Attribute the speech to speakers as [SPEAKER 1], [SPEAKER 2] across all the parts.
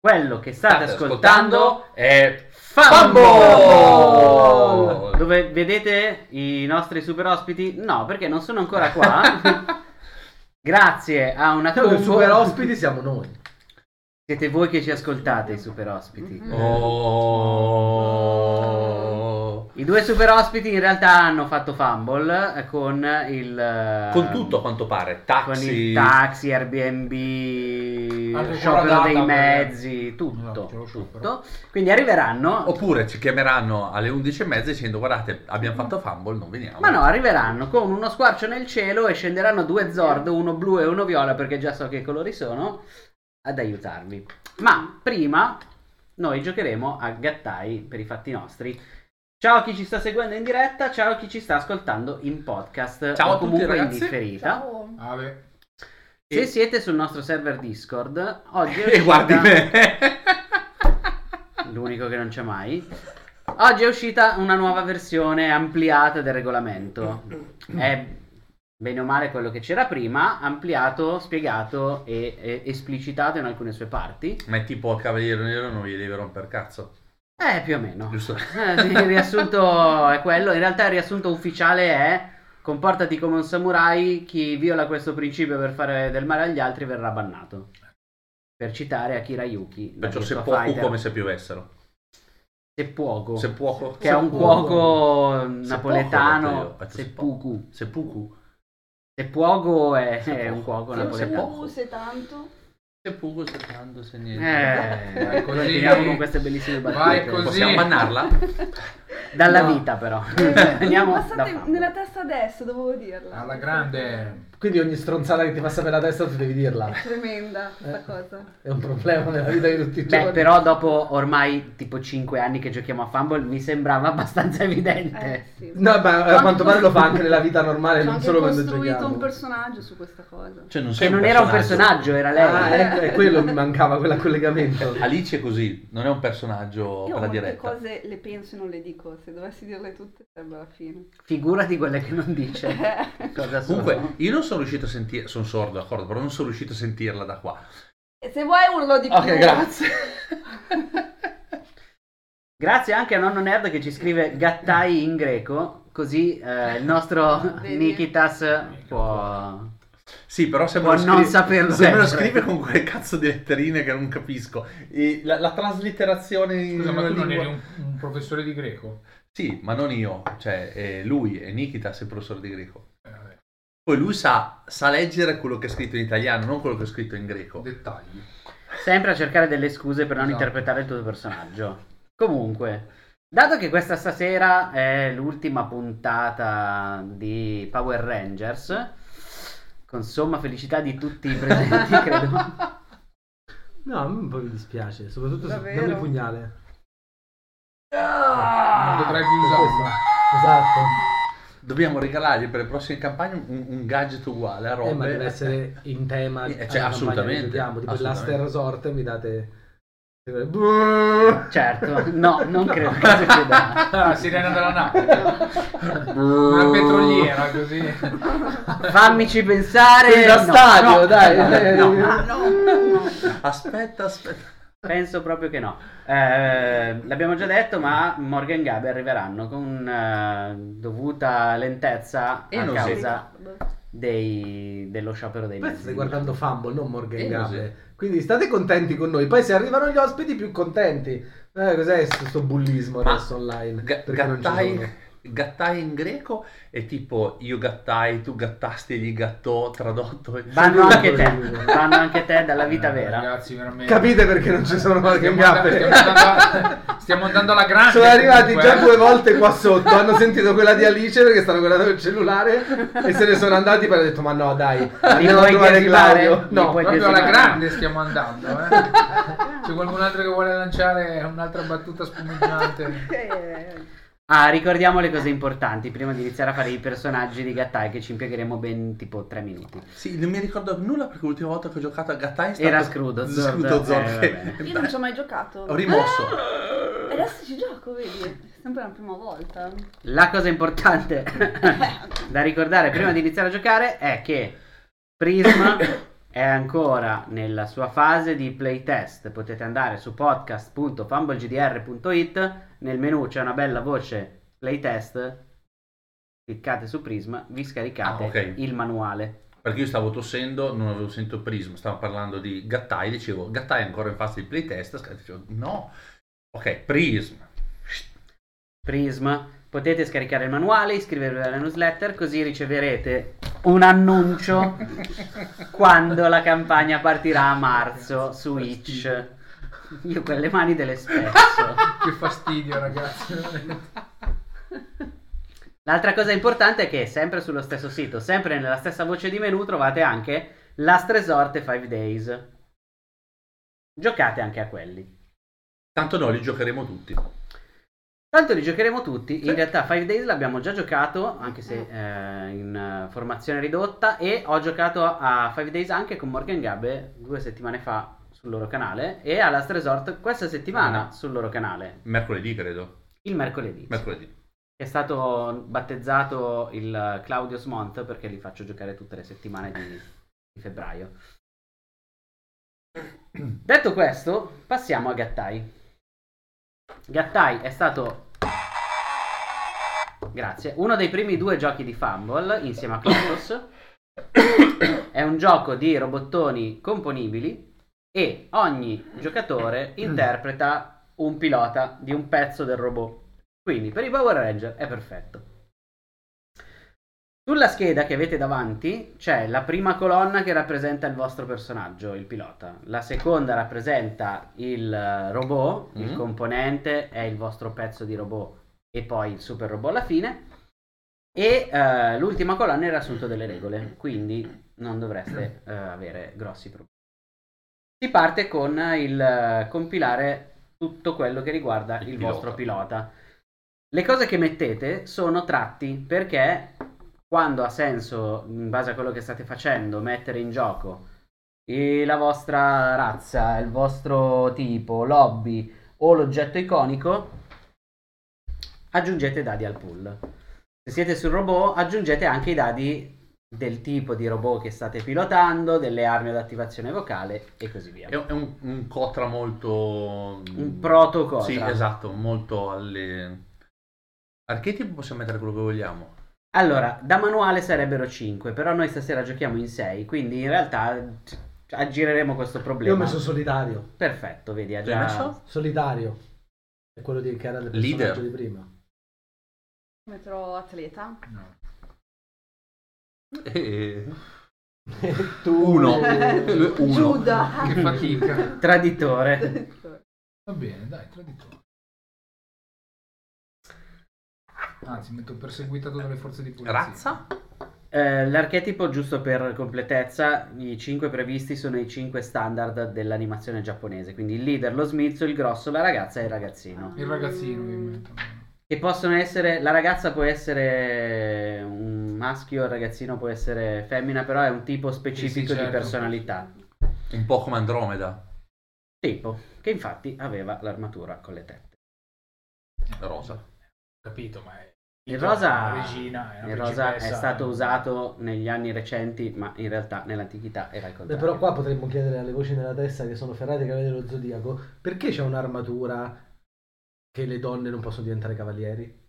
[SPEAKER 1] Quello che state,
[SPEAKER 2] State
[SPEAKER 1] ascoltando,
[SPEAKER 2] ascoltando è
[SPEAKER 1] Fambo!
[SPEAKER 2] Fambo!
[SPEAKER 1] Dove vedete i nostri super ospiti? No, perché non sono ancora qua. Grazie a una
[SPEAKER 3] Siamo
[SPEAKER 1] combo
[SPEAKER 3] i super ospiti siamo noi.
[SPEAKER 1] Siete voi che ci ascoltate, i super ospiti.
[SPEAKER 2] Mm-hmm.
[SPEAKER 3] Mhm.
[SPEAKER 2] Oh.
[SPEAKER 1] I due super ospiti in realtà hanno fatto fumble eh, con il eh,
[SPEAKER 2] Con tutto a quanto pare,
[SPEAKER 1] con
[SPEAKER 2] taxi,
[SPEAKER 1] il taxi, Airbnb,
[SPEAKER 4] Anche
[SPEAKER 1] sciopero
[SPEAKER 4] quella data,
[SPEAKER 1] dei
[SPEAKER 3] eh.
[SPEAKER 4] quella-
[SPEAKER 1] mezzi, tutto,
[SPEAKER 4] No, c'è lo sciopero.
[SPEAKER 1] tutto. Quindi arriveranno
[SPEAKER 2] oppure ci chiameranno alle 11.30 dicendo guardate abbiamo fatto fumble, non veniamo.
[SPEAKER 1] Ma no, arriveranno con uno squarcio nel cielo e scenderanno due Zord, uno blu e uno viola, perché già so che colori sono, ad aiutarvi. Ma prima noi giocheremo a Gattai per i fatti nostri. Ciao a chi ci sta seguendo in diretta, ciao a chi ci sta ascoltando in podcast
[SPEAKER 2] Ciao a
[SPEAKER 1] o
[SPEAKER 2] tutti,
[SPEAKER 1] comunque in
[SPEAKER 2] ragazzi.
[SPEAKER 1] differita.
[SPEAKER 4] Ale.
[SPEAKER 1] Se siete sul nostro server Discord, oggi è
[SPEAKER 2] E guardi
[SPEAKER 1] uscita-
[SPEAKER 2] me.
[SPEAKER 1] l'unico che non c'è mai. Oggi è uscita una nuova versione ampliata del regolamento.
[SPEAKER 2] Mm-hmm.
[SPEAKER 1] È bene o male quello che c'era prima, ampliato, spiegato e, e esplicitato in alcune sue parti.
[SPEAKER 2] Ma è tipo Cavaliere Nero non gli devi romper cazzo.
[SPEAKER 1] Eh, più o meno.
[SPEAKER 2] Giusto?
[SPEAKER 1] Eh, sì, il riassunto è quello. In realtà il riassunto ufficiale è comportati come un samurai, chi viola questo principio per fare del male agli altri verrà bannato. Per citare Akira Yuki. da
[SPEAKER 2] Perciò se
[SPEAKER 1] Virtua
[SPEAKER 2] poco
[SPEAKER 1] Fighter.
[SPEAKER 2] come se piovessero.
[SPEAKER 1] se poco.
[SPEAKER 2] Se poco.
[SPEAKER 1] che è un cuoco eh, napoletano
[SPEAKER 2] ho detto io,
[SPEAKER 1] seppuku
[SPEAKER 2] Se poco.
[SPEAKER 1] seppuogo è,
[SPEAKER 2] Seppuku.
[SPEAKER 1] è un cuoco
[SPEAKER 2] Sì,
[SPEAKER 1] napoletano
[SPEAKER 2] seppuku.
[SPEAKER 5] se tanto.
[SPEAKER 2] Se poco, se tanto, se
[SPEAKER 1] eh,
[SPEAKER 4] Vai così.
[SPEAKER 1] continuiamo con queste bellissime
[SPEAKER 4] Vai
[SPEAKER 1] battute
[SPEAKER 4] così.
[SPEAKER 2] Possiamo bannarla?
[SPEAKER 1] dalla
[SPEAKER 3] No. Eh,
[SPEAKER 1] vita però
[SPEAKER 5] Andiamo
[SPEAKER 1] andiamo da
[SPEAKER 5] passate
[SPEAKER 1] Fabio.
[SPEAKER 5] nella testa adesso, dovevo dirla.
[SPEAKER 4] Alla grande.
[SPEAKER 3] Quindi ogni stronzata che ti passa per la testa tu devi dirla.
[SPEAKER 5] È tremenda questa cosa.
[SPEAKER 3] È un problema nella vita di tutti i giorni.
[SPEAKER 1] Beh, però dopo ormai tipo 5 anni che giochiamo a Fumble mi sembrava abbastanza evidente.
[SPEAKER 5] Eh, sì.
[SPEAKER 3] No, ma a quanto pare lo fa anche nella vita normale,
[SPEAKER 5] Ci ho Cioè,
[SPEAKER 3] non
[SPEAKER 5] anche
[SPEAKER 3] solo quando
[SPEAKER 5] costruito
[SPEAKER 3] giochiamo.
[SPEAKER 5] un personaggio su questa cosa.
[SPEAKER 2] Cioè,
[SPEAKER 1] Che non era un personaggio, era
[SPEAKER 3] Eh. Ah,
[SPEAKER 1] lei.
[SPEAKER 3] ecco, è quello mi mancava, quel collegamento.
[SPEAKER 2] Alice è così, non è un personaggio
[SPEAKER 5] Io
[SPEAKER 2] per la
[SPEAKER 5] molte
[SPEAKER 2] diretta.
[SPEAKER 5] cose le penso e non le dico, se dovessi dirle tutte sarebbe la fine.
[SPEAKER 1] Figurati quelle che non dice. Cosa sono?
[SPEAKER 2] Comunque, io non sono riuscito a sentire, sono sordo, d'accordo, però non sono riuscito a sentirla da qua.
[SPEAKER 5] E se vuoi urlo di più.
[SPEAKER 2] Ok, grazie.
[SPEAKER 1] Grazie anche a Nonno Nerd che ci scrive Gattai in greco, così eh, il nostro
[SPEAKER 5] Vedi?
[SPEAKER 1] Nikitas può...
[SPEAKER 2] Sì, però se me
[SPEAKER 1] Può
[SPEAKER 2] lo
[SPEAKER 1] non
[SPEAKER 2] scrive,
[SPEAKER 1] saperlo
[SPEAKER 2] se me lo
[SPEAKER 1] sempre.
[SPEAKER 2] scrive con quelle cazzo di letterine che non capisco. E la, la traslitterazione in
[SPEAKER 4] Scusa, ma
[SPEAKER 2] una
[SPEAKER 4] tu non
[SPEAKER 2] lingua-
[SPEAKER 4] eri un, un professore di greco?
[SPEAKER 2] Sì, ma non io, cioè eh, lui e Nikita, se professore di greco.
[SPEAKER 4] Eh, vabbè.
[SPEAKER 2] Poi lui sa, sa leggere quello che è scritto in italiano, non quello che è scritto in greco.
[SPEAKER 4] Dettagli.
[SPEAKER 1] Sempre a cercare delle scuse per non
[SPEAKER 4] Esatto.
[SPEAKER 1] interpretare il tuo personaggio. Comunque, dato che questa stasera è l'ultima puntata di Power Rangers, con somma felicità di tutti i presenti, credo.
[SPEAKER 3] No, a me un po' mi dispiace, soprattutto se
[SPEAKER 5] Davvero?
[SPEAKER 3] dammi il pugnale.
[SPEAKER 4] Non
[SPEAKER 5] Ah!
[SPEAKER 4] potrai più
[SPEAKER 3] Questo.
[SPEAKER 4] usarlo.
[SPEAKER 3] Esatto.
[SPEAKER 2] Dobbiamo regalargli per le prossime campagne un, un gadget uguale a robe.
[SPEAKER 3] Eh, ma deve essere in tema
[SPEAKER 2] Eh, cioè,
[SPEAKER 3] alla campagna
[SPEAKER 2] assolutamente,
[SPEAKER 3] che giochiamo, tipo
[SPEAKER 2] assolutamente.
[SPEAKER 3] l'Aster Resort mi date
[SPEAKER 1] Certo, no, non credo che succeda.
[SPEAKER 4] Ah, sirena della nave. Una petroliera così.
[SPEAKER 1] Fammici pensare...
[SPEAKER 3] da
[SPEAKER 1] no,
[SPEAKER 3] stadio,
[SPEAKER 1] no,
[SPEAKER 2] Eh,
[SPEAKER 3] dai.
[SPEAKER 1] no, no,
[SPEAKER 5] Ah,
[SPEAKER 1] no.
[SPEAKER 2] Aspetta, aspetta.
[SPEAKER 1] Penso proprio che no. Eh, l'abbiamo già detto, ma Morgan Gabe arriveranno con eh, dovuta lentezza
[SPEAKER 2] E
[SPEAKER 1] a
[SPEAKER 2] non
[SPEAKER 1] causa dei- dello sciopero dei
[SPEAKER 3] Poi
[SPEAKER 1] mezzi.
[SPEAKER 3] state guardando Fumble, non Morgan
[SPEAKER 2] Eh,
[SPEAKER 3] Gabe. Quindi state contenti con noi. Poi se arrivano gli ospiti più contenti. Eh, cos'è questo bullismo
[SPEAKER 2] Ma
[SPEAKER 3] adesso online?
[SPEAKER 2] Ga-
[SPEAKER 3] Perché non ci
[SPEAKER 2] gattai,
[SPEAKER 3] sono.
[SPEAKER 2] gattai in greco è tipo io gattai, tu gattasti, gli gattò, tradotto. e-
[SPEAKER 1] Vanno
[SPEAKER 3] Sono
[SPEAKER 1] anche
[SPEAKER 3] io,
[SPEAKER 1] te,
[SPEAKER 3] sono io.
[SPEAKER 1] vanno anche te dalla vita
[SPEAKER 4] Eh,
[SPEAKER 1] vera.
[SPEAKER 4] Ragazzi, veramente.
[SPEAKER 3] Capite perché non ci sono Morgan
[SPEAKER 4] Stiamo
[SPEAKER 3] Gabe?
[SPEAKER 4] andando, stiamo andando- stiamo andando alla grande.
[SPEAKER 3] Sono arrivati
[SPEAKER 4] comunque,
[SPEAKER 3] già
[SPEAKER 4] eh.
[SPEAKER 3] due volte qua sotto, hanno sentito quella di Alice perché stanno guardando il cellulare e se ne sono andati poi hanno detto ma no dai, andiamo a
[SPEAKER 1] puoi
[SPEAKER 3] trovare
[SPEAKER 1] desilare?
[SPEAKER 3] Claudio.
[SPEAKER 1] Mi
[SPEAKER 3] No,
[SPEAKER 1] puoi-
[SPEAKER 4] Proprio alla
[SPEAKER 1] Sì,
[SPEAKER 4] grande stiamo andando. eh. C'è qualcun altro che vuole lanciare un'altra battuta spumeggiante?
[SPEAKER 5] Ok.
[SPEAKER 1] Ah, ricordiamo le cose importanti prima di iniziare a fare i personaggi di Gattai che ci impiegheremo ben tipo tre minuti.
[SPEAKER 2] Sì, non mi ricordo nulla perché l'ultima volta che ho giocato a gattai è stato
[SPEAKER 1] Era Scrudo Zord.
[SPEAKER 2] Scrudo Zord,
[SPEAKER 1] Eh,
[SPEAKER 2] che-
[SPEAKER 1] vabbè.
[SPEAKER 5] Io non ci ho mai Ah! giocato.
[SPEAKER 2] Ho rimosso.
[SPEAKER 5] E adesso ci gioco, vedi? È sempre la prima volta.
[SPEAKER 1] La cosa importante da ricordare prima di iniziare a giocare è che Prism è ancora nella sua fase di playtest. Potete andare su podcast.fumblegdr.it, nel menu c'è una bella voce playtest, cliccate su Prisma, vi scaricate
[SPEAKER 2] Ah, ok.
[SPEAKER 1] il manuale.
[SPEAKER 2] Perché io stavo tossendo, non avevo sentito Prism, stavo parlando di Gattai, dicevo Gattai è ancora in fase di playtest, sc- dicevo no. Ok, Prism.
[SPEAKER 1] Prisma. Potete scaricare il manuale, iscrivervi alla newsletter, così riceverete un annuncio quando la campagna partirà a marzo su Itch. Io con le mani delle spezzo.
[SPEAKER 4] Che fastidio, ragazzi.
[SPEAKER 1] L'altra cosa importante è che sempre sullo stesso sito, sempre nella stessa voce di menu, trovate anche Last Resort e 5 Days. Giocate anche a quelli.
[SPEAKER 2] Tanto noi li giocheremo tutti.
[SPEAKER 1] Tanto li giocheremo tutti, in
[SPEAKER 2] Sì.
[SPEAKER 1] realtà 5 Days l'abbiamo già giocato, anche se eh, in eh, formazione ridotta, e ho giocato a 5 Days anche con Morgan Gabbe due settimane fa sul loro canale e a Last Resort questa settimana sul loro canale,
[SPEAKER 2] Mercoledì, credo.
[SPEAKER 1] il mercoledì.
[SPEAKER 2] Mercoledì.
[SPEAKER 1] È stato battezzato il Claudius Month perché li faccio giocare tutte le settimane di, di febbraio. Detto questo, passiamo a Gattai. Gattai è stato. Grazie. Uno dei primi due giochi di Fumble insieme a Clocos. è un gioco di robottoni componibili e ogni giocatore interpreta un pilota di un pezzo del robot. Quindi per i Power Ranger è perfetto. Sulla scheda che avete davanti c'è la prima colonna che rappresenta il vostro personaggio, il pilota. La seconda rappresenta il eh, robot, il
[SPEAKER 2] Mhm.
[SPEAKER 1] componente è il vostro pezzo di robot e poi il super robot alla fine. E eh, l'ultima colonna è il riassunto delle regole, quindi non dovreste eh, avere grossi problemi. Si parte con il eh, compilare tutto quello che riguarda il,
[SPEAKER 2] Il
[SPEAKER 1] vostro pilota. Le cose che mettete sono tratti perché quando ha senso, in base a quello che state facendo, mettere in gioco eh, la vostra razza, il vostro tipo, lobby o l'oggetto iconico, aggiungete dadi al pool. Se siete sul robot, aggiungete anche i dadi del tipo di robot che state pilotando, delle armi ad attivazione vocale e così via.
[SPEAKER 2] È, è un, un Cotra molto... mm,
[SPEAKER 1] Un proto-Cotra.
[SPEAKER 2] Sì, esatto, molto alle... Archetipo possiamo mettere quello che vogliamo.
[SPEAKER 1] Allora, da manuale sarebbero 5, però noi stasera giochiamo in 6, quindi in realtà c- aggireremo questo
[SPEAKER 3] Io ho
[SPEAKER 1] problema.
[SPEAKER 3] messo solitario.
[SPEAKER 1] Perfetto, vedi, ha
[SPEAKER 2] L'hai
[SPEAKER 1] già...
[SPEAKER 2] messo?
[SPEAKER 3] Solitario. È quello di, che era del personaggio
[SPEAKER 2] Leader.
[SPEAKER 3] di prima.
[SPEAKER 5] Metro atleta.
[SPEAKER 4] No.
[SPEAKER 2] Eh,
[SPEAKER 3] tu.
[SPEAKER 2] Uno.
[SPEAKER 3] Uno.
[SPEAKER 2] Uno.
[SPEAKER 5] Giuda.
[SPEAKER 4] Che fatica.
[SPEAKER 1] Traditore.
[SPEAKER 4] Va bene, dai, traditore. Anzi, metto perseguitato dalle forze di polizia.
[SPEAKER 2] Razza?
[SPEAKER 1] Eh, l'archetipo, giusto per completezza, i 5 previsti sono i 5 standard dell'animazione giapponese, quindi il leader, lo smizzo, il grosso, la ragazza e il ragazzino.
[SPEAKER 4] Il ragazzino mi metto.
[SPEAKER 1] Che possono essere... La ragazza può essere un maschio, il ragazzino può essere femmina, però è un tipo specifico di
[SPEAKER 4] certo.
[SPEAKER 1] personalità.
[SPEAKER 2] Un po' come Andromeda,
[SPEAKER 1] Tipo, che infatti aveva l'armatura con le tette.
[SPEAKER 2] rosa.
[SPEAKER 6] capito, ma è
[SPEAKER 1] Il
[SPEAKER 6] Tito
[SPEAKER 1] rosa-
[SPEAKER 6] è una regina, è una
[SPEAKER 1] Il rosa è
[SPEAKER 6] principessa.
[SPEAKER 1] stato usato negli anni recenti, ma in realtà nell'antichità era il
[SPEAKER 3] Beh,
[SPEAKER 1] contrario.
[SPEAKER 3] però qua potremmo chiedere alle voci nella testa che sono ferrate cavalieri dello zodiaco perché c'è un'armatura che le donne non possono diventare cavalieri?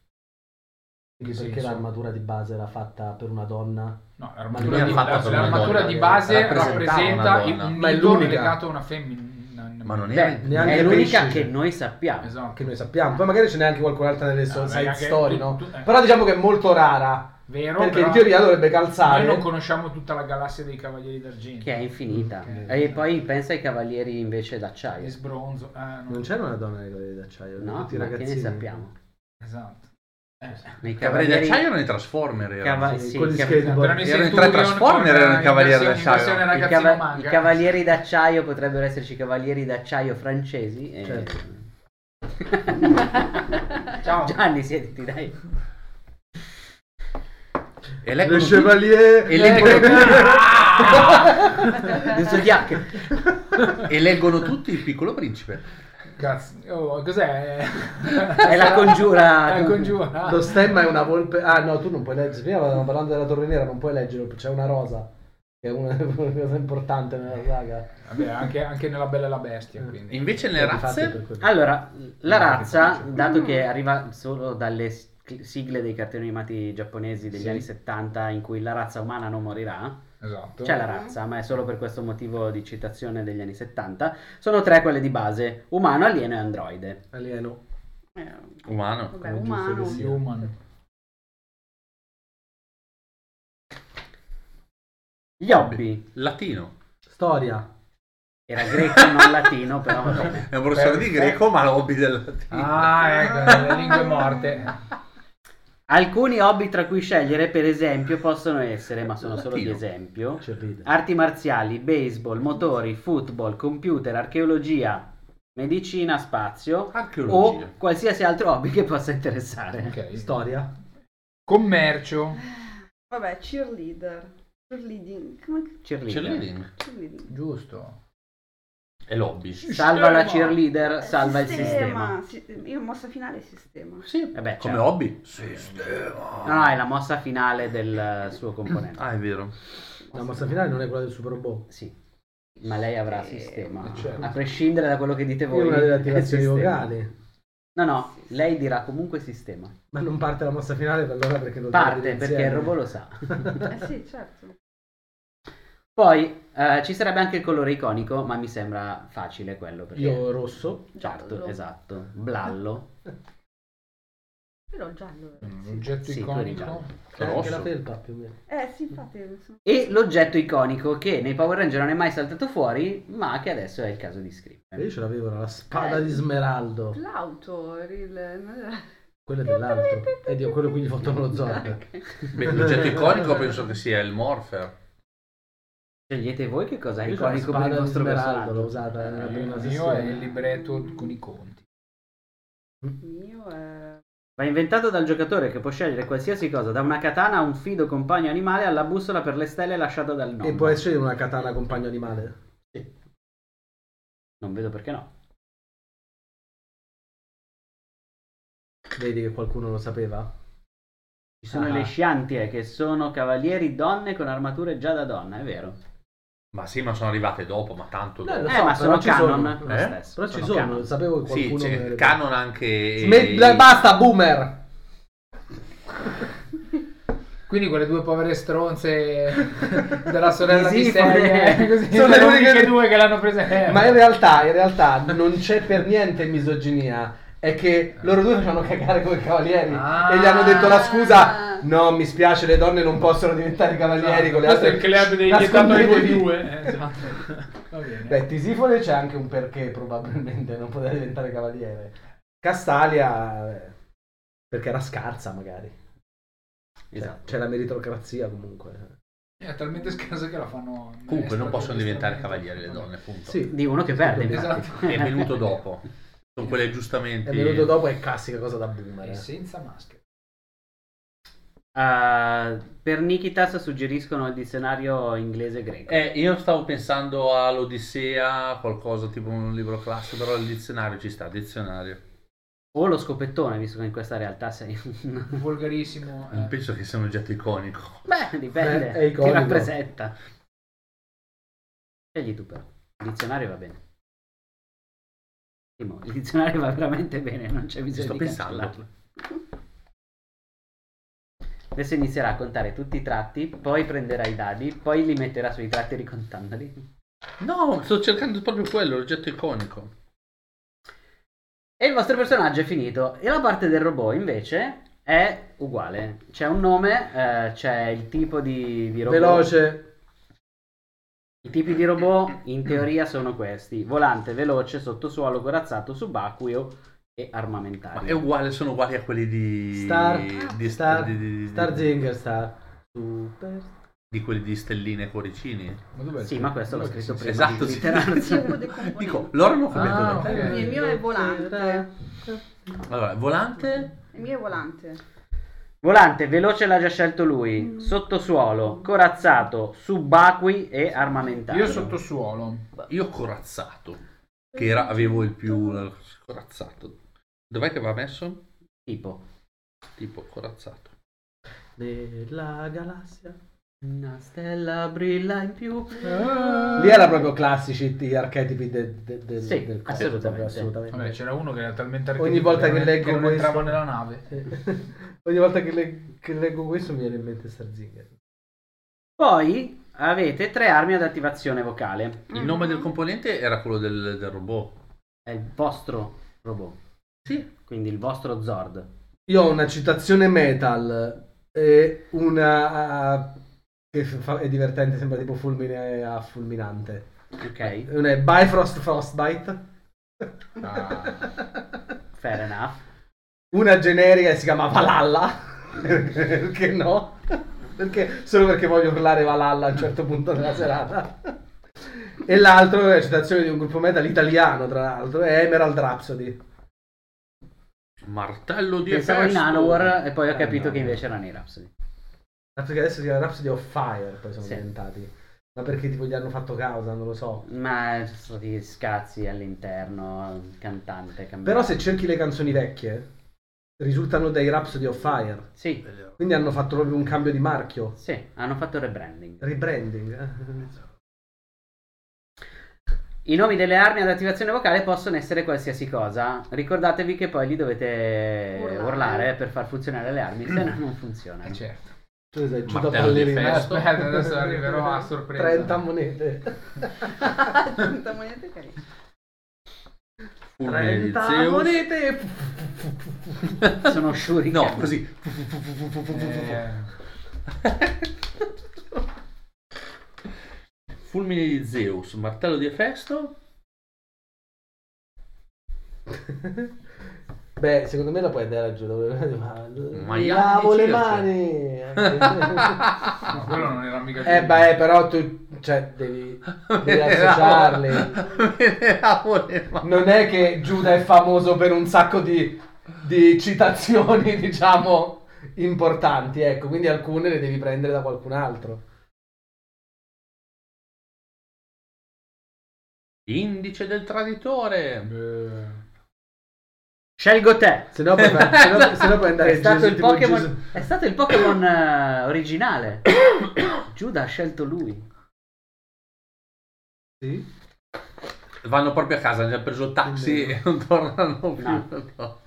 [SPEAKER 3] Quindi
[SPEAKER 4] Che
[SPEAKER 3] perché
[SPEAKER 4] senso?
[SPEAKER 3] l'armatura di base era fatta per una donna?
[SPEAKER 4] No,
[SPEAKER 3] Ma
[SPEAKER 4] l'armatura,
[SPEAKER 3] non
[SPEAKER 4] di,
[SPEAKER 3] è fatta
[SPEAKER 4] la-
[SPEAKER 3] per una
[SPEAKER 4] l'armatura
[SPEAKER 3] donna,
[SPEAKER 4] di base
[SPEAKER 2] rappresenta
[SPEAKER 4] rappresenta
[SPEAKER 2] una
[SPEAKER 4] il-
[SPEAKER 2] donna.
[SPEAKER 4] un
[SPEAKER 3] Ma è
[SPEAKER 4] idolo
[SPEAKER 3] l'unica.
[SPEAKER 4] legato a una femmina.
[SPEAKER 2] Ma non
[SPEAKER 1] Beh,
[SPEAKER 2] era...
[SPEAKER 3] neanche
[SPEAKER 1] è l'unica
[SPEAKER 3] pesce.
[SPEAKER 1] che noi sappiamo.
[SPEAKER 4] Esatto.
[SPEAKER 3] Che noi sappiamo, poi magari ce n'è anche qualcun'altra nelle so-
[SPEAKER 6] Vabbè,
[SPEAKER 3] side
[SPEAKER 6] Ah, anche
[SPEAKER 3] story,
[SPEAKER 6] tu-
[SPEAKER 3] no?
[SPEAKER 6] tu- eh,
[SPEAKER 3] Però diciamo che è molto rara,
[SPEAKER 4] Vero,
[SPEAKER 3] perché
[SPEAKER 4] però
[SPEAKER 3] in teoria dovrebbe calzare.
[SPEAKER 4] Noi non conosciamo tutta la galassia dei Cavalieri d'Argento.
[SPEAKER 1] Che è infinita.
[SPEAKER 4] Ok.
[SPEAKER 1] E poi pensa ai cavalieri invece d'acciaio.
[SPEAKER 4] Di sbronzo. Ah, no.
[SPEAKER 3] Non c'era una donna nei cavalieri d'acciaio,
[SPEAKER 1] No,
[SPEAKER 3] tutti i
[SPEAKER 1] ma che ne
[SPEAKER 3] ragazzini.
[SPEAKER 1] sappiamo?
[SPEAKER 4] Esatto. Eh.
[SPEAKER 1] Nei
[SPEAKER 2] Cavalieri d'acciaio erano i Transformer. erano.
[SPEAKER 6] Ah,
[SPEAKER 1] cava-
[SPEAKER 3] Sì,
[SPEAKER 1] sì,
[SPEAKER 3] con gli
[SPEAKER 1] i cava-
[SPEAKER 3] skateboard.
[SPEAKER 4] Erano i
[SPEAKER 2] Erano in
[SPEAKER 4] Centurion
[SPEAKER 2] tre Transformer,
[SPEAKER 4] con-
[SPEAKER 2] erano i Cavalieri
[SPEAKER 4] in versione-
[SPEAKER 2] d'acciaio.
[SPEAKER 4] in versione
[SPEAKER 1] i
[SPEAKER 4] ragazzino
[SPEAKER 1] cava- i
[SPEAKER 4] manga.
[SPEAKER 1] cavalieri d'acciaio potrebbero esserci i cavalieri d'acciaio francesi. e-
[SPEAKER 3] Certo.
[SPEAKER 4] Ciao.
[SPEAKER 1] Gianni, siediti, dai.
[SPEAKER 2] E lei
[SPEAKER 3] Le
[SPEAKER 2] con-
[SPEAKER 3] chevalier- Ecco.
[SPEAKER 2] E leggono...
[SPEAKER 1] Del Zodiac.
[SPEAKER 2] e leggono tutti il piccolo principe.
[SPEAKER 4] Cazzo, oh, cos'è?
[SPEAKER 1] È la congiura.
[SPEAKER 4] La congiura.
[SPEAKER 3] Lo ah, stemma è una volpe. Ah, no, tu non puoi leggere. Prima stavamo parlando della torre nera, non puoi leggere. C'è una rosa. che è una una cosa importante nella saga.
[SPEAKER 4] Vabbè, anche, anche nella Bella e la Bestia, quindi.
[SPEAKER 2] Invece le
[SPEAKER 3] Infatti,
[SPEAKER 2] razze...
[SPEAKER 3] per quello.
[SPEAKER 1] Allora, la
[SPEAKER 3] No,
[SPEAKER 1] razza,
[SPEAKER 3] che faccio?
[SPEAKER 1] dato che arriva solo dalle s- sigle dei cartoni animati giapponesi degli
[SPEAKER 4] Sì.
[SPEAKER 1] anni 70 in cui la razza umana non morirà,
[SPEAKER 4] Esatto.
[SPEAKER 1] c'è la razza, ma è solo per questo motivo di citazione degli anni 70, sono tre quelle di base, umano, alieno e androide.
[SPEAKER 3] Alieno.
[SPEAKER 5] Eh,
[SPEAKER 2] Umano.
[SPEAKER 5] Vabbè,
[SPEAKER 3] Come giusto
[SPEAKER 5] umano.
[SPEAKER 3] che sia.
[SPEAKER 4] Human.
[SPEAKER 1] Gli hobby,
[SPEAKER 2] Latino.
[SPEAKER 3] Storia.
[SPEAKER 1] era greco non latino, però va bene.
[SPEAKER 2] È un professore di
[SPEAKER 4] Perfetto.
[SPEAKER 2] greco, ma l'hobby del latino.
[SPEAKER 4] Ah, ecco, le lingue morte.
[SPEAKER 1] Alcuni hobby tra cui scegliere, per esempio, possono essere, ma sono solo di
[SPEAKER 2] Latino.
[SPEAKER 1] esempio,
[SPEAKER 3] C'è Ah, ride.
[SPEAKER 1] arti marziali, baseball, motori, football, computer, archeologia, medicina, spazio
[SPEAKER 2] Archeologia.
[SPEAKER 1] o qualsiasi altro hobby che possa interessare.
[SPEAKER 4] Ok.
[SPEAKER 3] Storia.
[SPEAKER 4] Commercio.
[SPEAKER 5] Vabbè, cheerleader. Cheerleading. Come
[SPEAKER 1] Cheerleader.
[SPEAKER 2] Cheerleading.
[SPEAKER 5] cheerleading?
[SPEAKER 4] Giusto.
[SPEAKER 2] È l'hobby.
[SPEAKER 1] Salva la
[SPEAKER 4] Sistema.
[SPEAKER 1] cheerleader, salva il sistema.
[SPEAKER 5] Si- Io mossa finale sistema.
[SPEAKER 2] Sì,
[SPEAKER 1] Vabbè,
[SPEAKER 2] come
[SPEAKER 1] certo.
[SPEAKER 2] hobby? Sistema.
[SPEAKER 1] No, no, è la mossa finale del eh, suo componente.
[SPEAKER 2] Ah, è vero.
[SPEAKER 5] Eh,
[SPEAKER 3] La mossa finale non è quella del Super Bowl.
[SPEAKER 1] Sì. Ma lei avrà
[SPEAKER 5] Eh,
[SPEAKER 1] sistema.
[SPEAKER 3] certo.
[SPEAKER 1] A prescindere da quello che dite
[SPEAKER 3] È
[SPEAKER 1] voi.
[SPEAKER 3] una delle
[SPEAKER 1] è
[SPEAKER 3] attivazioni
[SPEAKER 1] sistema.
[SPEAKER 3] vocali.
[SPEAKER 1] No, no, lei dirà comunque sistema.
[SPEAKER 3] Ma non parte la mossa finale per allora perché lo
[SPEAKER 1] Parte
[SPEAKER 3] devo dire
[SPEAKER 1] perché il
[SPEAKER 3] insieme.
[SPEAKER 1] robot lo sa.
[SPEAKER 5] Eh sì, certo.
[SPEAKER 1] Poi eh, ci sarebbe anche il colore iconico, ma mi sembra facile quello. Perché...
[SPEAKER 3] Io rosso.
[SPEAKER 1] Certo,
[SPEAKER 5] Giallo.
[SPEAKER 1] esatto. Blallo.
[SPEAKER 5] Però giallo. eh,
[SPEAKER 4] Un
[SPEAKER 5] sì.
[SPEAKER 4] oggetto
[SPEAKER 1] Sì, quello di
[SPEAKER 4] iconico.
[SPEAKER 1] giallo.
[SPEAKER 3] C'è anche la
[SPEAKER 2] Rosso.
[SPEAKER 3] felpa più o meno.
[SPEAKER 5] Eh sì, infatti. sono-
[SPEAKER 1] E l'oggetto iconico che nei Power Ranger non è mai saltato fuori, ma che adesso è il caso di
[SPEAKER 3] Io
[SPEAKER 4] Eh.
[SPEAKER 1] scrivere.
[SPEAKER 3] ce l'avevo, era la spada
[SPEAKER 5] Eh.
[SPEAKER 3] di smeraldo.
[SPEAKER 5] L'auto, il...
[SPEAKER 3] Quella dell'altro. E Dio, quello qui gli fottono lo
[SPEAKER 1] Eh,
[SPEAKER 3] zordo.
[SPEAKER 2] Beh, l'oggetto iconico penso che sia il Morpher.
[SPEAKER 1] Scegliete voi che cosa è
[SPEAKER 3] Io c'ho la
[SPEAKER 1] iconico per il
[SPEAKER 3] spada di
[SPEAKER 1] vostro
[SPEAKER 3] smeraldo, l'ho
[SPEAKER 1] personaggio.
[SPEAKER 3] usata nella prima
[SPEAKER 4] Eh, Il mio è il
[SPEAKER 3] sessione.
[SPEAKER 4] libretto con i conti.
[SPEAKER 5] mio eh. è...
[SPEAKER 1] Va inventato dal giocatore che può scegliere qualsiasi cosa, da una katana a un fido compagno animale alla bussola per le stelle lasciata dal nonno.
[SPEAKER 3] E puoi scegliere una katana compagno animale.
[SPEAKER 1] Non vedo perché no.
[SPEAKER 3] Vedi che qualcuno lo sapeva?
[SPEAKER 1] Ci sono
[SPEAKER 3] Ah.
[SPEAKER 1] le sciantie che sono cavalieri donne con armature già da donna, è vero.
[SPEAKER 2] Ma sì, ma sono arrivate dopo, ma tanto dopo.
[SPEAKER 3] Lo
[SPEAKER 1] eh,
[SPEAKER 3] so,
[SPEAKER 1] ma sono
[SPEAKER 3] però ci
[SPEAKER 1] canon
[SPEAKER 3] sono.
[SPEAKER 1] lo
[SPEAKER 2] Eh?
[SPEAKER 1] stesso.
[SPEAKER 3] Però ci sono,
[SPEAKER 1] canon.
[SPEAKER 3] sapevo che
[SPEAKER 2] Sì,
[SPEAKER 3] qualcuno...
[SPEAKER 2] c'è
[SPEAKER 3] me-
[SPEAKER 2] Canon anche...
[SPEAKER 3] Smettila e basta, boomer!
[SPEAKER 4] Quindi quelle due povere stronze della sorella di
[SPEAKER 1] Misifone.
[SPEAKER 4] Stella così,
[SPEAKER 3] Sono
[SPEAKER 4] eh. sono
[SPEAKER 3] le
[SPEAKER 4] le
[SPEAKER 3] uniche-
[SPEAKER 4] uniche Eh, due che l'hanno presa.
[SPEAKER 3] Ma in realtà, in realtà non c'è per niente misoginia. È che loro due facevano cagare come cavalieri
[SPEAKER 4] Ah.
[SPEAKER 3] e gli hanno detto la scusa. No, mi spiace, le donne non possono diventare
[SPEAKER 4] Esatto.
[SPEAKER 3] cavalieri con le
[SPEAKER 4] Questo
[SPEAKER 3] altre.
[SPEAKER 4] è il club dei vietato ai voi
[SPEAKER 3] Nascondetevi.
[SPEAKER 4] due. Eh, esatto. Va bene.
[SPEAKER 3] Beh, Tisifone c'è anche un perché probabilmente non poteva diventare cavaliere. Castalia eh, perché era scarsa magari. Cioè,
[SPEAKER 1] Esatto.
[SPEAKER 3] C'è la meritocrazia comunque.
[SPEAKER 4] È talmente scarsa che la fanno.
[SPEAKER 2] Comunque non
[SPEAKER 4] maestra
[SPEAKER 2] possono
[SPEAKER 4] di
[SPEAKER 2] diventare
[SPEAKER 4] strumento.
[SPEAKER 2] cavalieri le donne, punto.
[SPEAKER 3] Sì.
[SPEAKER 1] Di uno che perde,
[SPEAKER 4] Esatto.
[SPEAKER 1] infatti.
[SPEAKER 2] Che è venuto dopo. Sono quelle
[SPEAKER 3] È
[SPEAKER 2] giustamente...
[SPEAKER 3] venuto dopo è classica cosa da boomer.
[SPEAKER 4] E
[SPEAKER 3] eh.
[SPEAKER 4] senza maschere.
[SPEAKER 1] Eh, per Nikitas suggeriscono il dizionario inglese greco.
[SPEAKER 2] Eh, io stavo pensando all'Odissea, qualcosa tipo un libro classico, però il dizionario ci sta, dizionario.
[SPEAKER 1] O lo scopettone, visto che in questa realtà sei un...
[SPEAKER 4] Volgarissimo. eh.
[SPEAKER 2] Non penso che sia un oggetto iconico.
[SPEAKER 1] Beh, dipende.
[SPEAKER 3] Beh, è iconico.
[SPEAKER 1] Ti rappresenta. Scegli tu però. Il dizionario va bene. Timo, il dizionario va veramente bene, non c'è
[SPEAKER 2] Ci
[SPEAKER 1] bisogno
[SPEAKER 2] sto
[SPEAKER 1] di
[SPEAKER 2] pensando.
[SPEAKER 1] cancellarlo. Adesso inizierà a contare tutti i tratti, poi prenderà i dadi, poi li metterà sui tratti ricontandoli.
[SPEAKER 2] No, sto cercando proprio quello, l'oggetto iconico.
[SPEAKER 1] E il vostro personaggio è finito. E la parte del robot invece è uguale. C'è un nome, eh, c'è il tipo di, di robot.
[SPEAKER 3] Veloce,
[SPEAKER 1] I tipi di robot in teoria sono questi: volante, veloce, sottosuolo, corazzato, subacqueo e
[SPEAKER 2] Ma
[SPEAKER 1] armamentario.
[SPEAKER 2] è uguale, sono uguali a quelli di...
[SPEAKER 3] Star,
[SPEAKER 2] di,
[SPEAKER 3] Star,
[SPEAKER 2] di- di-
[SPEAKER 3] Starzinger, Star. Super.
[SPEAKER 2] di quelli di stelline e cuoricini.
[SPEAKER 4] Ma dov'è il
[SPEAKER 1] Sì,
[SPEAKER 4] tuo?
[SPEAKER 1] ma questo l'ho
[SPEAKER 4] Dov'è che
[SPEAKER 1] scritto
[SPEAKER 4] si-
[SPEAKER 1] prima.
[SPEAKER 2] esatto,
[SPEAKER 1] di
[SPEAKER 2] sì.
[SPEAKER 1] Litteranza.
[SPEAKER 5] Tipo dei componenti.
[SPEAKER 2] Dico, loro non come
[SPEAKER 4] Ah,
[SPEAKER 2] te.
[SPEAKER 1] Eh,
[SPEAKER 4] ok.
[SPEAKER 5] Il mio è volante.
[SPEAKER 2] Allora, volante,
[SPEAKER 5] Il mio è volante.
[SPEAKER 1] Volante, veloce l'ha già scelto lui. Sottosuolo, corazzato, subacquei e armamentario.
[SPEAKER 4] Io sottosuolo.
[SPEAKER 2] io corazzato, che era, avevo il più corazzato. Dov'è che va messo?
[SPEAKER 1] Tipo.
[SPEAKER 2] Tipo corazzato.
[SPEAKER 3] Nella galassia
[SPEAKER 1] Una stella brilla in più.
[SPEAKER 4] Ah.
[SPEAKER 3] Lì era proprio classici gli archetipi de- de- de-
[SPEAKER 1] Sì,
[SPEAKER 3] del coso,
[SPEAKER 1] assolutamente.
[SPEAKER 3] proprio, assolutamente.
[SPEAKER 4] Vabbè, c'era uno che era talmente
[SPEAKER 3] Ogni volta che leggo
[SPEAKER 4] non
[SPEAKER 3] questo-
[SPEAKER 4] entrava nella nave.
[SPEAKER 3] Eh, Ogni volta che, le- che leggo questo mi viene in mente Starzinger.
[SPEAKER 1] Poi avete tre armi ad attivazione vocale.
[SPEAKER 2] Il nome
[SPEAKER 5] Mm. Mm-hmm.
[SPEAKER 2] del componente era quello del, del robot.
[SPEAKER 1] È il vostro robot.
[SPEAKER 2] Sì.
[SPEAKER 1] Quindi il vostro Zord.
[SPEAKER 3] Io ho una citazione metal e una che fa- è divertente, sembra tipo fulmine a fulminante.
[SPEAKER 1] Ok,
[SPEAKER 3] Una è Bifrost Frostbite.
[SPEAKER 1] fair enough.
[SPEAKER 3] Una generica che si chiama Valhalla. perché no? Perché, solo perché voglio urlare Valhalla a un certo punto della serata. E l'altro è la citazione di un gruppo metal italiano, tra l'altro, è Emerald Rhapsody.
[SPEAKER 2] Martello di
[SPEAKER 1] Pensavo in
[SPEAKER 2] Efesto.
[SPEAKER 1] Nanowar e poi ho
[SPEAKER 3] Eh,
[SPEAKER 1] capito
[SPEAKER 3] no.
[SPEAKER 1] che invece era nei Rhapsody.
[SPEAKER 3] Perché adesso si chiama Rhapsody of Fire, poi sono
[SPEAKER 1] Sì.
[SPEAKER 3] diventati. Ma perché tipo gli hanno fatto causa, non lo so.
[SPEAKER 1] Ma ci sono stati scazzi all'interno, il cantante cambiato.
[SPEAKER 3] Però se cerchi le canzoni vecchie, risultano dei Rhapsody of Fire.
[SPEAKER 1] Sì,
[SPEAKER 3] Quindi hanno fatto proprio un cambio di marchio.
[SPEAKER 1] sì, hanno fatto il rebranding.
[SPEAKER 3] Rebranding. eh.
[SPEAKER 1] I nomi delle armi ad attivazione vocale possono essere qualsiasi cosa. Ricordatevi che poi li dovete urlare,
[SPEAKER 5] Urlare.
[SPEAKER 1] per far funzionare le armi, se no non Cioè, funzionano.
[SPEAKER 4] Eh, certo.
[SPEAKER 3] Tu sei giù da eh.
[SPEAKER 2] Martello di
[SPEAKER 3] ballerina.
[SPEAKER 2] Festo.
[SPEAKER 4] Aspetta, adesso arriverò a sorpresa.
[SPEAKER 3] 30 monete.
[SPEAKER 5] Tutta moneta carina.
[SPEAKER 2] Fulmine di
[SPEAKER 3] 30
[SPEAKER 2] Zeus.
[SPEAKER 3] monete.
[SPEAKER 1] Sono shuriken.
[SPEAKER 2] No, così.
[SPEAKER 4] Eh,
[SPEAKER 2] Fulmine di Zeus, martello di Efesto.
[SPEAKER 3] Beh, secondo me la puoi andare giù dove ma...
[SPEAKER 2] Maiali
[SPEAKER 3] Lavo le
[SPEAKER 2] circa.
[SPEAKER 3] mani.
[SPEAKER 2] cioè.
[SPEAKER 4] ma quello non era mica
[SPEAKER 3] eh beh, però tu cioè devi, devi associarli.
[SPEAKER 2] Me ne lavo le mani.
[SPEAKER 3] Non è che Giuda è famoso per un sacco di, di citazioni, diciamo, importanti, ecco, quindi alcune le devi prendere da qualcun altro.
[SPEAKER 2] Indice del traditore.
[SPEAKER 4] Eh,
[SPEAKER 1] Scelgo te.
[SPEAKER 3] Se no puoi, fa- se no- se no puoi andare
[SPEAKER 1] È stato,
[SPEAKER 3] Gesù,
[SPEAKER 1] il
[SPEAKER 3] tipo
[SPEAKER 1] Pokémon,
[SPEAKER 3] Gesù.
[SPEAKER 1] è stato il Pokémon eh, originale. Giuda ha scelto lui.
[SPEAKER 3] Sì?
[SPEAKER 2] Vanno proprio a casa, hanno già preso il taxi e non tornano più. No.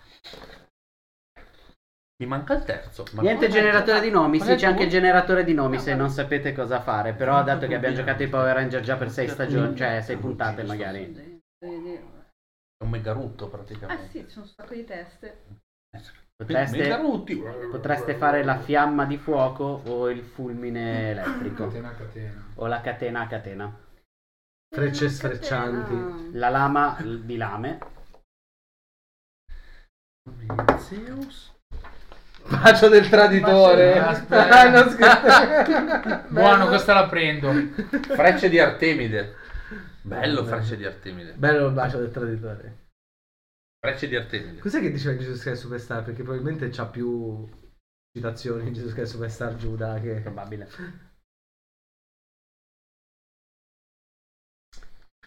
[SPEAKER 2] Mi manca il terzo. Ma
[SPEAKER 1] Niente
[SPEAKER 2] come
[SPEAKER 1] generatore di nomi, sì,
[SPEAKER 2] qual è
[SPEAKER 1] c'è anche il
[SPEAKER 2] tuo-
[SPEAKER 1] generatore di nomi se non sapete cosa fare, però dato che abbiamo giocato i Power Ranger già per 6 stagioni, cioè 6 puntate magari.
[SPEAKER 2] È un megarutto
[SPEAKER 5] Ah
[SPEAKER 2] praticamente.
[SPEAKER 5] sì, ci sono un sacco di teste.
[SPEAKER 1] Potreste,
[SPEAKER 2] Megarutti.
[SPEAKER 1] potreste fare la fiamma di fuoco o il fulmine elettrico
[SPEAKER 4] catena, catena.
[SPEAKER 1] o la catena a catena,
[SPEAKER 3] Frecce
[SPEAKER 5] Eh,
[SPEAKER 3] sfreccianti.
[SPEAKER 5] catena.
[SPEAKER 1] la lama di lame,
[SPEAKER 2] Zeus.
[SPEAKER 3] Faccio del traditore.
[SPEAKER 4] Faccio- Aspetta.
[SPEAKER 3] Ah, non scherzo.
[SPEAKER 4] Buono,
[SPEAKER 3] Bello.
[SPEAKER 4] questa la prendo.
[SPEAKER 2] Frecce di Artemide. Bello frecce di Artemide.
[SPEAKER 3] Bello il bacio del traditore.
[SPEAKER 2] Frecce di Artemide.
[SPEAKER 3] Cos'è che diceva in Gesù Christ Superstar? Perché probabilmente c'ha più citazioni in Gesù Christ Superstar Giuda che...
[SPEAKER 1] probabile. Eh,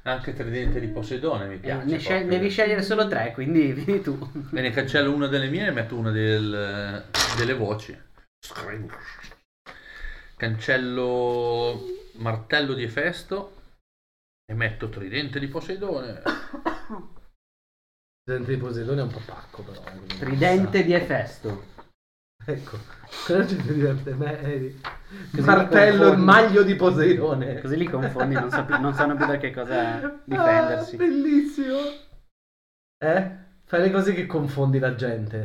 [SPEAKER 2] Anche Tridente di Poseidone mi
[SPEAKER 1] Eh,
[SPEAKER 2] piace.
[SPEAKER 1] ne scel-
[SPEAKER 2] proprio.
[SPEAKER 1] devi scegliere solo tre, quindi vieni tu.
[SPEAKER 2] Me ne cancello una delle mie e ne metto una del- delle voci. Cancello martello di Efesto e metto tridente di Poseidone.
[SPEAKER 3] Presidente di Poseidone è un po' pacco però. eh, quindi-
[SPEAKER 1] Tridente di Efesto.
[SPEAKER 3] Ecco, quello ci più diverte. Beh, eh,
[SPEAKER 1] Così
[SPEAKER 3] martello e
[SPEAKER 1] confondi.
[SPEAKER 3] maglio di Poseidone.
[SPEAKER 1] Così li confondi, non, sa più- non sanno più da che cosa difendersi.
[SPEAKER 3] Ah, bellissimo. Eh? Fai le cose che confondi la gente.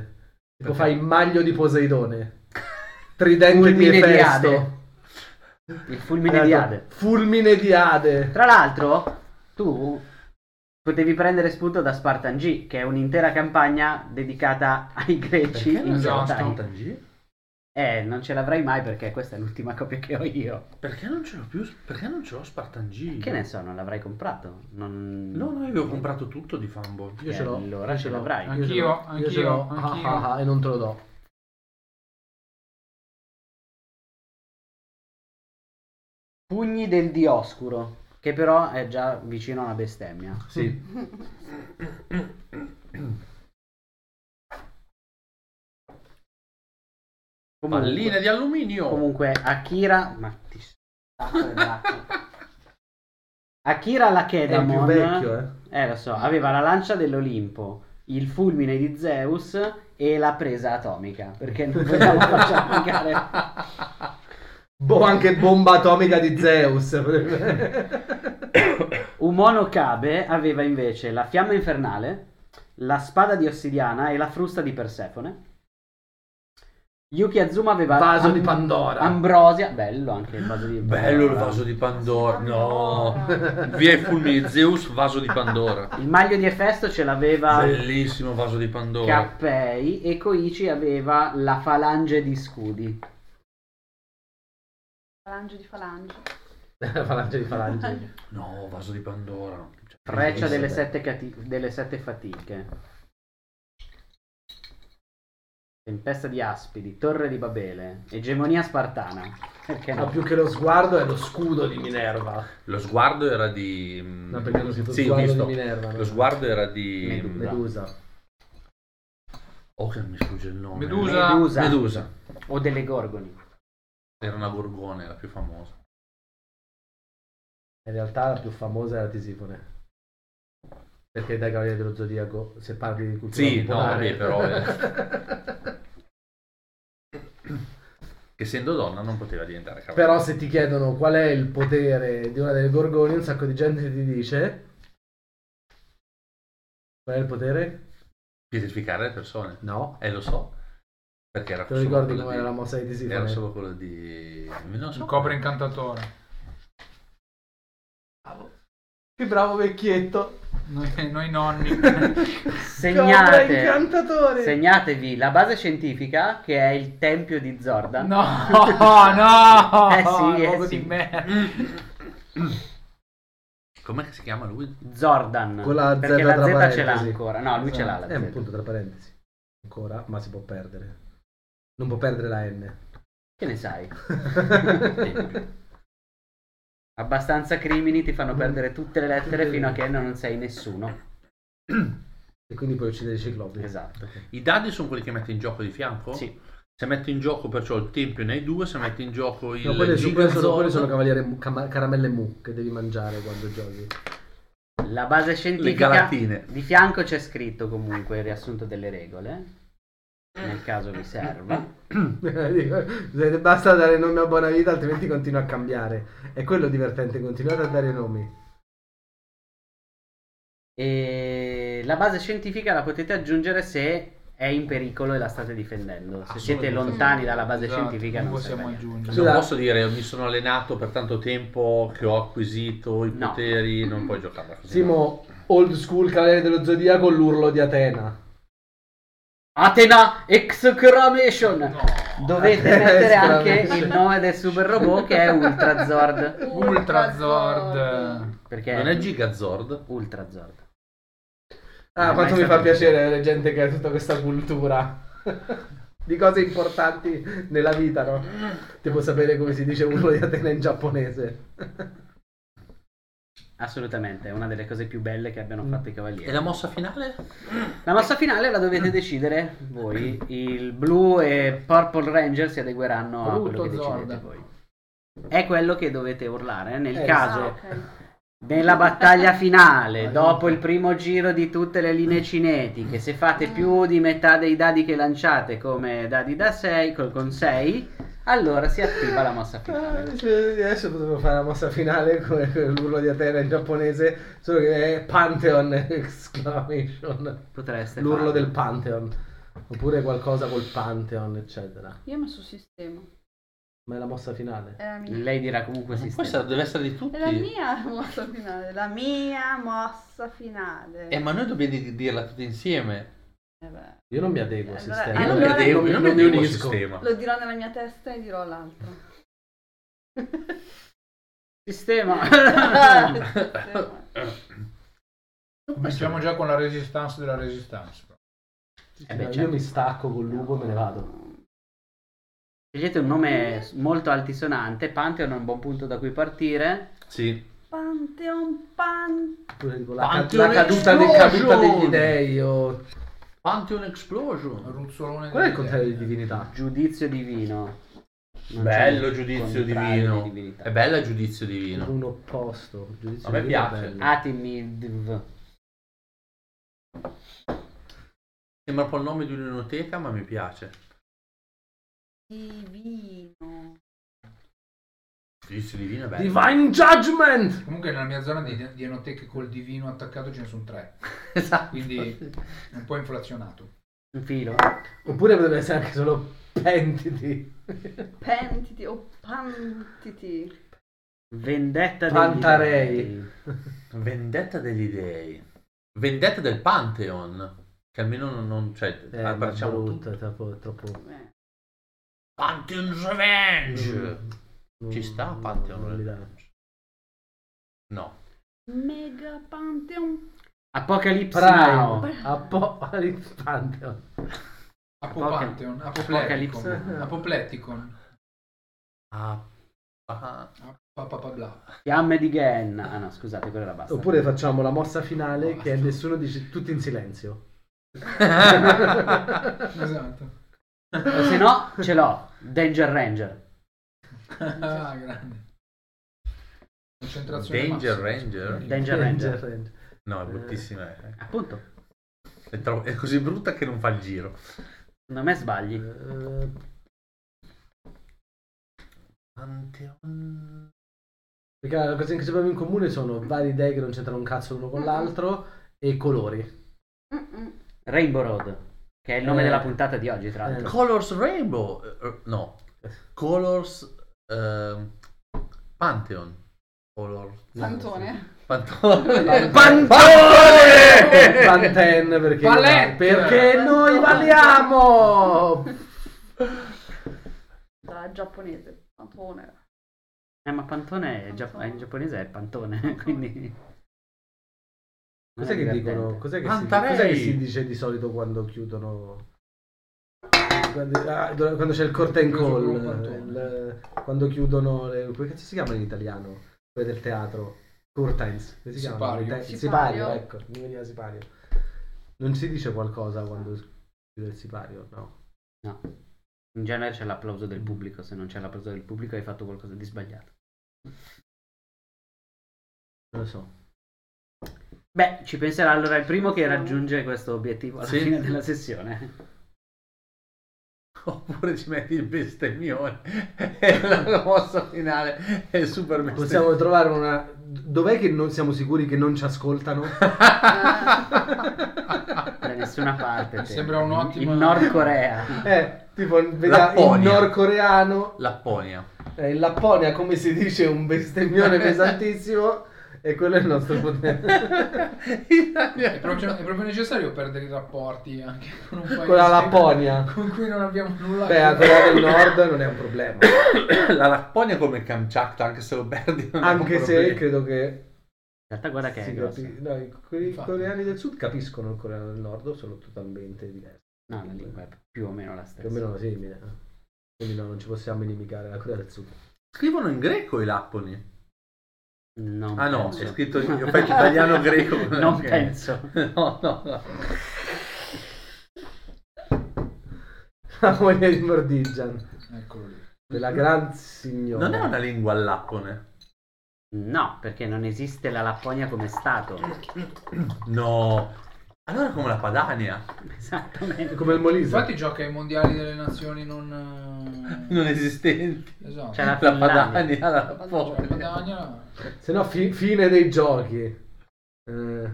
[SPEAKER 3] Tipo
[SPEAKER 2] Perché?
[SPEAKER 3] fai il maglio di Poseidone. Tridente di
[SPEAKER 1] Fulmine di
[SPEAKER 3] Efesto.
[SPEAKER 1] Ade. Il fulmine di
[SPEAKER 3] Allora,
[SPEAKER 1] Ade.
[SPEAKER 3] Eh, Fulmine di Ade.
[SPEAKER 1] Tra l'altro, tu potevi prendere spunto da Spartan G, che è un'intera campagna dedicata ai greci
[SPEAKER 2] Perché non
[SPEAKER 1] in
[SPEAKER 2] c'è
[SPEAKER 4] esatto.
[SPEAKER 1] Giordania.
[SPEAKER 2] Spartan G?
[SPEAKER 1] Eh, non ce l'avrai mai perché questa è l'ultima copia che ho io.
[SPEAKER 2] Perché non ce l'ho più? Perché non ce l'ho Spartan G?
[SPEAKER 1] Che ne so, non l'avrai comprato. Non...
[SPEAKER 2] No, no, io avevo comprato tutto di Fumble.
[SPEAKER 3] Io ce l'ho.
[SPEAKER 1] allora
[SPEAKER 3] io
[SPEAKER 1] ce
[SPEAKER 3] ce l'ho.
[SPEAKER 1] l'avrai.
[SPEAKER 3] Io ce l'ho,
[SPEAKER 4] Anch'io,
[SPEAKER 3] io ce l'ho.
[SPEAKER 4] anch'io, anch'io.
[SPEAKER 3] Ah, ah, ah, e non te lo do.
[SPEAKER 1] Pugni del Dioscuro, che però è già vicino a una bestemmia.
[SPEAKER 2] Sì.
[SPEAKER 1] Comunque-
[SPEAKER 2] Palline di alluminio.
[SPEAKER 1] Comunque, Akira. Ma ti stacco le braccia. Akira
[SPEAKER 3] È il
[SPEAKER 1] Lakedamon.
[SPEAKER 3] più vecchio, eh.
[SPEAKER 1] Eh, lo so, aveva la lancia dell'Olimpo, il fulmine di Zeus e la presa atomica. Perché non vogliamo facciamo mancare.
[SPEAKER 3] Boh, anche bomba atomica di Zeus.
[SPEAKER 1] Umono Kabe aveva invece la fiamma infernale, la spada di ossidiana e la frusta di Persefone. Yuki Azuma aveva
[SPEAKER 3] Vaso
[SPEAKER 1] Am-
[SPEAKER 3] di Pandora.
[SPEAKER 1] Ambrosia, bello anche il vaso di
[SPEAKER 2] Bello il
[SPEAKER 1] Pandora.
[SPEAKER 2] vaso di Pandora. No.
[SPEAKER 5] Pandora.
[SPEAKER 2] Via i fulmini di Zeus, vaso di Pandora.
[SPEAKER 1] Il maglio di Efesto ce l'aveva
[SPEAKER 2] Bellissimo vaso di Pandora.
[SPEAKER 1] Cappei e Koichi aveva la falange di scudi.
[SPEAKER 5] Falange di falange.
[SPEAKER 3] falange di falange.
[SPEAKER 2] No, vaso di Pandora. Cioè,
[SPEAKER 1] Freccia delle
[SPEAKER 2] bellissimo.
[SPEAKER 1] sette, cati- delle sette fatiche. Tempesta di aspidi, torre di Babele, egemonia spartana. Perché
[SPEAKER 3] Ma
[SPEAKER 1] no?
[SPEAKER 3] più che lo sguardo è lo scudo di Minerva.
[SPEAKER 2] Lo sguardo era di...
[SPEAKER 3] No, perché hanno scritto
[SPEAKER 2] Sì, ho
[SPEAKER 3] sguardo
[SPEAKER 2] visto.
[SPEAKER 3] di Minerva. no?
[SPEAKER 2] Lo sguardo era di...
[SPEAKER 1] Medusa.
[SPEAKER 3] Medusa.
[SPEAKER 2] Oh, che non mi sfugge il nome.
[SPEAKER 4] Medusa.
[SPEAKER 1] Medusa.
[SPEAKER 2] Medusa.
[SPEAKER 1] O delle gorgoni.
[SPEAKER 2] Era una gorgone, la più famosa.
[SPEAKER 3] In realtà la più famosa è la Tisifone. Perché dai Cavalieri dello Zodiaco, se parli di cultura
[SPEAKER 2] Sì, no, vabbè,
[SPEAKER 3] popolare-
[SPEAKER 2] però, Che essendo donna non poteva diventare cavaliere.
[SPEAKER 3] Però se ti chiedono qual è il potere di una delle Gorgoni, un sacco di gente ti dice... Qual è il potere?
[SPEAKER 2] Pietrificare le persone.
[SPEAKER 3] No.
[SPEAKER 2] Eh, lo so. Perché era
[SPEAKER 3] Te lo
[SPEAKER 2] solo
[SPEAKER 3] ricordi
[SPEAKER 2] quello
[SPEAKER 3] come
[SPEAKER 2] di-
[SPEAKER 3] era la mossa di Tisifone?
[SPEAKER 2] Era solo quello di... Non so.
[SPEAKER 4] Il cobra incantatore.
[SPEAKER 3] Che bravo vecchietto!
[SPEAKER 4] Noi, noi nonni.
[SPEAKER 3] Cobra
[SPEAKER 1] Segnate,
[SPEAKER 3] incantatore!
[SPEAKER 1] segnatevi la base scientifica che è il tempio di Zordan.
[SPEAKER 4] No, no.
[SPEAKER 1] Eh sì, eh
[SPEAKER 4] luogo
[SPEAKER 1] sì.
[SPEAKER 4] di merda.
[SPEAKER 2] Com'è che si chiama lui?
[SPEAKER 1] Zordan.
[SPEAKER 3] Con la
[SPEAKER 1] perché
[SPEAKER 3] Z
[SPEAKER 1] la Z
[SPEAKER 3] tra
[SPEAKER 1] ce l'ha
[SPEAKER 3] parentesi.
[SPEAKER 1] ancora. No, lui ce l'ha
[SPEAKER 2] Esatto.
[SPEAKER 1] la
[SPEAKER 3] Eh,
[SPEAKER 1] Z.
[SPEAKER 3] appunto, tra parentesi. Ancora, ma si può perdere. Non può perdere la N.
[SPEAKER 1] Che ne sai? Abbastanza crimini ti fanno perdere tutte le lettere fino a che non sei nessuno.
[SPEAKER 3] e quindi puoi uccidere i ciclopi.
[SPEAKER 1] Esatto.
[SPEAKER 2] I dadi sono quelli che metti in gioco di fianco?
[SPEAKER 1] Sì.
[SPEAKER 2] Se metti in gioco perciò il tempio ne hai due, se metti in gioco il
[SPEAKER 3] No, quelle, su- quelle sono,
[SPEAKER 2] Gigazord-
[SPEAKER 3] quelle sono cavaliere mu- cam- caramelle mu che devi mangiare quando giochi.
[SPEAKER 1] La base
[SPEAKER 2] le
[SPEAKER 1] scientifica
[SPEAKER 2] galatine.
[SPEAKER 1] di fianco c'è scritto comunque il riassunto delle regole. Nel caso vi serva.
[SPEAKER 3] Dico, Basta dare nomi a buona vita, altrimenti continua a cambiare. È quello divertente, continuate a dare nomi.
[SPEAKER 1] E la base scientifica la potete aggiungere se è in pericolo e la state difendendo. Se siete lontani dalla base
[SPEAKER 4] Esatto,
[SPEAKER 1] scientifica
[SPEAKER 4] non
[SPEAKER 1] non
[SPEAKER 4] possiamo
[SPEAKER 1] serve a niente.
[SPEAKER 4] aggiungere.
[SPEAKER 2] Non
[SPEAKER 3] Scusa.
[SPEAKER 2] posso dire mi sono allenato per tanto tempo che ho acquisito i
[SPEAKER 1] No.
[SPEAKER 2] poteri, non puoi giocarla così.
[SPEAKER 3] Simo, old school cavaliere dello zodiaco, l'urlo di Atena.
[SPEAKER 1] Atena Exclamation! Dovete
[SPEAKER 3] Eh,
[SPEAKER 1] mettere anche
[SPEAKER 3] sicuramente.
[SPEAKER 1] il nome del super robot che è Ultrazord.
[SPEAKER 4] Ultrazord.
[SPEAKER 1] Perché
[SPEAKER 2] Non è Gigazord?
[SPEAKER 1] Ultrazord.
[SPEAKER 3] Ah,
[SPEAKER 1] Non è
[SPEAKER 3] quanto
[SPEAKER 1] mai
[SPEAKER 3] mi fa
[SPEAKER 1] stato
[SPEAKER 3] piacere avere gente che ha tutta questa cultura di cose importanti nella vita, no? Tipo sapere come si dice urlo di Atena in giapponese.
[SPEAKER 1] Assolutamente, è una delle cose più belle che abbiano fatto i
[SPEAKER 2] E
[SPEAKER 1] cavalieri.
[SPEAKER 2] la
[SPEAKER 1] La...
[SPEAKER 2] mossa finale?
[SPEAKER 1] mossa finale la
[SPEAKER 3] Mm.
[SPEAKER 1] dovete decidere voi. Il blu e Purple Ranger si adegueranno a quello che
[SPEAKER 4] Brutto
[SPEAKER 1] decidete
[SPEAKER 4] Zord.
[SPEAKER 1] voi. È quello che dovete urlare nel
[SPEAKER 3] Eh,
[SPEAKER 1] caso
[SPEAKER 5] Ah,
[SPEAKER 1] Nella battaglia finale, dopo il primo giro di tutte le linee cinetiche, se fate più di metà dei dadi che lanciate come dadi da 6, col con 6, allora si attiva la mossa
[SPEAKER 3] Ah,
[SPEAKER 1] finale.
[SPEAKER 3] se- adesso potremmo fare la mossa finale con con l'urlo di Atena in giapponese, solo che è Pantheon exclamation.
[SPEAKER 1] Potreste
[SPEAKER 3] L'urlo
[SPEAKER 1] farlo.
[SPEAKER 3] del Pantheon. Oppure qualcosa col Pantheon, eccetera.
[SPEAKER 5] Io ho messo sistema.
[SPEAKER 3] Ma è la mossa finale.
[SPEAKER 5] È la mia.
[SPEAKER 1] Lei dirà comunque sì.
[SPEAKER 2] Questa deve essere di tutti.
[SPEAKER 5] È la mia mossa finale. La mia mossa finale.
[SPEAKER 2] Eh, ma noi dobbiamo di- dirla tutti insieme.
[SPEAKER 5] Eh beh,
[SPEAKER 3] Io non mi adeguo al
[SPEAKER 5] Allora-
[SPEAKER 3] sistema.
[SPEAKER 5] Eh,
[SPEAKER 2] io non mi
[SPEAKER 5] allora-
[SPEAKER 2] adeguo,
[SPEAKER 3] Ah, non
[SPEAKER 2] io non
[SPEAKER 3] mi
[SPEAKER 2] mi adeguo al
[SPEAKER 3] unisco.
[SPEAKER 2] sistema.
[SPEAKER 5] Lo dirò nella mia testa e dirò l'altro.
[SPEAKER 1] Sistema.
[SPEAKER 5] Sistema.
[SPEAKER 4] Cominciamo già con la resistance della resistance.
[SPEAKER 1] Eh beh,
[SPEAKER 3] No, Io
[SPEAKER 1] certo.
[SPEAKER 3] mi stacco col lupo e me ne vado.
[SPEAKER 1] Scegliete un nome molto altisonante, Pantheon è un buon punto da cui partire.
[SPEAKER 2] Sì.
[SPEAKER 5] Pantheon, pan.
[SPEAKER 3] Pure tipo La,
[SPEAKER 2] Pantheon
[SPEAKER 3] la caduta, dei,
[SPEAKER 2] Explosion!
[SPEAKER 3] caduta degli dei o
[SPEAKER 2] Pantheon Explosion.
[SPEAKER 4] Ruzzolone.
[SPEAKER 3] Qual è il contrario di divinità?
[SPEAKER 1] Giudizio divino. Non
[SPEAKER 2] Bello
[SPEAKER 1] c'è
[SPEAKER 2] giudizio
[SPEAKER 1] contrario di
[SPEAKER 2] divino.
[SPEAKER 1] divinità.
[SPEAKER 2] È bella giudizio divino.
[SPEAKER 3] Un opposto. Giudizio
[SPEAKER 2] A me
[SPEAKER 3] divino è
[SPEAKER 2] piace. Ah,
[SPEAKER 3] bello.
[SPEAKER 1] Atimidv.
[SPEAKER 2] Sembra un po' il nome di un'inoteca, ma mi piace.
[SPEAKER 5] Divino.
[SPEAKER 2] Giudizio divino è bello.
[SPEAKER 3] Divine Judgment!
[SPEAKER 4] Comunque nella mia zona di, di enoteche col divino attaccato ce ne sono tre.
[SPEAKER 2] Esatto.
[SPEAKER 4] Quindi un po' inflazionato.
[SPEAKER 1] Un filo.
[SPEAKER 3] Oppure potrebbe essere anche solo pentiti.
[SPEAKER 5] Pentiti o pantiti.
[SPEAKER 1] Vendetta degli
[SPEAKER 3] Pantarei.
[SPEAKER 1] dei.
[SPEAKER 2] Vendetta degli dei. Vendetta del Pantheon. Che almeno non, non cioè,
[SPEAKER 3] Eh, ma è
[SPEAKER 2] abbracciamo
[SPEAKER 3] brutto,
[SPEAKER 2] tutto.
[SPEAKER 3] è troppo... troppo...
[SPEAKER 5] Eh,
[SPEAKER 2] Pantheon's Revenge.
[SPEAKER 3] Non-
[SPEAKER 2] Ci sta
[SPEAKER 3] non-
[SPEAKER 2] Pantheon
[SPEAKER 3] Mm.
[SPEAKER 2] eh.
[SPEAKER 3] non mi dà.
[SPEAKER 2] Revenge? No.
[SPEAKER 5] Mega Pantheon.
[SPEAKER 1] Apocalypse Now.
[SPEAKER 3] Prime, Apocalypse Pantheon.
[SPEAKER 4] Apopantheon, apoplecticon,
[SPEAKER 1] Apocalipsi.
[SPEAKER 4] apoplecticon,
[SPEAKER 2] Ah, ah,
[SPEAKER 4] papapabla.
[SPEAKER 1] Fiamme di Genna. Ah no, scusate, quella era basta.
[SPEAKER 3] Oppure facciamo la mossa finale che è nessuno dice tutti in silenzio.
[SPEAKER 4] Esatto.
[SPEAKER 1] E se no, ce l'ho. Danger Ranger.
[SPEAKER 4] Ah, grande. Concentrazione
[SPEAKER 2] Danger
[SPEAKER 4] massima.
[SPEAKER 2] Ranger?
[SPEAKER 1] Danger Ranger.
[SPEAKER 2] No, è bruttissima. eh.
[SPEAKER 1] Appunto.
[SPEAKER 2] È, tro- è così brutta che non fa il giro.
[SPEAKER 1] Secondo me sbagli.
[SPEAKER 3] Eh,
[SPEAKER 2] Pantheon.
[SPEAKER 3] perché la cosa che abbiamo in comune sono vari dei che non c'entrano un cazzo l'uno con l'altro e colori.
[SPEAKER 5] Mm-mm.
[SPEAKER 1] Rainbow Road. Che è il nome
[SPEAKER 3] Eh.
[SPEAKER 1] della puntata di oggi, tra l'altro.
[SPEAKER 2] Colors Rainbow. eh, eh, no. Colors ehm, Pantheon. Color...
[SPEAKER 5] Pantone.
[SPEAKER 2] Pantone.
[SPEAKER 3] Van Ten, perché,
[SPEAKER 4] Palette! Cioè,
[SPEAKER 3] perché noi valiamo!
[SPEAKER 5] Sarà giapponese. Pantone.
[SPEAKER 1] Eh, ma Pantone è gia- in giapponese è Pantone, quindi...
[SPEAKER 3] Cos'è che
[SPEAKER 1] divertente.
[SPEAKER 3] dicono? Cos'è che, si,
[SPEAKER 2] Pantarei!
[SPEAKER 3] cos'è che si dice di solito quando chiudono? Quando, ah, do- quando c'è il curtain
[SPEAKER 4] Chiuso
[SPEAKER 3] call,
[SPEAKER 4] con un pantone.
[SPEAKER 3] il- quando chiudono le, come cazzo si chiama in italiano? Quello del teatro? Curtains, come si chiama?
[SPEAKER 4] Sipario.
[SPEAKER 3] sipario,
[SPEAKER 5] Sipario.
[SPEAKER 3] ecco, mi veniva sipario. Non si dice qualcosa quando si chiude il sipario, no.
[SPEAKER 1] No. In genere c'è l'applauso del pubblico, se non c'è l'applauso del pubblico hai fatto qualcosa di sbagliato.
[SPEAKER 3] Non lo so.
[SPEAKER 1] Beh, ci penserà allora il primo che raggiunge questo obiettivo alla
[SPEAKER 2] Sì.
[SPEAKER 1] fine della sessione.
[SPEAKER 2] Oppure ci metti il bestemmione. e la mossa finale è super
[SPEAKER 3] Possiamo
[SPEAKER 2] bestemmione.
[SPEAKER 3] trovare una... Dov'è che non siamo sicuri che non ci ascoltano?
[SPEAKER 1] Da nessuna parte. te.
[SPEAKER 4] Sembra un'ottima-
[SPEAKER 1] In Nord Corea.
[SPEAKER 3] Eh, tipo, vediamo il
[SPEAKER 2] Lapponia.
[SPEAKER 3] nordcoreano
[SPEAKER 2] Lapponia.
[SPEAKER 3] Eh, in Lapponia, come si dice, un bestemmione pesantissimo. E quello è il nostro potere.
[SPEAKER 4] È proprio, è proprio necessario perdere i rapporti anche con un paese
[SPEAKER 3] Con la Lapponia.
[SPEAKER 4] con cui non abbiamo nulla a
[SPEAKER 3] Beh, a
[SPEAKER 4] che
[SPEAKER 3] Corea del Nord non è un problema.
[SPEAKER 2] La Lapponia è come Kamchatka, anche se lo perdi. non è un
[SPEAKER 3] Anche se
[SPEAKER 2] problema.
[SPEAKER 3] credo che.
[SPEAKER 1] In realtà guarda che
[SPEAKER 3] si
[SPEAKER 1] è grossa.
[SPEAKER 3] capi- no, i i
[SPEAKER 4] Infatti.
[SPEAKER 3] coreani del sud capiscono il coreano del nord, sono totalmente diversi.
[SPEAKER 1] No, la lingua è più o meno la stessa.
[SPEAKER 3] Più o meno simile. eh. Quindi no, non ci possiamo inimicare la Corea del Sud.
[SPEAKER 2] Scrivono in greco i lapponi.
[SPEAKER 1] Non
[SPEAKER 2] Ah no,
[SPEAKER 1] penso.
[SPEAKER 2] è scritto in ho fatto italiano greco.
[SPEAKER 1] non
[SPEAKER 2] Ok.
[SPEAKER 1] penso.
[SPEAKER 2] No, no, no.
[SPEAKER 3] La moglie di Mordigian,
[SPEAKER 4] Eccolo lì.
[SPEAKER 3] della gran signora.
[SPEAKER 2] Non è una lingua al lappone.
[SPEAKER 1] No, perché non esiste la Lapponia come stato.
[SPEAKER 2] No. Allora è come la Padania.
[SPEAKER 1] Esattamente.
[SPEAKER 3] Come il Molise.
[SPEAKER 4] Infatti gioca ai mondiali delle nazioni non...
[SPEAKER 2] Non esistenti.
[SPEAKER 4] Esatto.
[SPEAKER 1] C'è
[SPEAKER 2] La
[SPEAKER 1] la
[SPEAKER 2] Padania,
[SPEAKER 1] Finlandia.
[SPEAKER 2] la
[SPEAKER 4] Cioè, la
[SPEAKER 2] Lapponia.
[SPEAKER 4] Padania...
[SPEAKER 3] Se no, fi- fine dei giochi. Eh,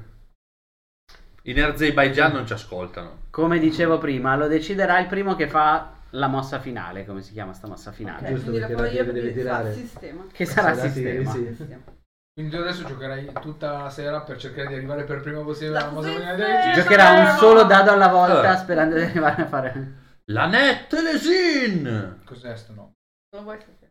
[SPEAKER 2] In Azerbaijan non ci ascoltano.
[SPEAKER 1] Come dicevo prima, lo deciderà il primo che fa la mossa finale, come si chiama sta mossa finale?
[SPEAKER 5] Ok,
[SPEAKER 3] Ah, giusto
[SPEAKER 5] Cioè, quindi la
[SPEAKER 3] perché
[SPEAKER 5] farò
[SPEAKER 3] la
[SPEAKER 5] io
[SPEAKER 3] devi
[SPEAKER 5] perché
[SPEAKER 3] tirare.
[SPEAKER 5] fa sistema.
[SPEAKER 1] Che sarà
[SPEAKER 3] Sarà
[SPEAKER 1] sistema.
[SPEAKER 3] sì, sì.
[SPEAKER 5] Sistema.
[SPEAKER 4] Quindi io adesso giocherai tutta la sera per cercare di arrivare per prima possibile alla
[SPEAKER 5] Sì,
[SPEAKER 4] Macedonia
[SPEAKER 5] sì.
[SPEAKER 4] dei Giochi.
[SPEAKER 1] Giocherà un solo dado alla volta
[SPEAKER 2] Allora.
[SPEAKER 1] sperando di arrivare a fare...
[SPEAKER 2] La Netelesin!
[SPEAKER 4] Cos'è sto no?
[SPEAKER 5] Lo vuoi sapere?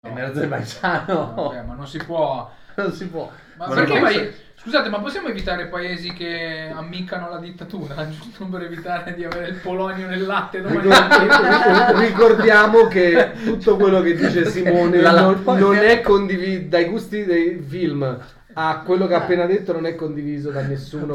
[SPEAKER 2] È
[SPEAKER 4] No.
[SPEAKER 2] In Azerbaigiano.
[SPEAKER 4] Vabbè, ma non si può.
[SPEAKER 2] Non si può.
[SPEAKER 4] Ma
[SPEAKER 2] Ma
[SPEAKER 4] perché
[SPEAKER 2] non
[SPEAKER 4] mai-
[SPEAKER 2] posso-
[SPEAKER 4] Scusate, ma possiamo evitare paesi che ammiccano la dittatura? Giusto per evitare di avere il polonio nel latte domani.
[SPEAKER 3] Ricor- Ricordiamo che tutto quello che dice Simone
[SPEAKER 2] La
[SPEAKER 3] non,
[SPEAKER 2] Lapponia-
[SPEAKER 3] non è condiviso dai gusti dei film Ah, quello che ha appena detto non è condiviso da nessuno.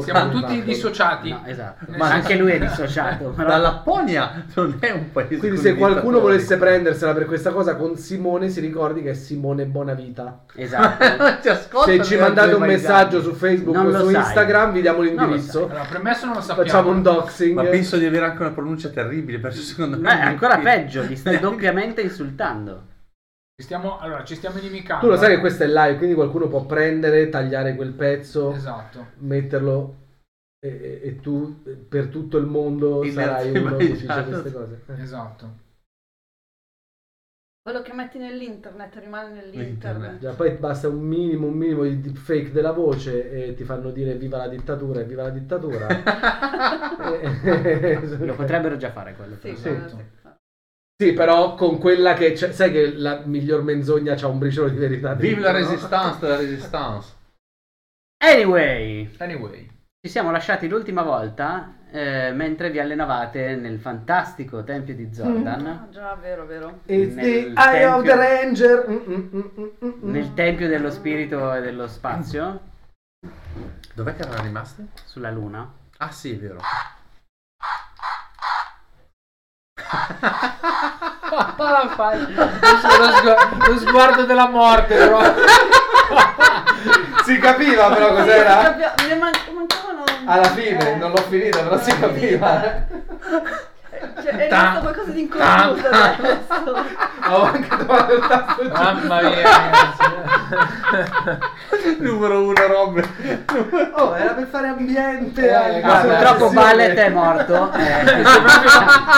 [SPEAKER 4] Siamo
[SPEAKER 3] quindi ecco.
[SPEAKER 4] tutti
[SPEAKER 3] vado.
[SPEAKER 4] dissociati.
[SPEAKER 1] No, esatto.
[SPEAKER 4] Nel
[SPEAKER 1] Ma
[SPEAKER 4] senso-
[SPEAKER 1] anche lui è dissociato. però-
[SPEAKER 2] La Lapponia non è un paese
[SPEAKER 3] Quindi
[SPEAKER 2] con
[SPEAKER 3] se
[SPEAKER 2] i
[SPEAKER 3] qualcuno
[SPEAKER 2] dittatori.
[SPEAKER 3] volesse prendersela per questa cosa con Simone, si ricordi che è Simone Bonavita.
[SPEAKER 1] Esatto.
[SPEAKER 2] Ti ascolta
[SPEAKER 3] Se ci
[SPEAKER 2] neanche
[SPEAKER 3] mandate
[SPEAKER 2] i
[SPEAKER 3] un
[SPEAKER 2] paesani.
[SPEAKER 3] messaggio su Facebook
[SPEAKER 1] Non
[SPEAKER 3] o
[SPEAKER 1] lo
[SPEAKER 3] su
[SPEAKER 1] sai.
[SPEAKER 3] Instagram, vi diamo
[SPEAKER 1] Non lo
[SPEAKER 3] l'indirizzo.
[SPEAKER 4] Allora, premesso non lo sappiamo.
[SPEAKER 3] Facciamo un doxing.
[SPEAKER 2] Ma penso di avere anche una pronuncia terribile, perciò
[SPEAKER 3] Eh,
[SPEAKER 2] secondo
[SPEAKER 1] Ma
[SPEAKER 2] me...
[SPEAKER 1] è ancora
[SPEAKER 2] neanche-
[SPEAKER 1] peggio, li stai doppiamente insultando.
[SPEAKER 4] Ci stiamo, allora, ci stiamo inimicando.
[SPEAKER 3] Tu lo sai che questo è live, quindi qualcuno può prendere, tagliare quel pezzo,
[SPEAKER 4] Esatto.
[SPEAKER 3] metterlo e, e- e tu eh, per tutto il mondo
[SPEAKER 2] In
[SPEAKER 3] sarai uno che dice
[SPEAKER 2] Azerbaigian.
[SPEAKER 3] queste cose. Eh.
[SPEAKER 4] Esatto.
[SPEAKER 5] Quello che metti nell'internet rimane
[SPEAKER 2] L'internet.
[SPEAKER 5] nell'internet.
[SPEAKER 3] Già, poi basta un minimo, un minimo di deepfake della voce e ti fanno dire viva la dittatura e viva la dittatura. Eh,
[SPEAKER 1] Lo potrebbero già fare quello.
[SPEAKER 5] Sì,
[SPEAKER 3] Sì.
[SPEAKER 5] guarda, sì.
[SPEAKER 3] Sì, però con quella che c'è- sai che la miglior menzogna c'ha un briciolo di verità.
[SPEAKER 2] Vive la
[SPEAKER 3] dentro, no?
[SPEAKER 2] resistance della resistance.
[SPEAKER 1] Anyway,
[SPEAKER 4] Anyway.
[SPEAKER 1] ci siamo lasciati l'ultima volta eh, mentre vi allenavate nel fantastico tempio di Zordan,
[SPEAKER 5] Ah, già, vero, vero.
[SPEAKER 3] It's the
[SPEAKER 1] Nel
[SPEAKER 3] Eye of the
[SPEAKER 1] tempio-
[SPEAKER 3] Ranger. Mm, mm, mm, mm, mm, mm.
[SPEAKER 1] nel tempio dello spirito e dello spazio,
[SPEAKER 2] Dov'è che erano rimaste?
[SPEAKER 1] sulla luna.
[SPEAKER 2] Ah sì, è vero.
[SPEAKER 4] lo, sgu- lo sguardo della morte, però.
[SPEAKER 3] Si capiva però cos'era?
[SPEAKER 5] Mi man- mancavano...
[SPEAKER 3] Alla fine non l'ho finita, però si capiva.
[SPEAKER 5] Cioè, è
[SPEAKER 4] Ta-
[SPEAKER 5] rimasto qualcosa di inconcluso adesso.
[SPEAKER 3] Ho anche trovato il tasto giusto.
[SPEAKER 4] Mamma mia. ragazzi.
[SPEAKER 2] Numero uno, Rob.
[SPEAKER 3] Oh, era per fare ambiente.
[SPEAKER 4] Eh,
[SPEAKER 3] anche.
[SPEAKER 4] guarda,
[SPEAKER 1] Purtroppo
[SPEAKER 3] Sì,
[SPEAKER 1] Ballet è morto. eh.
[SPEAKER 4] Sei proprio-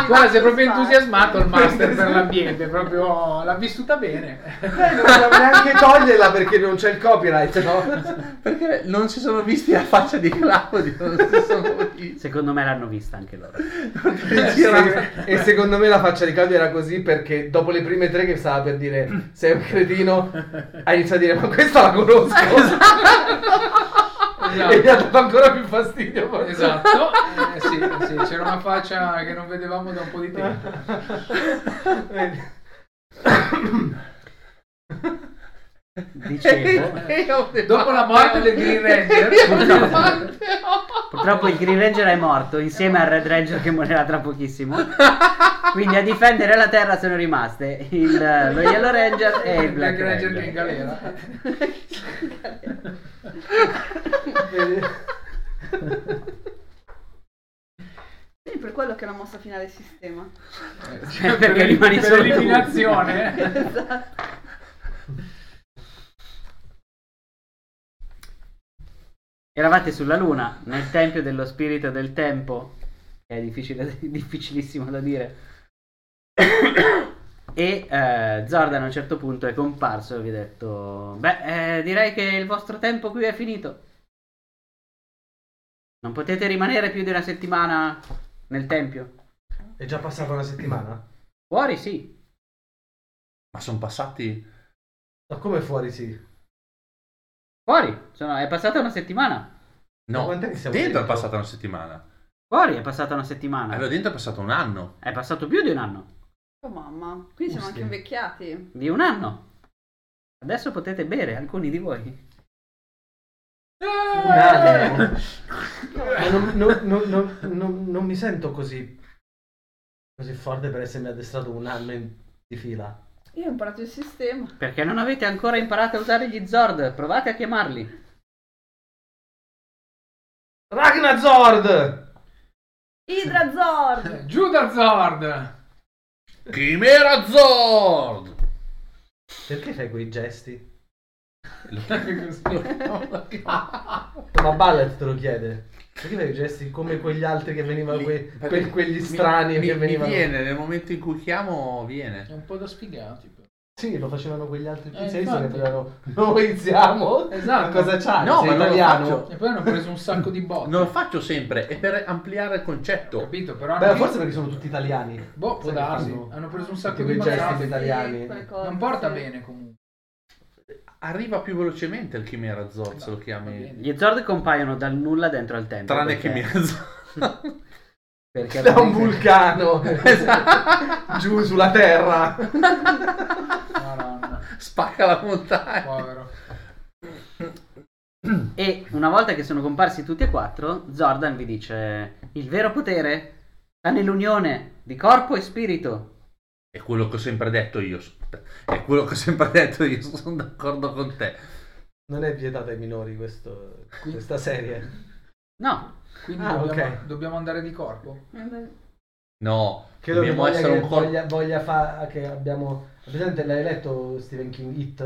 [SPEAKER 4] Guarda, sei proprio entusiasmato il master per l'ambiente, proprio l'ha vissuta bene.
[SPEAKER 3] Noi non dobbiamo neanche toglierla perché non c'è il copyright, no?
[SPEAKER 2] Perché non si sono visti la faccia di Claudio? Non si sono visti.
[SPEAKER 1] Secondo me l'hanno vista anche loro.
[SPEAKER 3] E se- e secondo me la faccia di Claudio era così perché dopo le prime tre che stava per dire sei un cretino ha iniziato a dire ma questa la conosco e gli ha dato ancora più fastidio poi.
[SPEAKER 4] Esatto, eh, sì, sì, c'era una faccia che non vedevamo da un po' di tempo.
[SPEAKER 3] Vedi?
[SPEAKER 1] Dicevo.
[SPEAKER 4] Dopo la morte del Green Ranger,
[SPEAKER 1] Purtroppo il Green Ranger è morto insieme al Red Ranger che morirà tra pochissimo. Quindi a difendere la Terra sono rimaste il, lo Yellow Ranger e il Black Ranger.
[SPEAKER 4] che è in galera.
[SPEAKER 3] Vedi?
[SPEAKER 5] Sì, per quello che è la mossa finale del sistema.
[SPEAKER 1] Cioè, perché rimani
[SPEAKER 4] per
[SPEAKER 1] solo tu.
[SPEAKER 4] eliminazione.
[SPEAKER 5] Esatto.
[SPEAKER 1] Eravate sulla Luna, nel Tempio dello Spirito del Tempo, che è difficile- difficilissimo da dire. E eh, Zordan a un certo punto è comparso e vi ha detto: Beh, eh, direi che il vostro tempo qui è finito. Non potete rimanere più di una settimana nel Tempio.
[SPEAKER 3] è già passata una settimana?
[SPEAKER 1] Fuori sì,
[SPEAKER 2] Ma sono passati...
[SPEAKER 3] ma come fuori sì?
[SPEAKER 1] fuori. Sono- è passata una settimana.
[SPEAKER 3] Ma
[SPEAKER 2] No,
[SPEAKER 3] quant'è che
[SPEAKER 2] dentro,
[SPEAKER 3] siamo
[SPEAKER 2] è
[SPEAKER 3] dentro?
[SPEAKER 2] passata una settimana.
[SPEAKER 1] Fuori è passata una settimana.
[SPEAKER 2] Allora dentro è passato un anno.
[SPEAKER 1] È passato più di un anno.
[SPEAKER 5] Oh mamma, quindi siamo anche
[SPEAKER 3] Ostia.
[SPEAKER 5] invecchiati.
[SPEAKER 1] Di un anno. Adesso potete bere, alcuni di voi.
[SPEAKER 3] Ma non, non- non- non- non- non mi sento così così forte per essermi addestrato un anno in- di fila
[SPEAKER 5] Io ho imparato il sistema.
[SPEAKER 1] Perché non avete ancora imparato a usare gli Zord. Provate a chiamarli.
[SPEAKER 3] Ragnazord!
[SPEAKER 5] Idra Zord!
[SPEAKER 4] Giù da Zord.
[SPEAKER 2] Chimera Zord!
[SPEAKER 3] perché fai quei gesti?
[SPEAKER 4] Così.
[SPEAKER 3] Ma Ballet te lo chiede. Perché fai i gesti come quegli altri che venivano, que- que- quegli strani
[SPEAKER 2] mi,
[SPEAKER 3] che venivano?
[SPEAKER 2] Mi viene, nel momento in cui chiamo,
[SPEAKER 4] È
[SPEAKER 2] viene.
[SPEAKER 4] un po' da sfigati. però.
[SPEAKER 3] Sì, lo facevano quegli altri
[SPEAKER 4] Eh,
[SPEAKER 3] pizzaioli che
[SPEAKER 4] infatti.
[SPEAKER 3] facevano noi siamo.
[SPEAKER 4] Esatto.
[SPEAKER 3] Ma cosa c'hai?
[SPEAKER 2] No,
[SPEAKER 3] Sei
[SPEAKER 2] ma non lo
[SPEAKER 3] italiano?
[SPEAKER 2] faccio.
[SPEAKER 4] E poi hanno preso un sacco di botte.
[SPEAKER 2] Non lo faccio sempre, è per ampliare il concetto.
[SPEAKER 4] Capito, però
[SPEAKER 3] Beh,
[SPEAKER 4] hanno-
[SPEAKER 3] forse perché sono tutti italiani.
[SPEAKER 4] Boh, può
[SPEAKER 3] Sai che
[SPEAKER 4] darsi.
[SPEAKER 3] fanno?
[SPEAKER 4] Hanno preso un
[SPEAKER 3] Tutti
[SPEAKER 4] sacco di
[SPEAKER 3] quei gesti
[SPEAKER 4] mazzate.
[SPEAKER 3] italiani.
[SPEAKER 5] Sì, quelle cose,
[SPEAKER 4] Non porta
[SPEAKER 5] sì.
[SPEAKER 4] bene comunque.
[SPEAKER 2] Arriva più velocemente il Chimera Zord se lo
[SPEAKER 4] Va bene.
[SPEAKER 2] chiami.
[SPEAKER 1] Gli Zord compaiono dal nulla dentro al tempo.
[SPEAKER 2] Tranne
[SPEAKER 1] perché-
[SPEAKER 2] Chimera Zord.
[SPEAKER 1] Perché
[SPEAKER 3] Da un
[SPEAKER 1] veramente-
[SPEAKER 3] vulcano
[SPEAKER 2] Esatto.
[SPEAKER 3] giù sulla terra.
[SPEAKER 4] Madonna,
[SPEAKER 2] Spacca la montagna.
[SPEAKER 4] povero.
[SPEAKER 1] E una volta che sono comparsi tutti e quattro, Jordan vi dice: Il vero potere sta nell'unione di corpo e spirito.
[SPEAKER 2] È quello che ho sempre detto io. È quello che ho sempre detto io. Sono d'accordo con te.
[SPEAKER 3] Non è vietata ai minori questo- questa serie.
[SPEAKER 1] No,
[SPEAKER 4] Quindi
[SPEAKER 3] Ah,
[SPEAKER 4] dobbiamo,
[SPEAKER 3] ok.
[SPEAKER 4] dobbiamo andare di corpo.
[SPEAKER 5] Eh,
[SPEAKER 2] No,
[SPEAKER 3] Credo che
[SPEAKER 2] dobbiamo
[SPEAKER 3] voglia,
[SPEAKER 2] essere
[SPEAKER 3] che,
[SPEAKER 2] un corpo.
[SPEAKER 3] voglia, voglia fa- che abbiamo... Presente, l'hai letto Stephen King It?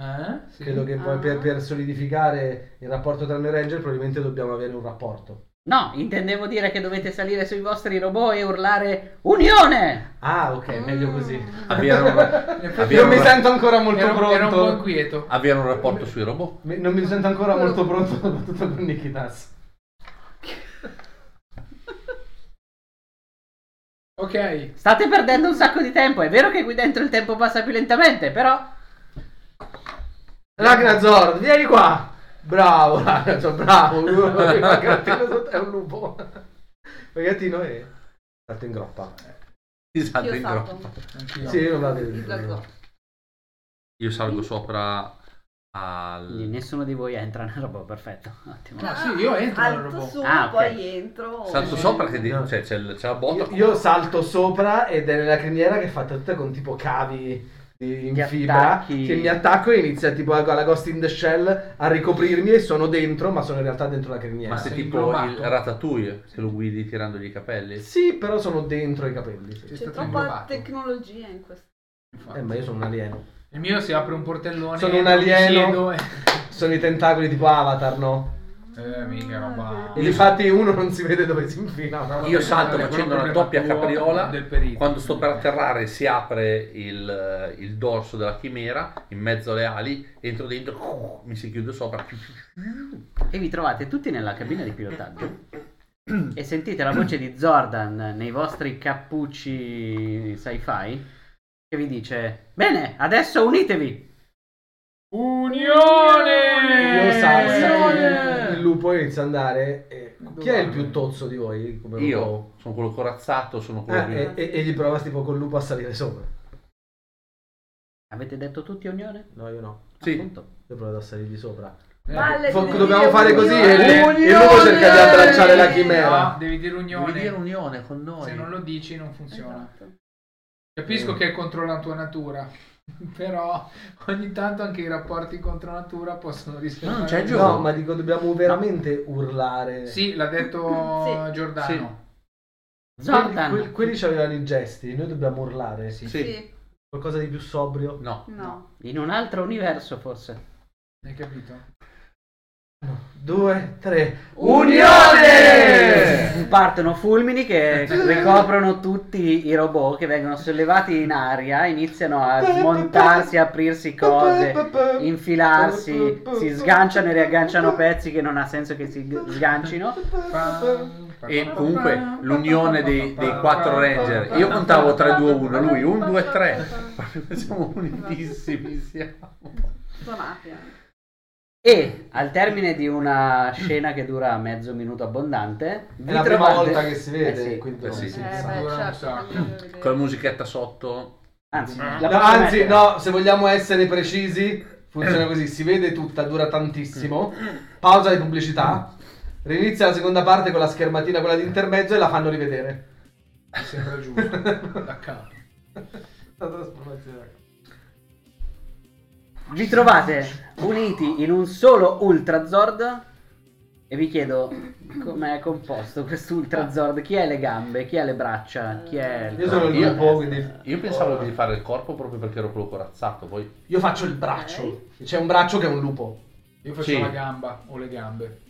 [SPEAKER 4] Eh? Sì.
[SPEAKER 3] Credo che poi
[SPEAKER 5] Ah.
[SPEAKER 3] per, per solidificare il rapporto tra noi ranger probabilmente dobbiamo avere un rapporto.
[SPEAKER 1] no, intendevo dire che dovete salire sui vostri robot e urlare: Unione!
[SPEAKER 3] Ah, ok, meglio così.
[SPEAKER 2] Avere un,
[SPEAKER 4] In effetti
[SPEAKER 2] Abbiamo-
[SPEAKER 3] Non mi sento ancora molto
[SPEAKER 4] era, un-
[SPEAKER 3] pronto.
[SPEAKER 4] era un po' inquieto.
[SPEAKER 2] avere un rapporto sui robot.
[SPEAKER 3] Mi- non mi sento ancora molto pronto soprattutto con Nikitas.
[SPEAKER 4] Ok.
[SPEAKER 1] State perdendo un sacco di tempo. È vero che qui dentro il tempo passa più lentamente, però.
[SPEAKER 3] Ragnazord, vieni qua! Bravo, Ragnazord, bravo! Ma gattino sotto è un lupo. Ma gattino è... Salto in groppa.
[SPEAKER 2] Ti salta Esatto,
[SPEAKER 5] Io
[SPEAKER 2] in
[SPEAKER 5] salto.
[SPEAKER 2] groppa.
[SPEAKER 4] Anch'io.
[SPEAKER 3] Sì, non la
[SPEAKER 5] Il
[SPEAKER 3] vedo.
[SPEAKER 5] blocco.
[SPEAKER 2] Io salgo sopra
[SPEAKER 1] Quindi
[SPEAKER 2] al...
[SPEAKER 1] Nessuno di voi entra nel robot, perfetto. Ottimo.
[SPEAKER 4] No, Ah, sì, io entro nel
[SPEAKER 5] Alto
[SPEAKER 4] robot.
[SPEAKER 5] su,
[SPEAKER 1] Ah, ok.
[SPEAKER 5] poi entro.
[SPEAKER 2] Salto
[SPEAKER 4] Eh,
[SPEAKER 2] sopra che di-
[SPEAKER 3] no.
[SPEAKER 2] cioè, c'è, il- c'è la botta.
[SPEAKER 3] Io, io salto sopra ed è nella criniera che è fatta tutta con tipo cavi di-
[SPEAKER 1] Ti
[SPEAKER 3] in fibra.
[SPEAKER 1] attacchi.
[SPEAKER 3] Che mi attacco e inizia tipo alla Ghost in the Shell a ricoprirmi e sono dentro, ma sono in realtà dentro la criniera.
[SPEAKER 2] Ma se
[SPEAKER 4] sei
[SPEAKER 2] tipo
[SPEAKER 4] inglobato.
[SPEAKER 2] il ratatouille, se lo guidi tirandogli i capelli.
[SPEAKER 3] Sì, però sono dentro i capelli. sì.
[SPEAKER 4] Sì.
[SPEAKER 5] C'è
[SPEAKER 4] stato
[SPEAKER 5] troppa
[SPEAKER 4] inglobato.
[SPEAKER 5] tecnologia in questo.
[SPEAKER 4] Infatti.
[SPEAKER 3] Eh, ma io sono un alieno.
[SPEAKER 4] Il mio si apre un portellone.
[SPEAKER 3] Sono un
[SPEAKER 4] mi
[SPEAKER 3] alieno.
[SPEAKER 4] siedo e-
[SPEAKER 3] Sono i tentacoli tipo Avatar, no?
[SPEAKER 4] Eh, mica roba.
[SPEAKER 3] E infatti uno non si vede dove si infila. no?
[SPEAKER 2] Io salto
[SPEAKER 4] Quello
[SPEAKER 2] facendo
[SPEAKER 4] è
[SPEAKER 2] una
[SPEAKER 4] il problema
[SPEAKER 2] doppia
[SPEAKER 4] tuo
[SPEAKER 2] capriola.
[SPEAKER 4] del perito.
[SPEAKER 2] Quando sto per atterrare si apre il, il dorso della chimera in mezzo alle ali, entro dentro, mi si chiude sopra.
[SPEAKER 1] E vi trovate tutti nella cabina di pilotaggio. E sentite la voce di Jordan nei vostri cappucci sci-fi che vi dice: Bene, adesso unitevi.
[SPEAKER 4] Unione!
[SPEAKER 3] Io salto.
[SPEAKER 4] eh, Unione!
[SPEAKER 3] Il lupo inizia ad andare. e-
[SPEAKER 4] Dove
[SPEAKER 3] Chi è il
[SPEAKER 4] va?
[SPEAKER 3] più tozzo di voi? Come lo-
[SPEAKER 2] Io sono quello corazzato, sono quello
[SPEAKER 3] Ah,
[SPEAKER 2] che...
[SPEAKER 3] e, e- e gli prova tipo col lupo a salire sopra.
[SPEAKER 1] Avete detto tutti unione?
[SPEAKER 3] No, io no.
[SPEAKER 2] Sì,
[SPEAKER 1] Appunto.
[SPEAKER 3] Io ho provato a salirgli sopra.
[SPEAKER 4] Eh,
[SPEAKER 5] Valle
[SPEAKER 3] Fo-
[SPEAKER 5] di
[SPEAKER 3] dobbiamo
[SPEAKER 5] Dio,
[SPEAKER 3] fare così eh,
[SPEAKER 5] Unione!
[SPEAKER 3] e lui- e lui cerca di abbracciare la chimera.
[SPEAKER 4] No, Ah, devi dire
[SPEAKER 2] devi dire
[SPEAKER 4] unione.
[SPEAKER 2] unione con
[SPEAKER 4] Se
[SPEAKER 2] noi.
[SPEAKER 4] non lo dici non funziona.
[SPEAKER 5] Esatto.
[SPEAKER 4] Capisco che è contro la tua natura. Però ogni tanto anche i rapporti contro natura possono risultare.
[SPEAKER 2] c'è Giù.
[SPEAKER 3] No, ma dico, dobbiamo veramente urlare.
[SPEAKER 4] Sì, l'ha detto
[SPEAKER 5] Sì.
[SPEAKER 4] Giordano.
[SPEAKER 3] Quelli,
[SPEAKER 1] Jordan,
[SPEAKER 3] que- quelli c'avevano i gesti, noi dobbiamo urlare.
[SPEAKER 2] Sì.
[SPEAKER 5] Sì,
[SPEAKER 3] Qualcosa di più sobrio.
[SPEAKER 2] No,
[SPEAKER 5] no.
[SPEAKER 1] in un altro universo forse.
[SPEAKER 4] Hai capito?
[SPEAKER 3] Due, tre.
[SPEAKER 5] Unione!
[SPEAKER 1] Partono fulmini che ricoprono tutti i robot che vengono sollevati in aria, iniziano a smontarsi, a aprirsi cose. infilarsi, si sganciano e riagganciano pezzi che non ha senso che si g- sgancino.
[SPEAKER 2] E comunque l'unione dei, dei quattro ranger. Io contavo 3-2-1, lui 1-2-3. Proprio Siamo unitissimi. Siamo.
[SPEAKER 5] La mafia.
[SPEAKER 1] E al termine di una scena che dura mezzo minuto abbondante, vi
[SPEAKER 3] È la prima
[SPEAKER 1] trovate...
[SPEAKER 3] volta che si vede,
[SPEAKER 1] Eh sì.
[SPEAKER 3] quindi
[SPEAKER 2] Eh
[SPEAKER 3] non
[SPEAKER 2] sì.
[SPEAKER 3] si
[SPEAKER 5] Eh, beh,
[SPEAKER 3] sa.
[SPEAKER 4] sicuro non
[SPEAKER 5] certo,
[SPEAKER 4] so.
[SPEAKER 5] fammi vedere.
[SPEAKER 2] Con la musichetta sotto.
[SPEAKER 1] Anzi, la
[SPEAKER 3] Ah. No,
[SPEAKER 1] posso
[SPEAKER 3] anzi,
[SPEAKER 1] mettere?
[SPEAKER 3] no, se vogliamo essere precisi, funziona così: si vede tutta, dura tantissimo. Pausa di pubblicità. Rinizia la seconda parte con la schermatina, quella di intermezzo, e la fanno rivedere.
[SPEAKER 4] Mi sembra giusto. Da capo.
[SPEAKER 3] La trasformazione, raga.
[SPEAKER 1] Vi trovate uniti in un solo Ultrazord e vi chiedo com'è composto questo Ultrazord, chi ha le gambe, chi ha le braccia, chi è il
[SPEAKER 3] Io sono il
[SPEAKER 1] corpo?
[SPEAKER 3] lupo, quindi.
[SPEAKER 2] Io pensavo di fare il corpo proprio perché ero quello corazzato. Poi
[SPEAKER 3] Io faccio il braccio. C'è un braccio che è un lupo.
[SPEAKER 4] Io faccio
[SPEAKER 2] Sì.
[SPEAKER 4] la gamba o le gambe.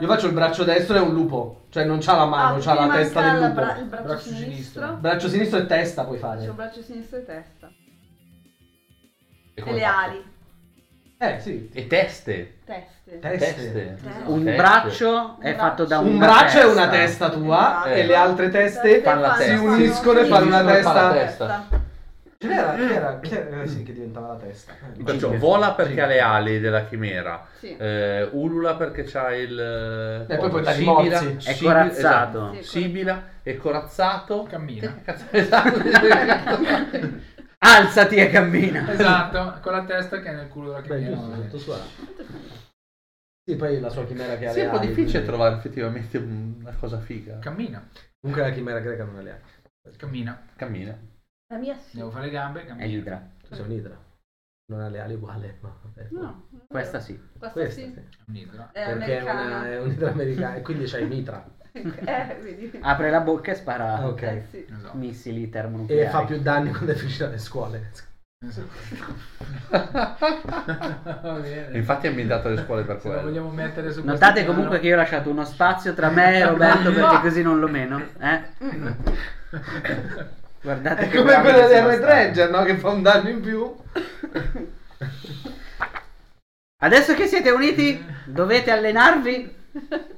[SPEAKER 3] Io faccio il braccio destro e è un lupo. Cioè, non c'ha la mano,
[SPEAKER 5] Ah,
[SPEAKER 3] c'ha
[SPEAKER 5] mi
[SPEAKER 3] la
[SPEAKER 5] manca
[SPEAKER 3] testa del
[SPEAKER 5] la
[SPEAKER 3] lupo.
[SPEAKER 5] bra- il braccio,
[SPEAKER 4] Braccio
[SPEAKER 5] sinistro.
[SPEAKER 4] sinistro.
[SPEAKER 3] Braccio sinistro e testa puoi
[SPEAKER 5] Faccio il
[SPEAKER 3] fare.
[SPEAKER 5] braccio sinistro e testa.
[SPEAKER 2] e
[SPEAKER 3] Ecco,
[SPEAKER 5] E
[SPEAKER 2] come
[SPEAKER 5] le
[SPEAKER 3] esatto.
[SPEAKER 2] faccio?
[SPEAKER 5] ali,
[SPEAKER 3] Eh, sì.
[SPEAKER 2] E teste.
[SPEAKER 5] teste.
[SPEAKER 3] Teste.
[SPEAKER 2] Teste.
[SPEAKER 1] Un
[SPEAKER 2] Teste.
[SPEAKER 1] braccio è
[SPEAKER 5] Un
[SPEAKER 1] fatto da
[SPEAKER 3] Un,
[SPEAKER 1] una
[SPEAKER 3] braccio
[SPEAKER 1] testa.
[SPEAKER 3] e una testa
[SPEAKER 5] Esatto.
[SPEAKER 3] tua
[SPEAKER 2] Eh.
[SPEAKER 3] e le altre teste
[SPEAKER 2] Fanno la testa.
[SPEAKER 3] si uniscono e
[SPEAKER 5] sì,
[SPEAKER 3] fanno una
[SPEAKER 5] sì, sì,
[SPEAKER 3] testa.
[SPEAKER 5] sì,
[SPEAKER 2] testa.
[SPEAKER 3] Chi era? Chi era? Chi era? eh, Sì, che diventava la testa. Eh,
[SPEAKER 2] Perciò
[SPEAKER 1] Cinghia.
[SPEAKER 2] vola perché
[SPEAKER 3] Cinghia.
[SPEAKER 2] ha le ali della chimera.
[SPEAKER 5] Sì.
[SPEAKER 2] Eh, ulula perché c'ha il. eh,
[SPEAKER 3] E poi puoi dargli i
[SPEAKER 2] Sibila,
[SPEAKER 3] morsi.
[SPEAKER 1] È
[SPEAKER 3] È
[SPEAKER 2] Sibila- esatto.
[SPEAKER 1] corazzato.
[SPEAKER 5] Sì.
[SPEAKER 2] Sibila è corazzato.
[SPEAKER 4] Cammina.
[SPEAKER 2] Che cazzo esatto.
[SPEAKER 1] Alzati e cammina.
[SPEAKER 4] Esatto, con la testa che è nel culo della
[SPEAKER 3] Beh, giusto,
[SPEAKER 4] chimera.
[SPEAKER 3] ho detto sua. Sì, poi la sua chimera che ha
[SPEAKER 2] Sì,
[SPEAKER 3] le
[SPEAKER 2] è un po'
[SPEAKER 3] ali,
[SPEAKER 2] difficile
[SPEAKER 3] quindi-
[SPEAKER 2] trovare effettivamente una cosa figa.
[SPEAKER 4] Cammina,
[SPEAKER 3] Comunque la chimera greca non ha le ali.
[SPEAKER 4] cammina.
[SPEAKER 2] Cammina.
[SPEAKER 5] La mia sì.
[SPEAKER 4] Devo fare le gambe,
[SPEAKER 1] È
[SPEAKER 4] cammina.
[SPEAKER 1] l'idra.
[SPEAKER 3] Tu sei un'idra. Non ha le ali uguale, ma vabbè.
[SPEAKER 5] No,
[SPEAKER 1] Questa sì.
[SPEAKER 5] Questa,
[SPEAKER 3] Questa
[SPEAKER 5] sì.
[SPEAKER 3] sì.
[SPEAKER 4] È un'idra.
[SPEAKER 5] È
[SPEAKER 3] Perché è, una,
[SPEAKER 5] americana.
[SPEAKER 3] è un'idra americana e quindi c'hai mitra.
[SPEAKER 5] eh, vedi.
[SPEAKER 1] Apre la bocca e spara
[SPEAKER 3] Ok.
[SPEAKER 5] Eh, sì.
[SPEAKER 4] Esatto.
[SPEAKER 1] missili
[SPEAKER 3] E
[SPEAKER 1] termonucleari.
[SPEAKER 3] fa più danni quando è uscita dalle scuole.
[SPEAKER 4] Va bene.
[SPEAKER 2] Infatti è ambientato alle scuole per
[SPEAKER 4] Se lo
[SPEAKER 2] quello.
[SPEAKER 4] vogliamo mettere su
[SPEAKER 1] Notate
[SPEAKER 4] questo
[SPEAKER 1] comunque che
[SPEAKER 4] piano-
[SPEAKER 1] io ho lasciato uno spazio tra me e Roberto perché così non lo meno. Eh? Guardate
[SPEAKER 3] È
[SPEAKER 1] che
[SPEAKER 3] come
[SPEAKER 1] bravi che
[SPEAKER 3] quella del
[SPEAKER 1] sono
[SPEAKER 3] Red
[SPEAKER 1] stato.
[SPEAKER 3] Ranger, no? Che fa un danno in più.
[SPEAKER 1] Adesso che siete uniti,
[SPEAKER 3] Mm.
[SPEAKER 1] dovete allenarvi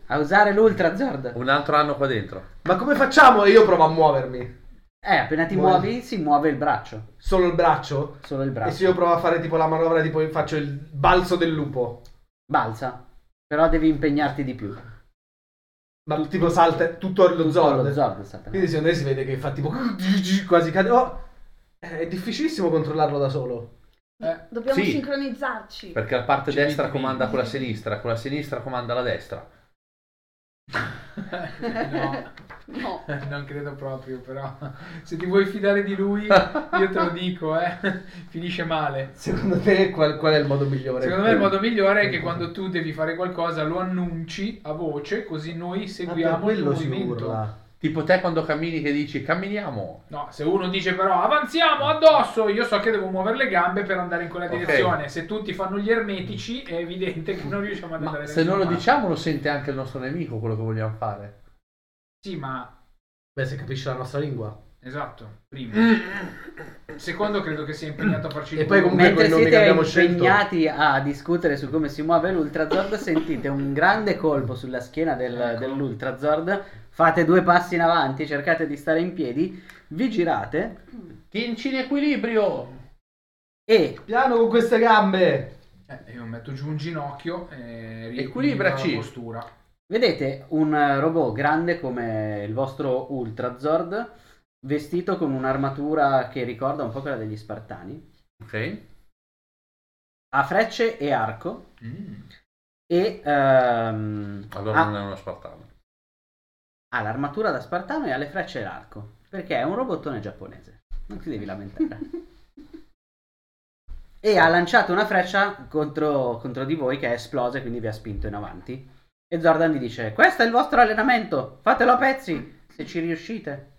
[SPEAKER 1] a usare l'Ultra Zord.
[SPEAKER 2] Un altro anno qua dentro.
[SPEAKER 3] Ma come facciamo? E io provo a muovermi.
[SPEAKER 1] Eh, appena ti
[SPEAKER 3] Muovi.
[SPEAKER 1] muovi si muove il braccio.
[SPEAKER 3] Solo il braccio?
[SPEAKER 1] Solo il
[SPEAKER 3] E
[SPEAKER 1] braccio.
[SPEAKER 3] se io provo a fare tipo la manovra, tipo faccio il balzo del lupo.
[SPEAKER 1] Balza. Però devi impegnarti di più.
[SPEAKER 3] Ma tipo salta tutto lo
[SPEAKER 1] Solo
[SPEAKER 3] zord.
[SPEAKER 1] lo Zord salta.
[SPEAKER 3] Quindi secondo me si vede che fa tipo quasi cade. Oh, è difficilissimo controllarlo da solo.
[SPEAKER 4] Eh,
[SPEAKER 5] Dobbiamo
[SPEAKER 2] Sì.
[SPEAKER 5] sincronizzarci.
[SPEAKER 2] Perché la parte
[SPEAKER 4] Ci
[SPEAKER 2] destra
[SPEAKER 4] metti
[SPEAKER 2] comanda
[SPEAKER 4] lì.
[SPEAKER 2] quella sinistra, quella sinistra comanda la destra.
[SPEAKER 5] No.
[SPEAKER 4] no, Eh, non credo proprio, però se ti vuoi fidare di lui, io te lo dico, eh, finisce male.
[SPEAKER 3] Secondo te qual, qual è il modo migliore?
[SPEAKER 4] Secondo me il modo migliore è che quando tu devi fare qualcosa lo annunci a voce, così
[SPEAKER 2] Eh,
[SPEAKER 4] noi
[SPEAKER 3] Ah, per
[SPEAKER 4] seguiamo il
[SPEAKER 3] quello si
[SPEAKER 4] movimento.
[SPEAKER 3] urla.
[SPEAKER 2] Tipo te quando cammini che dici camminiamo.
[SPEAKER 4] No, se uno dice però avanziamo addosso, io so che devo muovere le gambe per andare in quella
[SPEAKER 2] Ok.
[SPEAKER 4] direzione. Se tutti fanno gli ermetici è evidente che non riusciamo ad andare
[SPEAKER 2] Ma
[SPEAKER 4] da
[SPEAKER 2] se non lo
[SPEAKER 4] nessuna
[SPEAKER 2] diciamo lo sente anche il nostro nemico quello che vogliamo fare.
[SPEAKER 4] parte. Sì, ma
[SPEAKER 3] Beh, se capisce la nostra lingua.
[SPEAKER 4] esatto, primo. Secondo credo che sia impegnato a farci
[SPEAKER 3] E
[SPEAKER 4] il
[SPEAKER 3] poi
[SPEAKER 4] culo.
[SPEAKER 3] comunque
[SPEAKER 1] Mentre
[SPEAKER 3] quel nome che
[SPEAKER 1] siete
[SPEAKER 3] abbiamo scelto.
[SPEAKER 1] impegnati a discutere su come si muove l'Ultrazord, sentite un grande colpo sulla schiena del,
[SPEAKER 4] Ecco.
[SPEAKER 1] dell'Ultrazord. Fate due passi in avanti, cercate di stare in piedi, vi girate
[SPEAKER 2] Tinci in equilibrio.
[SPEAKER 1] e
[SPEAKER 3] Piano con queste gambe.
[SPEAKER 4] Eh, io metto giù un ginocchio e
[SPEAKER 2] Equilibraci.
[SPEAKER 4] riequilibraci la postura.
[SPEAKER 1] vedete un eh, robot grande come il vostro Ultrazord, vestito con un'armatura che ricorda un po' quella degli Spartani,
[SPEAKER 2] Ok.
[SPEAKER 1] a frecce e arco
[SPEAKER 4] Mm.
[SPEAKER 1] e ehm,
[SPEAKER 2] Allora
[SPEAKER 1] ha-
[SPEAKER 2] non è uno spartano.
[SPEAKER 1] ha l'armatura da Spartano e ha le frecce e l'arco, perché è un robottone giapponese. Non ti devi lamentare. e ha lanciato una freccia contro, contro di voi che è esplosa e quindi vi ha spinto in avanti. E Jordan vi dice: Questo è il vostro allenamento, fatelo a pezzi se ci riuscite.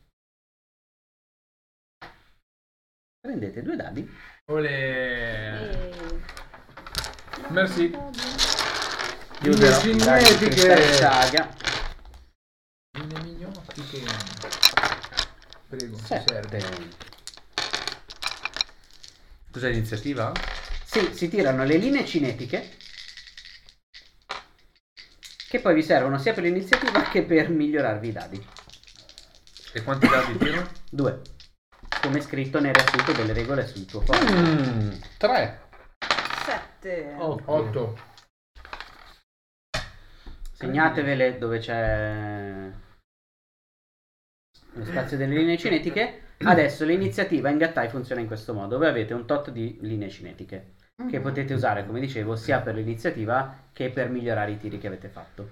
[SPEAKER 1] Prendete due dadi.
[SPEAKER 4] Olè.
[SPEAKER 5] Eh.
[SPEAKER 4] Merci.
[SPEAKER 1] Chiuderò
[SPEAKER 3] Due
[SPEAKER 1] i dadi di
[SPEAKER 3] cinetiche.
[SPEAKER 1] questa saga.
[SPEAKER 4] Mine mignotti che... Prego, ci
[SPEAKER 1] Sette.
[SPEAKER 4] serve.
[SPEAKER 2] Cos'è l'iniziativa?
[SPEAKER 1] Sì, si tirano le linee cinetiche che poi vi servono sia per l'iniziativa che per migliorarvi i dadi.
[SPEAKER 2] E quanti dadi tiro?
[SPEAKER 1] Due. Come scritto nel riassunto delle regole sul tuo foglio.
[SPEAKER 2] Mm, tre.
[SPEAKER 5] Sette.
[SPEAKER 3] Oh.
[SPEAKER 4] Otto.
[SPEAKER 1] Segnatevele dove c'è lo spazio delle linee cinetiche. Adesso l'iniziativa in Gattai funziona in questo modo, dove avete un tot di linee cinetiche che potete usare, come dicevo, sia per l'iniziativa che per migliorare i tiri che avete fatto.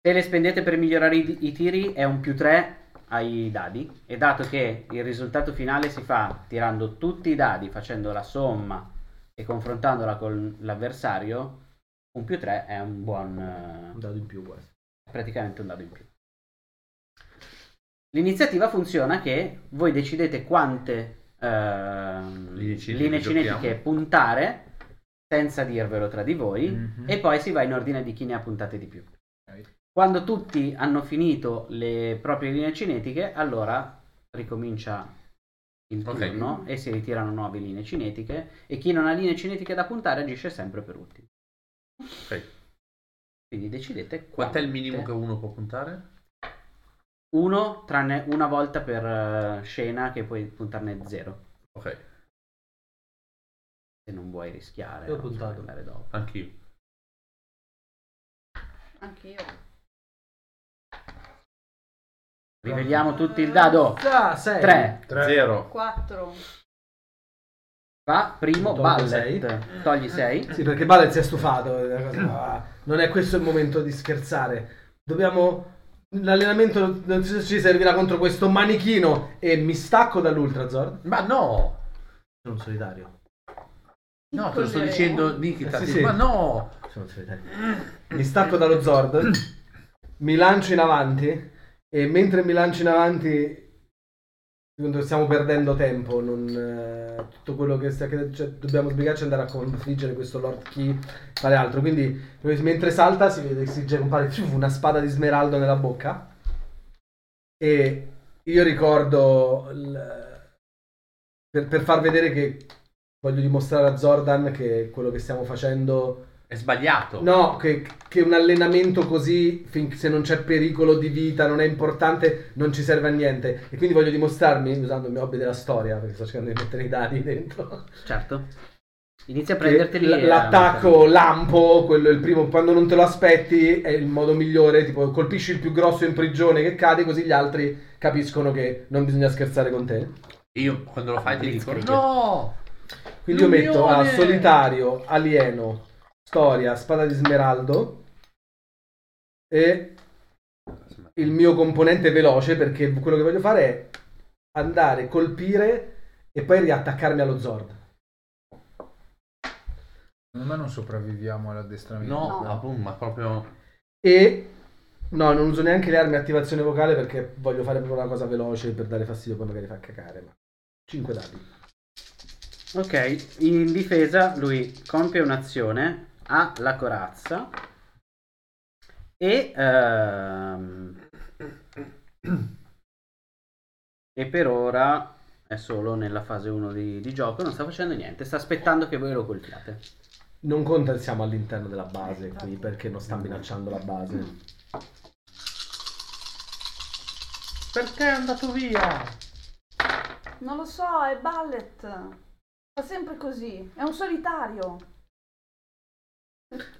[SPEAKER 1] Se le spendete per migliorare i, i tiri è un più 3 ai dadi e dato che il risultato finale si fa tirando tutti i dadi, facendo la somma e confrontandola con l'avversario, un più 3 è un buon... eh,
[SPEAKER 3] Un dado in più quasi.
[SPEAKER 1] praticamente un dado in più. L'iniziativa funziona che voi decidete quante ehm,
[SPEAKER 2] Linee cinetiche
[SPEAKER 1] linee cinetiche
[SPEAKER 2] giochiamo.
[SPEAKER 1] puntare senza dirvelo tra di voi
[SPEAKER 4] Mhm.
[SPEAKER 1] e poi si va in ordine di chi ne ha puntate di più.
[SPEAKER 4] Ok.
[SPEAKER 1] Quando tutti hanno finito le proprie linee cinetiche, allora ricomincia il
[SPEAKER 2] Ok.
[SPEAKER 1] turno e si ritirano nuove linee cinetiche e chi non ha linee cinetiche da puntare agisce sempre per ultimo.
[SPEAKER 2] Ok.
[SPEAKER 1] Quindi decidete
[SPEAKER 2] Quant'è il
[SPEAKER 1] quante-
[SPEAKER 2] minimo che uno può puntare?
[SPEAKER 1] uno, tranne una volta per eh, scena che puoi puntarne zero.
[SPEAKER 2] Ok,
[SPEAKER 1] Se non vuoi rischiare.
[SPEAKER 3] Io ho
[SPEAKER 1] no?
[SPEAKER 3] puntato.
[SPEAKER 1] Puoi andare dopo.
[SPEAKER 2] anch'io.
[SPEAKER 5] Anche io.
[SPEAKER 1] Riveliamo tutti il dado.
[SPEAKER 3] Ah, sei.
[SPEAKER 1] 3.
[SPEAKER 4] Tre.
[SPEAKER 2] Zero.
[SPEAKER 5] Quattro.
[SPEAKER 1] Fa primo
[SPEAKER 3] Tolgo
[SPEAKER 1] ballet. Togli 6.
[SPEAKER 3] Sì, perché Ballet si è stufato. è una cosa- Non è questo il momento di scherzare. Dobbiamo. L'allenamento non so se ci servirà contro questo manichino. E mi stacco dall'Ultrazord.
[SPEAKER 2] Ma no,
[SPEAKER 3] Sono un solitario.
[SPEAKER 2] no, te lo sto dicendo Nikita,
[SPEAKER 3] Eh, sì,
[SPEAKER 2] ti-
[SPEAKER 3] sì.
[SPEAKER 2] ma no,
[SPEAKER 3] Sono un solitario. Mi stacco dallo Zord. Mi lancio in avanti. E mentre mi lancio in avanti. secondo me Stiamo perdendo tempo. Non, eh, tutto quello che sta che- cioè, dobbiamo sbrigarci e andare a confliggere questo Lord Key. Fare altro. Quindi Mentre salta si vede che si compare una spada di smeraldo nella bocca e io ricordo il- per, per far vedere che voglio dimostrare a Zordan che quello che stiamo facendo
[SPEAKER 2] è sbagliato.
[SPEAKER 3] no, che, che un allenamento così fin- se non c'è pericolo di vita non è importante, non ci serve a niente e quindi voglio dimostrarmi, usando il mio hobby della storia perché sto cercando di mettere i dadi dentro
[SPEAKER 1] Certo. Inizia a
[SPEAKER 3] che
[SPEAKER 1] prenderteli.
[SPEAKER 3] l-
[SPEAKER 1] e-
[SPEAKER 3] l'attacco lampo, quello è il primo, quando non te lo aspetti è il modo migliore, tipo colpisci il più grosso in prigione che cade così gli altri capiscono che non bisogna scherzare con te.
[SPEAKER 2] Io quando lo fai ti dico
[SPEAKER 1] Blitzkrieg.
[SPEAKER 2] no,
[SPEAKER 3] Quindi io metto a
[SPEAKER 2] L'unione!
[SPEAKER 3] solitario, alieno, storia, spada di smeraldo e il mio componente veloce perché quello che voglio fare è andare, colpire e poi riattaccarmi allo Zord.
[SPEAKER 4] Secondo me non sopravviviamo all'addestramento.
[SPEAKER 2] no,
[SPEAKER 5] No.
[SPEAKER 2] ma boom, ma proprio
[SPEAKER 3] E no, non uso neanche le armi a attivazione vocale perché voglio fare proprio una cosa veloce per dare fastidio, poi magari fa cacare. Ma... 5 dadi.
[SPEAKER 1] Ok, in difesa lui compie un'azione, ha la corazza e, ehm, e per ora è solo nella fase 1 di, di gioco, non sta facendo niente, sta aspettando che voi lo colpiate.
[SPEAKER 3] Non conta, siamo all'interno della
[SPEAKER 1] Eh,
[SPEAKER 3] base qui
[SPEAKER 1] esatto.
[SPEAKER 3] perché non sta minacciando la
[SPEAKER 1] Mm.
[SPEAKER 3] base.
[SPEAKER 2] perché è andato via?
[SPEAKER 5] Non lo so, è Ballet. Fa sempre così. È un solitario.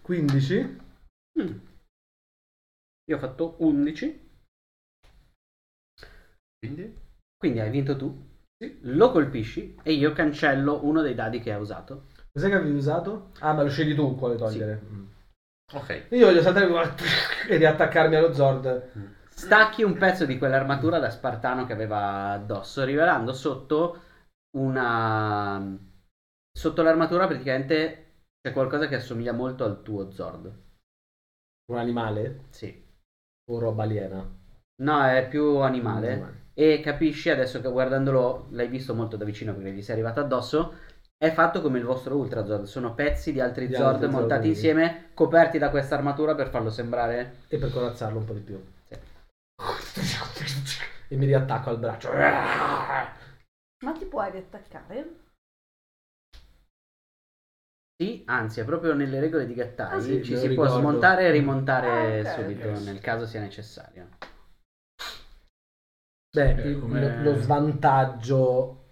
[SPEAKER 3] 15.
[SPEAKER 1] Mm. Io ho fatto 11,
[SPEAKER 2] Quindi
[SPEAKER 1] quindi hai vinto tu, lo colpisci e io cancello uno dei dadi che ha usato.
[SPEAKER 3] Cos'è che avevi usato? Ah, ma lo scegli tu quale togliere. Mm.
[SPEAKER 2] ok,
[SPEAKER 3] Io voglio saltare e riattaccarmi allo Zord.
[SPEAKER 1] Stacchi un pezzo di quell'armatura da spartano che aveva addosso, rivelando sotto una. Sotto l'armatura praticamente c'è qualcosa che assomiglia molto al tuo Zord.
[SPEAKER 3] Un animale
[SPEAKER 1] Sì.
[SPEAKER 3] o roba aliena?
[SPEAKER 1] No, è più
[SPEAKER 3] Mm.
[SPEAKER 1] animale. E capisci adesso che guardandolo, l'hai visto molto da vicino perché gli sei arrivato addosso. È fatto come il vostro Ultra Zord. Sono pezzi di altri
[SPEAKER 3] Di
[SPEAKER 1] Zord
[SPEAKER 3] altri Zord,
[SPEAKER 1] montati
[SPEAKER 3] quindi.
[SPEAKER 1] insieme, coperti da questa armatura per farlo sembrare.
[SPEAKER 3] E per corazzarlo un po' di più.
[SPEAKER 1] Sì.
[SPEAKER 3] E mi riattacco al braccio.
[SPEAKER 5] Ma ti puoi riattaccare?
[SPEAKER 1] Sì, anzi, è proprio nelle regole di Gattai
[SPEAKER 5] Ah,
[SPEAKER 3] sì,
[SPEAKER 1] ci
[SPEAKER 3] me
[SPEAKER 1] si
[SPEAKER 3] lo
[SPEAKER 1] può
[SPEAKER 3] ricordo.
[SPEAKER 1] smontare e rimontare
[SPEAKER 5] Ah, ok,
[SPEAKER 1] subito
[SPEAKER 4] ok.
[SPEAKER 1] nel caso sia necessario.
[SPEAKER 3] Beh,
[SPEAKER 4] Eh,
[SPEAKER 3] il-
[SPEAKER 4] come-
[SPEAKER 3] lo, lo svantaggio,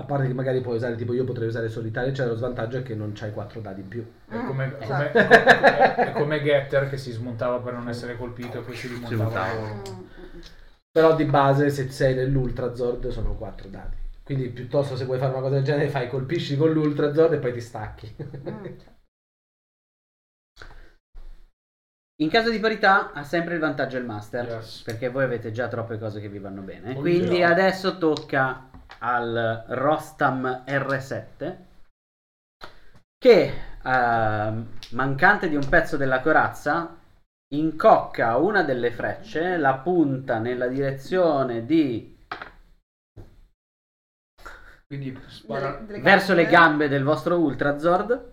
[SPEAKER 3] a parte che magari puoi usare, tipo io potrei usare solitario, cioè lo svantaggio è che non c'hai 4 dadi in più.
[SPEAKER 5] Mm.
[SPEAKER 6] È come,
[SPEAKER 5] Eh.
[SPEAKER 6] come- come- è come Getter che si smontava per non essere colpito e poi si rimontava.
[SPEAKER 2] smontava.
[SPEAKER 5] Mm.
[SPEAKER 3] Però di base se sei nell'Ultra Zord sono 4 dadi. Quindi piuttosto se vuoi fare una cosa del genere fai colpisci con l'Ultra Zord e poi ti stacchi.
[SPEAKER 5] Mm.
[SPEAKER 1] In caso di parità ha sempre il vantaggio il master,
[SPEAKER 4] Yes.
[SPEAKER 1] perché voi avete già troppe cose che vi vanno bene.
[SPEAKER 4] Oh,
[SPEAKER 1] Quindi
[SPEAKER 4] già.
[SPEAKER 1] adesso tocca al Rostam R7, che ehm, mancante di un pezzo della corazza, incocca una delle frecce, la punta nella direzione di
[SPEAKER 4] Quindi spara...
[SPEAKER 5] Delle- delle
[SPEAKER 1] verso le gambe del vostro Ultrazord,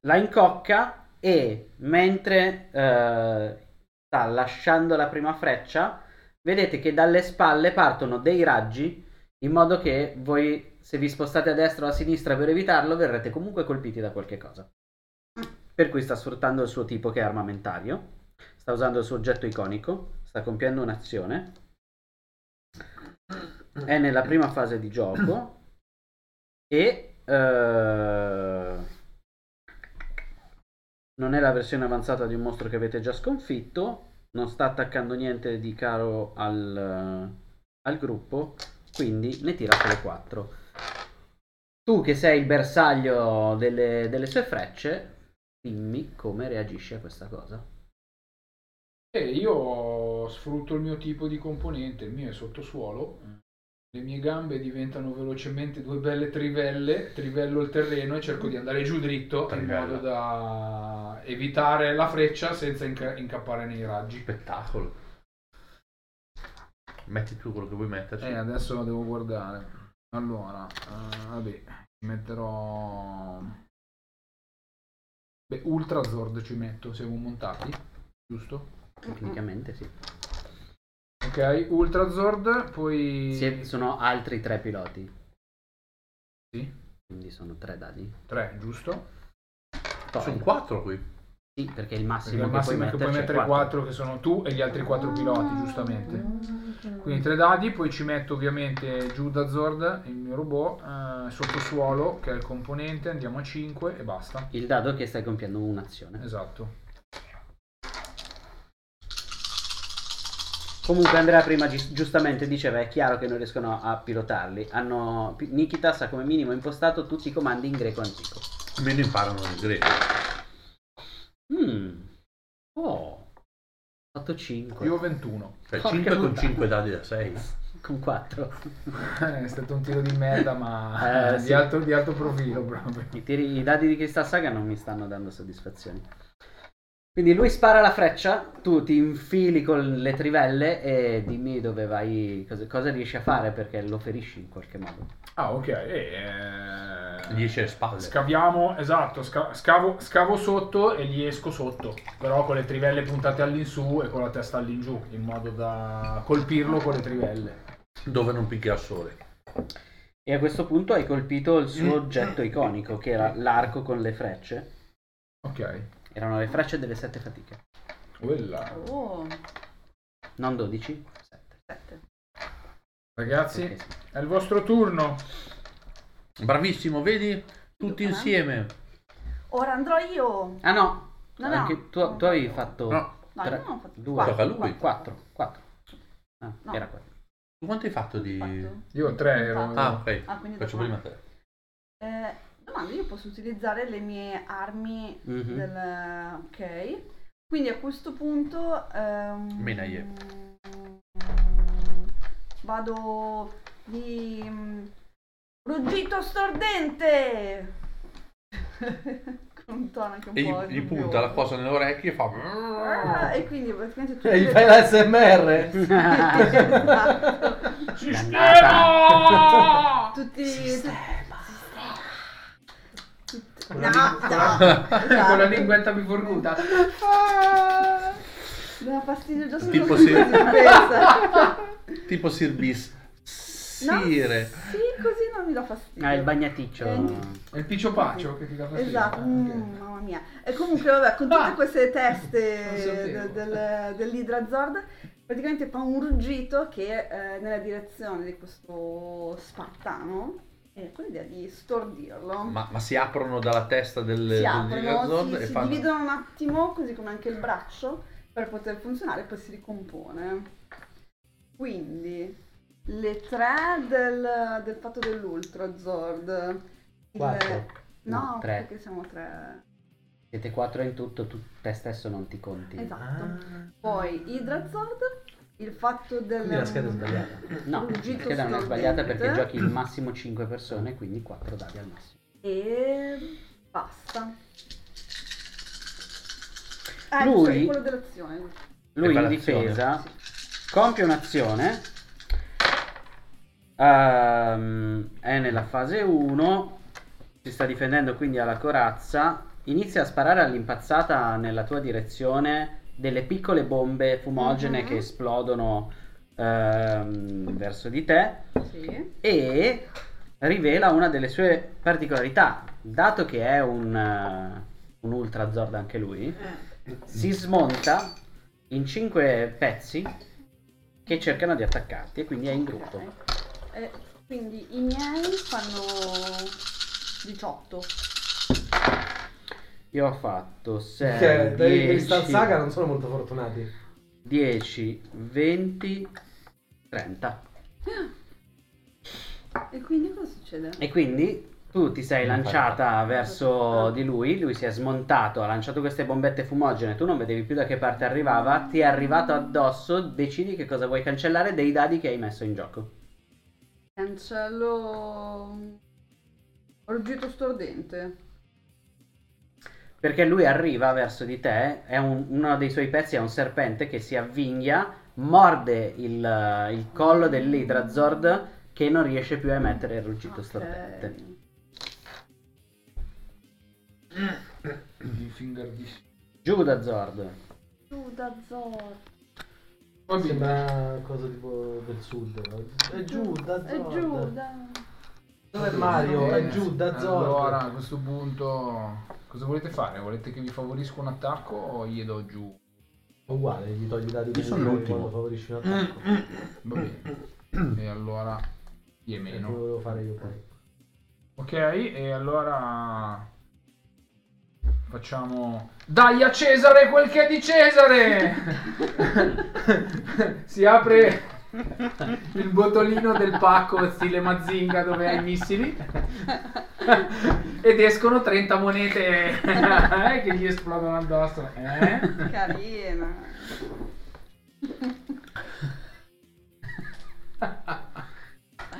[SPEAKER 1] la incocca e mentre eh, sta lasciando la prima freccia, vedete che dalle spalle partono dei raggi in modo che voi, se vi spostate a destra o a sinistra per evitarlo, verrete comunque colpiti da qualche cosa. Per cui sta sfruttando il suo tipo che è armamentario, sta usando il suo oggetto iconico, sta compiendo un'azione. È nella prima fase di gioco e eh, non è la versione avanzata di un mostro che avete già sconfitto non sta attaccando niente di caro al, al gruppo quindi ne tira solo 4 Tu che sei il bersaglio delle, delle sue frecce, dimmi come reagisci a questa cosa.
[SPEAKER 4] E io sfrutto il mio tipo di componente, il mio è sottosuolo. Le mie gambe diventano velocemente due belle trivelle, trivello il terreno e cerco di andare giù dritto
[SPEAKER 2] Trivella.
[SPEAKER 4] in modo da evitare la freccia senza inca- incappare nei raggi.
[SPEAKER 2] Spettacolo. Metti tu quello che vuoi metterci.
[SPEAKER 4] E Eh, adesso devo guardare. Allora, eh, vabbè, ci metterò... Beh, Ultra Zord ci metto, siamo montati, giusto?
[SPEAKER 1] Tecnicamente sì.
[SPEAKER 4] Ok, Ultra Zord, poi...
[SPEAKER 1] Sie- sono altri tre piloti,
[SPEAKER 4] Sì,
[SPEAKER 1] quindi sono tre dadi.
[SPEAKER 4] tre, giusto?
[SPEAKER 1] Poi-
[SPEAKER 2] Sono quattro qui.
[SPEAKER 1] Sì, perché il
[SPEAKER 6] Perché
[SPEAKER 1] massimo,
[SPEAKER 6] il massimo che puoi mettere
[SPEAKER 1] è
[SPEAKER 6] 4 che sono tu e gli altri 4
[SPEAKER 5] Ah.
[SPEAKER 6] piloti,
[SPEAKER 5] mm,
[SPEAKER 6] giustamente. Quindi tre dadi, poi ci metto ovviamente giù da Zord, il mio robot, eh, sottosuolo che è il componente, andiamo a 5 e basta.
[SPEAKER 1] Il dado che stai compiendo un'azione.
[SPEAKER 6] Esatto.
[SPEAKER 1] Comunque Andrea prima gi- giustamente diceva è chiaro che non riescono a pilotarli. Hanno Pi- Nikitas ha come minimo impostato tutti i comandi in greco antico.
[SPEAKER 2] Almeno imparano il greco.
[SPEAKER 1] Mm. Oh. 8-5.
[SPEAKER 4] Io ho 21.
[SPEAKER 2] Cioè
[SPEAKER 1] Porca
[SPEAKER 2] 5 con
[SPEAKER 1] puttana.
[SPEAKER 2] 5 dadi da 6.
[SPEAKER 1] Con 4.
[SPEAKER 6] è stato un tiro di merda, ma
[SPEAKER 1] Eh,
[SPEAKER 6] di,
[SPEAKER 1] sì.
[SPEAKER 6] alto, di alto profilo proprio.
[SPEAKER 1] I, tiri- i dadi di questa saga non mi stanno dando soddisfazioni. Quindi lui spara la freccia, tu ti infili con le trivelle e dimmi dove vai, cosa, cosa riesci a fare perché lo ferisci in qualche modo.
[SPEAKER 6] Ah, ok. e, eh,
[SPEAKER 2] 10 alle spalle.
[SPEAKER 6] Scaviamo, esatto, sca- scavo, scavo sotto e gli esco sotto, però con le trivelle puntate all'insù e con la testa all'ingiù, in modo da colpirlo con le trivelle.
[SPEAKER 2] Dove non picchia il sole.
[SPEAKER 1] E a questo punto hai colpito il suo
[SPEAKER 2] Mm.
[SPEAKER 1] oggetto iconico, che era l'arco con le frecce.
[SPEAKER 6] Ok.
[SPEAKER 1] Erano le frecce delle sette fatiche,
[SPEAKER 6] Quella.
[SPEAKER 5] Oh,
[SPEAKER 1] non 12, 7.
[SPEAKER 5] aspetta.
[SPEAKER 6] Ragazzi, è il vostro turno.
[SPEAKER 5] Mm.
[SPEAKER 2] Bravissimo, vedi? Tutti
[SPEAKER 5] Ah.
[SPEAKER 2] insieme.
[SPEAKER 5] Ora andrò io.
[SPEAKER 1] Ah no,
[SPEAKER 5] No, no.
[SPEAKER 1] Anche tu, tu avevi fatto
[SPEAKER 2] No,
[SPEAKER 5] No,
[SPEAKER 1] Tre,
[SPEAKER 5] io non ho fatto.
[SPEAKER 1] due.
[SPEAKER 5] quattro,
[SPEAKER 2] Tocca a lui.
[SPEAKER 5] quattro.
[SPEAKER 1] 4, 4. Ah,
[SPEAKER 5] No.
[SPEAKER 1] era 4.
[SPEAKER 2] tu quanto hai fatto di...
[SPEAKER 5] Quattro.
[SPEAKER 6] Io ho tre ero.
[SPEAKER 5] Ah.
[SPEAKER 2] Ah, ok.
[SPEAKER 5] Ah, quindi
[SPEAKER 2] Faccio prima
[SPEAKER 5] domanda.
[SPEAKER 2] te.
[SPEAKER 5] Eh, domanda, io posso utilizzare le mie armi
[SPEAKER 1] Mhm.
[SPEAKER 2] Mm-hmm.
[SPEAKER 5] del... Ok. Quindi a questo punto... ehm,
[SPEAKER 2] Menaie.
[SPEAKER 5] Vado di... mm, Ruggito stordente! Con un tono anche un
[SPEAKER 2] E gli,
[SPEAKER 5] po'...
[SPEAKER 2] gli
[SPEAKER 5] dubbioso.
[SPEAKER 2] punta la cosa nelle orecchie e fa...
[SPEAKER 5] Ah, e quindi praticamente tutte
[SPEAKER 3] E gli
[SPEAKER 5] le-
[SPEAKER 3] fai l'SMR?
[SPEAKER 5] Esatto.
[SPEAKER 1] Sistema!
[SPEAKER 5] Tutti... Tutti-
[SPEAKER 4] Con
[SPEAKER 5] No,
[SPEAKER 4] la lingua-
[SPEAKER 5] no.
[SPEAKER 4] Con la linguetta biforcuta.
[SPEAKER 5] Dava fastidio già solo
[SPEAKER 2] Tipo
[SPEAKER 5] così,
[SPEAKER 2] sì.
[SPEAKER 5] pensa.
[SPEAKER 2] Tipo Sirbis.
[SPEAKER 5] No,
[SPEAKER 2] Sire.
[SPEAKER 5] Sì, così non mi dà fastidio.
[SPEAKER 1] Ah, il bagnaticcio.
[SPEAKER 5] Eh.
[SPEAKER 4] È il piccio paccio che ti dà fastidio.
[SPEAKER 5] Esatto,
[SPEAKER 4] Eh,
[SPEAKER 5] mm,
[SPEAKER 4] ok.
[SPEAKER 5] mamma mia. E comunque, vabbè, con tutte
[SPEAKER 4] Ah,
[SPEAKER 5] queste
[SPEAKER 4] non
[SPEAKER 5] teste
[SPEAKER 4] sapevo.
[SPEAKER 5] de- del, dell'Hydrazord, praticamente fa un ruggito che eh, nella direzione di questo spartano, e con l'idea di stordirlo.
[SPEAKER 2] Ma, ma si aprono dalla testa del,
[SPEAKER 5] si
[SPEAKER 2] del
[SPEAKER 5] aprono,
[SPEAKER 2] Gigazord
[SPEAKER 5] si,
[SPEAKER 2] e
[SPEAKER 5] si
[SPEAKER 2] fanno...
[SPEAKER 5] dividono un attimo, così come anche il braccio, per poter funzionare, poi si ricompone. Quindi le tre del, del fatto dell'Ultra Zord. Il-
[SPEAKER 3] Quattro.
[SPEAKER 5] No,
[SPEAKER 1] No, tre.
[SPEAKER 5] perché siamo tre.
[SPEAKER 1] Siete 4 in tutto, tu te stesso non ti conti.
[SPEAKER 5] Esatto.
[SPEAKER 3] Ah.
[SPEAKER 5] Poi Hydra Zord, il fatto del...
[SPEAKER 3] Quindi la scheda è sbagliata.
[SPEAKER 1] No,
[SPEAKER 5] Ruggito
[SPEAKER 1] perché scheda non è
[SPEAKER 5] stordente.
[SPEAKER 1] sbagliata perché giochi il massimo 5 persone, quindi 4 dadi al massimo.
[SPEAKER 5] E basta. Ah,
[SPEAKER 1] Lui-
[SPEAKER 5] Lui... quello dell'azione.
[SPEAKER 1] Lui
[SPEAKER 2] E fa
[SPEAKER 1] in
[SPEAKER 2] l'azione.
[SPEAKER 1] difesa compie un'azione. Ehm, è nella fase 1. Si sta difendendo quindi alla corazza. Inizia a sparare all'impazzata nella tua direzione delle piccole bombe fumogene
[SPEAKER 5] Mhm.
[SPEAKER 1] che esplodono ehm, verso di te
[SPEAKER 5] Sì.
[SPEAKER 1] e rivela una delle sue particolarità. Dato che è un, eh, un Ultra Zord anche lui,
[SPEAKER 3] Eh.
[SPEAKER 1] si smonta in cinque pezzi che cercano di attaccarti e quindi è in gruppo.
[SPEAKER 5] Ok. Eh, quindi i miei fanno 18.
[SPEAKER 1] Io ho fatto
[SPEAKER 3] Cioè,
[SPEAKER 1] 6,
[SPEAKER 3] quelli di Star
[SPEAKER 1] 10,
[SPEAKER 3] Saga non sono molto fortunati.
[SPEAKER 1] 10, 20, 30.
[SPEAKER 5] E quindi cosa succede?
[SPEAKER 1] E quindi Tu ti sei lanciata verso di lui, lui si è smontato, ha lanciato queste bombette fumogene, tu non vedevi più da che parte arrivava, ti è arrivato addosso, decidi che cosa vuoi cancellare dei dadi che hai messo in gioco.
[SPEAKER 5] Cancello. Ruggito stordente.
[SPEAKER 1] Perché lui arriva verso di te, è un- uno dei suoi pezzi è un serpente che si avvingha, morde il, il collo dell'Hydrazord che non riesce più a emettere il ruggito
[SPEAKER 5] Ok.
[SPEAKER 1] stordente.
[SPEAKER 4] di fingardissimo.
[SPEAKER 1] Giù da Zord.
[SPEAKER 5] Giù da Zor.
[SPEAKER 4] Va bene.
[SPEAKER 3] Sembra cosa tipo del sud. no? È giù, da
[SPEAKER 5] È
[SPEAKER 3] Zord.
[SPEAKER 5] giù da.
[SPEAKER 3] Dove è Mario? È
[SPEAKER 4] Eh,
[SPEAKER 3] giù, da Zord.
[SPEAKER 6] Allora, a questo punto, cosa volete fare? Volete che vi favorisca un attacco o gli do giù?
[SPEAKER 3] Uguale, gli togli i dadi
[SPEAKER 2] Io sono
[SPEAKER 3] meno
[SPEAKER 2] l'ultimo. Mm,
[SPEAKER 3] quando favorisci un attacco.
[SPEAKER 6] Va bene. e allora chi è
[SPEAKER 3] Che
[SPEAKER 6] meno?
[SPEAKER 3] volevo fare io poi.
[SPEAKER 6] Ok, e allora facciamo Dai a Cesare quel che è di Cesare! si apre il botolino del pacco stile Mazinga dove hai i missili ed escono 30 monete eh, che gli esplodono addosso. Eh?
[SPEAKER 5] Carina.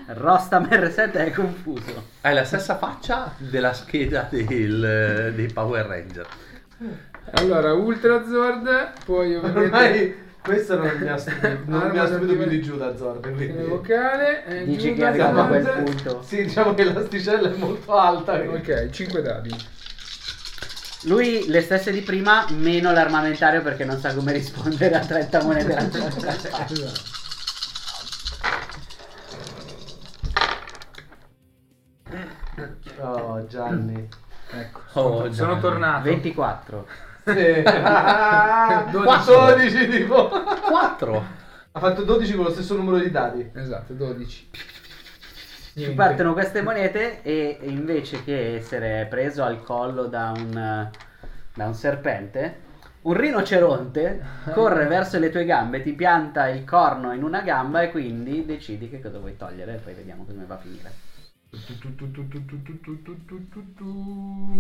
[SPEAKER 1] Rostamer 7 è confuso.
[SPEAKER 2] Hai la stessa faccia della scheda del- dei Power Ranger.
[SPEAKER 6] Allora, Ultrazord, poi ovviamente
[SPEAKER 3] Ormai questo non mi ha stupito, non mi ha stupito più di giù da Zord,
[SPEAKER 6] il
[SPEAKER 3] quindi...
[SPEAKER 6] vocale eh,
[SPEAKER 1] Dici
[SPEAKER 6] Giuda
[SPEAKER 1] che arriva a quel
[SPEAKER 6] Zord.
[SPEAKER 1] punto.
[SPEAKER 3] Sì, diciamo che l'asticella è molto alta. quindi-
[SPEAKER 6] Ok, 5 dadi.
[SPEAKER 1] Lui le stesse di prima, meno l'armamentario perché non sa come rispondere a 30 monete lanciate.
[SPEAKER 3] Oh, Gianni.
[SPEAKER 6] Ecco,
[SPEAKER 2] Oh,
[SPEAKER 6] sono, sono
[SPEAKER 2] dai.
[SPEAKER 6] tornato.
[SPEAKER 1] 24.
[SPEAKER 3] Sì. Ah,
[SPEAKER 6] 12.
[SPEAKER 3] 12 tipo.
[SPEAKER 2] 4.
[SPEAKER 3] Ha fatto 12 con lo stesso numero di dadi.
[SPEAKER 6] Esatto, 12.
[SPEAKER 1] Ci
[SPEAKER 6] Niente.
[SPEAKER 1] partono queste monete e invece che essere preso al collo da un, da un serpente, un rinoceronte corre verso le tue gambe, ti pianta il corno in una gamba e quindi decidi che cosa vuoi togliere e poi vediamo come va a finire.
[SPEAKER 6] Tu, tu, tu, tu, tu, tu, tu, tu, tu, tu, tu.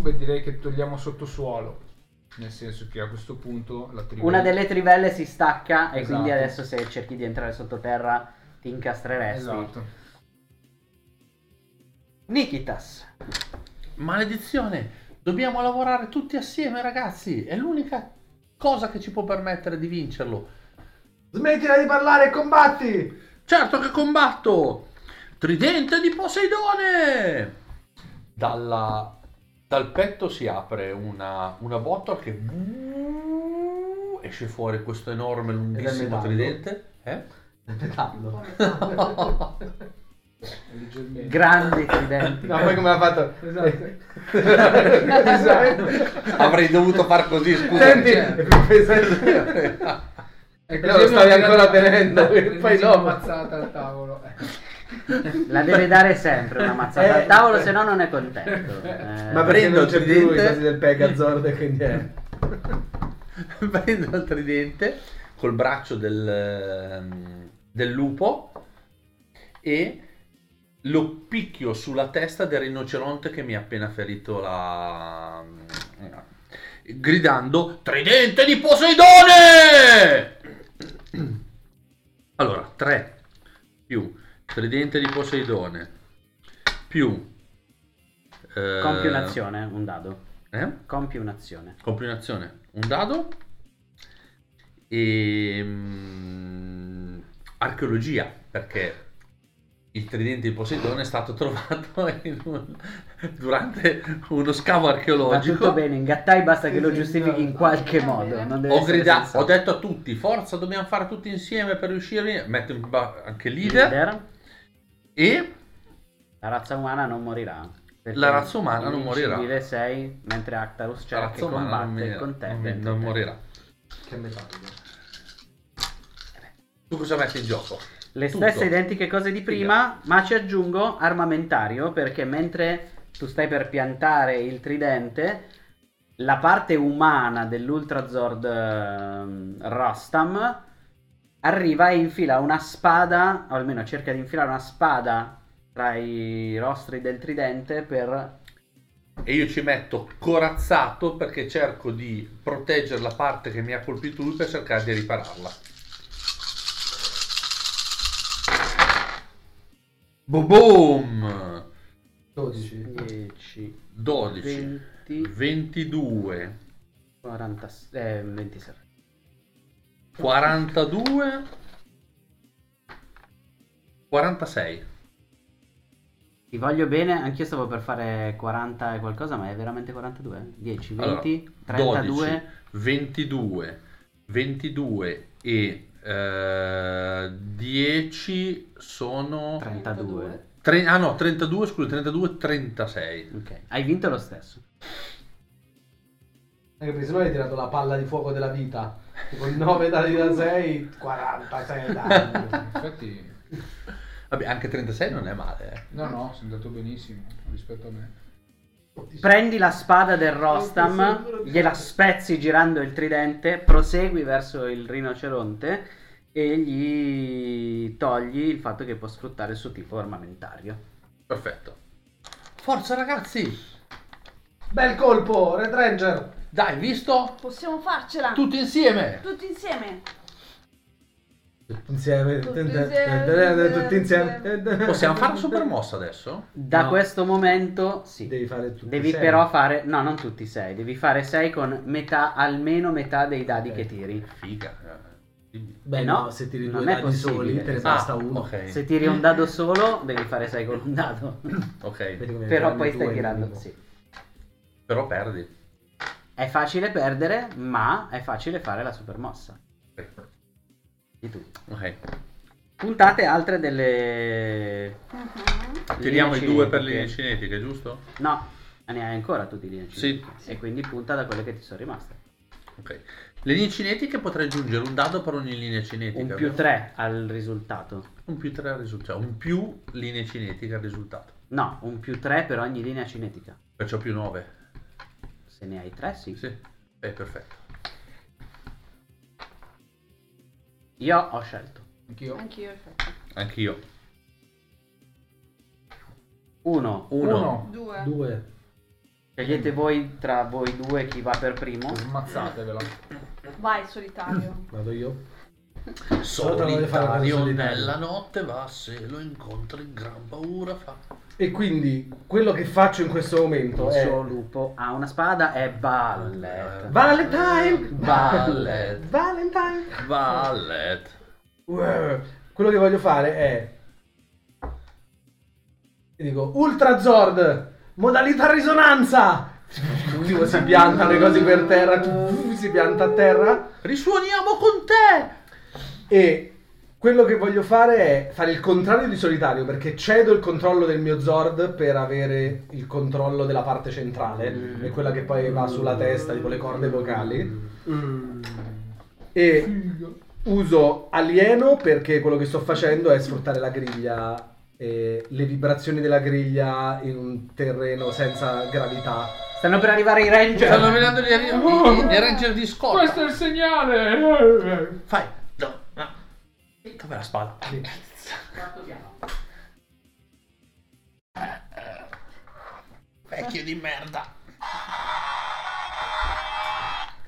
[SPEAKER 6] Beh, direi che togliamo sottosuolo. Nel senso che a questo punto la tribù.
[SPEAKER 1] Una delle trivelle si stacca e
[SPEAKER 6] Esatto.
[SPEAKER 1] quindi adesso se cerchi di entrare sottoterra ti incastreresti.
[SPEAKER 6] Esatto.
[SPEAKER 1] Nikitas,
[SPEAKER 2] Maledizione. Dobbiamo lavorare tutti assieme, ragazzi. È l'unica cosa che ci può permettere di vincerlo.
[SPEAKER 3] Smettila di parlare e combatti!
[SPEAKER 2] Certo che combatto! Tridente di Poseidone! Dalla- dal petto si apre una, una botola che buh, esce fuori questo enorme lunghissimo
[SPEAKER 3] metallo.
[SPEAKER 2] tridente. Eh?
[SPEAKER 3] Metallo.
[SPEAKER 4] Leggermente.
[SPEAKER 1] grandi tridenti.
[SPEAKER 3] No, poi come ha fatto?
[SPEAKER 4] Esatto.
[SPEAKER 3] Esatto.
[SPEAKER 2] Avrei dovuto far così, scusa. Cioè.
[SPEAKER 3] Senti, è più pesante.
[SPEAKER 4] E
[SPEAKER 3] No, lo stavi ancora tenendo, e poi
[SPEAKER 4] Poi
[SPEAKER 3] no.
[SPEAKER 4] no. ammazzata al tavolo.
[SPEAKER 6] Eh,
[SPEAKER 1] La deve dare sempre una mazzata
[SPEAKER 3] Eh.
[SPEAKER 1] al tavolo, se no non è contento. Eh,
[SPEAKER 3] Ma
[SPEAKER 2] perché
[SPEAKER 3] prendo
[SPEAKER 2] non
[SPEAKER 3] il
[SPEAKER 2] c'è
[SPEAKER 3] più
[SPEAKER 2] niente?
[SPEAKER 3] i cosi del Pegazord e quindi è...
[SPEAKER 2] prendo il tridente col braccio del, ehm, del lupo e lo picchio sulla testa del rinoceronte che mi ha appena ferito la... gridando Tridente di Poseidone! Allora, 3 più Tridente di Poseidone più... eh,
[SPEAKER 1] Compi un'azione, un dado.
[SPEAKER 2] Eh?
[SPEAKER 1] Compi un'azione.
[SPEAKER 2] Compri un'azione, un dado e mm, archeologia, perché il tridente di Poseidone è stato trovato in un- durante uno scavo
[SPEAKER 1] Va tutto
[SPEAKER 2] archeologico.
[SPEAKER 1] bene, in Gattai basta che
[SPEAKER 3] Sì,
[SPEAKER 1] lo
[SPEAKER 3] sì,
[SPEAKER 1] giustifichi
[SPEAKER 3] no.
[SPEAKER 1] in qualche
[SPEAKER 5] Va
[SPEAKER 1] modo.
[SPEAKER 5] bene.
[SPEAKER 1] non deve
[SPEAKER 2] Ho,
[SPEAKER 1] essere
[SPEAKER 2] grida-
[SPEAKER 1] senza-
[SPEAKER 2] ho detto a tutti, forza, dobbiamo fare tutti insieme per riuscire. Metto in ba- anche leader,
[SPEAKER 1] Leader,
[SPEAKER 2] e
[SPEAKER 1] La razza umana non morirà. perché
[SPEAKER 2] La razza umana non morirà.
[SPEAKER 1] invincibile sei, mentre Actarus
[SPEAKER 2] la
[SPEAKER 1] c'è che
[SPEAKER 2] razza umana non,
[SPEAKER 1] combatte
[SPEAKER 2] morirà-
[SPEAKER 1] con te.
[SPEAKER 2] non-
[SPEAKER 1] dentro
[SPEAKER 2] non
[SPEAKER 1] te.
[SPEAKER 2] morirà.
[SPEAKER 3] Che metallo.
[SPEAKER 2] Tu cosa metti in gioco?
[SPEAKER 1] Le
[SPEAKER 2] Tutto.
[SPEAKER 1] stesse identiche cose di prima, ma ci aggiungo armamentario perché mentre tu stai per piantare il tridente, la parte umana dell'Ultrazord ehm, Rostam arriva e infila una spada, o almeno cerca di infilare una spada tra i rostri del tridente per...
[SPEAKER 2] E io ci metto corazzato perché cerco di proteggere la parte che mi ha colpito lui per cercare di ripararla. Boom! boom!
[SPEAKER 3] 12.
[SPEAKER 1] 10,
[SPEAKER 2] 12,
[SPEAKER 1] 20,
[SPEAKER 2] 22,
[SPEAKER 1] 40, eh, 26.
[SPEAKER 2] 42, 46.
[SPEAKER 1] Ti voglio bene, anch'io stavo per fare 40 e qualcosa, ma è veramente 42? 10, 20,
[SPEAKER 2] Allora,
[SPEAKER 1] 32,
[SPEAKER 2] 12, 22, 22 e eh, 10 sono
[SPEAKER 1] 32.
[SPEAKER 2] tre- ah no, 32, scusa, 32 36.
[SPEAKER 1] Ok, hai vinto lo stesso.
[SPEAKER 3] Anche perché se no hai tirato la palla di fuoco della vita. Con 9 dadi da 6, 46 danni.
[SPEAKER 4] Infatti,
[SPEAKER 2] Vabbè, anche 36 non è male. eh.
[SPEAKER 4] no, no, sono andato benissimo rispetto a me.
[SPEAKER 1] Prendi la spada del Rostam, gliela spezzi girando il tridente, prosegui verso il rinoceronte e gli togli il fatto che può sfruttare il suo tipo armamentario.
[SPEAKER 2] Perfetto. Forza ragazzi!
[SPEAKER 3] Bel colpo, Red Ranger.
[SPEAKER 2] Dai, visto?
[SPEAKER 5] Possiamo farcela!
[SPEAKER 2] Tutti insieme!
[SPEAKER 5] Tutti insieme!
[SPEAKER 3] Tutti insieme.
[SPEAKER 5] Tutti insieme.
[SPEAKER 3] Tutti insieme.
[SPEAKER 2] Possiamo fare la supermossa adesso?
[SPEAKER 1] Da
[SPEAKER 3] No.
[SPEAKER 1] questo momento sì.
[SPEAKER 3] Devi fare tutti
[SPEAKER 1] Devi
[SPEAKER 3] insieme.
[SPEAKER 1] però fare, no, non tutti i sei, devi fare sei con metà, almeno metà dei dadi
[SPEAKER 3] Ok.
[SPEAKER 1] che tiri.
[SPEAKER 2] Figa. eh.
[SPEAKER 3] Beh,
[SPEAKER 1] Eh
[SPEAKER 3] no,
[SPEAKER 1] no,
[SPEAKER 3] se tiri
[SPEAKER 1] non
[SPEAKER 3] due
[SPEAKER 1] è
[SPEAKER 3] dadi
[SPEAKER 1] possibile.
[SPEAKER 3] soli, te ne
[SPEAKER 1] Ah,
[SPEAKER 3] basta uno.
[SPEAKER 2] Ok.
[SPEAKER 1] Se tiri un dado solo, devi fare sei con un dado.
[SPEAKER 2] ok.
[SPEAKER 3] Vedi come
[SPEAKER 1] però poi
[SPEAKER 3] ne prendi
[SPEAKER 1] stai
[SPEAKER 3] due,
[SPEAKER 1] tirando,
[SPEAKER 3] minimo.
[SPEAKER 1] sì.
[SPEAKER 2] Però perdi.
[SPEAKER 1] È facile perdere, ma è facile fare la supermossa. Di tutto.
[SPEAKER 2] Ok.
[SPEAKER 1] Puntate altre delle...
[SPEAKER 5] Mhm.
[SPEAKER 1] linee
[SPEAKER 2] Tiriamo il 2 per
[SPEAKER 1] cinetiche.
[SPEAKER 2] le linee cinetiche, giusto?
[SPEAKER 1] No, ne hai ancora tu di linee
[SPEAKER 2] Sì.
[SPEAKER 1] cinetiche. E quindi punta da quelle che ti sono rimaste.
[SPEAKER 2] Ok. Le linee cinetiche potrei aggiungere un dado per ogni linea cinetica.
[SPEAKER 1] Un più 3 al risultato.
[SPEAKER 2] Un più 3 al risultato. Cioè un più linee cinetiche al risultato.
[SPEAKER 1] No, un più 3 per ogni linea cinetica.
[SPEAKER 2] Perciò più 9.
[SPEAKER 1] Se ne hai 3, sì.
[SPEAKER 2] Sì. È perfetto.
[SPEAKER 1] Io ho scelto
[SPEAKER 6] Anch'io.
[SPEAKER 5] Anch'io, perfetto.
[SPEAKER 2] Anch'io.
[SPEAKER 1] 1.
[SPEAKER 2] 1.
[SPEAKER 5] Due.
[SPEAKER 3] Due.
[SPEAKER 1] Scegliete voi tra voi due chi va per primo.
[SPEAKER 6] Smazzatevela.
[SPEAKER 5] Vai, solitario.
[SPEAKER 3] Vado io. voglio fare la cosa
[SPEAKER 2] Solitario
[SPEAKER 3] solitaria.
[SPEAKER 2] nella notte va se lo incontra in gran paura fa.
[SPEAKER 3] E quindi quello che faccio in questo momento
[SPEAKER 1] Il
[SPEAKER 3] è.
[SPEAKER 1] suo lupo ha una spada e Ecco. ballet.
[SPEAKER 3] Valentine!
[SPEAKER 2] Ballet.
[SPEAKER 3] Valentine!
[SPEAKER 2] Valet.
[SPEAKER 3] Uè, Quello che voglio fare è. e Dico Ultra Zord! Modalità risonanza! Tipo si piantano le cose per terra, si pianta a terra.
[SPEAKER 2] Risuoniamo con te!
[SPEAKER 3] E quello che voglio fare è fare il contrario di solitario, perché cedo il controllo del mio Zord per avere il controllo della parte centrale, e quella che poi va sulla testa, tipo le corde vocali. E uso alieno perché quello che sto facendo è sfruttare la griglia e le vibrazioni della griglia in un terreno senza gravità.
[SPEAKER 1] Stanno per arrivare i ranger.
[SPEAKER 2] Stanno nominando gli, gli, gli ranger di scorta.
[SPEAKER 6] Questo è il segnale!
[SPEAKER 2] Fai. No. no. Dov'è la spada? Vecchio di merda.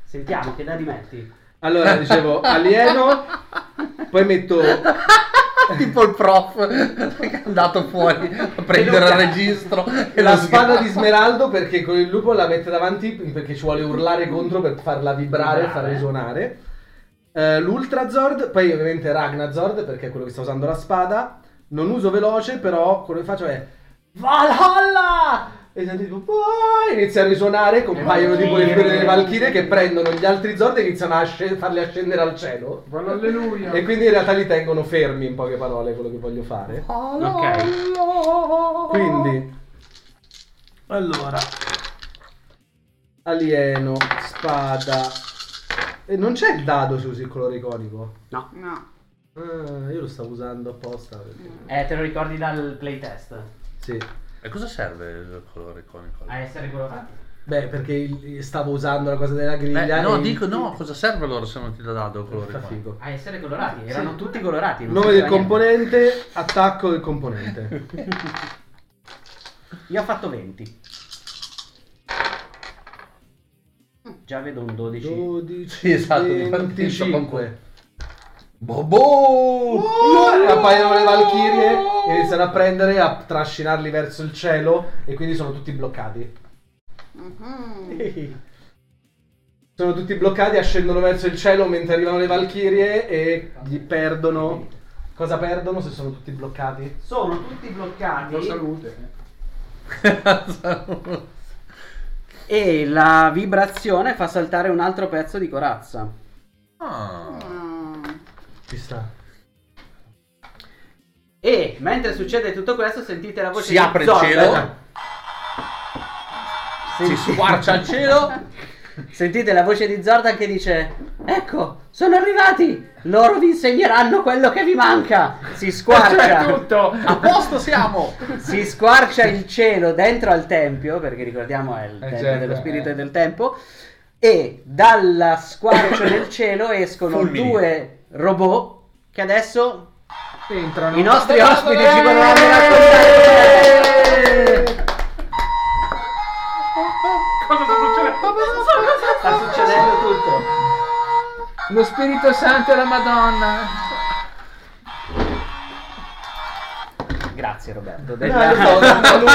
[SPEAKER 1] Sentiamo che dadi metti.
[SPEAKER 3] Allora, Eh, dicevo alieno, poi metto
[SPEAKER 2] tipo il prof che è andato fuori a prendere il registro e
[SPEAKER 3] la
[SPEAKER 2] lo
[SPEAKER 3] spada
[SPEAKER 2] sga-
[SPEAKER 3] di smeraldo perché con il lupo la mette davanti perché ci vuole urlare contro per farla vibrare, farla risuonare. Eh, L'Ultrazord, poi ovviamente Ragnazord perché è quello che sta usando la spada. Non uso veloce, però quello che faccio è Valhalla! E senti tipo "Vai!" inizia a risuonare, compaiono tipo le fiore delle valchirie che prendono gli altri Zord e iniziano a sce- farli ascendere al cielo.
[SPEAKER 6] Guarda, alleluia!
[SPEAKER 3] E quindi in realtà li tengono fermi in poche parole quello che voglio fare.
[SPEAKER 1] Ok.
[SPEAKER 3] Quindi Allora Alieno, spada E non c'è il dado se usi il colore iconico
[SPEAKER 5] No.
[SPEAKER 3] Ah, Io lo stavo usando apposta
[SPEAKER 2] Mm.
[SPEAKER 3] perché...
[SPEAKER 1] Eh, te lo ricordi dal playtest?
[SPEAKER 3] Sì
[SPEAKER 2] E cosa serve il colore iconico?
[SPEAKER 1] Eh, A essere quello fatto.
[SPEAKER 3] Beh, perché il- stavo usando la cosa della griglia.
[SPEAKER 2] Eh, no,
[SPEAKER 3] e-
[SPEAKER 2] dico no, cosa serve allora se non ti dà dato colore
[SPEAKER 3] Fa
[SPEAKER 2] qua?
[SPEAKER 3] figo.
[SPEAKER 1] A essere colorati, erano tutti colorati. non
[SPEAKER 3] Nome del
[SPEAKER 1] sapeva niente.
[SPEAKER 3] componente, attacco del componente.
[SPEAKER 1] Io ho fatto 20. Già vedo un 12.
[SPEAKER 3] 12
[SPEAKER 2] Sì, esatto, di partenza
[SPEAKER 3] 25.
[SPEAKER 2] Bobo! Oh!
[SPEAKER 3] Appaiono le valchirie e iniziano a prendere a trascinarli verso il cielo e quindi sono tutti bloccati.
[SPEAKER 5] Mhm.
[SPEAKER 3] Sono tutti bloccati, ascendono verso il cielo mentre arrivano le valchirie e gli perdono. Cosa perdono se sono tutti bloccati?
[SPEAKER 1] Sono tutti
[SPEAKER 4] Lo
[SPEAKER 1] bloccati.
[SPEAKER 4] salute.
[SPEAKER 2] Ah.
[SPEAKER 1] E la vibrazione fa saltare un altro pezzo di corazza.
[SPEAKER 2] Ah.
[SPEAKER 5] Ah.
[SPEAKER 3] Ci sta.
[SPEAKER 1] E mentre succede tutto questo, sentite la voce
[SPEAKER 2] Si
[SPEAKER 1] di
[SPEAKER 2] apre il
[SPEAKER 1] Zord.
[SPEAKER 2] cielo, si
[SPEAKER 1] Senti-
[SPEAKER 2] squarcia il cielo.
[SPEAKER 1] Sentite la voce di Zordan che dice: Ecco, sono arrivati! Loro vi insegneranno quello che vi manca! Si
[SPEAKER 2] C'è
[SPEAKER 1] squarcia!
[SPEAKER 2] tutto! A posto siamo!
[SPEAKER 1] si squarcia il cielo dentro al tempio, perché ricordiamo è il tempio
[SPEAKER 4] certo,
[SPEAKER 1] dello spirito
[SPEAKER 4] eh.
[SPEAKER 1] e del tempo, e dalla squarcio del cielo escono
[SPEAKER 2] Fulmini.
[SPEAKER 1] due robot che adesso
[SPEAKER 4] Entrano.
[SPEAKER 1] i nostri ospiti ci vorranno
[SPEAKER 2] Eh!
[SPEAKER 1] raccontare.
[SPEAKER 6] Cosa sta succedendo?
[SPEAKER 1] Sta succedendo tutto.
[SPEAKER 4] Lo Spirito Santo e la Madonna.
[SPEAKER 1] Grazie Roberto.
[SPEAKER 3] No,
[SPEAKER 1] della-
[SPEAKER 3] Eh, lo so, tanto lui.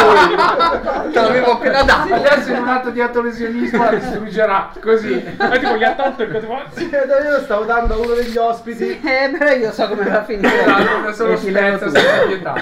[SPEAKER 2] Te l'avevo appena dato!
[SPEAKER 4] Adesso in un atto di autolesionismo la distruggerà. Così.
[SPEAKER 6] Ma tipo gli ha tanto il cazzo.
[SPEAKER 3] Sì, io lo stavo dando a uno degli ospiti.
[SPEAKER 1] Sì, eh, però io so come va a finire.
[SPEAKER 4] Una solo
[SPEAKER 1] E ti levo
[SPEAKER 4] scienza
[SPEAKER 1] tutto.
[SPEAKER 4] Esatto, senza pietà.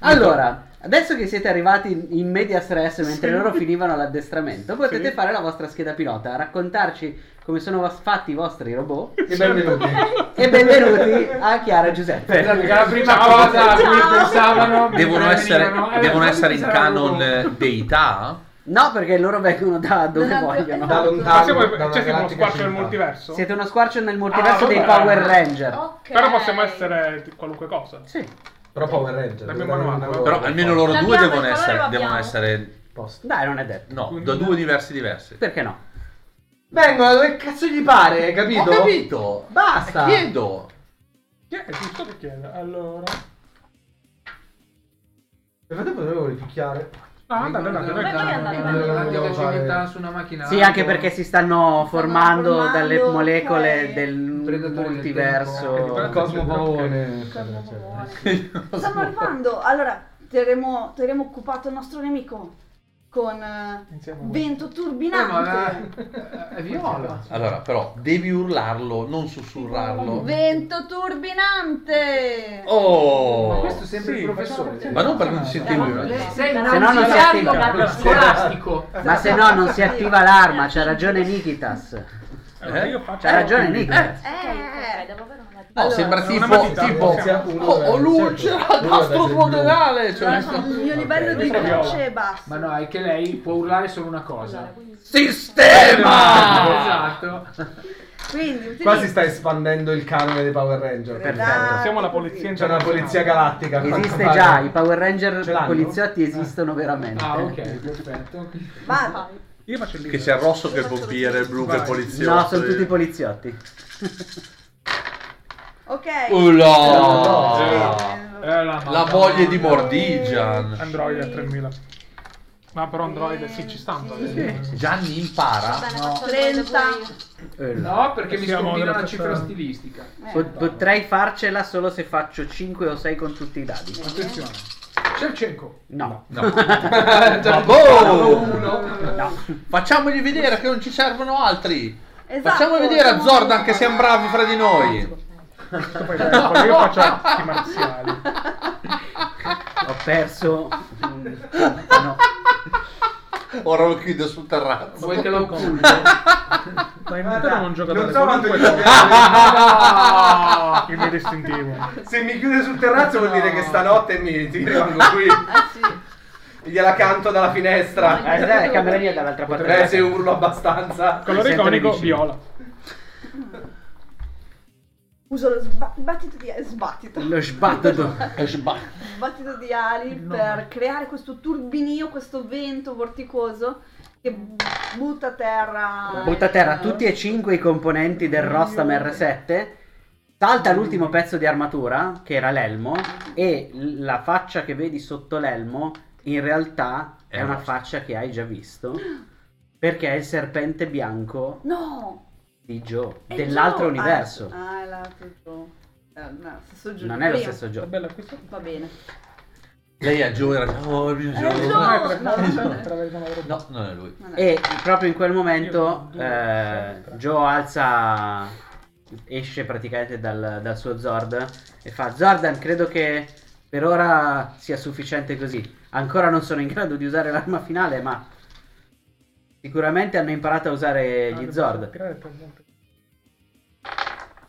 [SPEAKER 1] Allora, adesso che siete arrivati in- in media stress mentre loro finivano l'addestramento, potete
[SPEAKER 6] Sì.
[SPEAKER 1] fare la vostra scheda pilota, raccontarci come sono vas- fatti i vostri robot
[SPEAKER 3] E
[SPEAKER 2] Certo.
[SPEAKER 3] benvenuti.
[SPEAKER 1] e benvenuti a Chiara e Giuseppe.
[SPEAKER 4] Perché la prima
[SPEAKER 6] Ciao.
[SPEAKER 4] cosa a cui
[SPEAKER 5] Ciao.
[SPEAKER 4] pensavano
[SPEAKER 2] Devono
[SPEAKER 4] mentre
[SPEAKER 2] essere,
[SPEAKER 4] venivano, eh,
[SPEAKER 2] devono essere in
[SPEAKER 4] sarà uno.
[SPEAKER 2] canon eh, deità?
[SPEAKER 1] No, perché loro vengono da dove
[SPEAKER 5] Da-
[SPEAKER 1] vogliono.
[SPEAKER 3] Da
[SPEAKER 5] Ma
[SPEAKER 3] lontano.
[SPEAKER 5] siamo-
[SPEAKER 3] da una
[SPEAKER 7] cioè siamo uno
[SPEAKER 3] galattica
[SPEAKER 7] squarcio del
[SPEAKER 3] civiltà.
[SPEAKER 7] multiverso?
[SPEAKER 1] Siete uno squarcio nel multiverso
[SPEAKER 7] Ah,
[SPEAKER 1] dei
[SPEAKER 7] vabbè.
[SPEAKER 1] Power Ranger.
[SPEAKER 5] Ok.
[SPEAKER 7] Però possiamo essere di qualunque cosa.
[SPEAKER 1] Sì.
[SPEAKER 3] Però Power Ranger.
[SPEAKER 7] L'abbiamo
[SPEAKER 3] dai,
[SPEAKER 7] manuale,
[SPEAKER 3] dai,
[SPEAKER 7] vabbè.
[SPEAKER 2] Però
[SPEAKER 3] dai,
[SPEAKER 2] almeno
[SPEAKER 3] dai,
[SPEAKER 2] loro due
[SPEAKER 8] L'abbiamo,
[SPEAKER 2] devono
[SPEAKER 8] il colore
[SPEAKER 2] essere,
[SPEAKER 8] lo
[SPEAKER 2] devono
[SPEAKER 8] abbiamo.
[SPEAKER 2] essere.
[SPEAKER 3] posto.
[SPEAKER 1] Dai, non è detto.
[SPEAKER 2] No, da due diversi diversi.
[SPEAKER 1] Perché no?
[SPEAKER 3] Vengono dove cazzo gli pare, hai capito?
[SPEAKER 2] Ho capito!
[SPEAKER 3] Basta.
[SPEAKER 2] Chiedo!
[SPEAKER 7] Chi è? Giusto che chiede. Allora.
[SPEAKER 3] Nel frattempo dovevo ripicchiare.
[SPEAKER 7] No, andate,
[SPEAKER 8] Ma
[SPEAKER 7] andate, andate.
[SPEAKER 8] voi andate,
[SPEAKER 4] Andate,
[SPEAKER 8] andate.
[SPEAKER 4] andate,
[SPEAKER 3] Devo fare-
[SPEAKER 4] andate su una macchina.
[SPEAKER 1] Sì, anche perché si stanno formando
[SPEAKER 5] formando,
[SPEAKER 1] dalle molecole
[SPEAKER 5] ok.
[SPEAKER 1] del
[SPEAKER 4] Predatore del tempo.
[SPEAKER 1] multiverso.
[SPEAKER 4] Guarda,
[SPEAKER 3] Cosmopavone. eccetera, eccetera.
[SPEAKER 5] Stanno arrivando. Allora, terremo, terremo occupato il nostro nemico con eh,
[SPEAKER 7] Insieme a voi.
[SPEAKER 5] vento
[SPEAKER 4] Eh, ma
[SPEAKER 5] turbinante.
[SPEAKER 4] è, è viola.
[SPEAKER 2] Allora, però, devi urlarlo, non sussurrarlo.
[SPEAKER 8] Vento turbinante!
[SPEAKER 4] Ma
[SPEAKER 2] Oh!
[SPEAKER 4] questo sembra
[SPEAKER 7] Sì,
[SPEAKER 4] il professore.
[SPEAKER 7] facciamo-
[SPEAKER 2] Ma non perché non si
[SPEAKER 8] Eh,
[SPEAKER 2] sentivo
[SPEAKER 8] ma
[SPEAKER 2] io.
[SPEAKER 8] lei-
[SPEAKER 4] Sei
[SPEAKER 8] se
[SPEAKER 4] un
[SPEAKER 8] no non
[SPEAKER 1] si
[SPEAKER 4] anziano
[SPEAKER 1] attiva.
[SPEAKER 4] proprio scolastico.
[SPEAKER 1] Ma se no non si attiva l'arma, c'ha ragione Nikitas.
[SPEAKER 7] Allora, io faccio.
[SPEAKER 1] C'ha ragione Nikitas.
[SPEAKER 5] Eh,
[SPEAKER 8] Ok, ok, Eh, devo
[SPEAKER 2] Eh?
[SPEAKER 8] avere una
[SPEAKER 2] No,
[SPEAKER 5] Allora,
[SPEAKER 2] sembra
[SPEAKER 7] una
[SPEAKER 2] tipo,
[SPEAKER 7] matita,
[SPEAKER 2] tipo
[SPEAKER 7] possiamo-
[SPEAKER 2] oh, ho l'ulcera al
[SPEAKER 3] Uno deve
[SPEAKER 2] nastro
[SPEAKER 3] essere blu.
[SPEAKER 2] duodenale.
[SPEAKER 5] Allora,
[SPEAKER 2] Cioè,
[SPEAKER 5] il mio livello di
[SPEAKER 7] Questa è viola.
[SPEAKER 5] voce è basso.
[SPEAKER 4] Ma no, è che lei può urlare solo una cosa. Eh,
[SPEAKER 2] Eh, Sistema!
[SPEAKER 4] Esatto.
[SPEAKER 5] Quindi utilizzo-
[SPEAKER 3] Qua si sta espandendo il canone dei Power Ranger.
[SPEAKER 1] Perfetto.
[SPEAKER 5] Esatto,
[SPEAKER 7] Siamo la
[SPEAKER 5] così.
[SPEAKER 7] polizia
[SPEAKER 3] C'è una polizia
[SPEAKER 4] Eh.
[SPEAKER 3] galattica.
[SPEAKER 1] Esiste
[SPEAKER 3] Quanto
[SPEAKER 1] già,
[SPEAKER 3] pare.
[SPEAKER 1] i Power
[SPEAKER 3] Ce
[SPEAKER 1] Ranger
[SPEAKER 3] l'hanno?
[SPEAKER 1] poliziotti esistono veramente.
[SPEAKER 4] Ah, ok, perfetto.
[SPEAKER 5] Vado.
[SPEAKER 7] Io faccio il
[SPEAKER 2] Che
[SPEAKER 7] leader.
[SPEAKER 2] sia rosso che pompiere, il blu che
[SPEAKER 7] Vai.
[SPEAKER 2] poliziotti.
[SPEAKER 1] No, sono tutti poliziotti.
[SPEAKER 5] Ok.
[SPEAKER 2] Oh. Ulla!
[SPEAKER 4] Eh,
[SPEAKER 2] La
[SPEAKER 4] Madonna.
[SPEAKER 2] moglie di Mordigian.
[SPEAKER 7] Android a 3000. Ma per Android sì, ci stanno.
[SPEAKER 5] Sì.
[SPEAKER 7] adesso.
[SPEAKER 2] Gianni impara.
[SPEAKER 8] Bene, faccio il
[SPEAKER 5] 30.
[SPEAKER 8] gol io.
[SPEAKER 1] Ulla.
[SPEAKER 4] Eh, No, perché mi
[SPEAKER 7] Siamo
[SPEAKER 4] scombina
[SPEAKER 7] della
[SPEAKER 4] una
[SPEAKER 7] stessa-
[SPEAKER 4] cifra stilistica.
[SPEAKER 5] Eh,
[SPEAKER 1] Pot- Potrei farcela solo se faccio 5 o 6 con tutti i dadi.
[SPEAKER 4] Attenzione. Shevchenko.
[SPEAKER 1] No.
[SPEAKER 2] Ma boh! Facciamogli vedere che non ci servono altri.
[SPEAKER 5] esatto,
[SPEAKER 2] Facciamo vedere a
[SPEAKER 5] siamo-
[SPEAKER 2] Zordan che siamo bravi fra di noi.
[SPEAKER 7] Questo poi dopo, io faccio arti marziali.
[SPEAKER 1] Ho perso. mm, No.
[SPEAKER 2] Ora lo chiudo sul terrazzo.
[SPEAKER 4] Vuoi che lo occulto?
[SPEAKER 7] Ma in realtà non un giocatore
[SPEAKER 3] Non so quanto gli
[SPEAKER 7] qualunque ha
[SPEAKER 4] No!
[SPEAKER 7] il mio distintivo.
[SPEAKER 3] Se mi chiude sul terrazzo vuol dire che stanotte mi ti rimango qui.
[SPEAKER 5] Eh sì.
[SPEAKER 3] Gliela canto dalla finestra.
[SPEAKER 1] Eh, dai, la camera mia è dall'altra parte.
[SPEAKER 3] Eh, se urlo abbastanza.
[SPEAKER 7] Colore
[SPEAKER 1] Sempre
[SPEAKER 7] iconico
[SPEAKER 1] vicino.
[SPEAKER 7] viola.
[SPEAKER 5] Uso lo sba- battito di sbattito.
[SPEAKER 1] Lo sbattuto.
[SPEAKER 5] sbattito di ali per creare questo turbinio, questo vento vorticoso che butta a terra.
[SPEAKER 1] Butta a terra tutti e cinque i componenti del Rostam R7. Salta l'ultimo pezzo di armatura, che era l'elmo, e l- la faccia che vedi sotto l'elmo in realtà è
[SPEAKER 2] È
[SPEAKER 1] una
[SPEAKER 2] Rostam.
[SPEAKER 1] faccia che hai già visto. Perché è il serpente bianco
[SPEAKER 5] No!
[SPEAKER 1] di Joe,
[SPEAKER 5] è
[SPEAKER 1] dell'altro
[SPEAKER 5] Joe.
[SPEAKER 1] universo.
[SPEAKER 5] Ah, è l'altro Joe. Eh, no, stesso Joe.
[SPEAKER 1] Non è lo
[SPEAKER 5] Prima.
[SPEAKER 1] stesso Joe.
[SPEAKER 7] Bella questa.
[SPEAKER 5] Va bene.
[SPEAKER 2] Lei a Joe era... Oh, il mio
[SPEAKER 5] È
[SPEAKER 2] Joe.
[SPEAKER 5] Joe!
[SPEAKER 7] No,
[SPEAKER 5] no, no.
[SPEAKER 2] No, non è lui.
[SPEAKER 5] Non è.
[SPEAKER 1] E proprio in quel momento
[SPEAKER 7] Io due,
[SPEAKER 1] eh,
[SPEAKER 7] tre.
[SPEAKER 1] Joe alza, esce praticamente dal, dal suo Zord e fa Zordan credo che per ora sia sufficiente così. Ancora non sono in grado di usare l'arma finale ma sicuramente hanno imparato a usare gli Zord.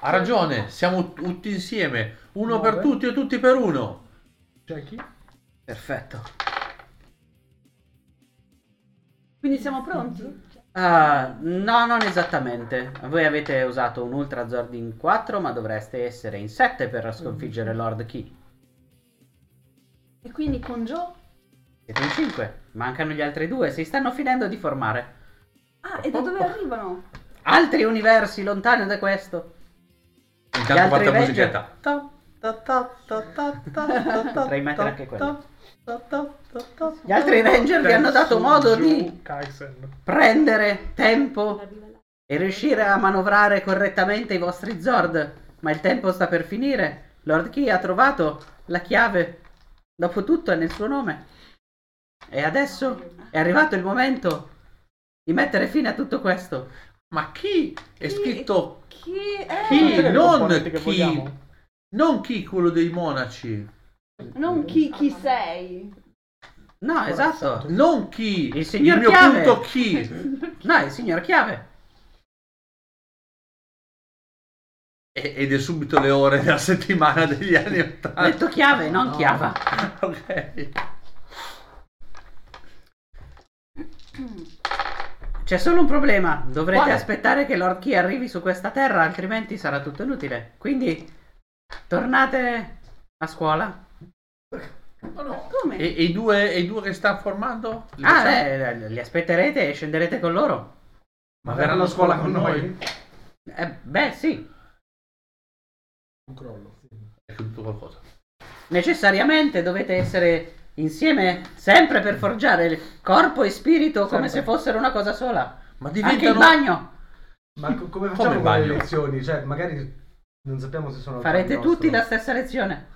[SPEAKER 2] Ha ragione, siamo tutti insieme. Uno per tutti e tutti per uno.
[SPEAKER 6] C'è chi?
[SPEAKER 1] Perfetto.
[SPEAKER 5] Quindi siamo pronti?
[SPEAKER 1] Ah, no, non esattamente. Voi avete usato un Ultra Zord in 4 ma dovreste essere in 7 per
[SPEAKER 7] Mm.
[SPEAKER 1] sconfiggere Lord Key.
[SPEAKER 5] E quindi con Joe?
[SPEAKER 1] Siete in 5, mancano gli altri due, si stanno finendo di formare.
[SPEAKER 5] Ah, e da
[SPEAKER 1] Oh,
[SPEAKER 5] dove arrivano?
[SPEAKER 1] altri universi lontani da questo.
[SPEAKER 2] Intanto
[SPEAKER 1] altri
[SPEAKER 2] quanta
[SPEAKER 1] Avenger?
[SPEAKER 2] musichetta.
[SPEAKER 1] Potrei
[SPEAKER 9] Potrei
[SPEAKER 1] mettere anche quello. Gli
[SPEAKER 9] Gli
[SPEAKER 1] altri Ranger vi hanno dato modo di
[SPEAKER 7] Kaisen.
[SPEAKER 1] prendere tempo
[SPEAKER 8] Arriva là.
[SPEAKER 1] e riuscire a manovrare correttamente i vostri Zord. Ma il tempo sta per finire. Lord Key ha trovato la chiave. Dopotutto è nel suo nome. E adesso è arrivato il momento di mettere fine a tutto questo.
[SPEAKER 2] Ma chi è
[SPEAKER 5] Chi? Eh,
[SPEAKER 2] scritto?
[SPEAKER 5] Chi è?
[SPEAKER 2] Chi? Non
[SPEAKER 7] componenti che
[SPEAKER 2] chi?
[SPEAKER 7] vogliamo?
[SPEAKER 2] Non chi quello dei monaci.
[SPEAKER 5] Non chi, chi sei?
[SPEAKER 1] No, esatto.
[SPEAKER 2] Non chi.
[SPEAKER 1] Il signor
[SPEAKER 2] mio
[SPEAKER 1] Chiave.
[SPEAKER 2] punto chi.
[SPEAKER 1] No, il signor chiave.
[SPEAKER 2] E- Ed è subito le ore della settimana degli anni
[SPEAKER 1] Ho
[SPEAKER 2] Ottanta.
[SPEAKER 1] detto chiave, non chiava.
[SPEAKER 2] Ok.
[SPEAKER 1] C'è solo un problema, dovrete
[SPEAKER 2] Quale?
[SPEAKER 1] aspettare che Lord Key arrivi su questa terra, altrimenti sarà tutto inutile. Quindi tornate a scuola.
[SPEAKER 5] Come?
[SPEAKER 2] E, e i due, e i due che sta formando? Li
[SPEAKER 1] ah,
[SPEAKER 2] facciamo?
[SPEAKER 1] eh, li aspetterete e scenderete con loro.
[SPEAKER 3] Ma verranno a scuola con noi?
[SPEAKER 1] Eh, beh, sì,
[SPEAKER 2] È tutto qualcosa.
[SPEAKER 1] necessariamente dovete essere insieme sempre per forgiare il corpo e spirito come se fossero una cosa sola.
[SPEAKER 2] Ma
[SPEAKER 1] Anche il
[SPEAKER 2] diventano...
[SPEAKER 1] bagno.
[SPEAKER 3] Ma co- come
[SPEAKER 2] Come
[SPEAKER 3] facciamo con le
[SPEAKER 2] bagno?
[SPEAKER 3] lezioni? Cioè, magari non sappiamo se sono... al
[SPEAKER 1] Farete
[SPEAKER 3] nostro.
[SPEAKER 1] tutti la stessa lezione.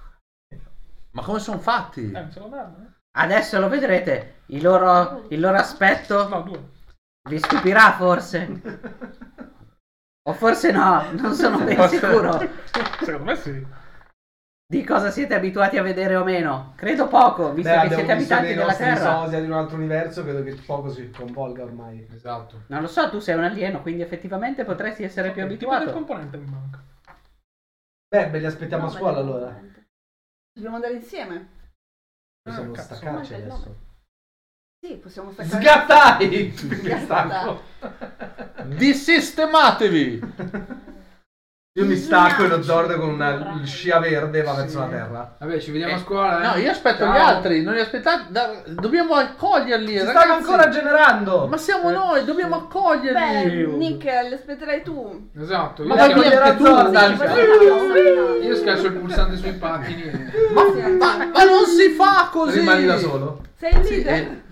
[SPEAKER 2] Ma come sono fatti?
[SPEAKER 7] Eh, non ce la danno,
[SPEAKER 1] Adesso lo vedrete, il loro, il loro
[SPEAKER 7] eh?
[SPEAKER 1] aspetto
[SPEAKER 7] No, due.
[SPEAKER 1] vi stupirà forse. O forse no, non sono ben
[SPEAKER 2] Forse-
[SPEAKER 1] sicuro.
[SPEAKER 7] Secondo me sì.
[SPEAKER 1] di cosa siete abituati a vedere o meno. Credo poco, visto
[SPEAKER 3] Beh,
[SPEAKER 1] che
[SPEAKER 3] abbiamo
[SPEAKER 1] siete
[SPEAKER 3] visto
[SPEAKER 1] abitanti
[SPEAKER 3] dei
[SPEAKER 1] della
[SPEAKER 3] nostri
[SPEAKER 1] Terra.
[SPEAKER 3] sosia di un altro universo, credo che poco si convolga ormai.
[SPEAKER 4] Esatto.
[SPEAKER 1] Non lo so, tu sei un alieno, quindi effettivamente potresti essere più
[SPEAKER 7] Il tipo del
[SPEAKER 1] abituato.
[SPEAKER 7] componente mi manca.
[SPEAKER 3] Beh, beh, li aspettiamo a scuola allora.
[SPEAKER 5] Dobbiamo andare insieme?
[SPEAKER 1] Ah,
[SPEAKER 3] Possiamo
[SPEAKER 7] cazzo,
[SPEAKER 3] staccarci
[SPEAKER 8] ma è bello.
[SPEAKER 3] adesso.
[SPEAKER 5] Sì, possiamo staccare.
[SPEAKER 3] Sgattai!
[SPEAKER 5] Sgatta.
[SPEAKER 3] Mi stacco.
[SPEAKER 2] Dissistematevi!
[SPEAKER 3] Io mi stacco e lo zordo con una scia verde va verso la terra.
[SPEAKER 4] Vabbè, ci vediamo
[SPEAKER 2] Eh,
[SPEAKER 4] a scuola, eh.
[SPEAKER 2] No, io aspetto
[SPEAKER 4] Ciao.
[SPEAKER 2] gli altri, non li aspettate. da- dobbiamo accoglierli,
[SPEAKER 3] Si stanno
[SPEAKER 2] ragazzi.
[SPEAKER 3] ancora generando!
[SPEAKER 2] Ma siamo noi, dobbiamo accoglierli.
[SPEAKER 5] Beh, Nick, l'aspetterai tu.
[SPEAKER 4] Esatto. Io,
[SPEAKER 2] Ma dai,
[SPEAKER 4] scalzo,
[SPEAKER 2] anche tu,
[SPEAKER 5] Sì,
[SPEAKER 3] cioè.
[SPEAKER 5] possiamo-
[SPEAKER 4] io scalzo il pulsante sui pattini. e-
[SPEAKER 2] Ma, ma non si fa così.
[SPEAKER 3] Rimani da solo?
[SPEAKER 5] Sei il
[SPEAKER 2] Sì,
[SPEAKER 5] leader?
[SPEAKER 2] eh,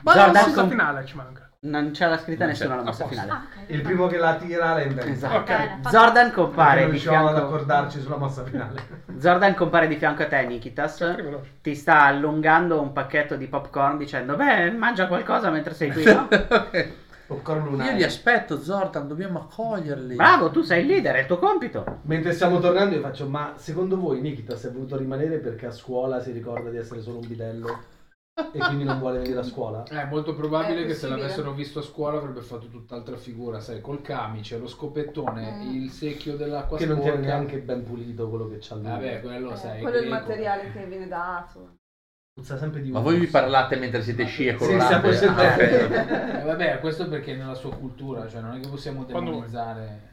[SPEAKER 2] ma
[SPEAKER 1] Guarda,
[SPEAKER 2] non
[SPEAKER 7] La
[SPEAKER 2] si fa-
[SPEAKER 1] com-
[SPEAKER 7] mossa finale ci manca.
[SPEAKER 1] Non c'è la scritta
[SPEAKER 2] Non
[SPEAKER 1] nessuna
[SPEAKER 2] c'è,
[SPEAKER 1] la mossa
[SPEAKER 7] a posto.
[SPEAKER 1] finale.
[SPEAKER 8] Ah, ok.
[SPEAKER 3] Il primo che la tira la inventa.
[SPEAKER 1] Esatto.
[SPEAKER 8] Ok.
[SPEAKER 1] Zordan
[SPEAKER 3] Perché
[SPEAKER 1] compare
[SPEAKER 3] non
[SPEAKER 1] di
[SPEAKER 3] riusciamo ad
[SPEAKER 1] fianco.
[SPEAKER 3] accordarci sulla mossa finale.
[SPEAKER 1] Zordan compare di fianco a te, Nikitas.
[SPEAKER 7] veloce.
[SPEAKER 1] Ti sta allungando un pacchetto di popcorn dicendo: Beh, mangia qualcosa mentre sei qui, no?
[SPEAKER 3] Popcorn
[SPEAKER 2] Io
[SPEAKER 3] lunare.
[SPEAKER 2] li aspetto, Zordan, dobbiamo accoglierli.
[SPEAKER 1] Bravo, tu sei il leader, è il tuo compito.
[SPEAKER 3] Mentre stiamo tornando io faccio, ma secondo voi Nikitas è voluto rimanere perché a scuola si ricorda di essere solo un bidello e quindi non vuole venire a scuola?
[SPEAKER 4] È molto probabile
[SPEAKER 5] È
[SPEAKER 4] che se
[SPEAKER 5] possibile.
[SPEAKER 4] l'avessero visto a scuola avrebbe fatto tutt'altra figura, sai, col camice, lo scopettone,
[SPEAKER 5] Mm.
[SPEAKER 4] il secchio dell'acqua
[SPEAKER 3] Che non
[SPEAKER 4] sporca. Eh,
[SPEAKER 3] tiene neanche ben pulito quello che c'ha lui.
[SPEAKER 4] Vabbè, quello sai.
[SPEAKER 5] Eh, Quello è il
[SPEAKER 4] greco.
[SPEAKER 5] materiale che viene dato.
[SPEAKER 3] Puzza sempre di
[SPEAKER 2] Ma
[SPEAKER 3] humus.
[SPEAKER 2] voi vi parlate mentre siete sci e colorate?
[SPEAKER 3] Sì, siamo
[SPEAKER 2] Ah,
[SPEAKER 3] sempre-
[SPEAKER 2] ok.
[SPEAKER 4] Eh, vabbè, questo perché è nella sua cultura, cioè non è che possiamo
[SPEAKER 7] Quando vuoi.
[SPEAKER 4] demonizzare.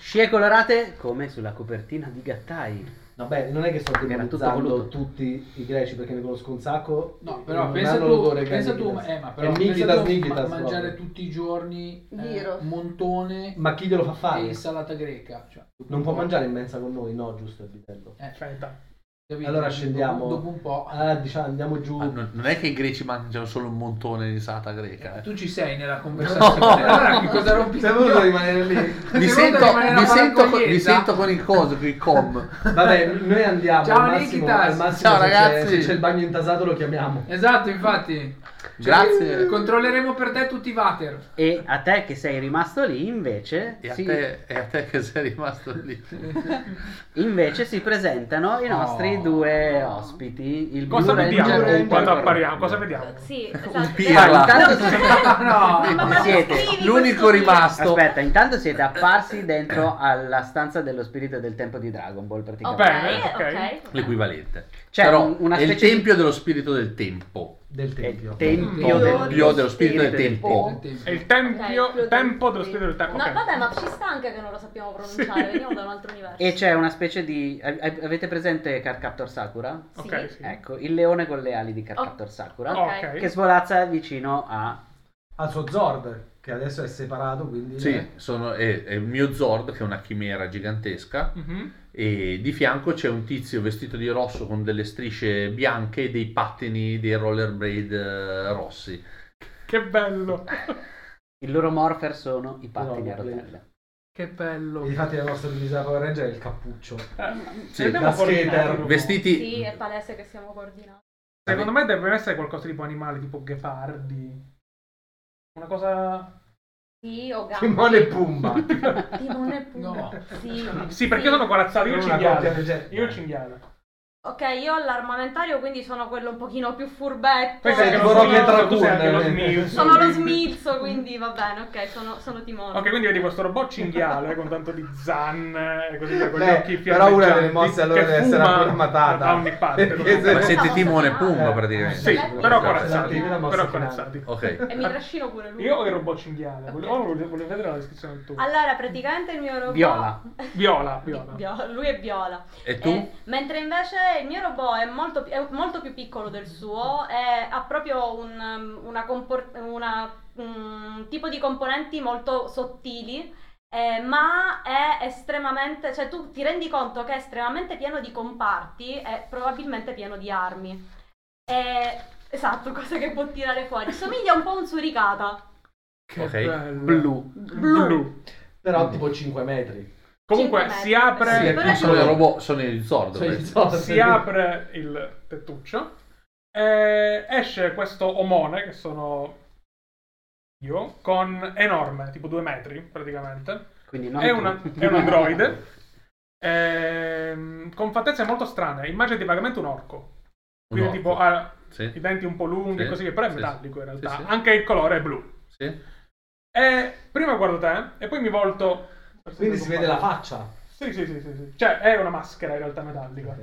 [SPEAKER 1] Scie colorate come sulla copertina di Gattai.
[SPEAKER 3] Vabbè, non è che sto
[SPEAKER 1] tutto
[SPEAKER 3] demonizzando
[SPEAKER 1] voluto.
[SPEAKER 3] tutti i greci perché ne conosco un sacco.
[SPEAKER 4] No, però
[SPEAKER 3] non
[SPEAKER 4] pensa
[SPEAKER 3] hanno
[SPEAKER 4] tu,
[SPEAKER 3] l'odore che
[SPEAKER 4] pensa
[SPEAKER 3] hanno i
[SPEAKER 4] tu,
[SPEAKER 3] greci.
[SPEAKER 4] eh, ma però
[SPEAKER 3] È
[SPEAKER 4] pensa
[SPEAKER 3] Mikitas,
[SPEAKER 4] tu ma-
[SPEAKER 3] Mikitas.
[SPEAKER 4] mangiare
[SPEAKER 3] proprio.
[SPEAKER 4] tutti i giorni eh,
[SPEAKER 5] Gyros.
[SPEAKER 4] montone
[SPEAKER 3] Ma chi glielo fa
[SPEAKER 4] e
[SPEAKER 3] fare?
[SPEAKER 4] insalata greca. Cioè, dopo
[SPEAKER 3] Non
[SPEAKER 4] un
[SPEAKER 3] può
[SPEAKER 4] po'-
[SPEAKER 3] mangiare in mensa con noi, no, giusto il vitello.
[SPEAKER 4] Eh,
[SPEAKER 7] Feta.
[SPEAKER 4] capito?
[SPEAKER 3] Allora
[SPEAKER 4] Dopo-
[SPEAKER 3] scendiamo.
[SPEAKER 4] Dopo un po'.
[SPEAKER 3] Ah, diciamo, andiamo giù.
[SPEAKER 2] Ah, non, non è che i greci mangiano solo un montone di salata greca. eh.
[SPEAKER 4] Tu ci sei nella conversazione. Allora, che cosa rompi? i
[SPEAKER 3] Sei voluto
[SPEAKER 4] coglioni?
[SPEAKER 3] rimanere lì?
[SPEAKER 2] Mi,
[SPEAKER 4] Secondo
[SPEAKER 2] sento,
[SPEAKER 4] me rimane
[SPEAKER 2] mi,
[SPEAKER 4] una
[SPEAKER 2] sento con, mi
[SPEAKER 4] paracogliezza.
[SPEAKER 2] sento con il coso, con il com.
[SPEAKER 3] Vabbè, noi andiamo.
[SPEAKER 4] Ciao,
[SPEAKER 3] al massimo,
[SPEAKER 4] Nikitas.
[SPEAKER 3] al massimo
[SPEAKER 2] Ciao,
[SPEAKER 3] se c'è-
[SPEAKER 2] ragazzi.
[SPEAKER 3] Se c'è il bagno intasato lo chiamiamo.
[SPEAKER 4] Esatto, infatti. Cioè,
[SPEAKER 2] Grazie.
[SPEAKER 4] Controlleremo per te tutti i water.
[SPEAKER 1] E a te che sei rimasto lì, invece,
[SPEAKER 2] E a,
[SPEAKER 1] si,
[SPEAKER 2] te, e a te che sei rimasto lì.
[SPEAKER 1] invece si presentano i nostri
[SPEAKER 4] Oh.
[SPEAKER 1] due ospiti. Il
[SPEAKER 7] Cosa
[SPEAKER 1] Blue Ranger e
[SPEAKER 7] vediamo
[SPEAKER 1] il
[SPEAKER 7] quando
[SPEAKER 1] Purple
[SPEAKER 7] appariamo?
[SPEAKER 1] Ranger.
[SPEAKER 7] Cosa vediamo?
[SPEAKER 8] Sì,
[SPEAKER 2] Un
[SPEAKER 8] esatto.
[SPEAKER 1] Dai,
[SPEAKER 2] pirla.
[SPEAKER 1] intanto siete-
[SPEAKER 4] No,
[SPEAKER 8] Ma proprio
[SPEAKER 1] Siete
[SPEAKER 8] scrivi
[SPEAKER 2] l'unico
[SPEAKER 8] questo video.
[SPEAKER 2] rimasto.
[SPEAKER 1] Aspetta, intanto siete apparsi dentro alla stanza dello spirito del tempo di Dragon Ball praticamente.
[SPEAKER 7] Vabbè.
[SPEAKER 8] Ok,
[SPEAKER 7] Bene,
[SPEAKER 8] ok.
[SPEAKER 2] L'equivalente.
[SPEAKER 1] C'è
[SPEAKER 2] Però
[SPEAKER 1] un- una
[SPEAKER 2] è il
[SPEAKER 1] specie di-
[SPEAKER 2] tempio dello spirito del tempo.
[SPEAKER 3] Del
[SPEAKER 1] È il
[SPEAKER 3] tempio.
[SPEAKER 1] tempio del
[SPEAKER 2] Dio dello spirito del tempo.
[SPEAKER 7] È il
[SPEAKER 8] Ok,
[SPEAKER 7] tempio,
[SPEAKER 8] quello
[SPEAKER 7] tempo dello
[SPEAKER 8] del-
[SPEAKER 7] spirito del tempo.
[SPEAKER 8] No,
[SPEAKER 7] ok.
[SPEAKER 8] vabbè, ma ci sta anche che non lo sappiamo pronunciare,
[SPEAKER 7] Sì.
[SPEAKER 8] veniamo da un altro universo.
[SPEAKER 1] E c'è una specie di. a- a- Avete presente Carcaptor Sakura?
[SPEAKER 8] Sì.
[SPEAKER 7] Ok, sì.
[SPEAKER 3] Eh,
[SPEAKER 1] Ecco, il leone con le ali di Carcaptor Sakura.
[SPEAKER 8] Oh.
[SPEAKER 7] Ok.
[SPEAKER 1] Che svolazza vicino a.
[SPEAKER 3] Al suo Zord, che adesso è separato, quindi... eh,
[SPEAKER 2] Sì, sono- è, è il mio Zord, che è una chimera gigantesca,
[SPEAKER 7] Mhm.
[SPEAKER 2] e di fianco c'è un tizio vestito di rosso con delle strisce bianche e dei pattini dei rollerblade eh, rossi.
[SPEAKER 7] Che bello.
[SPEAKER 1] Il loro morpher sono i pattini a
[SPEAKER 3] Rollerblade.
[SPEAKER 1] rotelle.
[SPEAKER 7] Che bello.
[SPEAKER 3] E Infatti la nostra divisa da Power Ranger è il cappuccio.
[SPEAKER 2] Sì,
[SPEAKER 7] Andiamo
[SPEAKER 3] la
[SPEAKER 7] a coordinare,
[SPEAKER 3] skater,
[SPEAKER 7] tipo.
[SPEAKER 2] Vestiti...
[SPEAKER 8] Sì, è palese che siamo coordinati.
[SPEAKER 7] Secondo me deve essere qualcosa tipo animale, tipo ghepardi. Una cosa...
[SPEAKER 8] Sì, o gatti.
[SPEAKER 3] Timone e Pumba.
[SPEAKER 8] Timone e Pumba.
[SPEAKER 4] No.
[SPEAKER 8] Sì.
[SPEAKER 7] Sì, perché sono corazzato, io il
[SPEAKER 3] Una coppia
[SPEAKER 7] cinghiale.
[SPEAKER 3] di gente.
[SPEAKER 7] Io il
[SPEAKER 8] Eh,
[SPEAKER 7] cinghiale.
[SPEAKER 8] Ok, io ho l'armamentario, quindi sono quello un pochino più furbetto.
[SPEAKER 7] Poi sei
[SPEAKER 3] Eh,
[SPEAKER 7] anche
[SPEAKER 3] tipo
[SPEAKER 7] lo
[SPEAKER 3] Rocky e
[SPEAKER 7] smilzo, tu
[SPEAKER 3] Raccoon,
[SPEAKER 7] sei anche lo
[SPEAKER 3] eh.
[SPEAKER 7] smilzo.
[SPEAKER 8] Sono lo smilzo, quindi va bene, ok, sono, sono timone.
[SPEAKER 7] Ok, quindi vedi questo robot cinghiale con tanto di zanne e così via, con gli
[SPEAKER 3] Beh,
[SPEAKER 7] occhi
[SPEAKER 3] però una delle
[SPEAKER 7] fiammeggianti,
[SPEAKER 3] mosse allora
[SPEAKER 7] che
[SPEAKER 3] deve essere
[SPEAKER 7] fuma
[SPEAKER 3] ancora matata.
[SPEAKER 7] Da ogni parte.
[SPEAKER 3] Perché
[SPEAKER 7] proprio.
[SPEAKER 3] se-
[SPEAKER 2] Ma siete
[SPEAKER 8] Stavo
[SPEAKER 2] Timone e
[SPEAKER 8] sognando.
[SPEAKER 2] Pumba praticamente.
[SPEAKER 7] Sì,
[SPEAKER 2] corazzati.
[SPEAKER 7] però corazzati.
[SPEAKER 3] Sì, la mossa
[SPEAKER 7] Però
[SPEAKER 3] finale.
[SPEAKER 7] corazzati.
[SPEAKER 2] Ok.
[SPEAKER 8] E mi trascino pure lui.
[SPEAKER 7] Io ho il robot cinghiale. Volevo,
[SPEAKER 8] Ok.
[SPEAKER 7] volevo- volevo vedere la descrizione del tuo.
[SPEAKER 8] Allora, praticamente il mio robot...
[SPEAKER 1] Viola.
[SPEAKER 7] Viola, viola.
[SPEAKER 8] Bio- lui è viola.
[SPEAKER 2] E tu?
[SPEAKER 8] Eh, mentre invece il mio robot è molto, pi- è molto più piccolo del suo, è- ha proprio un um, una compor- una, mm, tipo di componenti molto sottili, eh, ma è estremamente, cioè tu ti rendi conto che è estremamente pieno di comparti e probabilmente pieno di armi. Eh, esatto, cose che può tirare fuori. Somiglia un po' a un suricata.
[SPEAKER 7] Che
[SPEAKER 2] Ok.
[SPEAKER 7] bello.
[SPEAKER 1] Blu.
[SPEAKER 7] Blu.
[SPEAKER 3] Però tipo 5 metri.
[SPEAKER 7] Comunque
[SPEAKER 8] Cinque metri.
[SPEAKER 7] si
[SPEAKER 2] Sì,
[SPEAKER 8] Eh,
[SPEAKER 7] apre,
[SPEAKER 8] però
[SPEAKER 2] non
[SPEAKER 8] è
[SPEAKER 2] sono il
[SPEAKER 8] tipo-
[SPEAKER 2] robot, sono il Zord.
[SPEAKER 3] Cioè, il
[SPEAKER 2] questo.
[SPEAKER 3] Zord-
[SPEAKER 7] si apre il tettuccio. eh, esce questo omone che sono io, con enorme, tipo due metri praticamente.
[SPEAKER 1] Quindi non
[SPEAKER 7] è,
[SPEAKER 1] tu.
[SPEAKER 7] una- è un androide. ehm, con fattezze molto strane. Immaginati vagamente un orco. Quindi
[SPEAKER 2] Un
[SPEAKER 7] tipo
[SPEAKER 2] orco.
[SPEAKER 7] ha
[SPEAKER 2] Sì.
[SPEAKER 7] i denti un po' lunghi,
[SPEAKER 2] Sì,
[SPEAKER 7] così che però è
[SPEAKER 2] sì,
[SPEAKER 7] metallico in
[SPEAKER 2] sì,
[SPEAKER 7] realtà.
[SPEAKER 2] sì.
[SPEAKER 7] Anche il colore è blu.
[SPEAKER 2] Sì.
[SPEAKER 7] E prima guardo te e poi mi volto.
[SPEAKER 3] Quindi si vede la faccia.
[SPEAKER 7] Sì, sì, sì, sì, sì. Cioè, è una maschera in realtà metallica.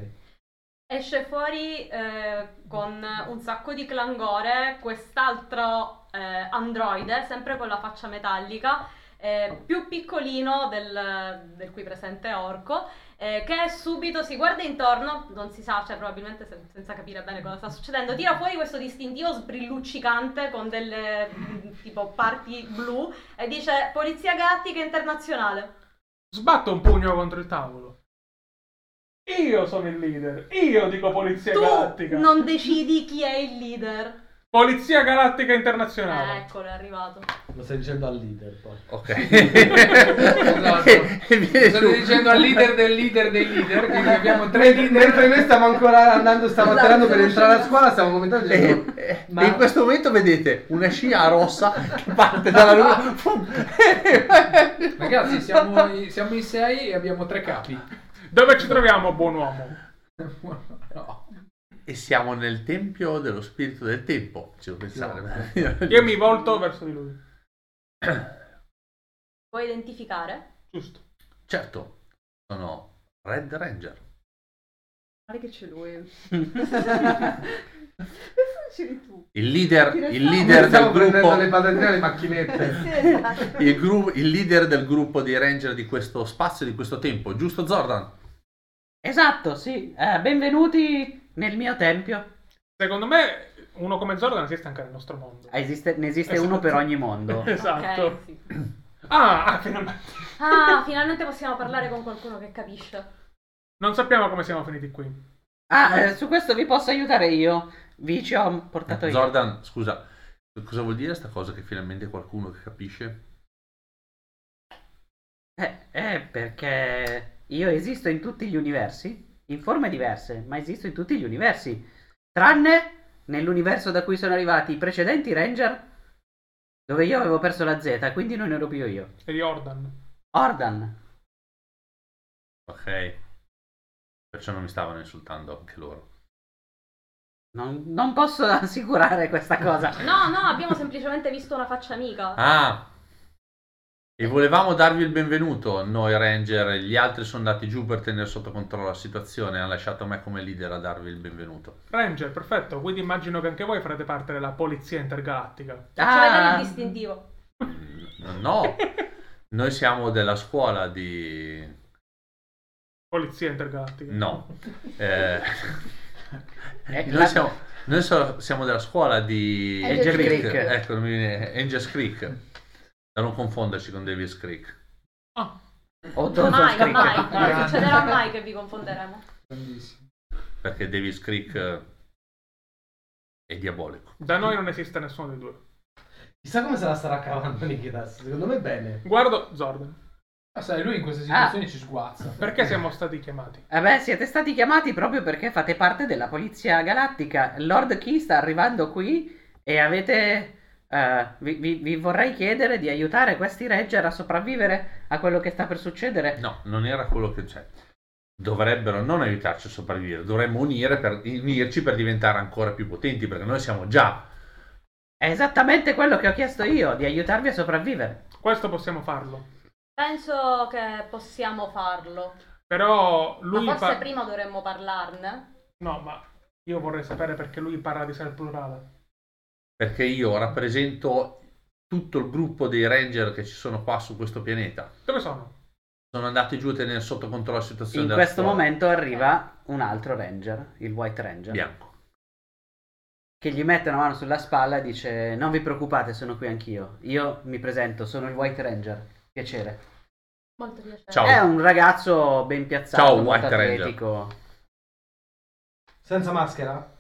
[SPEAKER 8] Esce fuori eh, con un sacco di clangore quest'altro eh, androide, sempre con la faccia metallica, eh, più piccolino del, del qui presente orco, eh, che subito si guarda intorno, non si sa, cioè probabilmente se- senza capire bene cosa sta succedendo, tira fuori questo distintivo sbrilluccicante con delle mm, tipo parti blu e dice Polizia Gattica Internazionale.
[SPEAKER 7] Sbatto un pugno contro il tavolo. Io sono il leader. Io dico Polizia
[SPEAKER 8] Tu
[SPEAKER 7] Galattica.
[SPEAKER 8] non decidi chi è il leader.
[SPEAKER 7] Polizia Galattica
[SPEAKER 8] Eh,
[SPEAKER 7] Internazionale.
[SPEAKER 8] eccolo, è arrivato.
[SPEAKER 3] Lo stai dicendo al leader poi.
[SPEAKER 2] Ok. Esatto. E- e viene
[SPEAKER 4] Sto
[SPEAKER 2] giù.
[SPEAKER 4] Esatto. dicendo al leader del leader dei leader, quindi abbiamo tre
[SPEAKER 3] Mentre, mentre
[SPEAKER 4] leader.
[SPEAKER 3] noi stiamo ancora andando, stiamo
[SPEAKER 5] Esatto,
[SPEAKER 3] atterrando
[SPEAKER 5] stiamo
[SPEAKER 3] per entrare a
[SPEAKER 5] scendendo.
[SPEAKER 3] scuola, stiamo commentando.
[SPEAKER 2] E-
[SPEAKER 3] dicendo,
[SPEAKER 2] Eh, e-
[SPEAKER 3] Ma-
[SPEAKER 2] In questo momento vedete una scia rossa che parte dalla luna. fum.
[SPEAKER 4] Ragazzi, siamo, i- siamo in sei e abbiamo tre capi.
[SPEAKER 7] Dove ci troviamo, buon uomo?
[SPEAKER 4] No.
[SPEAKER 2] E siamo nel tempio dello spirito del tempo. Ci devo pensare.
[SPEAKER 7] Io mi volto verso di lui.
[SPEAKER 8] Puoi identificare?
[SPEAKER 7] Giusto.
[SPEAKER 2] Certo, sono Red Ranger.
[SPEAKER 5] Guarda che c'è lui. Penso c'eri tu.
[SPEAKER 2] Il leader,
[SPEAKER 5] Chi ne
[SPEAKER 2] il
[SPEAKER 5] sa?
[SPEAKER 2] leader del
[SPEAKER 3] stiamo prendendo le
[SPEAKER 2] gruppo.
[SPEAKER 3] patatine e le macchinette.
[SPEAKER 5] Sì, esatto.
[SPEAKER 2] Il, gru- il leader del gruppo dei ranger di questo spazio, di questo tempo, giusto Zordan?
[SPEAKER 1] Esatto, sì. Eh, benvenuti nel mio tempio.
[SPEAKER 7] Secondo me uno come Zordan esiste anche nel nostro mondo.
[SPEAKER 1] Ah, esiste- ne esiste
[SPEAKER 7] Esatto.
[SPEAKER 1] uno per ogni mondo.
[SPEAKER 7] Esatto.
[SPEAKER 8] Ok, sì.
[SPEAKER 7] Ah, ah, finalmente.
[SPEAKER 8] Ah, finalmente possiamo parlare con qualcuno che capisce.
[SPEAKER 7] Non sappiamo come siamo finiti qui.
[SPEAKER 1] Ah, eh, su questo vi posso aiutare io. Vi ci ho portato
[SPEAKER 2] Eh,
[SPEAKER 1] io.
[SPEAKER 2] Jordan, scusa, cosa vuol dire sta cosa che finalmente qualcuno che capisce?
[SPEAKER 1] Eh, eh, perché io esisto in tutti gli universi, in forme diverse, ma esisto in tutti gli universi, tranne nell'universo da cui sono arrivati i precedenti Ranger, dove io avevo perso la Z, quindi non ero più io.
[SPEAKER 7] E Jordan.
[SPEAKER 1] Ordan.
[SPEAKER 2] Ok. Perciò non mi stavano insultando anche loro.
[SPEAKER 1] Non, non posso assicurare questa cosa.
[SPEAKER 8] No, no, abbiamo semplicemente visto una faccia amica.
[SPEAKER 2] Ah! E volevamo darvi il benvenuto, noi Ranger, gli altri sono andati giù per tenere sotto controllo la situazione, hanno lasciato me come leader a darvi il benvenuto.
[SPEAKER 7] Ranger, perfetto. Quindi immagino che anche voi farete parte della polizia intergalattica.
[SPEAKER 8] Faccio vedere
[SPEAKER 1] Ah.
[SPEAKER 8] il distintivo.
[SPEAKER 2] Mm, No, noi siamo della scuola di...
[SPEAKER 7] Polizia intergalattica.
[SPEAKER 2] No. Eh,
[SPEAKER 1] Eh,
[SPEAKER 2] noi
[SPEAKER 1] la-
[SPEAKER 2] siamo, noi so- siamo della scuola di...
[SPEAKER 5] Angel's
[SPEAKER 1] Creek.
[SPEAKER 2] Ecco, non mi viene- Angel's Creek. Da non confonderci con Davis Creek.
[SPEAKER 7] Ah,
[SPEAKER 1] O Dawson's
[SPEAKER 8] Mai,
[SPEAKER 1] Creek.
[SPEAKER 8] mai,
[SPEAKER 6] Grande.
[SPEAKER 8] non succederà mai che vi confonderemo.
[SPEAKER 6] Grandissimo.
[SPEAKER 2] perché Davis Creek eh, è diabolico.
[SPEAKER 7] da noi non esiste nessuno dei due.
[SPEAKER 3] Chissà come se la starà cavando Nikitas. Secondo me bene.
[SPEAKER 7] Guardo Zordan.
[SPEAKER 6] Ma Ah, sai, lui in queste situazioni ci sguazza.
[SPEAKER 7] Ah. Perché siamo stati chiamati?
[SPEAKER 1] Eh beh, siete stati chiamati proprio perché fate parte della Polizia Galattica. Lord Key sta arrivando qui e avete... eh, vi, vi- vi vorrei chiedere di aiutare questi Ranger a sopravvivere a quello che sta per succedere.
[SPEAKER 2] No, non era quello che c'è. Dovrebbero non aiutarci a sopravvivere, dovremmo unire per- unirci per diventare ancora più potenti, perché noi siamo già.
[SPEAKER 1] È esattamente quello che ho chiesto io, di aiutarvi a sopravvivere.
[SPEAKER 7] Questo possiamo farlo.
[SPEAKER 8] Penso che possiamo farlo.
[SPEAKER 7] Però lui
[SPEAKER 8] Ma forse
[SPEAKER 7] fa-
[SPEAKER 8] prima dovremmo parlarne.
[SPEAKER 7] No, ma io vorrei sapere perché lui parla di sé al plurale.
[SPEAKER 2] Perché io rappresento tutto il gruppo dei ranger che ci sono qua su questo pianeta.
[SPEAKER 7] Dove sono?
[SPEAKER 2] Sono andati giù a tenere sotto controllo la situazione
[SPEAKER 1] In
[SPEAKER 2] della
[SPEAKER 1] questo
[SPEAKER 2] scuola.
[SPEAKER 1] momento arriva un altro Ranger, il White Ranger,
[SPEAKER 2] Bianco.
[SPEAKER 1] che gli mette una mano sulla spalla e dice non vi preoccupate, sono qui anch'io. Io mi presento, sono il White Ranger. Piacere.
[SPEAKER 8] Molto piacere.
[SPEAKER 2] Ciao.
[SPEAKER 1] È un ragazzo ben piazzato,
[SPEAKER 2] Ciao,
[SPEAKER 1] molto
[SPEAKER 2] White Ranger.
[SPEAKER 1] atletico.
[SPEAKER 3] Senza maschera?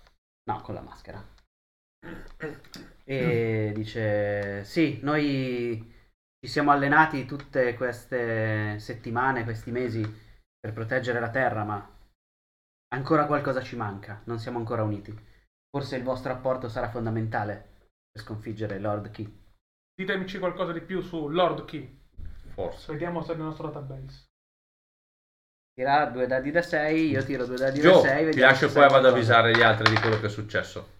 [SPEAKER 1] No, con la maschera.
[SPEAKER 2] Mm.
[SPEAKER 1] E dice: Sì, noi ci siamo allenati tutte queste settimane, questi mesi per proteggere la Terra, ma ancora qualcosa ci manca. Non siamo ancora uniti. Forse il vostro apporto sarà fondamentale per sconfiggere Lord Key.
[SPEAKER 7] Ditemici qualcosa di più su Lord Key.
[SPEAKER 2] Forse.
[SPEAKER 7] Vediamo se è nel nostro database.
[SPEAKER 1] Tira due dadi da 6, io tiro due dadi da
[SPEAKER 2] Gio,
[SPEAKER 1] 6.
[SPEAKER 2] ti lascio qua e vado ad avvisare gli altri di quello che è successo.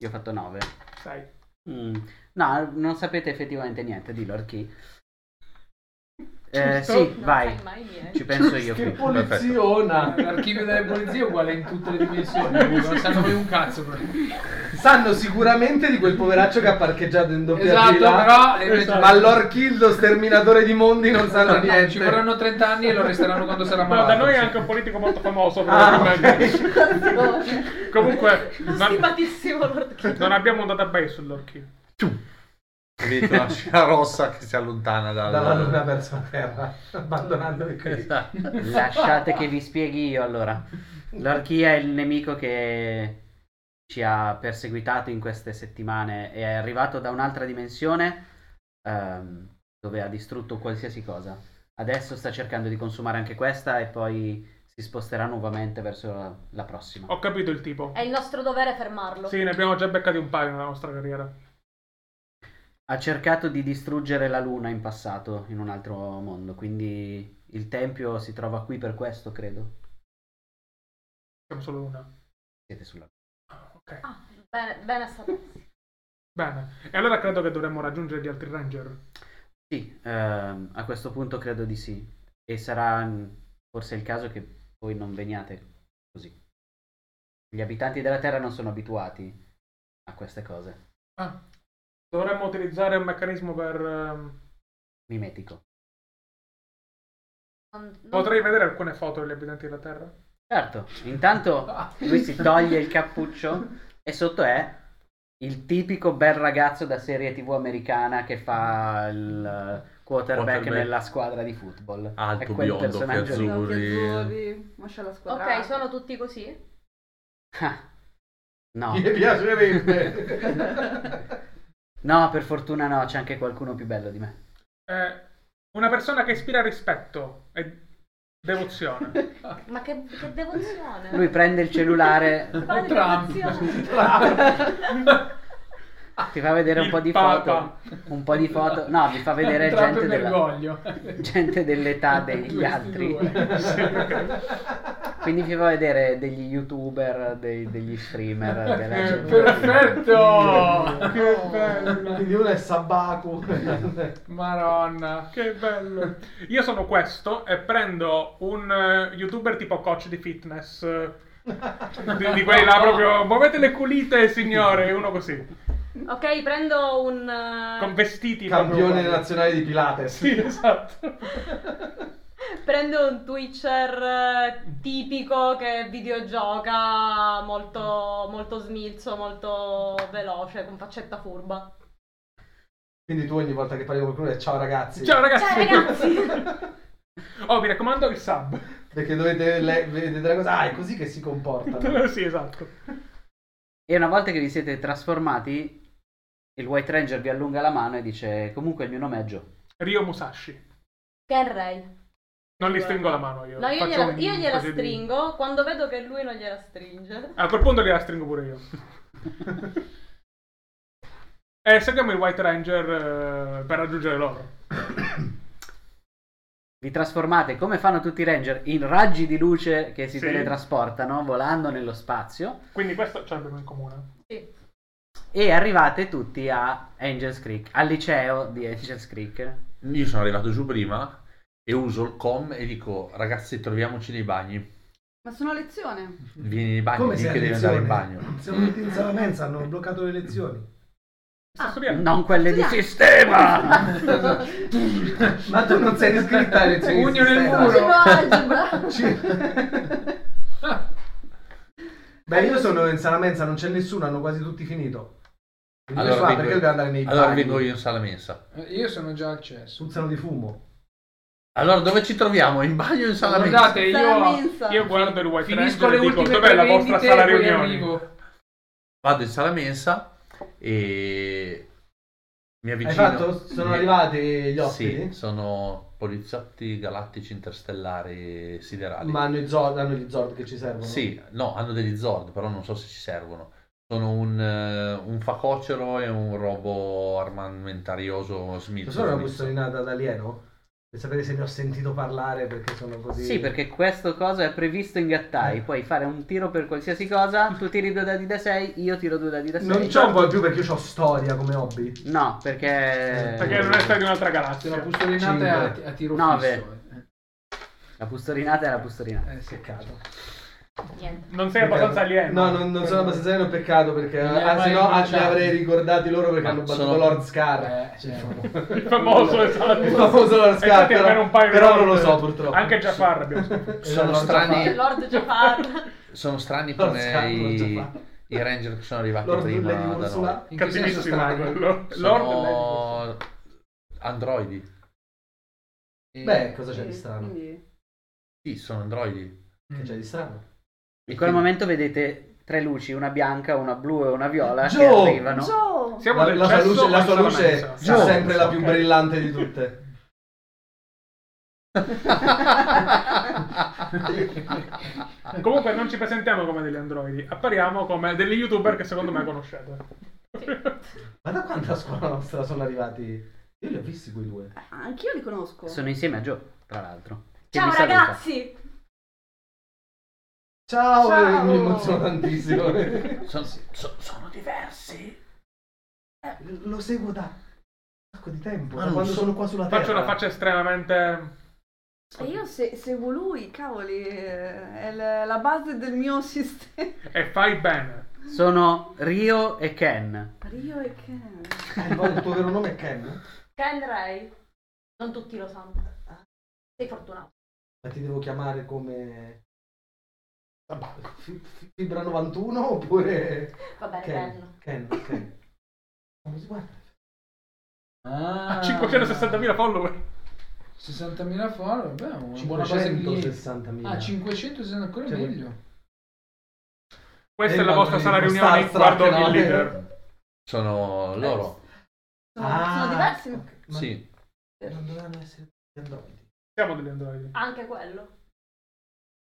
[SPEAKER 1] Io ho fatto 9.
[SPEAKER 7] Sai.
[SPEAKER 1] Mm, No, non sapete effettivamente niente di Lord Key. Eh,
[SPEAKER 7] Giusto?
[SPEAKER 1] sì,
[SPEAKER 8] Non
[SPEAKER 1] vai.
[SPEAKER 8] sai mai niente.
[SPEAKER 1] Ci penso io qui.
[SPEAKER 3] poliziona!
[SPEAKER 6] L'archivio delle polizie è uguale in tutte le dimensioni. comunque, Non sanno più un cazzo. però.
[SPEAKER 3] Sanno sicuramente di quel poveraccio che ha parcheggito in doppia
[SPEAKER 6] Esatto,
[SPEAKER 3] fila.
[SPEAKER 6] però le-
[SPEAKER 3] Ma all'Orchildo sterminatore di mondi non sanno
[SPEAKER 6] No,
[SPEAKER 3] niente.
[SPEAKER 6] ci vorranno 30 anni e lo arresteranno quando sarà
[SPEAKER 7] No,
[SPEAKER 6] malato.
[SPEAKER 7] da noi è anche un politico molto famoso.
[SPEAKER 3] Ah,
[SPEAKER 7] probabilmente. Comunque, non,
[SPEAKER 8] Stimatissimo Lord Key.
[SPEAKER 7] non abbiamo un database su Lord Key.
[SPEAKER 2] Vedi la scia rossa che si allontana dal-
[SPEAKER 3] Dalla luna verso la terra, abbandonandovi qui.
[SPEAKER 2] Esatto.
[SPEAKER 1] Lasciate che vi spieghi io allora. L'Orchia è il nemico che ci ha perseguitato in queste settimane e è arrivato da un'altra dimensione ehm, dove ha distrutto qualsiasi cosa. Adesso sta cercando di consumare anche questa e poi si sposterà nuovamente verso la, la prossima.
[SPEAKER 7] Ho capito il tipo.
[SPEAKER 8] È il nostro dovere fermarlo.
[SPEAKER 7] Sì, ne abbiamo già beccati un paio nella nostra carriera.
[SPEAKER 1] Ha cercato di distruggere la luna in passato in un altro mondo, quindi il tempio si trova qui per questo, credo.
[SPEAKER 7] Siamo solo una.
[SPEAKER 1] Siete sulla luna.
[SPEAKER 7] Ok.
[SPEAKER 8] Ah, bene, bene a sapersi.
[SPEAKER 7] Bene. E allora credo che dovremmo raggiungere gli altri ranger.
[SPEAKER 1] Sì, ehm, a questo punto credo di sì. E sarà mh, forse il caso che voi non veniate così. Gli abitanti della Terra non sono abituati a queste cose.
[SPEAKER 7] Ah. Dovremmo utilizzare un meccanismo per... ehm,
[SPEAKER 1] Mimetico.
[SPEAKER 8] Non- non-
[SPEAKER 7] Potrei vedere alcune foto degli abitanti della Terra?
[SPEAKER 1] Certo, intanto lui si toglie il cappuccio e sotto è il tipico bel ragazzo da serie tv americana che fa il eh, quarterback,
[SPEAKER 2] Quarterback.
[SPEAKER 1] nella squadra di football.
[SPEAKER 2] Alto,
[SPEAKER 1] è quel
[SPEAKER 2] biondo,
[SPEAKER 1] personaggio
[SPEAKER 2] occhi
[SPEAKER 1] lì.
[SPEAKER 2] Azzurri.
[SPEAKER 5] azzurri, mascella squadrata.
[SPEAKER 8] Ok, sono tutti così?
[SPEAKER 1] Ah, No,
[SPEAKER 3] Gli piacerebbe.
[SPEAKER 1] no, per fortuna no, c'è anche qualcuno più bello di me.
[SPEAKER 7] Eh, una persona che ispira rispetto e devozione.
[SPEAKER 8] Ma che, che devozione!
[SPEAKER 1] Lui prende il cellulare,
[SPEAKER 8] Quale
[SPEAKER 4] Trump.
[SPEAKER 8] devozione?
[SPEAKER 1] ti fa vedere un
[SPEAKER 7] Il
[SPEAKER 1] po' di
[SPEAKER 7] Papa.
[SPEAKER 1] foto, un po' di foto, no, vi fa vedere
[SPEAKER 4] Trump
[SPEAKER 1] gente,
[SPEAKER 4] e
[SPEAKER 1] della-
[SPEAKER 4] Bergoglio.
[SPEAKER 1] gente dell'età degli
[SPEAKER 4] Questi
[SPEAKER 1] altri.
[SPEAKER 4] due.
[SPEAKER 7] Sì, ok.
[SPEAKER 1] Quindi vi fa vedere degli youtuber, dei- degli streamer. della
[SPEAKER 6] Eh,
[SPEAKER 1] gente.
[SPEAKER 4] Perfetto!
[SPEAKER 7] che bello,
[SPEAKER 3] Quindi uno è Sabaku.
[SPEAKER 4] Maronna.
[SPEAKER 7] che bello. Io sono questo e prendo un eh, youtuber tipo coach di fitness. eh, Di, di quelli là proprio muovete le culite signore uno così
[SPEAKER 8] ok, prendo un... eh,
[SPEAKER 7] con vestiti proprio
[SPEAKER 3] Campione
[SPEAKER 7] uguali.
[SPEAKER 3] nazionale di Pilates.
[SPEAKER 7] sì esatto
[SPEAKER 8] Prendo un Twitcher eh, tipico che videogioca molto, molto smilzo, molto veloce, con faccetta furba.
[SPEAKER 3] Quindi tu ogni volta che parli con qualcuno è ciao ragazzi.
[SPEAKER 7] ciao ragazzi
[SPEAKER 8] Ciao ragazzi!
[SPEAKER 7] oh mi raccomando il sub
[SPEAKER 3] Perché dovete le- vedete la cosa. Ah, è così che si comportano.
[SPEAKER 7] sì esatto
[SPEAKER 1] E una volta che vi siete trasformati, il White Ranger vi allunga la mano e dice: Comunque il mio nome è Joe.
[SPEAKER 7] Rio Musashi
[SPEAKER 8] Che è Ray.
[SPEAKER 7] non gli stringo la mano io
[SPEAKER 8] No, io
[SPEAKER 7] Faccio
[SPEAKER 8] gliela,
[SPEAKER 7] un-
[SPEAKER 8] io gliela
[SPEAKER 7] così di-
[SPEAKER 8] stringo quando vedo che lui non gliela stringe.
[SPEAKER 7] A quel punto gliela stringo pure io. e seguiamo il White Ranger eh, per raggiungere loro.
[SPEAKER 1] Vi trasformate come fanno tutti i Ranger in raggi di luce che si
[SPEAKER 7] Sì.
[SPEAKER 1] teletrasportano volando nello spazio.
[SPEAKER 7] Quindi questo ce l'abbiamo in comune.
[SPEAKER 8] Sì.
[SPEAKER 1] E arrivate tutti a Angels Creek, al liceo di Angels Creek.
[SPEAKER 2] Io sono arrivato giù prima e uso il com e dico ragazzi troviamoci nei bagni.
[SPEAKER 5] Ma sono a lezione.
[SPEAKER 2] Vieni nei bagni, dì
[SPEAKER 9] a
[SPEAKER 2] che devi andare in bagno.
[SPEAKER 9] Siamo tutti in sala mensa, hanno bloccato le lezioni.
[SPEAKER 7] Sta studiando.
[SPEAKER 1] Non quelle di
[SPEAKER 5] Sì.
[SPEAKER 1] sistema!
[SPEAKER 3] Ma tu non sei iscritta alle lezioni. di
[SPEAKER 4] Pugno nel
[SPEAKER 3] sistema.
[SPEAKER 4] muro.
[SPEAKER 8] Facciamo algebra.
[SPEAKER 3] Ci- Beh, io sono in sala mensa, non c'è nessuno, hanno quasi tutti finito. Quindi
[SPEAKER 2] Allora
[SPEAKER 3] allora,
[SPEAKER 2] vengo
[SPEAKER 3] perché
[SPEAKER 2] io.
[SPEAKER 3] devo andare nei
[SPEAKER 2] Allora
[SPEAKER 3] bagni?
[SPEAKER 2] vengo io in sala mensa.
[SPEAKER 4] Eh, Io sono già al cesso.
[SPEAKER 3] Puzzano di fumo.
[SPEAKER 2] Allora dove ci troviamo? In bagno o in sala mensa?
[SPEAKER 4] Guardate,
[SPEAKER 5] Sarà
[SPEAKER 4] io
[SPEAKER 5] mensa.
[SPEAKER 7] Io guardo il White
[SPEAKER 4] finisco le
[SPEAKER 7] Ranger e dico
[SPEAKER 4] ultime
[SPEAKER 7] dov'è la vostra
[SPEAKER 4] prevendite
[SPEAKER 7] sala
[SPEAKER 4] e poi
[SPEAKER 7] riunioni.
[SPEAKER 4] arrivo.
[SPEAKER 2] Vado in sala mensa e mi
[SPEAKER 3] Hai
[SPEAKER 2] avvicino.
[SPEAKER 3] fatto? Sono
[SPEAKER 2] Mi-
[SPEAKER 3] arrivati gli ospiti?
[SPEAKER 2] Sì, sono poliziotti galattici interstellari siderali.
[SPEAKER 3] Ma hanno, i Zord, hanno gli Zord che ci servono?
[SPEAKER 2] Sì, no, hanno degli Zord, però non so se ci servono. Sono un, eh, un facocero e un robo armamentarioso smith.
[SPEAKER 3] Posso fare una bustolinata d'alieno? Per sapere se ne ho sentito parlare perché sono così...
[SPEAKER 1] Sì, perché questo cosa è previsto in Gattai. Puoi fare un tiro per qualsiasi cosa, tu tiri due dadi da 6, io tiro due dadi da 6.
[SPEAKER 3] Non c'ho un po' più perché io ho storia come hobby.
[SPEAKER 1] No, perché...
[SPEAKER 7] Perché non è stato di un'altra
[SPEAKER 4] Se
[SPEAKER 7] galassia.
[SPEAKER 4] la pustolinata è a, a tiro
[SPEAKER 1] Nove.
[SPEAKER 4] fisso.
[SPEAKER 1] La pustolinata è la pustolinata.
[SPEAKER 4] Eh, Eh, sì.
[SPEAKER 3] Peccato.
[SPEAKER 8] Niente.
[SPEAKER 7] Non sei abbastanza alieno.
[SPEAKER 3] No, non, non sono abbastanza alieno, peccato perché...
[SPEAKER 4] Li
[SPEAKER 3] Anzi
[SPEAKER 4] avrei
[SPEAKER 3] no, ah, li
[SPEAKER 4] bruciati.
[SPEAKER 3] avrei ricordati loro perché
[SPEAKER 2] Ma
[SPEAKER 3] hanno battuto
[SPEAKER 2] sono-
[SPEAKER 3] Lord Scar.
[SPEAKER 4] Eh, cioè,
[SPEAKER 7] Il famoso esatto.
[SPEAKER 3] Il famoso Lord
[SPEAKER 7] E infatti
[SPEAKER 3] Scar, però-
[SPEAKER 7] almeno un paio di
[SPEAKER 3] però
[SPEAKER 7] volte.
[SPEAKER 3] non lo so, purtroppo.
[SPEAKER 7] Anche Jafar abbiamo scoperto.
[SPEAKER 2] Sono
[SPEAKER 3] Lord Jafar.
[SPEAKER 2] strani-
[SPEAKER 8] Lord Jafar.
[SPEAKER 2] Sono strani
[SPEAKER 3] Lord
[SPEAKER 2] come
[SPEAKER 3] Scar, Lord
[SPEAKER 2] i,
[SPEAKER 3] Jafar.
[SPEAKER 2] i ranger che sono arrivati
[SPEAKER 3] Lord
[SPEAKER 2] prima
[SPEAKER 3] Dulla di
[SPEAKER 2] da noi.
[SPEAKER 3] Ursula.
[SPEAKER 4] in che senso
[SPEAKER 7] Cattivissimo
[SPEAKER 4] strani?
[SPEAKER 7] quello. Lord Lady.
[SPEAKER 2] Sono androidi.
[SPEAKER 4] Eh,
[SPEAKER 3] Beh, cosa c'è di
[SPEAKER 5] Sì,
[SPEAKER 3] strano?
[SPEAKER 5] quindi-
[SPEAKER 2] Sì, sono androidi.
[SPEAKER 3] Che c'è di strano?
[SPEAKER 1] In quel momento vedete tre luci, una bianca, una blu e una viola che
[SPEAKER 3] Gio!
[SPEAKER 1] arrivano.
[SPEAKER 5] Ciao!
[SPEAKER 7] Siamo
[SPEAKER 3] La,
[SPEAKER 7] nel
[SPEAKER 3] la sua
[SPEAKER 7] cesso
[SPEAKER 3] luce, la sua
[SPEAKER 7] verso
[SPEAKER 3] luce
[SPEAKER 7] mensa.
[SPEAKER 3] è sempre la più
[SPEAKER 7] Ok.
[SPEAKER 3] brillante di tutte.
[SPEAKER 7] Comunque non ci presentiamo come degli androidi, appariamo come degli youtuber che secondo me conoscete.
[SPEAKER 3] Ma da quanta scuola nostra sono arrivati? Io li ho visti quei due.
[SPEAKER 5] Ah, Anch'io li conosco.
[SPEAKER 1] Sono insieme a Joe, tra l'altro. che
[SPEAKER 8] Ciao
[SPEAKER 1] vi saluta.
[SPEAKER 8] ragazzi!
[SPEAKER 3] Ciao,
[SPEAKER 5] Ciao!
[SPEAKER 3] mi emoziono tantissimo.
[SPEAKER 2] Sono, so- sono diversi.
[SPEAKER 3] Eh,
[SPEAKER 9] Lo seguo da un sacco di tempo,
[SPEAKER 2] Ma
[SPEAKER 9] da
[SPEAKER 2] non
[SPEAKER 9] quando
[SPEAKER 2] so-
[SPEAKER 9] sono qua sulla terra.
[SPEAKER 7] Faccio
[SPEAKER 3] Eh,
[SPEAKER 7] una faccia estremamente...
[SPEAKER 5] E io se- seguo lui, cavoli, eh, è la la base del mio sistema.
[SPEAKER 7] e fai bene.
[SPEAKER 1] Sono Rio e Ken.
[SPEAKER 5] Rio e Ken.
[SPEAKER 3] Eh, ma Il tuo vero nome è Ken? Ma
[SPEAKER 8] Ken Ray. Non tutti lo sanno. Sei fortunato.
[SPEAKER 3] ti devo chiamare come...
[SPEAKER 2] Tabacco.
[SPEAKER 3] Fibra 91 oppure...
[SPEAKER 8] Va bene,
[SPEAKER 3] Ken.
[SPEAKER 8] bello.
[SPEAKER 3] Ken, Ken. Guarda,
[SPEAKER 4] Ah,
[SPEAKER 7] Ha 560.000 follower.
[SPEAKER 4] 60.000 follower, beh, una buona base di clienti.
[SPEAKER 3] 560.000.
[SPEAKER 4] Ah, 560 ancora
[SPEAKER 3] Cioè,
[SPEAKER 4] meglio.
[SPEAKER 7] Questa
[SPEAKER 3] Eh,
[SPEAKER 7] è la
[SPEAKER 3] ma
[SPEAKER 7] vostra
[SPEAKER 3] non
[SPEAKER 7] sala
[SPEAKER 3] devo
[SPEAKER 7] riunione
[SPEAKER 3] star-
[SPEAKER 7] guardo
[SPEAKER 3] star-
[SPEAKER 7] il
[SPEAKER 3] no,
[SPEAKER 7] leader.
[SPEAKER 2] Sono loro.
[SPEAKER 5] Sono,
[SPEAKER 3] Ah,
[SPEAKER 5] sono diversi.
[SPEAKER 3] ok, ma
[SPEAKER 2] Sì.
[SPEAKER 3] Non dovevano essere gli androidi.
[SPEAKER 7] Siamo degli androidi.
[SPEAKER 8] Anche quello.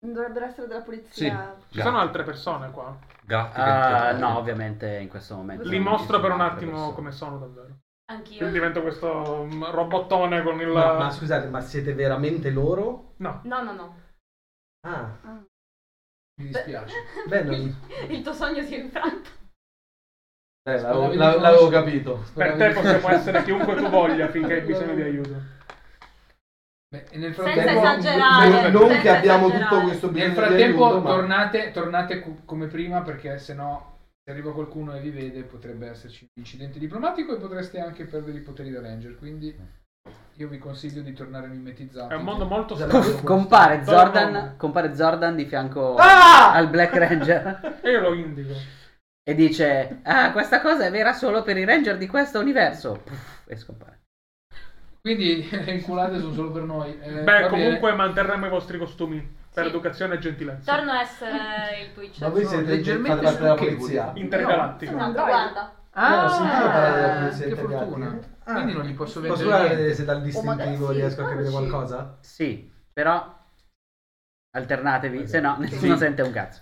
[SPEAKER 5] Dovrebbero essere della polizia.
[SPEAKER 7] Ci sono altre persone qua.
[SPEAKER 2] Gatti.
[SPEAKER 1] Ah, no, ovviamente in questo momento. non
[SPEAKER 7] Li
[SPEAKER 1] ci
[SPEAKER 7] mostro
[SPEAKER 1] sono
[SPEAKER 7] per un
[SPEAKER 1] altre
[SPEAKER 7] attimo
[SPEAKER 1] persone.
[SPEAKER 7] come sono davvero.
[SPEAKER 8] Anch'io.
[SPEAKER 7] Quindi divento questo mm, robottone con il...
[SPEAKER 3] Ma, ma scusate, ma siete veramente loro?
[SPEAKER 8] No, no, no.
[SPEAKER 3] Ah,
[SPEAKER 4] Mi dispiace.
[SPEAKER 3] beh, non...
[SPEAKER 8] Il tuo sogno si è infranto.
[SPEAKER 3] eh,
[SPEAKER 4] Speravi
[SPEAKER 3] l'avevo,
[SPEAKER 4] di
[SPEAKER 3] l'avevo-
[SPEAKER 4] conoscere.
[SPEAKER 3] l'avevo capito.
[SPEAKER 7] Per te possiamo essere chiunque tu voglia finché hai bisogno di aiuto.
[SPEAKER 4] Beh, e nel
[SPEAKER 8] Senza
[SPEAKER 4] frattempo,
[SPEAKER 8] esagerare,
[SPEAKER 3] Non- non
[SPEAKER 8] senza
[SPEAKER 3] che abbiamo
[SPEAKER 8] esagerare.
[SPEAKER 3] tutto questo
[SPEAKER 4] nel
[SPEAKER 3] bisogno di
[SPEAKER 4] frattempo
[SPEAKER 3] aiuto, ma-
[SPEAKER 4] tornate, tornate cu- come prima perché sennò se arriva qualcuno e vi vede potrebbe esserci un incidente diplomatico e potreste anche perdere i poteri da ranger, quindi
[SPEAKER 3] Eh.
[SPEAKER 4] io vi consiglio di tornare mimetizzati.
[SPEAKER 7] È un mondo molto
[SPEAKER 4] Puff,
[SPEAKER 7] strano.
[SPEAKER 1] Puff, compare
[SPEAKER 7] Torna-
[SPEAKER 1] Zordan, compare Zordan di fianco
[SPEAKER 3] Ah!
[SPEAKER 1] al Black Ranger
[SPEAKER 7] E io lo indico.
[SPEAKER 1] e dice: Ah, questa cosa è vera solo per i Ranger di questo universo. Puff, e scompare.
[SPEAKER 4] Quindi le inculate sono solo per noi. Eh,
[SPEAKER 7] Beh,
[SPEAKER 4] va bene.
[SPEAKER 7] comunque manterremo i vostri costumi. Per
[SPEAKER 8] Sì.
[SPEAKER 7] educazione e gentilezza.
[SPEAKER 8] Torno a essere il Twitch.
[SPEAKER 3] Ma voi siete
[SPEAKER 4] leggermente
[SPEAKER 3] leggermente parte della
[SPEAKER 4] stucchevoli.
[SPEAKER 3] polizia.
[SPEAKER 7] Intergalattico.
[SPEAKER 5] No, sono-
[SPEAKER 8] Esatto, guarda.
[SPEAKER 3] Ah, sì, io parlo della
[SPEAKER 4] Ah,
[SPEAKER 3] polizia
[SPEAKER 4] che
[SPEAKER 3] italiana.
[SPEAKER 4] fortuna.
[SPEAKER 3] Ah.
[SPEAKER 4] Quindi non gli posso
[SPEAKER 3] Posso
[SPEAKER 4] vendere
[SPEAKER 3] andare a
[SPEAKER 4] niente.
[SPEAKER 3] vedere se dal
[SPEAKER 5] Oh, ma dai,
[SPEAKER 3] distintivo
[SPEAKER 5] sì,
[SPEAKER 3] riesco a capire
[SPEAKER 5] guardaci.
[SPEAKER 3] qualcosa?
[SPEAKER 1] Sì, però alternatevi, se no nessuno
[SPEAKER 4] Sì.
[SPEAKER 1] sente un cazzo.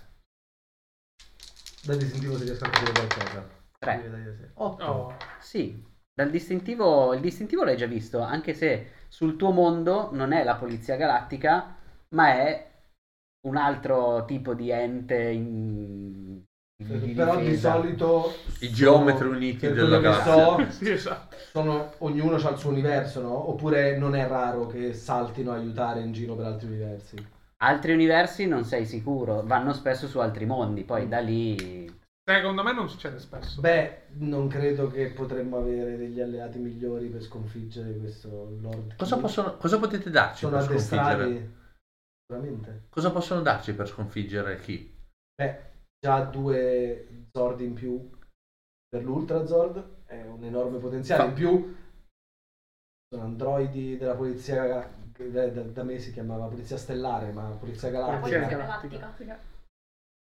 [SPEAKER 3] Dal distintivo se riesco a capire qualcosa.
[SPEAKER 1] Tre.
[SPEAKER 7] Oh,
[SPEAKER 1] Sì, dal distintivo, il distintivo l'hai già visto, anche se sul tuo mondo non è la polizia galattica, ma è un altro tipo di ente in... di- di
[SPEAKER 3] Eh, Però di
[SPEAKER 1] difesa.
[SPEAKER 3] solito
[SPEAKER 2] I geometri uniti
[SPEAKER 3] per
[SPEAKER 2] della
[SPEAKER 3] quello che
[SPEAKER 2] galassia.
[SPEAKER 7] sì, esatto.
[SPEAKER 3] So, sono, ognuno ha il suo universo, no? Oppure non è raro che saltino a aiutare in giro per altri universi.
[SPEAKER 1] Altri universi non sei sicuro, vanno spesso su altri mondi, poi da lì...
[SPEAKER 7] Secondo me non succede spesso.
[SPEAKER 3] Beh, non credo che potremmo avere degli alleati migliori per sconfiggere questo Lord.
[SPEAKER 2] Cosa,
[SPEAKER 3] King.
[SPEAKER 2] possono, cosa potete darci
[SPEAKER 3] Mm. Sono
[SPEAKER 2] per sconfiggere?
[SPEAKER 3] addestrati. Veramente.
[SPEAKER 2] Cosa possono darci per sconfiggere chi?
[SPEAKER 3] Beh, già due Zord in più per l'Ultra Zord è un enorme potenziale.
[SPEAKER 2] Fa-
[SPEAKER 3] In più sono androidi della polizia, che da, da- da me si chiamava polizia stellare, ma polizia
[SPEAKER 5] Ah,
[SPEAKER 8] La
[SPEAKER 7] Polizia
[SPEAKER 8] polizia
[SPEAKER 3] galattica.
[SPEAKER 8] galattica.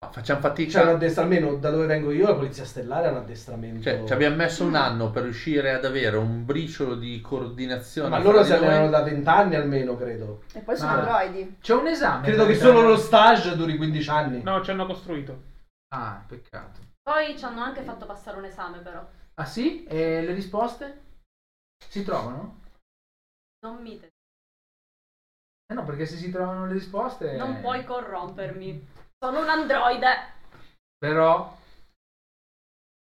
[SPEAKER 2] Ma facciamo
[SPEAKER 3] C'è cioè, un
[SPEAKER 2] fatica?
[SPEAKER 3] addestra- almeno da dove vengo io, la polizia stellare è un addestramento.
[SPEAKER 2] Cioè, ci abbiamo messo un anno per riuscire ad avere un briciolo di coordinazione.
[SPEAKER 3] ma
[SPEAKER 2] fra
[SPEAKER 3] loro
[SPEAKER 2] di
[SPEAKER 3] si
[SPEAKER 2] noi.
[SPEAKER 3] allenano da vent'anni almeno, credo.
[SPEAKER 5] E poi sono
[SPEAKER 4] Ah.
[SPEAKER 5] androidi.
[SPEAKER 4] C'è un esame.
[SPEAKER 3] Credo che solo lo stage duri 15 anni.
[SPEAKER 7] No, ci hanno costruito.
[SPEAKER 4] Ah, peccato.
[SPEAKER 8] Poi ci hanno anche fatto passare un esame, però.
[SPEAKER 4] Ah sì? E le risposte? Si trovano?
[SPEAKER 8] Non mite.
[SPEAKER 4] Eh no, perché se si trovano le risposte...
[SPEAKER 8] Non puoi corrompermi. Sono un androide.
[SPEAKER 4] Però...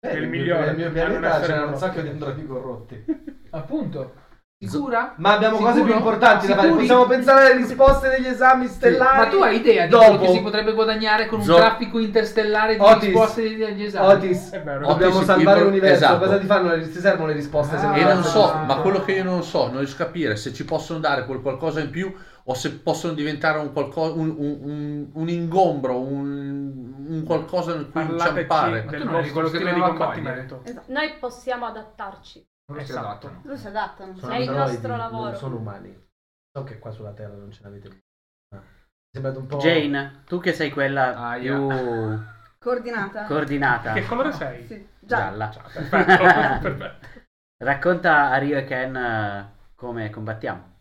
[SPEAKER 3] Eh,
[SPEAKER 7] È il
[SPEAKER 3] nel mio-
[SPEAKER 7] migliore,
[SPEAKER 3] Nel mio
[SPEAKER 7] ma non
[SPEAKER 3] pianeta
[SPEAKER 7] essere
[SPEAKER 3] c'erano un
[SPEAKER 7] corrotti.
[SPEAKER 3] sacco di androidi corrotti.
[SPEAKER 4] Appunto. Sicura?
[SPEAKER 3] Ma abbiamo cose
[SPEAKER 4] Sicuro?
[SPEAKER 3] più importanti da fare.
[SPEAKER 4] Sicuri?
[SPEAKER 3] Possiamo pensare alle risposte degli esami stellari.
[SPEAKER 4] Ma tu hai idea di
[SPEAKER 3] Dopo.
[SPEAKER 4] quello che si potrebbe guadagnare con un
[SPEAKER 2] Zo-
[SPEAKER 4] traffico interstellare di
[SPEAKER 3] Otis.
[SPEAKER 4] risposte degli esami?
[SPEAKER 3] Otis,
[SPEAKER 7] È vero.
[SPEAKER 2] Otis,
[SPEAKER 3] dobbiamo
[SPEAKER 2] il
[SPEAKER 3] salvare
[SPEAKER 2] pro-
[SPEAKER 3] l'universo.
[SPEAKER 2] esatto.
[SPEAKER 3] Cosa ti fanno? le- Ti servono le risposte?
[SPEAKER 4] Ah.
[SPEAKER 3] se
[SPEAKER 2] E non so,
[SPEAKER 3] Ah.
[SPEAKER 2] ma quello che io non so, non riesco a capire se ci possono dare quel qualcosa in più o se possono diventare un, qualcosa, un, un- un- un ingombro, un, un qualcosa nel cui inciampare.
[SPEAKER 7] Parlateci
[SPEAKER 4] Ma tu
[SPEAKER 7] del
[SPEAKER 4] non eri
[SPEAKER 7] vostro
[SPEAKER 4] quello che
[SPEAKER 7] stile di
[SPEAKER 4] doveva
[SPEAKER 7] combattimento.
[SPEAKER 5] Esatto.
[SPEAKER 8] Noi possiamo adattarci.
[SPEAKER 4] Non si
[SPEAKER 7] Esatto.
[SPEAKER 4] adattano.
[SPEAKER 5] Loro si adattano.
[SPEAKER 3] Sono
[SPEAKER 8] È il
[SPEAKER 3] androidi,
[SPEAKER 8] nostro lavoro.
[SPEAKER 3] Non sono umani. So che qua sulla Terra non ce l'avete. Ma Mi sembrate un po'.
[SPEAKER 1] Jane, tu che sei quella
[SPEAKER 4] Aia.
[SPEAKER 1] più
[SPEAKER 5] Coordinata.
[SPEAKER 1] coordinata,
[SPEAKER 7] Che colore sei?
[SPEAKER 5] sì. Già.
[SPEAKER 1] gialla,
[SPEAKER 7] Ciao, perfetto, perfetto.
[SPEAKER 1] racconta a Rio e Ken eh, come combattiamo.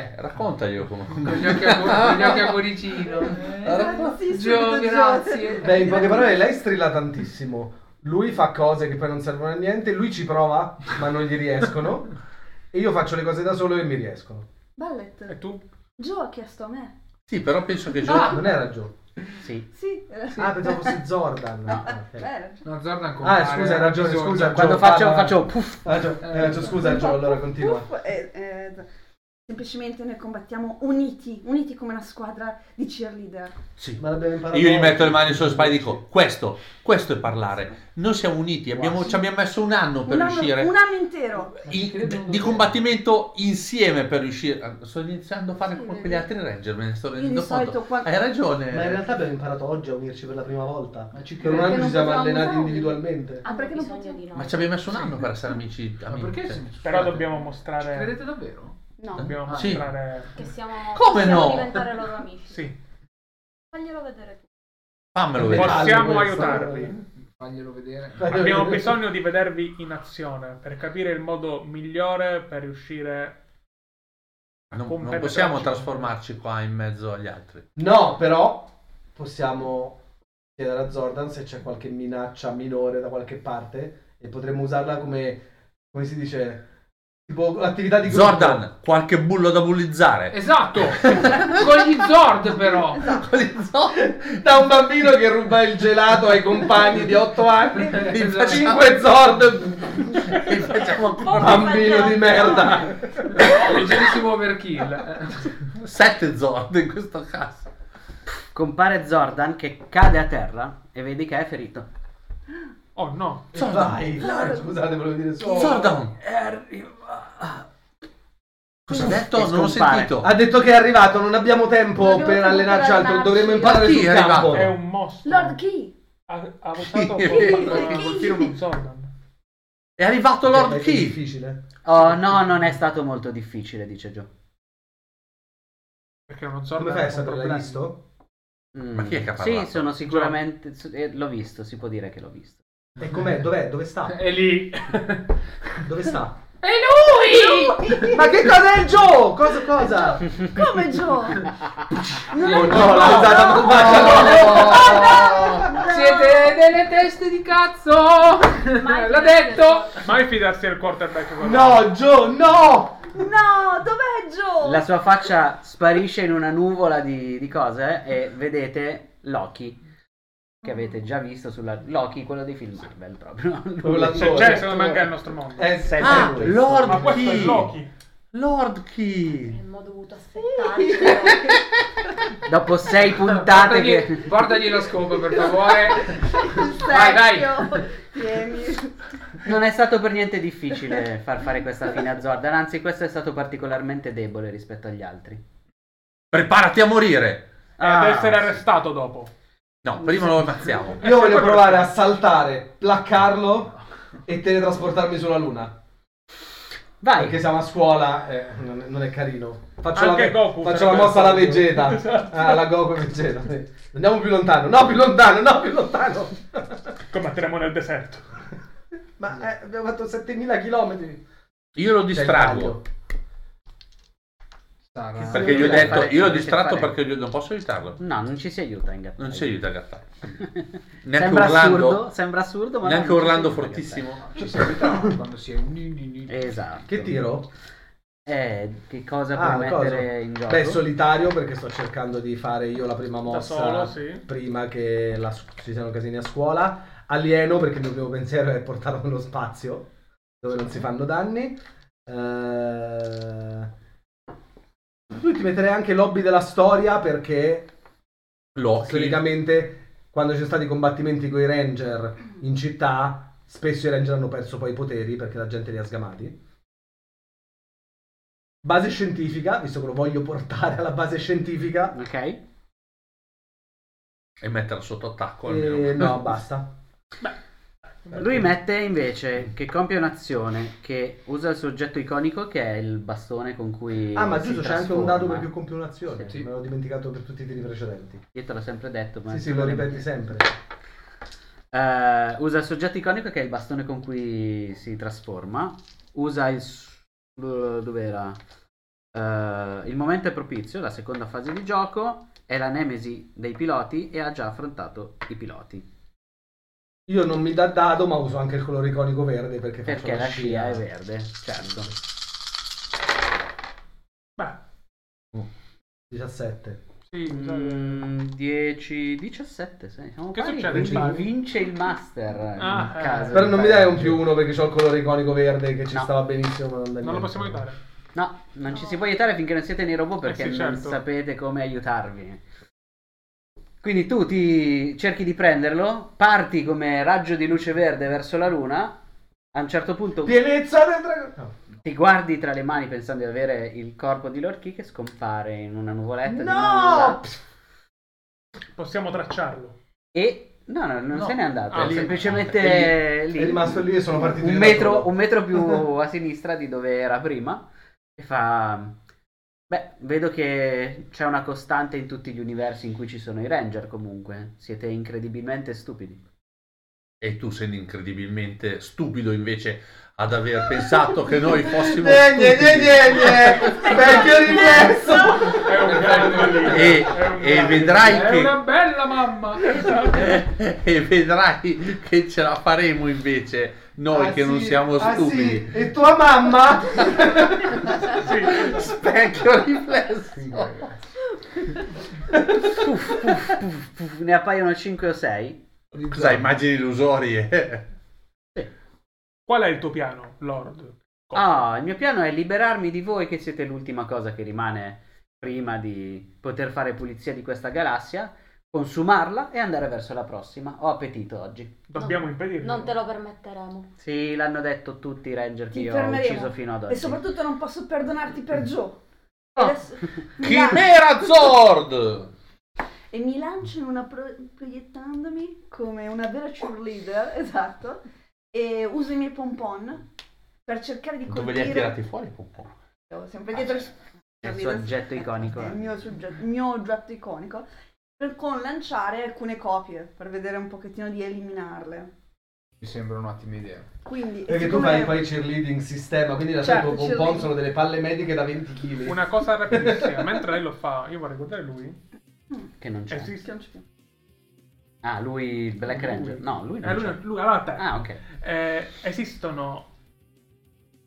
[SPEAKER 2] Eh, raccontaglielo
[SPEAKER 4] Con
[SPEAKER 2] comunque.
[SPEAKER 4] gli occhi a, con gli occhi a cuoricino. Eh.
[SPEAKER 5] Esatto, sì,
[SPEAKER 4] Gio,
[SPEAKER 5] subito, Gio.
[SPEAKER 4] grazie.
[SPEAKER 3] Beh, in poche parole, lei strilla tantissimo. Lui fa cose che poi non servono a niente. Lui ci prova, ma non gli riescono. E io faccio le cose da solo e mi riescono.
[SPEAKER 7] E
[SPEAKER 5] Ballet.
[SPEAKER 7] tu?
[SPEAKER 5] Gio ha chiesto a me.
[SPEAKER 2] Sì, però penso che
[SPEAKER 3] Ah,
[SPEAKER 2] Gio...
[SPEAKER 3] non era Gio.
[SPEAKER 1] Sì,
[SPEAKER 5] Sì. era-
[SPEAKER 3] Ah, pensavo fosse Jordan.
[SPEAKER 5] No,
[SPEAKER 3] Ah, ok.
[SPEAKER 5] vero.
[SPEAKER 4] No, Zordan compare.
[SPEAKER 3] Ah, scusa, hai ragione,
[SPEAKER 4] Bisogna-
[SPEAKER 3] scusa.
[SPEAKER 1] quando
[SPEAKER 3] Gio,
[SPEAKER 1] faccio,
[SPEAKER 3] parla-
[SPEAKER 1] faccio puff,
[SPEAKER 3] Ah, Gio, eh, Gio, scusa, Gio, allora continua.
[SPEAKER 5] Puff, eh, eh, Semplicemente noi combattiamo uniti, uniti come una squadra di cheerleader.
[SPEAKER 2] Sì.
[SPEAKER 3] Ma l'abbiamo imparato.
[SPEAKER 2] Io gli metto le mani sulle spalle e dico: Questo, questo è parlare. Noi siamo uniti, abbiamo- ci abbiamo messo un anno per
[SPEAKER 5] Un anno,
[SPEAKER 2] riuscire.
[SPEAKER 5] un anno intero.
[SPEAKER 2] in- di- di combattimento insieme per riuscire. Ah, Sto iniziando a fare
[SPEAKER 5] Sì,
[SPEAKER 2] come
[SPEAKER 5] vedi.
[SPEAKER 2] quegli altri Ranger, me ne sto
[SPEAKER 5] Io di
[SPEAKER 2] rendendo conto.
[SPEAKER 5] solito quando...
[SPEAKER 2] Hai ragione.
[SPEAKER 9] Ma in realtà abbiamo imparato oggi a unirci per la prima volta.
[SPEAKER 6] Ma ci
[SPEAKER 3] Per un anno
[SPEAKER 5] Perché
[SPEAKER 3] ci
[SPEAKER 5] non
[SPEAKER 3] siamo
[SPEAKER 5] potevamo
[SPEAKER 3] allenati
[SPEAKER 5] usarli.
[SPEAKER 3] individualmente.
[SPEAKER 5] Ah, perché non
[SPEAKER 8] bisogno
[SPEAKER 5] posso-
[SPEAKER 8] di noi.
[SPEAKER 2] Ma ci abbiamo messo un anno per essere amici.
[SPEAKER 6] Ma
[SPEAKER 2] amici.
[SPEAKER 6] perché? si-
[SPEAKER 7] Però
[SPEAKER 6] scusate,
[SPEAKER 7] dobbiamo
[SPEAKER 6] Ci
[SPEAKER 7] mostrare.
[SPEAKER 6] credete davvero?
[SPEAKER 5] No.
[SPEAKER 7] Dobbiamo
[SPEAKER 6] Ah,
[SPEAKER 2] sì.
[SPEAKER 7] mostrare.
[SPEAKER 8] Che siamo,
[SPEAKER 2] Come
[SPEAKER 8] possiamo
[SPEAKER 2] no?
[SPEAKER 8] diventare loro amici.
[SPEAKER 7] Sì.
[SPEAKER 8] Faglielo vedere tu.
[SPEAKER 2] Fammelo vedere.
[SPEAKER 7] Possiamo
[SPEAKER 3] questo.
[SPEAKER 7] aiutarvi.
[SPEAKER 6] Faglielo vedere.
[SPEAKER 3] Dai,
[SPEAKER 7] Abbiamo
[SPEAKER 3] dai,
[SPEAKER 7] bisogno di vedervi in azione per capire il modo migliore per riuscire.
[SPEAKER 2] Non, non
[SPEAKER 7] compenetrarci.
[SPEAKER 2] possiamo trasformarci qua in mezzo agli altri.
[SPEAKER 3] No, però possiamo chiedere a Zordan se c'è qualche minaccia minore da qualche parte e potremmo usarla come, come si dice, tipo attività di gruppo.
[SPEAKER 2] Zordan, qualche bullo da bullizzare.
[SPEAKER 6] Esatto! Con gli Zord però!
[SPEAKER 3] Da un bambino che ruba il gelato ai compagni di 8 anni,
[SPEAKER 6] Esatto.
[SPEAKER 3] 5 Zord,
[SPEAKER 2] E facciamo ancora
[SPEAKER 3] bambino di merda.
[SPEAKER 6] Leggerissimo overkill.
[SPEAKER 2] sette Zord in questo caso.
[SPEAKER 1] Compare Zordan che cade a terra e vedi che è ferito.
[SPEAKER 7] Oh no.
[SPEAKER 3] Vai, scusate, volevo dire solo.
[SPEAKER 2] Zordan,
[SPEAKER 1] È arrivato.
[SPEAKER 2] cosa ha detto?
[SPEAKER 1] E
[SPEAKER 2] Non l'ho
[SPEAKER 1] scompare.
[SPEAKER 2] sentito.
[SPEAKER 3] Ha detto che è arrivato, non abbiamo tempo
[SPEAKER 5] Abbiamo
[SPEAKER 3] per
[SPEAKER 5] tempo
[SPEAKER 3] allenarci
[SPEAKER 5] per
[SPEAKER 3] altro,
[SPEAKER 5] allenarci.
[SPEAKER 3] dovremmo imparare
[SPEAKER 2] Ma chi
[SPEAKER 3] sul
[SPEAKER 2] è arrivato?
[SPEAKER 3] campo.
[SPEAKER 7] È un mostro.
[SPEAKER 5] Lord Key!
[SPEAKER 7] Ha, ha votato
[SPEAKER 2] Chi?
[SPEAKER 7] contro-
[SPEAKER 5] Chi?
[SPEAKER 7] colpire uno Zordan.
[SPEAKER 2] È arrivato Lord
[SPEAKER 3] È
[SPEAKER 2] Key.
[SPEAKER 3] difficile.
[SPEAKER 1] Oh no, non è stato molto difficile, dice Joe.
[SPEAKER 7] Perché uno
[SPEAKER 3] Come
[SPEAKER 7] Zordan
[SPEAKER 3] fai a
[SPEAKER 7] è un
[SPEAKER 3] sapere? L'hai
[SPEAKER 7] problema.
[SPEAKER 3] visto?
[SPEAKER 1] Mm.
[SPEAKER 2] Ma chi è che ha parlato?
[SPEAKER 1] Sì, sono sicuramente. su- eh, L'ho visto, si può dire che l'ho visto.
[SPEAKER 9] E com'è? Dov'è? Dove sta?
[SPEAKER 6] E lì.
[SPEAKER 9] Dove sta?
[SPEAKER 6] E lui!
[SPEAKER 3] Ma che cos'è il Joe? Cosa cosa?
[SPEAKER 5] Come Joe? Non
[SPEAKER 3] Oh
[SPEAKER 5] è-
[SPEAKER 3] no, l'ha usata per faccia. no.
[SPEAKER 6] Siete delle teste di cazzo!
[SPEAKER 8] Mai
[SPEAKER 6] L'ho
[SPEAKER 8] fidarsi
[SPEAKER 6] detto!
[SPEAKER 8] del-
[SPEAKER 7] Mai fidarsi del quarterback. con-
[SPEAKER 3] No, Joe, no!
[SPEAKER 5] No, dov'è Joe?
[SPEAKER 1] La sua faccia sparisce in una nuvola di, di cose e vedete Loki. Che avete già visto sulla. Loki, quello dei film Marvel proprio.
[SPEAKER 3] Proprio
[SPEAKER 1] Lui-
[SPEAKER 7] Se
[SPEAKER 3] l'attore.
[SPEAKER 7] c'è, Cioè, secondo me anche il nostro mondo.
[SPEAKER 3] Eh,
[SPEAKER 1] Sempre
[SPEAKER 2] Ah,
[SPEAKER 1] lui.
[SPEAKER 7] Ma
[SPEAKER 2] Lord
[SPEAKER 7] questo è
[SPEAKER 2] Key.
[SPEAKER 7] Loki.
[SPEAKER 2] Lord Key.
[SPEAKER 8] Avremmo dovuto aspettare.
[SPEAKER 1] Dopo sei puntate
[SPEAKER 6] Portagli,
[SPEAKER 1] che.
[SPEAKER 6] portagli la scopa per favore.
[SPEAKER 5] Sergio.
[SPEAKER 6] Vai, vai.
[SPEAKER 5] Tieni.
[SPEAKER 1] Non è stato per niente difficile far fare questa fine a Zordan, anzi, questo è stato particolarmente debole rispetto agli altri. Ah.
[SPEAKER 2] Preparati a morire.
[SPEAKER 7] E ad Eh, essere arrestato dopo.
[SPEAKER 2] No, prima lo ammazziamo.
[SPEAKER 3] Io voglio provare a saltare, placcarlo e teletrasportarmi sulla luna.
[SPEAKER 1] Vai!
[SPEAKER 3] Perché siamo a scuola, eh, non, è, non è carino. Faccio
[SPEAKER 7] Anche
[SPEAKER 3] la,
[SPEAKER 7] Goku
[SPEAKER 3] faccio la
[SPEAKER 7] sarebbe
[SPEAKER 3] mossa alla
[SPEAKER 7] stato.
[SPEAKER 3] Vegeta.
[SPEAKER 7] Esatto.
[SPEAKER 3] Ah, la Goku e Vegeta. sì. Andiamo più lontano. No, più lontano, no, più lontano.
[SPEAKER 7] Combatteremo nel deserto.
[SPEAKER 3] Ma eh, abbiamo fatto 7000 km.
[SPEAKER 2] Io lo
[SPEAKER 3] Cioè,
[SPEAKER 2] distraggo.
[SPEAKER 4] Ah.
[SPEAKER 6] Sarà-
[SPEAKER 2] Perché gli ho
[SPEAKER 1] Dovete
[SPEAKER 2] detto,
[SPEAKER 1] fare-
[SPEAKER 2] io l'ho
[SPEAKER 1] dovete
[SPEAKER 2] distratto
[SPEAKER 1] fare-
[SPEAKER 2] perché gli- non posso aiutarlo.
[SPEAKER 1] No, non ci si aiuta in gattare.
[SPEAKER 2] Non si aiuta Gattari. Neanche
[SPEAKER 1] Sembra assurdo,
[SPEAKER 2] urlando.
[SPEAKER 1] sembra assurdo, ma
[SPEAKER 2] Neanche
[SPEAKER 1] no, non ci
[SPEAKER 2] urlando
[SPEAKER 1] si aiuta in
[SPEAKER 2] fortissimo.
[SPEAKER 6] Ci si aiuta quando si è un
[SPEAKER 1] gattare. Esatto.
[SPEAKER 3] Che tiro?
[SPEAKER 1] Eh, che cosa
[SPEAKER 3] Ah,
[SPEAKER 1] puoi
[SPEAKER 3] cosa?
[SPEAKER 1] mettere in gioco?
[SPEAKER 3] Beh, solitario perché sto cercando di fare io la prima
[SPEAKER 7] Da
[SPEAKER 3] mossa
[SPEAKER 7] solo, sì.
[SPEAKER 3] prima che la- ci siano casini a scuola. Alieno perché il mio primo pensiero è portarlo nello spazio dove non si fanno danni. Eh... Lui ti metterei anche lobby della storia perché
[SPEAKER 2] Loki.
[SPEAKER 3] Solitamente quando ci sono stati combattimenti con i ranger in città, spesso i ranger hanno perso poi i poteri perché la gente li ha sgamati. Base scientifica, visto che lo voglio portare alla base scientifica.
[SPEAKER 1] Ok.
[SPEAKER 2] E metterlo sotto attacco almeno.
[SPEAKER 3] E Eh, no, basta.
[SPEAKER 1] Lui mette invece che compie un'azione che usa il suo oggetto iconico che è il bastone con cui
[SPEAKER 3] Ah, ma
[SPEAKER 1] si
[SPEAKER 3] giusto, c'è anche
[SPEAKER 1] trasforma.
[SPEAKER 3] un dado per più compie un'azione.
[SPEAKER 1] Sì.
[SPEAKER 3] Me l'ho dimenticato per tutti i tiri precedenti.
[SPEAKER 1] Io te l'ho sempre detto, ma
[SPEAKER 3] Sì, sì, lo ripeti sempre.
[SPEAKER 1] Eh, usa il soggetto iconico che è il bastone con cui si trasforma. Usa il. eh, Dov'era? Eh, il momento è propizio, la seconda fase di gioco. È la nemesi dei piloti e ha già affrontato i piloti.
[SPEAKER 3] Io non mi da dado, ma uso anche il colore iconico verde perché, faccio
[SPEAKER 1] Perché
[SPEAKER 3] la
[SPEAKER 1] la scia è
[SPEAKER 3] verde.
[SPEAKER 1] verde, certo.
[SPEAKER 7] Beh,
[SPEAKER 3] 17.
[SPEAKER 7] sì, cioè, bisogna-
[SPEAKER 1] Mm, 10, 17, sei. Siamo
[SPEAKER 7] Che
[SPEAKER 1] pari,
[SPEAKER 7] succede?
[SPEAKER 1] quindi
[SPEAKER 7] Impari?
[SPEAKER 1] Vince il master. in
[SPEAKER 7] Ah, eh.
[SPEAKER 1] caso
[SPEAKER 3] Però
[SPEAKER 1] di
[SPEAKER 3] non mi dai un
[SPEAKER 1] pareggio.
[SPEAKER 3] più uno perché ho il colore iconico verde che ci
[SPEAKER 1] No.
[SPEAKER 3] stava benissimo. ma dà
[SPEAKER 7] non lo
[SPEAKER 3] niente.
[SPEAKER 7] possiamo aiutare.
[SPEAKER 1] No, non ci si può aiutare finché non siete nei robot perché
[SPEAKER 7] Eh sì,
[SPEAKER 1] non
[SPEAKER 7] certo.
[SPEAKER 1] sapete come aiutarvi. Quindi tu ti cerchi di prenderlo, parti come raggio di luce verde verso la luna, a un certo punto
[SPEAKER 3] Pienezza del dragone. No.
[SPEAKER 1] ti guardi tra le mani pensando di avere il corpo di Lord Key che scompare in una nuvoletta di
[SPEAKER 3] No!
[SPEAKER 1] nulla
[SPEAKER 7] Possiamo tracciarlo.
[SPEAKER 1] e no, no, non
[SPEAKER 2] No.
[SPEAKER 1] se n'è andato,
[SPEAKER 2] Ah,
[SPEAKER 1] è
[SPEAKER 2] lì.
[SPEAKER 1] semplicemente lì.
[SPEAKER 3] È rimasto lì e sono partito
[SPEAKER 1] un
[SPEAKER 3] io da
[SPEAKER 1] metro,
[SPEAKER 3] solo.
[SPEAKER 1] un metro più a sinistra di dove era prima e fa beh vedo che c'è una costante in tutti gli universi in cui ci sono i ranger comunque siete incredibilmente stupidi
[SPEAKER 2] E tu sei incredibilmente stupido invece ad aver pensato che noi fossimo
[SPEAKER 3] Gne, gne, gne,
[SPEAKER 2] stupidi.
[SPEAKER 3] gne, gne. Vecchio riflesso.
[SPEAKER 7] È un grande lì.
[SPEAKER 2] E,
[SPEAKER 7] È un
[SPEAKER 2] e
[SPEAKER 7] grande.
[SPEAKER 2] vedrai
[SPEAKER 6] È
[SPEAKER 2] che
[SPEAKER 6] una bella mamma!
[SPEAKER 2] e vedrai che ce la faremo invece noi
[SPEAKER 3] Ah,
[SPEAKER 2] che non
[SPEAKER 3] sì,
[SPEAKER 2] siamo
[SPEAKER 3] ah,
[SPEAKER 2] stupidi.
[SPEAKER 3] sì, E tua mamma?
[SPEAKER 7] Sì.
[SPEAKER 2] Specchio riflesso.
[SPEAKER 1] Puff, puff, puff, puff, ne appaiono 5 o 6
[SPEAKER 2] Cosa immagini illusorie?
[SPEAKER 7] Qual è il tuo piano, Lord?
[SPEAKER 1] ah il mio piano è liberarmi di voi che siete l'ultima cosa che rimane prima di poter fare pulizia di questa galassia consumarla e andare verso la prossima ho appetito oggi
[SPEAKER 7] Dobbiamo impedirlo.
[SPEAKER 8] Non te lo permetteremo.
[SPEAKER 1] sì l'hanno detto tutti i ranger che
[SPEAKER 5] Ti
[SPEAKER 1] io ho
[SPEAKER 5] fermeremo.
[SPEAKER 1] ucciso fino ad oggi
[SPEAKER 5] E soprattutto non posso perdonarti per Joe. E
[SPEAKER 1] Oh.
[SPEAKER 5] adesso- mi lan-
[SPEAKER 2] Chimera Zord!
[SPEAKER 5] E mi lancio in una pro- proiettandomi come una vera cheerleader, esatto. E uso i miei pompon per cercare di
[SPEAKER 2] Dove
[SPEAKER 5] colpire...
[SPEAKER 2] li hai tirati Ah, fuori? Pompò?
[SPEAKER 5] Stavo sempre dietro
[SPEAKER 1] È il suo oggetto iconico.
[SPEAKER 5] È il Eh, mio, sugge- il mio oggetto iconico per con lanciare alcune copie per vedere un pochettino di eliminarle.
[SPEAKER 6] Mi sembra un'ottima idea.
[SPEAKER 5] Quindi e
[SPEAKER 3] Perché tu
[SPEAKER 5] siccome-
[SPEAKER 3] fai, fai cheerleading sistema, quindi la
[SPEAKER 5] Certo,
[SPEAKER 3] tua pompon
[SPEAKER 5] cheerleading.
[SPEAKER 3] sono delle palle mediche da 20 kg.
[SPEAKER 7] Una cosa rapidissima, mentre lei lo fa, io vorrei guardare lui.
[SPEAKER 1] Che non c'è.
[SPEAKER 7] Esiste?
[SPEAKER 5] Eh, Non c'è più.
[SPEAKER 1] Ah, lui il Black
[SPEAKER 7] Lui.
[SPEAKER 1] Ranger. No, lui non
[SPEAKER 7] Eh, lui,
[SPEAKER 1] c'è.
[SPEAKER 7] lui- allora te.
[SPEAKER 1] Ah, ok.
[SPEAKER 7] Eh, esistono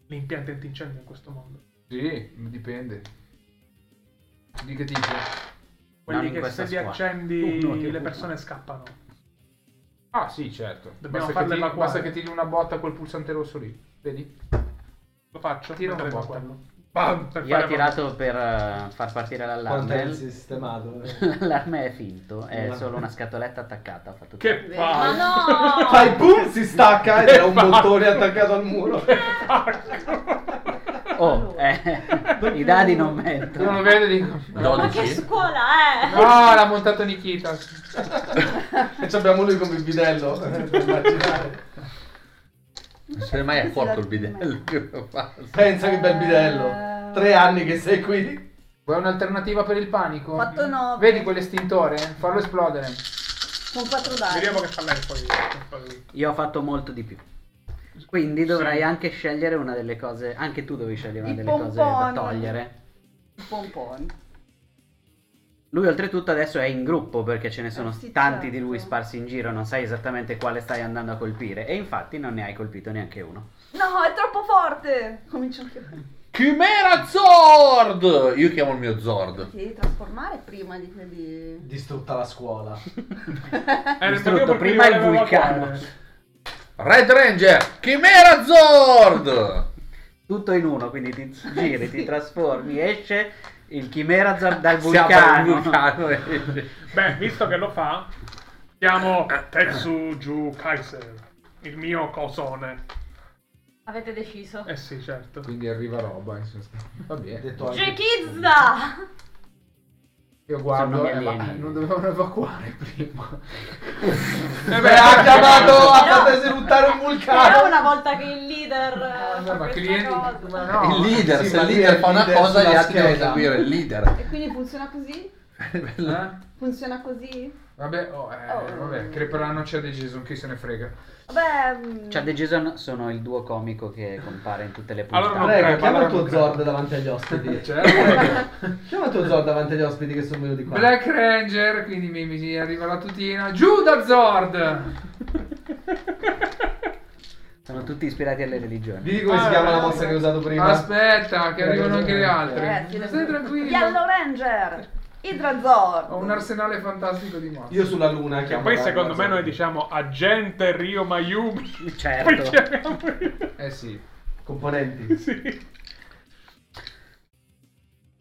[SPEAKER 7] gli impianti antincendio in questo mondo.
[SPEAKER 6] Sì, dipende. Di che tipo?
[SPEAKER 1] Non
[SPEAKER 7] Quelli
[SPEAKER 1] in
[SPEAKER 7] che
[SPEAKER 1] questa
[SPEAKER 7] se li
[SPEAKER 1] squadra.
[SPEAKER 7] accendi
[SPEAKER 1] Uno che
[SPEAKER 7] le
[SPEAKER 1] uno.
[SPEAKER 7] persone scappano.
[SPEAKER 6] Ah sì, certo.
[SPEAKER 7] Dobbiamo
[SPEAKER 6] Basta che,
[SPEAKER 7] farla
[SPEAKER 6] tiri,
[SPEAKER 7] evacuare.
[SPEAKER 6] basta che tiri una botta a quel pulsante rosso lì. Vedi?
[SPEAKER 7] Lo faccio?
[SPEAKER 6] Tira
[SPEAKER 7] Mentre
[SPEAKER 6] una
[SPEAKER 7] fa
[SPEAKER 6] botta.
[SPEAKER 7] quello. Bam, per
[SPEAKER 1] Io ho
[SPEAKER 7] fare-
[SPEAKER 1] tirato per eh, far partire
[SPEAKER 3] Quanto è eh.
[SPEAKER 1] l'allarme.
[SPEAKER 3] sistemato?
[SPEAKER 1] L'allarme è finto, è
[SPEAKER 3] No.
[SPEAKER 1] solo una scatoletta attaccata. ha fatto tutto.
[SPEAKER 7] Che
[SPEAKER 8] Ma
[SPEAKER 7] palle.
[SPEAKER 8] no!
[SPEAKER 3] Fai boom, si stacca ed è un
[SPEAKER 7] Esatto.
[SPEAKER 3] bottone attaccato al muro.
[SPEAKER 1] Oh, eh, i dadi
[SPEAKER 6] Non
[SPEAKER 1] non
[SPEAKER 6] lo
[SPEAKER 1] mentono.
[SPEAKER 6] vede dico.
[SPEAKER 8] Ma che
[SPEAKER 2] 12?
[SPEAKER 8] scuola è?
[SPEAKER 6] Ah, l'ha montato Nikita.
[SPEAKER 3] e ci abbiamo lui come il bidello. eh, per immaginare.
[SPEAKER 2] Non se ne è mai accorto il bidello che lo fa.
[SPEAKER 3] Pensa che bel bidello.
[SPEAKER 5] Eh,
[SPEAKER 3] Tre anni che sei qui.
[SPEAKER 6] Vuoi un'alternativa per il panico?
[SPEAKER 5] Fatto eh. nove.
[SPEAKER 6] Vedi quell'estintore? Farlo esplodere.
[SPEAKER 5] Con quattro dadi.
[SPEAKER 7] Vediamo che fa lei poi. che fa lui.
[SPEAKER 1] Io ho fatto molto di più. Quindi dovrai anche scegliere una delle cose. Anche tu devi scegliere una
[SPEAKER 5] I
[SPEAKER 1] delle cose da
[SPEAKER 5] pompon.
[SPEAKER 1] togliere.
[SPEAKER 5] Pompon.
[SPEAKER 1] Lui oltretutto adesso è in gruppo perché ce ne sono
[SPEAKER 5] Eh sì,
[SPEAKER 1] tanti
[SPEAKER 5] certo.
[SPEAKER 1] di lui sparsi in giro, non sai esattamente quale stai andando a colpire e infatti non ne hai colpito neanche uno.
[SPEAKER 5] No, è troppo forte! Comincio anche a
[SPEAKER 2] Chimera Zord! Io chiamo il mio Zord.
[SPEAKER 5] Ti devi trasformare prima di quelli.
[SPEAKER 3] Distrutta la scuola.
[SPEAKER 7] Era il
[SPEAKER 1] Distrutto
[SPEAKER 7] motivo per cui
[SPEAKER 1] prima il
[SPEAKER 7] volevamo
[SPEAKER 1] vulcano.
[SPEAKER 7] fare.
[SPEAKER 2] Red Ranger! Chimera Zord!
[SPEAKER 1] tutto in uno, quindi ti giri, ti trasformi, esce il chimera za- dal
[SPEAKER 2] Si apre il
[SPEAKER 1] vulcano.
[SPEAKER 2] vulcano e-
[SPEAKER 7] Beh, visto che lo fa, chiamo Tetsu Ju Kaiser, il mio cosone.
[SPEAKER 8] Avete deciso.
[SPEAKER 7] Eh sì, certo.
[SPEAKER 6] Quindi arriva roba. in sostanza. Va bene.
[SPEAKER 3] Detto
[SPEAKER 8] Cioè,
[SPEAKER 3] anche-
[SPEAKER 8] Jekizda!
[SPEAKER 6] Io guardo.
[SPEAKER 1] Sono gli
[SPEAKER 6] eh, ma
[SPEAKER 1] alieni.
[SPEAKER 6] non dovevano evacuare prima.
[SPEAKER 3] Eh beh, ha chiamato a farsi eruttare un
[SPEAKER 8] Però
[SPEAKER 3] vulcano.
[SPEAKER 8] una volta che il leader eh, fa
[SPEAKER 6] ma
[SPEAKER 8] questa
[SPEAKER 6] clienti-
[SPEAKER 8] cosa.
[SPEAKER 6] ma no.
[SPEAKER 2] il leader,
[SPEAKER 3] sì,
[SPEAKER 2] se
[SPEAKER 3] ma
[SPEAKER 2] il
[SPEAKER 3] lui è
[SPEAKER 2] leader
[SPEAKER 3] il
[SPEAKER 2] fa una
[SPEAKER 3] leader
[SPEAKER 2] cosa, gli
[SPEAKER 3] sulla
[SPEAKER 2] altri devono
[SPEAKER 3] scheda.
[SPEAKER 2] seguire il leader.
[SPEAKER 5] E quindi funziona così? Funziona così?
[SPEAKER 6] Eh? Vabbè, oh, eh,
[SPEAKER 5] Oh.
[SPEAKER 6] vabbè, creperanno c'è De Jason, chi se ne frega.
[SPEAKER 5] Vabbè. mm,
[SPEAKER 1] Chad e Jason Cioè, sono il duo comico che compare in tutte le puntate.
[SPEAKER 7] Allora,
[SPEAKER 3] Prego,
[SPEAKER 7] Ok,
[SPEAKER 3] chiama il tuo
[SPEAKER 7] allora-
[SPEAKER 3] Zord davanti agli ospiti.
[SPEAKER 7] Cioè.
[SPEAKER 6] Certo.
[SPEAKER 3] Chiama il tuo Zord davanti agli ospiti che sono venuti qua.
[SPEAKER 6] Black Ranger, quindi mi, mi arriva la tutina. Giù da Zord!
[SPEAKER 1] Sono tutti ispirati alle religioni.
[SPEAKER 3] Vi dico come si
[SPEAKER 7] Ah,
[SPEAKER 3] chiama la
[SPEAKER 7] no.
[SPEAKER 3] mossa che ho usato prima.
[SPEAKER 6] Aspetta, che
[SPEAKER 3] Black
[SPEAKER 6] arrivano anche le
[SPEAKER 3] Ranger.
[SPEAKER 6] altre.
[SPEAKER 5] eh, sì, le-
[SPEAKER 6] Stai tranquillo.
[SPEAKER 5] Yellow Ranger! Idrazor!
[SPEAKER 6] Ho un arsenale fantastico di mosse.
[SPEAKER 3] Io sulla luna
[SPEAKER 7] Che
[SPEAKER 3] chiamo.
[SPEAKER 7] poi
[SPEAKER 3] la-
[SPEAKER 7] secondo
[SPEAKER 3] la
[SPEAKER 7] me noi
[SPEAKER 3] Zord.
[SPEAKER 7] diciamo agente Rio Mayumi. Poi
[SPEAKER 1] Certo.
[SPEAKER 7] chiamiamo-
[SPEAKER 6] Eh sì.
[SPEAKER 3] Componenti.
[SPEAKER 7] sì.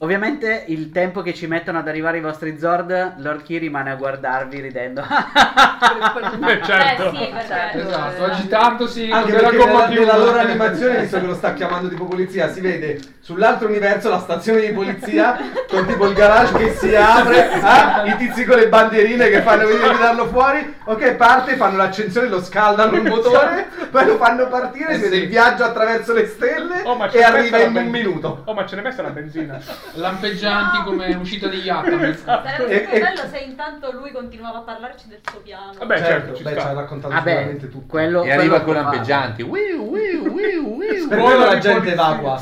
[SPEAKER 1] Ovviamente il tempo che ci mettono ad arrivare i vostri Zord, Lord Key rimane a guardarvi ridendo.
[SPEAKER 7] Beh, certo.
[SPEAKER 8] Eh sì, perché...
[SPEAKER 5] Certo.
[SPEAKER 6] Esatto, agitandosi
[SPEAKER 3] eh, Anche
[SPEAKER 6] con della
[SPEAKER 3] perché
[SPEAKER 6] gomma
[SPEAKER 3] nella,
[SPEAKER 6] più.
[SPEAKER 3] nella loro animazione, visto che lo sta chiamando tipo polizia, si vede sull'altro universo la stazione di polizia con tipo il garage che si apre, ah, i tizi con le bandierine che fanno venire a darlo fuori. Ok, parte, fanno l'accensione, lo scaldano il motore,
[SPEAKER 7] Esatto.
[SPEAKER 3] poi lo fanno partire, si vede il viaggio attraverso le stelle
[SPEAKER 7] Eh Oh, ma ce
[SPEAKER 3] e
[SPEAKER 7] n'è messa
[SPEAKER 3] arriva
[SPEAKER 7] la
[SPEAKER 3] in un
[SPEAKER 7] ben-
[SPEAKER 3] minuto.
[SPEAKER 7] Oh, ma ce n'è messa la benzina.
[SPEAKER 6] Lampeggianti come l'uscita degli Yatta.
[SPEAKER 3] Esatto.
[SPEAKER 8] Sarebbe stato
[SPEAKER 3] E- e-
[SPEAKER 8] bello se intanto lui continuava a parlarci del suo piano.
[SPEAKER 7] Vabbè, certo, ci
[SPEAKER 3] beh,
[SPEAKER 7] sta.
[SPEAKER 3] ci ha raccontato
[SPEAKER 1] Vabbè,
[SPEAKER 3] sicuramente tutto.
[SPEAKER 1] quello...
[SPEAKER 2] E arriva con
[SPEAKER 1] quello può farlo.
[SPEAKER 2] lampeggianti. Wiu, wiu, wiu, wiu.
[SPEAKER 3] Per quello
[SPEAKER 7] Scuola
[SPEAKER 3] la
[SPEAKER 7] di
[SPEAKER 3] gente
[SPEAKER 7] polizia.
[SPEAKER 3] evacua.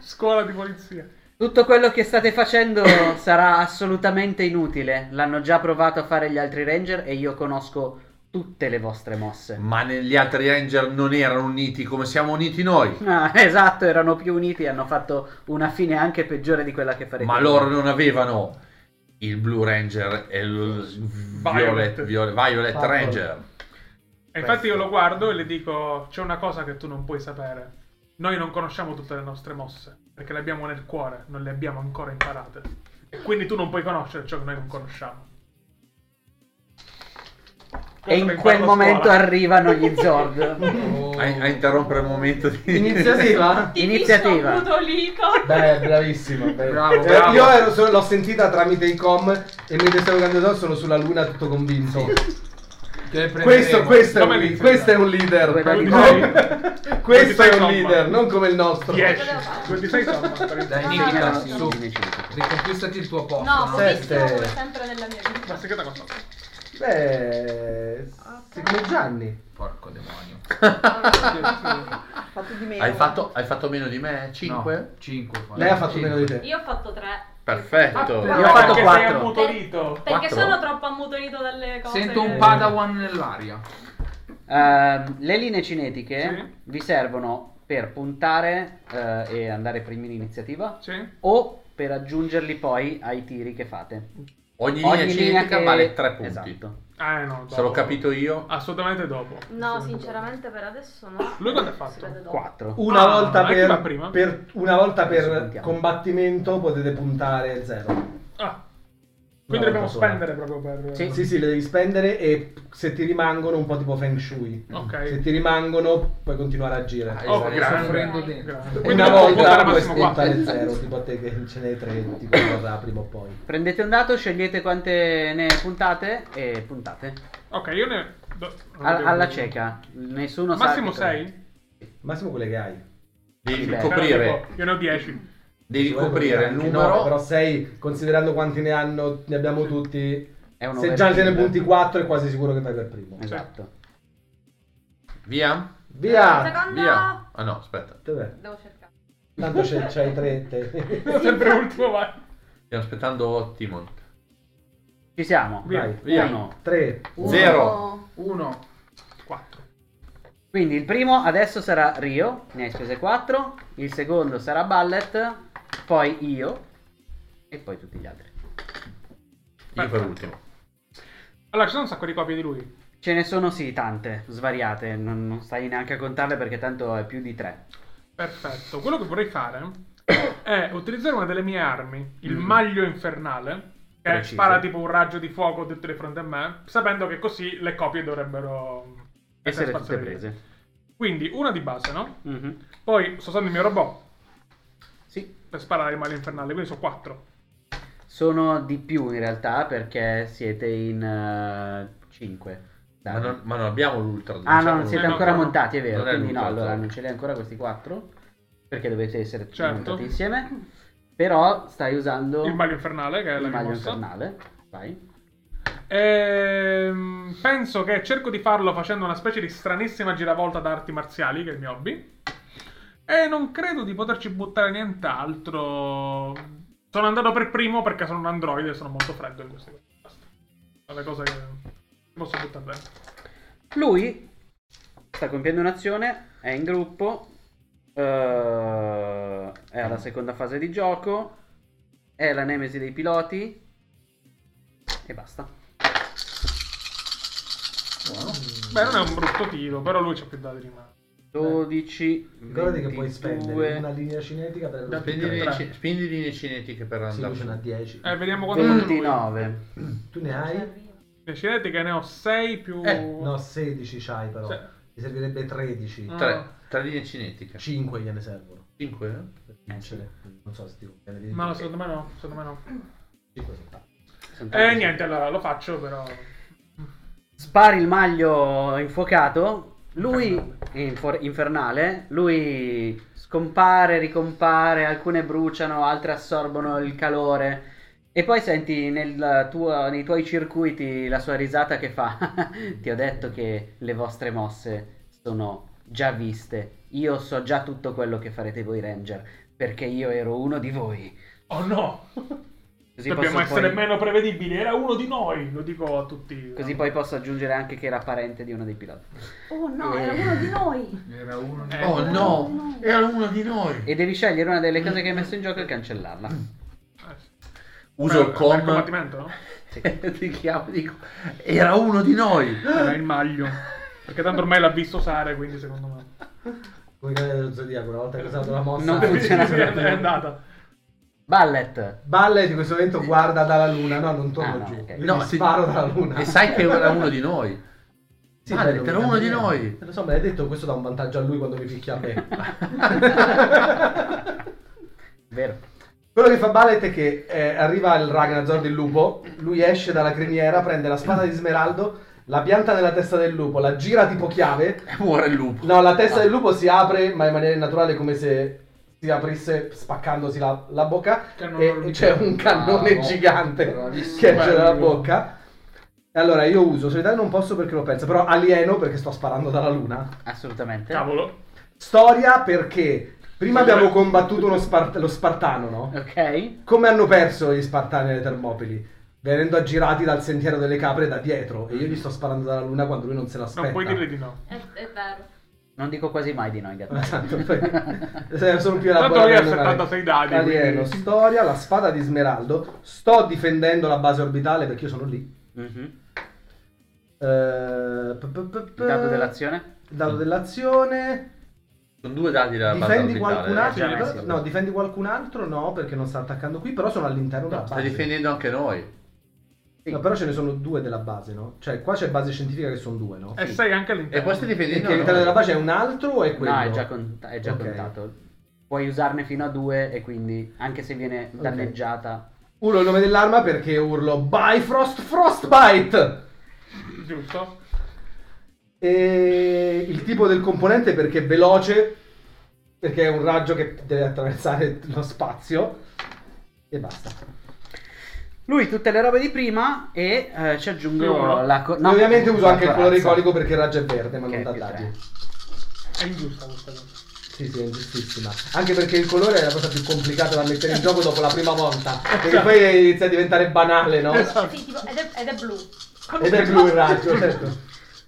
[SPEAKER 7] Scuola di polizia.
[SPEAKER 1] Tutto quello che state facendo sarà assolutamente inutile. L'hanno già provato a fare gli altri ranger e io conosco tutte le vostre mosse.
[SPEAKER 2] Ma negli altri Ranger non erano uniti come siamo uniti noi.
[SPEAKER 1] Ah, esatto, erano più uniti e hanno fatto una fine anche peggiore di quella che farete.
[SPEAKER 2] Ma loro non avevano il Blue Ranger e il Violet,
[SPEAKER 7] Violet.
[SPEAKER 2] Violet, Violet
[SPEAKER 3] Purple.
[SPEAKER 2] Ranger.
[SPEAKER 7] E infatti io lo guardo e le dico: C'è una cosa che tu non puoi sapere. Noi non conosciamo tutte le nostre mosse, perché le abbiamo nel cuore, non le abbiamo ancora imparate. E quindi tu non puoi conoscere ciò che noi non conosciamo.
[SPEAKER 1] E in quel momento arrivano gli Zord.
[SPEAKER 2] A, a interrompere il momento di...
[SPEAKER 3] Iniziativa?
[SPEAKER 8] Ti
[SPEAKER 1] Iniziativa.
[SPEAKER 8] fisso ammutolito.
[SPEAKER 3] Beh, bravissima.
[SPEAKER 6] Bravo,
[SPEAKER 3] Eh,
[SPEAKER 6] bravo.
[SPEAKER 3] io ero solo- l'ho sentita tramite i com e mentre stavo cantando sono sulla luna tutto convinto.
[SPEAKER 6] Che prenderemo.
[SPEAKER 3] Questo, questo, è,
[SPEAKER 7] Come
[SPEAKER 3] un, li-
[SPEAKER 7] inizia?
[SPEAKER 3] questo è un leader.
[SPEAKER 1] Come
[SPEAKER 7] dicevi?
[SPEAKER 3] questo è
[SPEAKER 7] Come
[SPEAKER 3] un
[SPEAKER 7] dicevi,
[SPEAKER 3] leader,
[SPEAKER 7] insomma.
[SPEAKER 3] non come il nostro.
[SPEAKER 7] Yes. 26 somma.
[SPEAKER 6] Dai,
[SPEAKER 8] Sì,
[SPEAKER 6] Nika,
[SPEAKER 8] sì,
[SPEAKER 6] su. Riconquistati il tuo posto.
[SPEAKER 8] No,
[SPEAKER 3] Sette.
[SPEAKER 8] pochissimo come sempre nella mia vita.
[SPEAKER 7] Ma seconda cosa.
[SPEAKER 3] Beh, sei come Gianni.
[SPEAKER 6] Porco demonio.
[SPEAKER 5] Ha fatto Ah, di meno.
[SPEAKER 2] Hai fatto, hai fatto meno di me? eh? 5?
[SPEAKER 6] 5.
[SPEAKER 3] Lei ha fatto meno di te.
[SPEAKER 8] Io ho fatto tre.
[SPEAKER 6] Ah,
[SPEAKER 2] Perfetto.
[SPEAKER 1] Io ho fatto
[SPEAKER 7] perché sei
[SPEAKER 1] quattro.
[SPEAKER 7] ammutolito.
[SPEAKER 8] Perché
[SPEAKER 2] Quattro?
[SPEAKER 8] sono troppo ammutolito dalle cose.
[SPEAKER 6] Sento un
[SPEAKER 8] che-
[SPEAKER 6] padawan nell'aria.
[SPEAKER 1] Ehm, le linee cinetiche
[SPEAKER 7] Sì.
[SPEAKER 1] vi servono per puntare eh, e andare primi in iniziativa
[SPEAKER 7] Sì.
[SPEAKER 1] o per aggiungerli poi ai tiri che fate.
[SPEAKER 2] Ogni linea cinetica
[SPEAKER 1] che-
[SPEAKER 2] vale 3 punti.
[SPEAKER 1] Esatto.
[SPEAKER 7] Ah, no. dopo.
[SPEAKER 2] Se l'ho capito io,
[SPEAKER 7] Ah, Assolutamente dopo.
[SPEAKER 8] No, sinceramente per adesso no.
[SPEAKER 7] Lui cosa ha fatto?
[SPEAKER 8] Si vede dopo.
[SPEAKER 1] 4.
[SPEAKER 3] Una
[SPEAKER 7] Ah,
[SPEAKER 3] volta
[SPEAKER 7] anche la
[SPEAKER 3] per,
[SPEAKER 7] prima?
[SPEAKER 3] per- una volta per
[SPEAKER 1] Adesso puntiamo.
[SPEAKER 3] combattimento potete puntare 0.
[SPEAKER 7] Ah. Quindi
[SPEAKER 3] No,
[SPEAKER 7] dobbiamo
[SPEAKER 3] dopo.
[SPEAKER 7] spendere proprio per.
[SPEAKER 1] Sì.
[SPEAKER 3] Sì, sì, le devi spendere e se ti rimangono un po' tipo Feng Shui. Se
[SPEAKER 7] Ok.
[SPEAKER 3] ti rimangono puoi continuare a agire.
[SPEAKER 6] Ah,
[SPEAKER 7] Oh,
[SPEAKER 6] Stai soffrendo
[SPEAKER 7] grazie.
[SPEAKER 6] dentro.
[SPEAKER 7] Grazie.
[SPEAKER 3] Una
[SPEAKER 7] dobbiamo votare
[SPEAKER 3] volta
[SPEAKER 7] al
[SPEAKER 3] puoi
[SPEAKER 7] massimo quattro.
[SPEAKER 3] spuntare zero, tipo a te che ce n'è tre, tipo verrà prima o poi.
[SPEAKER 1] Prendete un dato, scegliete quante ne puntate e puntate.
[SPEAKER 7] Ok, io ne. do-
[SPEAKER 1] A- alla cieca. Nessuno sa
[SPEAKER 7] Massimo
[SPEAKER 1] che cosa-
[SPEAKER 7] 6?
[SPEAKER 3] Massimo quelle che hai.
[SPEAKER 2] devi
[SPEAKER 1] Beh.
[SPEAKER 2] coprire,
[SPEAKER 7] Io ne ho 10.
[SPEAKER 2] devi coprire il
[SPEAKER 3] Cioè, Anche
[SPEAKER 2] numero.
[SPEAKER 3] nove, però 6, considerando quanti ne hanno, ne abbiamo tutti.
[SPEAKER 1] È un
[SPEAKER 3] Se già te ne
[SPEAKER 1] overkill.
[SPEAKER 3] punti 4 è quasi sicuro che vai per primo.
[SPEAKER 1] Esatto.
[SPEAKER 2] Via?
[SPEAKER 8] Un
[SPEAKER 3] Via!
[SPEAKER 8] secondo.
[SPEAKER 2] Via? Ah no, aspetta.
[SPEAKER 3] Dov'è?
[SPEAKER 8] Devo cercare.
[SPEAKER 3] Tanto c'è, c'hai tre te.
[SPEAKER 7] Io sempre ultimo, vai.
[SPEAKER 2] Stiamo aspettando Timon.
[SPEAKER 1] Ci siamo.
[SPEAKER 7] Via.
[SPEAKER 3] Vai.
[SPEAKER 2] Via.
[SPEAKER 1] Uno.
[SPEAKER 3] 3.
[SPEAKER 2] Zero.
[SPEAKER 6] 1.
[SPEAKER 7] 4.
[SPEAKER 1] Quindi il primo adesso sarà Rio, ne hai spese 4, il secondo sarà Ballet, poi io e poi tutti gli altri.
[SPEAKER 2] Io per ultimo.
[SPEAKER 7] Allora, ci sono un sacco di copie di lui.
[SPEAKER 1] Ce ne sono sì tante, svariate, non, non stai neanche a contarle perché tanto è più di 3.
[SPEAKER 7] Perfetto. Quello che vorrei fare è utilizzare una delle mie armi, il
[SPEAKER 1] Mm.
[SPEAKER 7] maglio infernale, che
[SPEAKER 1] Preciso.
[SPEAKER 7] spara tipo un raggio di fuoco tutte di fronte a me, sapendo che così le copie dovrebbero
[SPEAKER 1] Essere tutte
[SPEAKER 7] spazzolate.
[SPEAKER 1] prese.
[SPEAKER 7] Quindi una di base, no?
[SPEAKER 1] Mhm.
[SPEAKER 7] Poi sto usando il mio robot
[SPEAKER 1] Sì,
[SPEAKER 7] per sparare il male infernale, quindi sono 4.
[SPEAKER 1] sono di più in realtà perché siete in 5.
[SPEAKER 2] Ma non, ma non abbiamo l'ultra.
[SPEAKER 1] Ah no, non
[SPEAKER 2] diciamo.
[SPEAKER 1] siete
[SPEAKER 7] Eh, no,
[SPEAKER 1] ancora
[SPEAKER 7] però-
[SPEAKER 1] montati, è vero.
[SPEAKER 2] non è
[SPEAKER 1] Quindi no,
[SPEAKER 2] l'ultimo.
[SPEAKER 1] allora non ce li hai ancora questi 4 perché dovete essere tutti
[SPEAKER 7] Certo.
[SPEAKER 1] montati insieme. Però stai usando
[SPEAKER 7] Il maglio infernale, che è la
[SPEAKER 1] il
[SPEAKER 7] mia
[SPEAKER 1] maglio
[SPEAKER 7] mossa.
[SPEAKER 1] infernale. Vai.
[SPEAKER 7] Ehm, penso che cerco di farlo facendo una specie di stranissima giravolta da arti marziali, che è il mio hobby. E non credo di poterci buttare nient'altro. Sono andato per primo perché sono un androide e sono molto freddo in queste cose. Basta. Sono le cose che posso buttare dentro.
[SPEAKER 1] Lui sta compiendo un'azione, è in gruppo, eh, è alla seconda fase di gioco, è la nemesi dei piloti e basta.
[SPEAKER 7] Beh, non è un brutto tiro, però lui c'ha più dati di me.
[SPEAKER 1] 12,
[SPEAKER 3] Ricordati che puoi
[SPEAKER 1] 22.
[SPEAKER 3] spendere una linea cinetica per
[SPEAKER 7] Da
[SPEAKER 2] Spendi
[SPEAKER 7] tre.
[SPEAKER 2] linee ci- spendi linee cinetiche per
[SPEAKER 3] Sì, lui ce n'ha
[SPEAKER 2] andare.
[SPEAKER 3] 10.
[SPEAKER 7] Eh, vediamo quanto fa lui.
[SPEAKER 1] 29.
[SPEAKER 3] Tu ne
[SPEAKER 8] Cioè, Certo.
[SPEAKER 3] hai?
[SPEAKER 7] Decidete che ne ho 6 più...
[SPEAKER 2] Eh,
[SPEAKER 3] No, 16 c'hai però.
[SPEAKER 2] Cioè.
[SPEAKER 7] Se-
[SPEAKER 3] Ti servirebbe 13.
[SPEAKER 7] Ah.
[SPEAKER 2] 3, 3 linee cinetiche.
[SPEAKER 3] 5 gliene servono.
[SPEAKER 2] 5?
[SPEAKER 3] Non ce le. Non so se ti conviene.
[SPEAKER 7] No, secondo me no, secondo me no.
[SPEAKER 3] 5 sono tanti.
[SPEAKER 7] Eh, niente, allora lo faccio però...
[SPEAKER 1] Spari il maglio infuocato. Lui, infor- infernale, lui scompare, ricompare, alcune bruciano, altre assorbono il calore. E poi senti nel tuo- nei tuoi circuiti la sua risata che fa. Ti ho detto che le vostre mosse sono già viste. Io so già tutto quello che farete voi ranger, perché io ero uno di voi.
[SPEAKER 7] Oh no!
[SPEAKER 1] Così
[SPEAKER 7] Dobbiamo
[SPEAKER 1] posso
[SPEAKER 7] essere
[SPEAKER 1] poi-
[SPEAKER 7] meno prevedibili, era uno di noi, lo dico a tutti.
[SPEAKER 1] Così poi posso aggiungere anche che era parente di uno dei piloti.
[SPEAKER 5] Oh no,
[SPEAKER 1] Eh.
[SPEAKER 5] era uno di noi.
[SPEAKER 10] Era uno
[SPEAKER 7] Eh,
[SPEAKER 2] Oh
[SPEAKER 5] Era uno
[SPEAKER 2] no,
[SPEAKER 5] di noi.
[SPEAKER 2] era uno di noi.
[SPEAKER 1] E devi scegliere una delle cose che hai messo in gioco e cancellarla.
[SPEAKER 3] Mm.
[SPEAKER 7] eh, sì.
[SPEAKER 2] Uso
[SPEAKER 7] Beh,
[SPEAKER 2] il
[SPEAKER 7] per
[SPEAKER 2] com.
[SPEAKER 7] combattimento, no?
[SPEAKER 2] Ti chiamo, dico, era uno di noi.
[SPEAKER 7] Era Eh, il maglio. Perché tanto ormai l'ha visto usare, quindi secondo me...
[SPEAKER 3] Come cade dello zodiaco, una volta che hai usato la mossa.
[SPEAKER 1] Non funziona.
[SPEAKER 7] è
[SPEAKER 2] Eh,
[SPEAKER 7] andata.
[SPEAKER 1] Ballet.
[SPEAKER 3] Ballet in questo momento guarda dalla luna, no, non torno
[SPEAKER 1] Ah, no,
[SPEAKER 3] giù.
[SPEAKER 1] ok.
[SPEAKER 3] Io
[SPEAKER 2] No,
[SPEAKER 3] gli
[SPEAKER 2] sì.
[SPEAKER 3] sparo dalla luna.
[SPEAKER 2] E sai che era uno di noi.
[SPEAKER 3] Sì,
[SPEAKER 2] Madre,
[SPEAKER 3] bello,
[SPEAKER 2] era uno di noi.
[SPEAKER 3] Lo so, me l'hai detto, questo dà un vantaggio a lui quando mi picchia a me.
[SPEAKER 1] Vero.
[SPEAKER 3] Quello che fa Ballet è che eh, arriva il Ragnazor del lupo, lui esce dalla criniera, prende la spada di smeraldo, la pianta nella testa del lupo, la gira tipo chiave.
[SPEAKER 2] E muore il lupo.
[SPEAKER 3] No, la testa del lupo si apre, ma in maniera naturale come se si aprisse spaccandosi la, la bocca
[SPEAKER 10] Cannone
[SPEAKER 3] e
[SPEAKER 10] orbitale.
[SPEAKER 3] Eh, c'è un cannone
[SPEAKER 4] Bravo,
[SPEAKER 3] gigante
[SPEAKER 4] Ah, bravissimo.
[SPEAKER 3] che esce dalla
[SPEAKER 4] Bello.
[SPEAKER 3] bocca. E Allora, io uso solitario non posso perché l'ho perso, però alieno perché sto sparando dalla luna.
[SPEAKER 1] Assolutamente.
[SPEAKER 7] Cavolo.
[SPEAKER 3] Storia perché prima abbiamo combattuto uno spart- lo Spartano, no?
[SPEAKER 1] Ok.
[SPEAKER 3] Come hanno perso gli Spartani alle Termopili? Venendo aggirati dal sentiero delle capre da dietro e io gli sto sparando dalla luna quando lui non se l'aspetta.
[SPEAKER 7] Non puoi dire di no.
[SPEAKER 8] È, è vero.
[SPEAKER 1] Non dico quasi mai di noi, Gattari.
[SPEAKER 3] Esatto, poi- Eh, sono più
[SPEAKER 7] Tanto
[SPEAKER 3] elaborato
[SPEAKER 7] lui ha
[SPEAKER 3] del normale.
[SPEAKER 7] 76 dadi,
[SPEAKER 3] Alieno,
[SPEAKER 7] quindi-
[SPEAKER 3] storia, la spada di smeraldo. Sto difendendo la base orbitale perché io sono lì.
[SPEAKER 1] Mhm.
[SPEAKER 3] Eh, p- p- p- p-
[SPEAKER 1] Dato dell'azione.
[SPEAKER 3] Dado dell'azione.
[SPEAKER 2] Sono due dadi dalla base
[SPEAKER 3] Difendi
[SPEAKER 2] orbitale.
[SPEAKER 3] qualcun
[SPEAKER 1] Sì,
[SPEAKER 3] altro?
[SPEAKER 1] sì,
[SPEAKER 3] però-
[SPEAKER 1] sì.
[SPEAKER 3] No, difendi qualcun altro? No, perché non sta attaccando qui, però sono all'interno della
[SPEAKER 2] No, Sta
[SPEAKER 3] base.
[SPEAKER 2] difendendo anche noi.
[SPEAKER 1] Sì.
[SPEAKER 3] No, però ce ne sono due della base, no? Cioè, qua c'è base scientifica che sono due, no?
[SPEAKER 7] E Eh, sei anche all'interno.
[SPEAKER 2] E poi stai
[SPEAKER 3] Perché
[SPEAKER 2] difendendo
[SPEAKER 3] all'interno
[SPEAKER 2] noi.
[SPEAKER 3] della base è un altro o è Eh, quello?
[SPEAKER 1] No, è già, cont- è già
[SPEAKER 3] Ok.
[SPEAKER 1] contato. Puoi usarne fino a due e quindi, anche se viene danneggiata.
[SPEAKER 3] Urlo il nome dell'arma perché urlo Bifrost Frostbite!
[SPEAKER 7] Giusto?
[SPEAKER 3] E il tipo del componente perché è veloce, perché è un raggio che deve attraversare lo spazio. E basta.
[SPEAKER 1] Lui tutte le robe di prima e eh, ci aggiungo
[SPEAKER 7] Uno.
[SPEAKER 1] la co-
[SPEAKER 3] E ovviamente uso
[SPEAKER 1] la
[SPEAKER 3] anche il colore
[SPEAKER 1] corazza.
[SPEAKER 3] iconico perché il raggio è verde, ma
[SPEAKER 1] Ok,
[SPEAKER 3] non dà
[SPEAKER 1] più
[SPEAKER 3] danni.
[SPEAKER 1] tre.
[SPEAKER 7] È ingiusta questa cosa.
[SPEAKER 3] Sì, sì, è ingiustissima. Anche perché il colore è la cosa più complicata da mettere in gioco dopo la prima volta. Perché
[SPEAKER 1] Esatto.
[SPEAKER 3] poi inizia a diventare banale, no?
[SPEAKER 7] Esatto.
[SPEAKER 8] Sì, tipo, ed, è, ed è blu.
[SPEAKER 3] Ed è blu il raggio, certo. E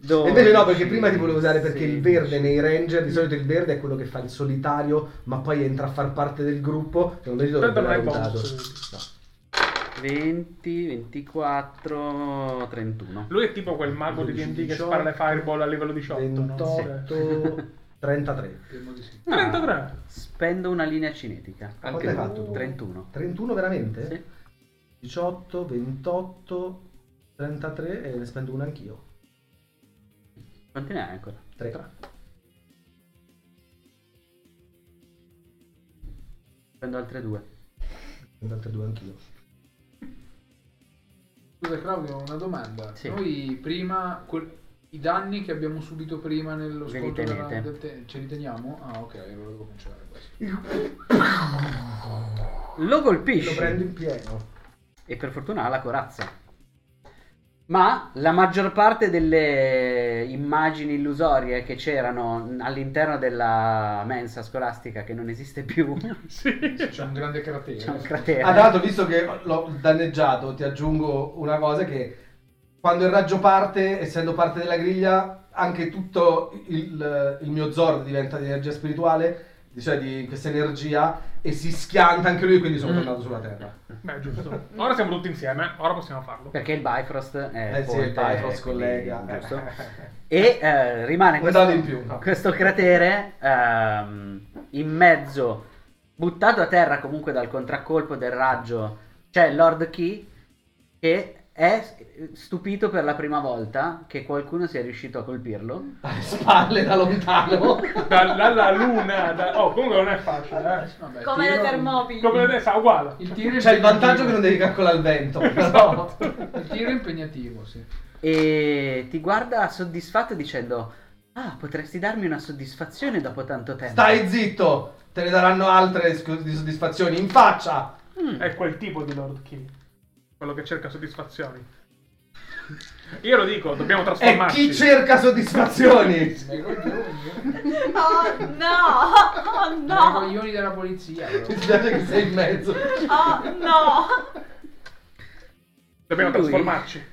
[SPEAKER 1] Dodici,
[SPEAKER 3] invece no, perché prima ti volevo usare perché il verde
[SPEAKER 1] sedici.
[SPEAKER 3] nei ranger, di solito il verde è quello che fa il solitario, ma poi entra a far parte del gruppo. Secondo me ti dovrebbe
[SPEAKER 7] Tanto non è
[SPEAKER 3] aver aiutato.
[SPEAKER 7] bonus.
[SPEAKER 3] No.
[SPEAKER 1] 20, 24, 31.
[SPEAKER 7] Lui è tipo quel mago di D&D che spara le fireball a livello 18. no?
[SPEAKER 3] 28, 33.
[SPEAKER 4] Temo di sì.
[SPEAKER 1] Ah,
[SPEAKER 7] 33.
[SPEAKER 1] spendo una linea cinetica.
[SPEAKER 3] Quanto
[SPEAKER 2] Anche
[SPEAKER 3] hai
[SPEAKER 2] noi.
[SPEAKER 3] fatto?
[SPEAKER 1] 31.
[SPEAKER 3] 31 veramente?
[SPEAKER 1] Sì.
[SPEAKER 3] 18, 28, 33 e ne spendo una anch'io.
[SPEAKER 1] Quanti ne hai ancora?
[SPEAKER 3] 3.
[SPEAKER 1] Prendo altre due.
[SPEAKER 3] Spendo altre due anch'io.
[SPEAKER 4] Scusa Claudio, una domanda.
[SPEAKER 1] Sì.
[SPEAKER 4] Noi prima quel- i danni che abbiamo subito prima nello
[SPEAKER 1] Ve li
[SPEAKER 4] scontro della-
[SPEAKER 1] tenete.
[SPEAKER 4] del te- ce li teniamo? Ah, ok, allora devo cancellare questo.
[SPEAKER 1] Lo colpisci.
[SPEAKER 3] Lo prendo in pieno.
[SPEAKER 1] E per fortuna ha la corazza. Ma la maggior parte delle immagini illusorie che c'erano all'interno della mensa scolastica, che non esiste più,
[SPEAKER 7] Sì.
[SPEAKER 4] C'è un grande cratere.
[SPEAKER 1] c'è un
[SPEAKER 3] Ah,
[SPEAKER 1] cratere.
[SPEAKER 3] tra l'altro, visto che l'ho danneggiato, ti aggiungo una cosa che quando il raggio parte, essendo parte della griglia, anche tutto il, il mio Zord diventa di energia spirituale di- cioè di questa energia e si schianta anche lui quindi sono tornato sulla terra.
[SPEAKER 7] Beh, giusto. Ora siamo tutti insieme, ora possiamo farlo.
[SPEAKER 1] Perché il Bifrost è
[SPEAKER 3] Eh sì, il
[SPEAKER 1] ponte,
[SPEAKER 3] Bifrost
[SPEAKER 1] quindi,
[SPEAKER 3] collega.
[SPEAKER 1] giusto? E eh, rimane
[SPEAKER 3] Un
[SPEAKER 1] questo,
[SPEAKER 3] dato in più, no.
[SPEAKER 1] questo cratere ehm, in mezzo, buttato a terra comunque dal contraccolpo del raggio. C'è Lord Key che è stupito per la prima volta che qualcuno sia riuscito a colpirlo.
[SPEAKER 3] Alle spalle da lontano.
[SPEAKER 7] Dalla dalla luna, da- oh, comunque non è facile, eh.
[SPEAKER 4] Vabbè,
[SPEAKER 8] Come le
[SPEAKER 4] tiro-
[SPEAKER 8] termopili.
[SPEAKER 7] Come adesso, è uguale.
[SPEAKER 4] Il tiro è
[SPEAKER 3] C'è il
[SPEAKER 4] impegnativo.
[SPEAKER 3] vantaggio che non devi calcolare il vento, però.
[SPEAKER 4] Il tiro è impegnativo, sì.
[SPEAKER 1] E ti guarda soddisfatto dicendo: Ah, potresti darmi una soddisfazione dopo tanto tempo.
[SPEAKER 3] Stai zitto, te ne daranno altre scu- di soddisfazioni in faccia.
[SPEAKER 1] Mm.
[SPEAKER 7] È quel tipo di Lord Key. Quello che cerca soddisfazioni. Io lo dico, dobbiamo
[SPEAKER 3] E chi
[SPEAKER 7] trasformarci.
[SPEAKER 3] cerca soddisfazioni?
[SPEAKER 4] Ma i coglioni, eh.
[SPEAKER 8] Oh no!
[SPEAKER 4] Ma
[SPEAKER 8] Oh
[SPEAKER 4] i
[SPEAKER 8] no!
[SPEAKER 4] coglioni della polizia.
[SPEAKER 3] Mi
[SPEAKER 4] però.
[SPEAKER 3] dispiace che sei in mezzo.
[SPEAKER 8] Oh no!
[SPEAKER 7] Dobbiamo
[SPEAKER 1] Lui?
[SPEAKER 7] trasformarci.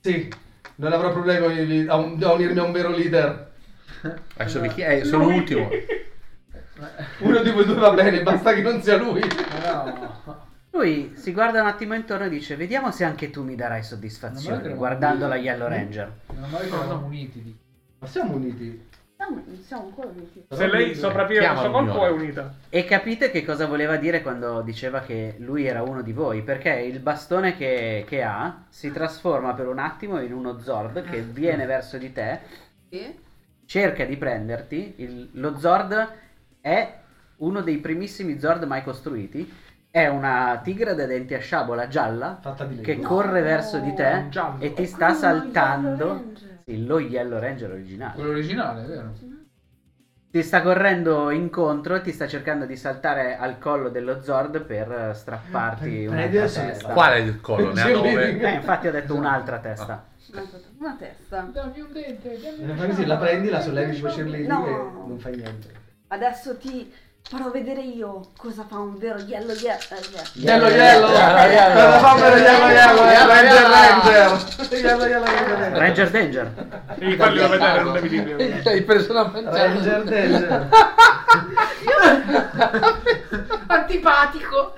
[SPEAKER 3] Sì, non avrò problemi a un- a unirmi a un vero leader.
[SPEAKER 2] Adesso vi chi è? Sono l'ultimo.
[SPEAKER 3] Uno di voi due va bene, basta che non sia lui.
[SPEAKER 4] Ma Eh, no.
[SPEAKER 1] Lui si guarda un attimo intorno e dice: Vediamo se anche tu mi darai
[SPEAKER 4] Non me
[SPEAKER 1] soddisfazione.
[SPEAKER 4] lo credo.
[SPEAKER 1] Guardandola Yellow Ranger.
[SPEAKER 4] Non mai sono muniti di
[SPEAKER 3] Ma siamo uniti.
[SPEAKER 5] Siamo, siamo ancora venuti.
[SPEAKER 7] Se lei sopravvive al suo
[SPEAKER 2] Chiamalo,
[SPEAKER 7] colpo è
[SPEAKER 2] signora.
[SPEAKER 7] unita.
[SPEAKER 1] E capite che cosa voleva dire quando diceva che lui era uno di voi. Perché il bastone che, che ha si trasforma per un attimo in uno Zord che viene verso di te
[SPEAKER 5] E?
[SPEAKER 1] cerca di prenderti. il- lo Zord è uno dei primissimi Zord mai costruiti. È una tigrade a denti a sciabola gialla
[SPEAKER 3] Fatta di
[SPEAKER 1] che
[SPEAKER 3] lei.
[SPEAKER 1] corre verso di te
[SPEAKER 7] giallo.
[SPEAKER 1] e ti sta
[SPEAKER 5] Quello Yellow
[SPEAKER 1] saltando.
[SPEAKER 5] Ranger.
[SPEAKER 1] Sì, lo Yellow Ranger originale.
[SPEAKER 4] quello originale, vero?
[SPEAKER 1] Ti sta correndo incontro e ti sta cercando di saltare al collo dello Zord per eh, strapparti
[SPEAKER 3] Eh,
[SPEAKER 1] una
[SPEAKER 3] adesso-
[SPEAKER 1] testa.
[SPEAKER 2] Qual è il collo? Ne ha nove?
[SPEAKER 1] Eh, infatti ho detto un'altra testa.
[SPEAKER 5] Una testa- Una testa.
[SPEAKER 4] Dammi un dente, dammi un
[SPEAKER 3] Eh,
[SPEAKER 4] dente.
[SPEAKER 3] Ma così la prendi, la sollevi su Shirley
[SPEAKER 5] No.
[SPEAKER 3] e non fai niente.
[SPEAKER 5] Adesso ti farò vedere io cosa fa un vero Yellow Ye- eh, Ye-
[SPEAKER 3] Yellow yellow! Yellow yellow! Yellow yellow! Ranger Ranger! Yellow yellow Ranger
[SPEAKER 1] Ranger Danger.
[SPEAKER 7] Devi farglielo vedere, non devi dirglielo.
[SPEAKER 2] Hai preso la
[SPEAKER 3] Ranger! Ranger Danger!
[SPEAKER 8] Antipatico!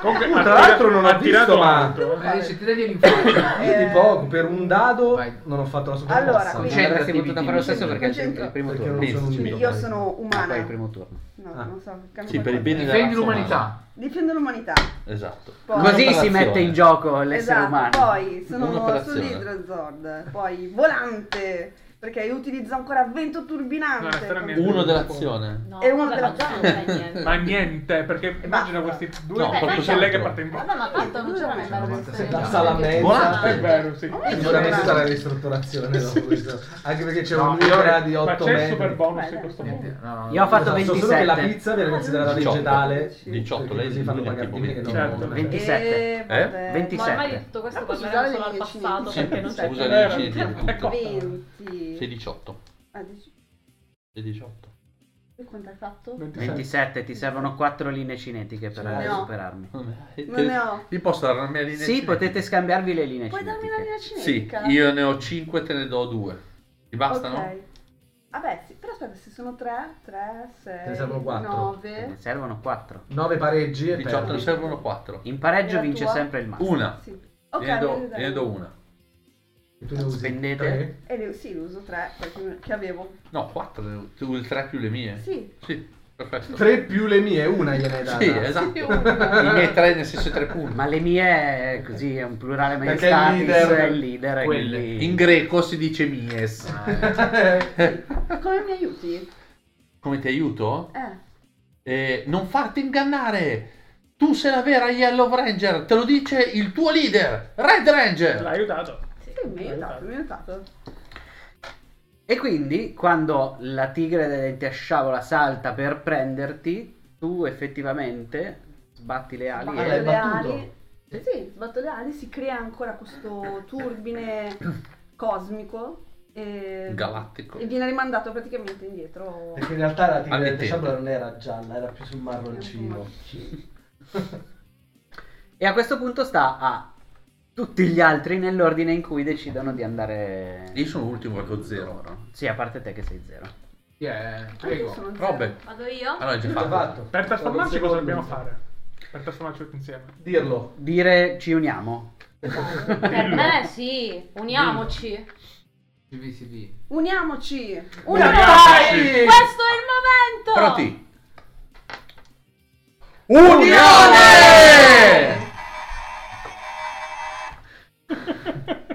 [SPEAKER 7] Comunque,
[SPEAKER 3] Tra
[SPEAKER 7] ha
[SPEAKER 3] l'altro
[SPEAKER 7] tirato-
[SPEAKER 3] non ho
[SPEAKER 7] ha tirato
[SPEAKER 3] eh, visto, ma-
[SPEAKER 7] molto.
[SPEAKER 4] Eh, se ti tagli l'infanzia.
[SPEAKER 3] Io di poco, per un dado
[SPEAKER 4] Vai.
[SPEAKER 3] non ho fatto la
[SPEAKER 5] Eh,
[SPEAKER 3] Cioè,
[SPEAKER 5] Allora,
[SPEAKER 3] sopravvivenza.
[SPEAKER 5] quindi-
[SPEAKER 1] Non
[SPEAKER 5] Concentrati,
[SPEAKER 1] avresti potuto fare lo stesso
[SPEAKER 5] Viti,
[SPEAKER 1] perché è il
[SPEAKER 5] concentra-
[SPEAKER 1] primo
[SPEAKER 3] Perché
[SPEAKER 1] turno.
[SPEAKER 3] non sono
[SPEAKER 2] Sì,
[SPEAKER 3] un
[SPEAKER 5] Quindi
[SPEAKER 3] dado.
[SPEAKER 5] io sono
[SPEAKER 1] Ah,
[SPEAKER 5] umana.
[SPEAKER 1] poi il primo turno.
[SPEAKER 5] No,
[SPEAKER 3] Ah.
[SPEAKER 5] non so.
[SPEAKER 2] Sì,
[SPEAKER 5] cambio
[SPEAKER 2] per il
[SPEAKER 5] qualcosa.
[SPEAKER 2] bene della
[SPEAKER 4] Difendi
[SPEAKER 2] razza umana.
[SPEAKER 4] l'umanità.
[SPEAKER 5] Difendo l'umanità.
[SPEAKER 2] Esatto.
[SPEAKER 5] Poi-
[SPEAKER 1] Così si
[SPEAKER 2] Un'operazione.
[SPEAKER 1] mette in gioco l'essere
[SPEAKER 5] Esatto,
[SPEAKER 1] umano.
[SPEAKER 5] poi sono
[SPEAKER 2] Un'operazione.
[SPEAKER 5] sull'Hydrozord, poi volante, perché io utilizzo ancora vento
[SPEAKER 7] No,
[SPEAKER 5] turbinante.
[SPEAKER 7] era niente.
[SPEAKER 2] Uno dell'azione.
[SPEAKER 8] No,
[SPEAKER 5] È uno
[SPEAKER 8] vabbè,
[SPEAKER 5] della-
[SPEAKER 8] ma già non sai niente.
[SPEAKER 7] Ma niente, perché immagina questi due
[SPEAKER 2] No,
[SPEAKER 7] che
[SPEAKER 2] qualcos'altro.
[SPEAKER 7] c'è lei che parte in
[SPEAKER 8] Vabbè, ma tanto non c'era mai bello questo.
[SPEAKER 3] La sala
[SPEAKER 2] Buona-
[SPEAKER 7] È vero, sì.
[SPEAKER 5] Ma-
[SPEAKER 3] Sicuramente sarà ristrutturazione dopo questo. Anche perché c'è
[SPEAKER 7] No,
[SPEAKER 3] un'opera di
[SPEAKER 7] Ma
[SPEAKER 3] 8
[SPEAKER 7] c'è il super
[SPEAKER 3] metri.
[SPEAKER 7] bonus
[SPEAKER 5] Beh,
[SPEAKER 7] in questo
[SPEAKER 4] Niente,
[SPEAKER 7] mondo.
[SPEAKER 4] no, no,
[SPEAKER 1] Io ho fatto
[SPEAKER 3] Esatto, solo che la
[SPEAKER 1] 27.
[SPEAKER 5] Ah,
[SPEAKER 3] pizza viene considerata
[SPEAKER 2] 18.
[SPEAKER 3] vegetale.
[SPEAKER 2] 18,
[SPEAKER 3] perché
[SPEAKER 2] lei
[SPEAKER 3] così
[SPEAKER 2] è
[SPEAKER 3] fanno
[SPEAKER 2] tipo
[SPEAKER 3] pagare prima che non-
[SPEAKER 7] Certo.
[SPEAKER 1] 27.
[SPEAKER 5] Eh,
[SPEAKER 2] Eh?
[SPEAKER 5] vabbè.
[SPEAKER 1] 27.
[SPEAKER 8] Ma ormai tutto questo
[SPEAKER 5] Ma posso
[SPEAKER 8] guarderà solo
[SPEAKER 5] usare
[SPEAKER 8] al
[SPEAKER 5] i
[SPEAKER 8] passato
[SPEAKER 5] cinesi?
[SPEAKER 8] perché non c'è
[SPEAKER 2] Scusa,
[SPEAKER 8] più. Ecco.
[SPEAKER 7] È vero.
[SPEAKER 2] dici di tutto. Sei
[SPEAKER 5] 20.
[SPEAKER 2] 18.
[SPEAKER 5] Ah, dici-
[SPEAKER 2] Sei 18.
[SPEAKER 5] tu Quanto hai fatto?
[SPEAKER 1] 27, ti servono 4 linee cinetiche per eh,
[SPEAKER 5] No.
[SPEAKER 1] superarmi.
[SPEAKER 5] Non ne ho.
[SPEAKER 2] Ti posso dare la mia linea?
[SPEAKER 1] Sì,
[SPEAKER 2] cinetica?
[SPEAKER 1] potete scambiarvi le linee
[SPEAKER 5] Puoi darmi la
[SPEAKER 1] cinetiche.
[SPEAKER 5] linea
[SPEAKER 2] Sì,
[SPEAKER 5] cinetica?
[SPEAKER 2] io ne ho 5, te ne do 2. Ti bastano?
[SPEAKER 5] Ok. Vabbè, sì, però aspetta, se sono 3, 3, 6,
[SPEAKER 3] ne servono quattro.
[SPEAKER 5] 9.
[SPEAKER 1] Ne servono 4.
[SPEAKER 3] 9 pareggi e
[SPEAKER 2] 18 ne
[SPEAKER 3] perdi.
[SPEAKER 2] servono 4.
[SPEAKER 1] In pareggio
[SPEAKER 5] E la
[SPEAKER 1] vince
[SPEAKER 5] tua?
[SPEAKER 1] sempre il massimo.
[SPEAKER 2] Una.
[SPEAKER 5] Sì. Ok,
[SPEAKER 2] ne, do,
[SPEAKER 5] me le dai.
[SPEAKER 2] ne do una.
[SPEAKER 3] Tu ne usi
[SPEAKER 1] Spendete.
[SPEAKER 3] tre?
[SPEAKER 5] E le- sì, uso 3, che avevo.
[SPEAKER 2] No, 4. Tu il 3 più le mie.
[SPEAKER 5] Sì.
[SPEAKER 2] Sì, perfetto.
[SPEAKER 3] Tre più le mie, una gliene hai data.
[SPEAKER 2] Sì, esatto. I miei 3 nel senso 3 punti.
[SPEAKER 1] Ma le mie, eh, così, è un plurale
[SPEAKER 3] Perché il
[SPEAKER 1] maiestatis,
[SPEAKER 3] leader-
[SPEAKER 1] è il leader. e
[SPEAKER 3] quelle.
[SPEAKER 1] quindi-
[SPEAKER 2] In greco si dice mies.
[SPEAKER 11] Ah.
[SPEAKER 5] Come mi aiuti?
[SPEAKER 2] Come ti aiuto?
[SPEAKER 5] Eh.
[SPEAKER 2] Eh, non farti ingannare. Tu sei la vera Yellow Ranger, te lo dice il tuo leader, Red
[SPEAKER 7] L'ha
[SPEAKER 2] Ranger.
[SPEAKER 7] aiutato.
[SPEAKER 5] Sì, mi hai aiutato, mi hai aiutato.
[SPEAKER 1] E quindi, quando la tigre dei denti a sciabola salta per prenderti, tu effettivamente sbatti le ali
[SPEAKER 5] Sbatto
[SPEAKER 1] e...
[SPEAKER 3] l'hai
[SPEAKER 5] le
[SPEAKER 3] battuto?
[SPEAKER 5] ali. Sì, sì, sbatto le ali, si crea ancora questo turbine cosmico e,
[SPEAKER 2] Galattico.
[SPEAKER 5] e viene rimandato praticamente indietro.
[SPEAKER 3] Perché in realtà la tigre del
[SPEAKER 2] All'interno.
[SPEAKER 3] Teshabra non era gialla, era più sul marroncino.
[SPEAKER 1] E a questo punto sta a tutti gli altri nell'ordine in cui decidono di andare.
[SPEAKER 2] Io sono l'ultimo perché ho zero.
[SPEAKER 1] Sì, a parte te che sei zero.
[SPEAKER 4] Io
[SPEAKER 12] Chi è?
[SPEAKER 13] Ah, io
[SPEAKER 12] Prego.
[SPEAKER 13] sono zero.
[SPEAKER 2] Robert.
[SPEAKER 5] Vado io?
[SPEAKER 2] Ah, no, è già
[SPEAKER 11] Tutto
[SPEAKER 2] fatto.
[SPEAKER 11] fatto.
[SPEAKER 7] Per trasformarci
[SPEAKER 11] Sono
[SPEAKER 7] cosa
[SPEAKER 11] secondo.
[SPEAKER 7] dobbiamo fare? Per trasformarci tutti insieme.
[SPEAKER 11] Dirlo.
[SPEAKER 1] Dire ci uniamo.
[SPEAKER 7] Per
[SPEAKER 5] Per me sì, uniamoci.
[SPEAKER 12] CVCV.
[SPEAKER 13] Uniamoci!
[SPEAKER 7] Uniamoci!
[SPEAKER 5] Questo è il momento!
[SPEAKER 2] Proti.
[SPEAKER 1] Unione!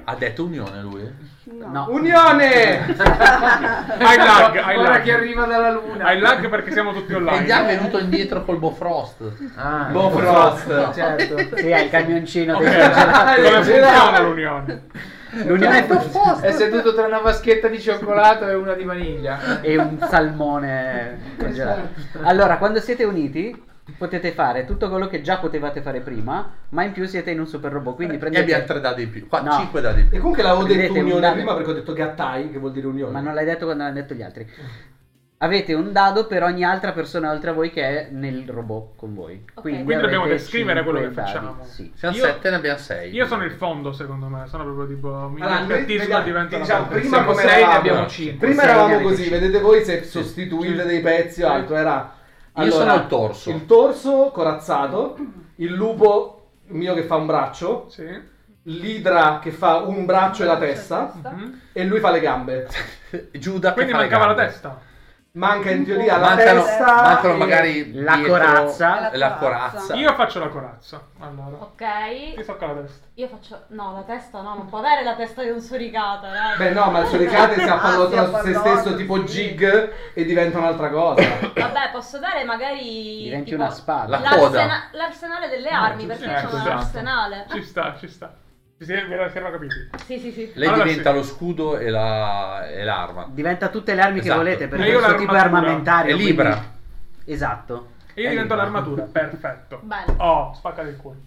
[SPEAKER 2] Ha detto unione lui. eh?
[SPEAKER 1] No.
[SPEAKER 11] Unione!
[SPEAKER 7] Hai lag, hai
[SPEAKER 12] Ora che
[SPEAKER 7] lag.
[SPEAKER 12] arriva dalla luna.
[SPEAKER 7] Hai lag perché siamo tutti
[SPEAKER 3] Eh,
[SPEAKER 2] E gli è
[SPEAKER 7] online.
[SPEAKER 2] venuto indietro col Bofrost.
[SPEAKER 12] Ah,
[SPEAKER 1] Boh,
[SPEAKER 3] boh,
[SPEAKER 11] Bo Frost, certo.
[SPEAKER 1] Sì, è il camioncino dei
[SPEAKER 7] Ok,
[SPEAKER 1] gelati.
[SPEAKER 7] Come funziona l'unione?
[SPEAKER 1] L'unione è proposta.
[SPEAKER 12] È seduto tra una vaschetta di cioccolato e una di vaniglia.
[SPEAKER 1] e un salmone congelato. Allora, quando siete uniti potete fare tutto quello che già potevate fare prima, ma in più siete in un super robot, quindi
[SPEAKER 2] Eh, E abbiamo
[SPEAKER 1] prendete
[SPEAKER 2] tre dadi in più. Qua
[SPEAKER 1] No.
[SPEAKER 2] 5 dadi in
[SPEAKER 3] E
[SPEAKER 2] più.
[SPEAKER 3] comunque l'avevo detto
[SPEAKER 1] Prendete un
[SPEAKER 3] unione
[SPEAKER 1] dado.
[SPEAKER 3] prima perché ho detto gattai, che vuol dire unione.
[SPEAKER 1] ma non l'hai detto quando l'hanno detto gli altri.
[SPEAKER 2] Mm.
[SPEAKER 1] Avete un dado per ogni altra persona oltre a voi che è nel robot con voi.
[SPEAKER 5] Ok.
[SPEAKER 7] Quindi dobbiamo
[SPEAKER 1] avete
[SPEAKER 7] descrivere quello
[SPEAKER 1] cinque
[SPEAKER 7] che
[SPEAKER 1] dadi,
[SPEAKER 7] facciamo.
[SPEAKER 1] sì.
[SPEAKER 2] Siamo
[SPEAKER 7] Io-
[SPEAKER 2] 7 ne abbiamo 6.
[SPEAKER 7] Io sono il fondo, secondo me. Sono proprio tipo. Mi
[SPEAKER 3] Allora, noi-
[SPEAKER 7] invertisco e
[SPEAKER 3] vediamo,
[SPEAKER 7] divento la
[SPEAKER 3] diciamo,
[SPEAKER 7] parte.
[SPEAKER 3] prima
[SPEAKER 7] Siamo
[SPEAKER 3] come
[SPEAKER 7] sei, ne
[SPEAKER 3] eravamo.
[SPEAKER 7] abbiamo cinque.
[SPEAKER 3] Prima
[SPEAKER 1] Sei
[SPEAKER 3] eravamo
[SPEAKER 1] neanche
[SPEAKER 3] così,
[SPEAKER 1] dieci.
[SPEAKER 3] vedete voi se sostituite dei pezzi o altro, era...
[SPEAKER 2] sono il torso.
[SPEAKER 3] Il torso corazzato, il lupo mio che fa un braccio,
[SPEAKER 7] Sì.
[SPEAKER 3] l'idra che fa un braccio e la testa,
[SPEAKER 7] Mhm.
[SPEAKER 3] e lui fa le gambe.
[SPEAKER 2] Giuda che
[SPEAKER 7] Quindi
[SPEAKER 2] fa le
[SPEAKER 7] mancava la
[SPEAKER 2] gambe.
[SPEAKER 7] testa.
[SPEAKER 3] Manca in teoria la
[SPEAKER 2] Mancano,
[SPEAKER 3] testa...
[SPEAKER 2] mancano
[SPEAKER 3] e-
[SPEAKER 2] magari
[SPEAKER 1] La
[SPEAKER 2] dietro
[SPEAKER 1] corazza.
[SPEAKER 2] La corazza.
[SPEAKER 7] Io faccio la corazza. Allora. Ti
[SPEAKER 5] Ok,
[SPEAKER 7] tocca la testa.
[SPEAKER 5] io faccio... No, la testa no, non può avere la testa di un suricata, eh. dai.
[SPEAKER 3] Beh no, ma il suricate si appallotta
[SPEAKER 13] Ah, si
[SPEAKER 3] se
[SPEAKER 13] appallotta,
[SPEAKER 3] stesso tipo
[SPEAKER 13] sì.
[SPEAKER 3] jig e diventa un'altra cosa.
[SPEAKER 5] Vabbè, posso dare magari.
[SPEAKER 1] Diventi
[SPEAKER 5] tipo,
[SPEAKER 1] una spada.
[SPEAKER 2] la coda.
[SPEAKER 5] l'arsena- l'arsenale delle
[SPEAKER 3] Eh,
[SPEAKER 5] armi, perché
[SPEAKER 7] giusto.
[SPEAKER 5] io sono
[SPEAKER 7] Ecco, esatto.
[SPEAKER 5] l'arsenale.
[SPEAKER 7] Ci sta, ci sta. Ci siamo, siamo capiti.
[SPEAKER 5] Sì, sì, sì.
[SPEAKER 2] Lei
[SPEAKER 7] Allora
[SPEAKER 2] diventa
[SPEAKER 7] sì.
[SPEAKER 2] lo scudo e, la- e l'arma.
[SPEAKER 1] Diventa tutte le armi
[SPEAKER 2] Esatto.
[SPEAKER 1] che volete per
[SPEAKER 7] E io
[SPEAKER 1] questo tipo
[SPEAKER 7] l'armatura.
[SPEAKER 1] armamentario.
[SPEAKER 2] È libera.
[SPEAKER 1] quindi- Esatto.
[SPEAKER 7] E io
[SPEAKER 2] Eh,
[SPEAKER 7] divento
[SPEAKER 2] no.
[SPEAKER 7] l'armatura. Perfetto.
[SPEAKER 5] Bello.
[SPEAKER 7] Oh, spacca del culo.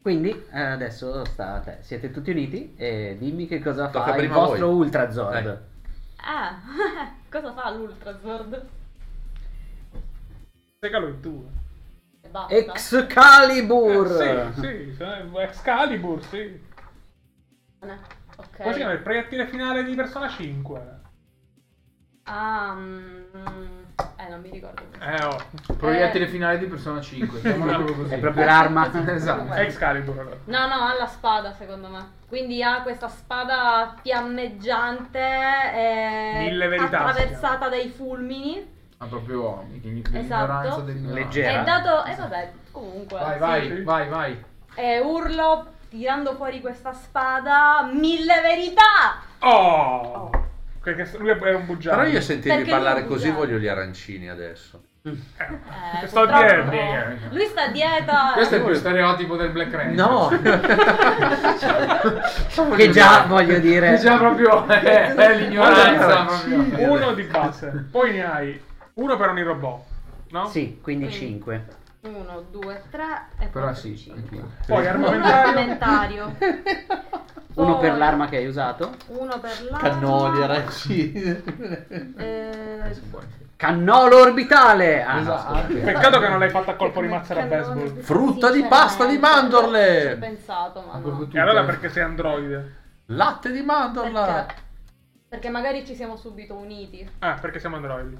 [SPEAKER 1] Quindi eh, adesso sta a te. Siete tutti uniti e dimmi che cosa
[SPEAKER 2] Tocca
[SPEAKER 1] fa il
[SPEAKER 2] prima a voi.
[SPEAKER 1] vostro Ultra Zord.
[SPEAKER 2] Dai.
[SPEAKER 5] Ah, cosa fa l'Ultrazord?
[SPEAKER 7] Segalo in due.
[SPEAKER 5] E basta.
[SPEAKER 1] Excalibur!
[SPEAKER 7] Eh, sì, sì, sono- Excalibur, sì.
[SPEAKER 5] No, Ok.
[SPEAKER 7] Come si chiama il proiettile finale di Persona 5?
[SPEAKER 5] Ah, mm, eh, non mi ricordo.
[SPEAKER 7] Eh, oh.
[SPEAKER 4] Proiettile finale di Persona 5. chiamalo proprio così.
[SPEAKER 1] È proprio l'arma.
[SPEAKER 4] Esatto.
[SPEAKER 7] Excalibur allora.
[SPEAKER 5] No, no, ha la spada secondo me. Quindi ha questa spada fiammeggiante eh,
[SPEAKER 7] Mille verità,
[SPEAKER 5] attraversata dai fulmini.
[SPEAKER 4] Ma proprio
[SPEAKER 5] Esatto.
[SPEAKER 4] l'ignoranza dell'ignoranza.
[SPEAKER 1] Leggera.
[SPEAKER 5] E dato. E vabbè, comunque.
[SPEAKER 4] Vai,
[SPEAKER 5] sì.
[SPEAKER 4] vai, vai, vai.
[SPEAKER 5] E urlo tirando fuori questa spada mille verità!
[SPEAKER 7] Oh! Perché s- lui è è un bugiardo.
[SPEAKER 2] Però io sentirvi
[SPEAKER 5] Perché
[SPEAKER 2] parlare
[SPEAKER 5] lui
[SPEAKER 2] così
[SPEAKER 5] usa.
[SPEAKER 2] voglio gli arancini adesso.
[SPEAKER 5] Eh,
[SPEAKER 7] Sto
[SPEAKER 5] purtroppo- eh,
[SPEAKER 7] dietro.
[SPEAKER 4] Dietro.
[SPEAKER 5] Lui sta a dieta.
[SPEAKER 4] Questo è più stereotipo del Black Ranger.
[SPEAKER 1] Che già voglio
[SPEAKER 4] È
[SPEAKER 1] dire.
[SPEAKER 4] già proprio è, è l'ignoranza. proprio.
[SPEAKER 7] Uno di base. Poi ne hai uno per ogni robot. No?
[SPEAKER 1] Sì, quindi
[SPEAKER 5] Quindi.
[SPEAKER 1] 5.
[SPEAKER 5] 1, 2, 3 e
[SPEAKER 4] Però
[SPEAKER 5] quattro,
[SPEAKER 4] sì,
[SPEAKER 5] cinque.
[SPEAKER 4] anch'io.
[SPEAKER 7] Poi
[SPEAKER 5] Uno
[SPEAKER 7] armamentario.
[SPEAKER 5] armamentario.
[SPEAKER 1] Uno
[SPEAKER 5] Poi
[SPEAKER 1] per l'arma che hai usato.
[SPEAKER 5] Uno per l'arma.
[SPEAKER 2] Cannoni, arancini.
[SPEAKER 5] Eh,
[SPEAKER 1] Cannolo orbitale! Ah, no, scusa.
[SPEAKER 7] Peccato che non l'hai fatta a colpo di
[SPEAKER 5] come
[SPEAKER 7] mazzara a
[SPEAKER 5] cannone,
[SPEAKER 7] baseball.
[SPEAKER 2] Frutta di
[SPEAKER 5] sinceramente,
[SPEAKER 2] pasta di mandorle!
[SPEAKER 5] Ci ho pensato, ma no.
[SPEAKER 7] E allora perché sei androide?
[SPEAKER 2] Latte di mandorla.
[SPEAKER 5] Perché? Perché magari ci siamo subito uniti.
[SPEAKER 7] Ah, perché siamo androidi.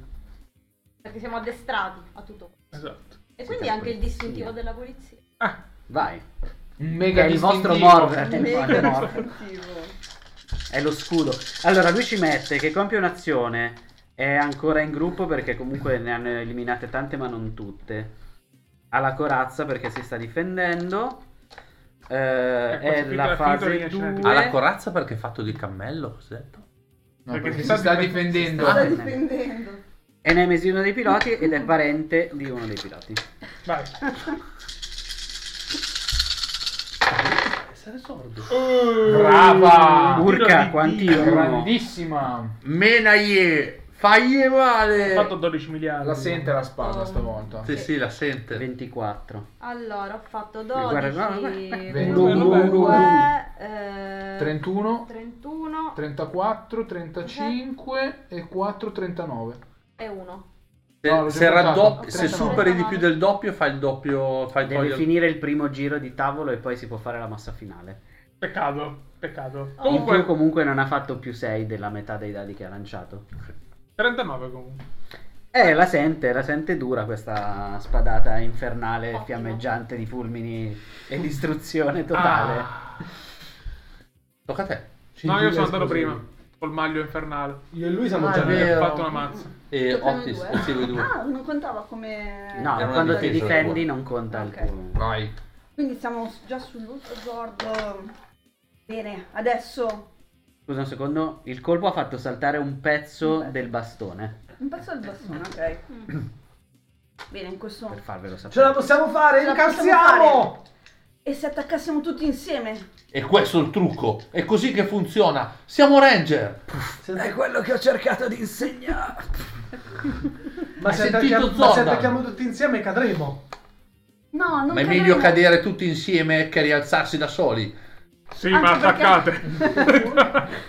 [SPEAKER 5] Perché siamo addestrati a tutto. questo.
[SPEAKER 7] Esatto.
[SPEAKER 5] E quindi anche il distintivo della polizia.
[SPEAKER 7] Ah,
[SPEAKER 1] Vai.
[SPEAKER 4] Un mega
[SPEAKER 1] È il vostro
[SPEAKER 4] distintivo.
[SPEAKER 1] Morver.
[SPEAKER 13] Mega
[SPEAKER 1] È Morver.
[SPEAKER 2] Cioè,
[SPEAKER 13] distintivo.
[SPEAKER 1] È lo scudo. Allora, lui ci mette che compie un'azione. È ancora in gruppo perché comunque ne hanno eliminate tante, ma non tutte. Ha la corazza perché si sta difendendo. Eh, è
[SPEAKER 7] finito-
[SPEAKER 1] la
[SPEAKER 7] è finito
[SPEAKER 1] fase
[SPEAKER 7] lì, ce n'è
[SPEAKER 1] 2.
[SPEAKER 7] più.
[SPEAKER 2] Ha la corazza perché è fatto di cammello, cos'è detto?
[SPEAKER 4] No, perché, si sta difendendo.
[SPEAKER 13] Sta difendendo.
[SPEAKER 1] È Nemesi uno dei piloti ed è parente di uno dei piloti.
[SPEAKER 7] vai.
[SPEAKER 2] Essere sordo.
[SPEAKER 4] Brava!
[SPEAKER 7] Tiro
[SPEAKER 1] Urca,
[SPEAKER 7] Ah, di
[SPEAKER 1] quanti
[SPEAKER 7] dita.
[SPEAKER 1] urlo.
[SPEAKER 4] Grandissima.
[SPEAKER 2] Menaie! Faglie
[SPEAKER 7] Ho
[SPEAKER 2] male!
[SPEAKER 7] fatto 12 miliardi.
[SPEAKER 4] La sente la spada stavolta.
[SPEAKER 2] Sì, sì, la sente.
[SPEAKER 1] 24.
[SPEAKER 5] Allora, ho fatto
[SPEAKER 2] Eh,
[SPEAKER 1] Guarda, guarda,
[SPEAKER 5] 12,
[SPEAKER 1] guarda.
[SPEAKER 7] Uno, uno,
[SPEAKER 5] 22, eh,
[SPEAKER 4] 31,
[SPEAKER 5] 31
[SPEAKER 4] 34, 35 e 4, 39.
[SPEAKER 5] e 1.
[SPEAKER 2] Se,
[SPEAKER 4] No, l'ho già
[SPEAKER 2] se
[SPEAKER 4] contato.
[SPEAKER 2] raddopp- se
[SPEAKER 4] 39.
[SPEAKER 2] superi di più del doppio, fa il doppio. Fa il
[SPEAKER 1] Deve
[SPEAKER 2] togli-
[SPEAKER 1] finire il primo giro di tavolo e poi si può fare la mossa finale.
[SPEAKER 7] Peccato, peccato.
[SPEAKER 1] In più
[SPEAKER 7] Comunque,
[SPEAKER 1] comunque non ha fatto più 6 della metà dei dadi che ha lanciato.
[SPEAKER 7] 39 comunque.
[SPEAKER 1] Eh, la sente, la sente dura questa spadata infernale
[SPEAKER 8] Ottimo.
[SPEAKER 1] fiammeggiante di fulmini e distruzione totale.
[SPEAKER 7] Ah.
[SPEAKER 2] Tocca a te.
[SPEAKER 7] No, io sono andato
[SPEAKER 9] esplosivi.
[SPEAKER 7] prima. Col maglio infernale.
[SPEAKER 9] Io e lui siamo
[SPEAKER 1] Ah,
[SPEAKER 9] già
[SPEAKER 1] è
[SPEAKER 4] Eh,
[SPEAKER 7] Mi ha
[SPEAKER 1] vero.
[SPEAKER 4] oh.
[SPEAKER 7] fatto una mazza.
[SPEAKER 2] E
[SPEAKER 5] Tocca a noi
[SPEAKER 2] Otis,
[SPEAKER 5] eh, due?
[SPEAKER 2] e segui tu.
[SPEAKER 5] Ah, non contava come...
[SPEAKER 1] No,
[SPEAKER 2] Era una
[SPEAKER 1] quando ti
[SPEAKER 2] difesa,
[SPEAKER 1] difendi non conta
[SPEAKER 5] Ok.
[SPEAKER 1] il tuo.
[SPEAKER 2] Vai.
[SPEAKER 5] Quindi siamo già sull'ultimo Zord. Bene, adesso
[SPEAKER 1] Scusa un secondo, il colpo ha fatto saltare un pezzo del bastone,
[SPEAKER 5] un pezzo del bastone, ok.
[SPEAKER 8] Mm.
[SPEAKER 5] Bene, in questo...
[SPEAKER 1] per farvelo sapere.
[SPEAKER 9] Ce la possiamo fare,
[SPEAKER 5] Ce la possiamo
[SPEAKER 9] incalziamo!
[SPEAKER 5] E se attaccassimo tutti insieme?
[SPEAKER 2] E questo è il trucco. È così che funziona. Siamo Ranger.
[SPEAKER 1] È quello che ho cercato di insegnare.
[SPEAKER 9] Ma
[SPEAKER 2] Hai
[SPEAKER 9] se,
[SPEAKER 2] sentito
[SPEAKER 9] attacchiamo, ma se
[SPEAKER 2] Zordan?
[SPEAKER 9] attacchiamo tutti insieme cadremo.
[SPEAKER 5] No, non
[SPEAKER 2] Ma è
[SPEAKER 5] cadremo.
[SPEAKER 2] meglio cadere tutti insieme che rialzarsi da soli.
[SPEAKER 7] Sì,
[SPEAKER 5] Anche
[SPEAKER 7] ma
[SPEAKER 5] perché-
[SPEAKER 7] attaccate.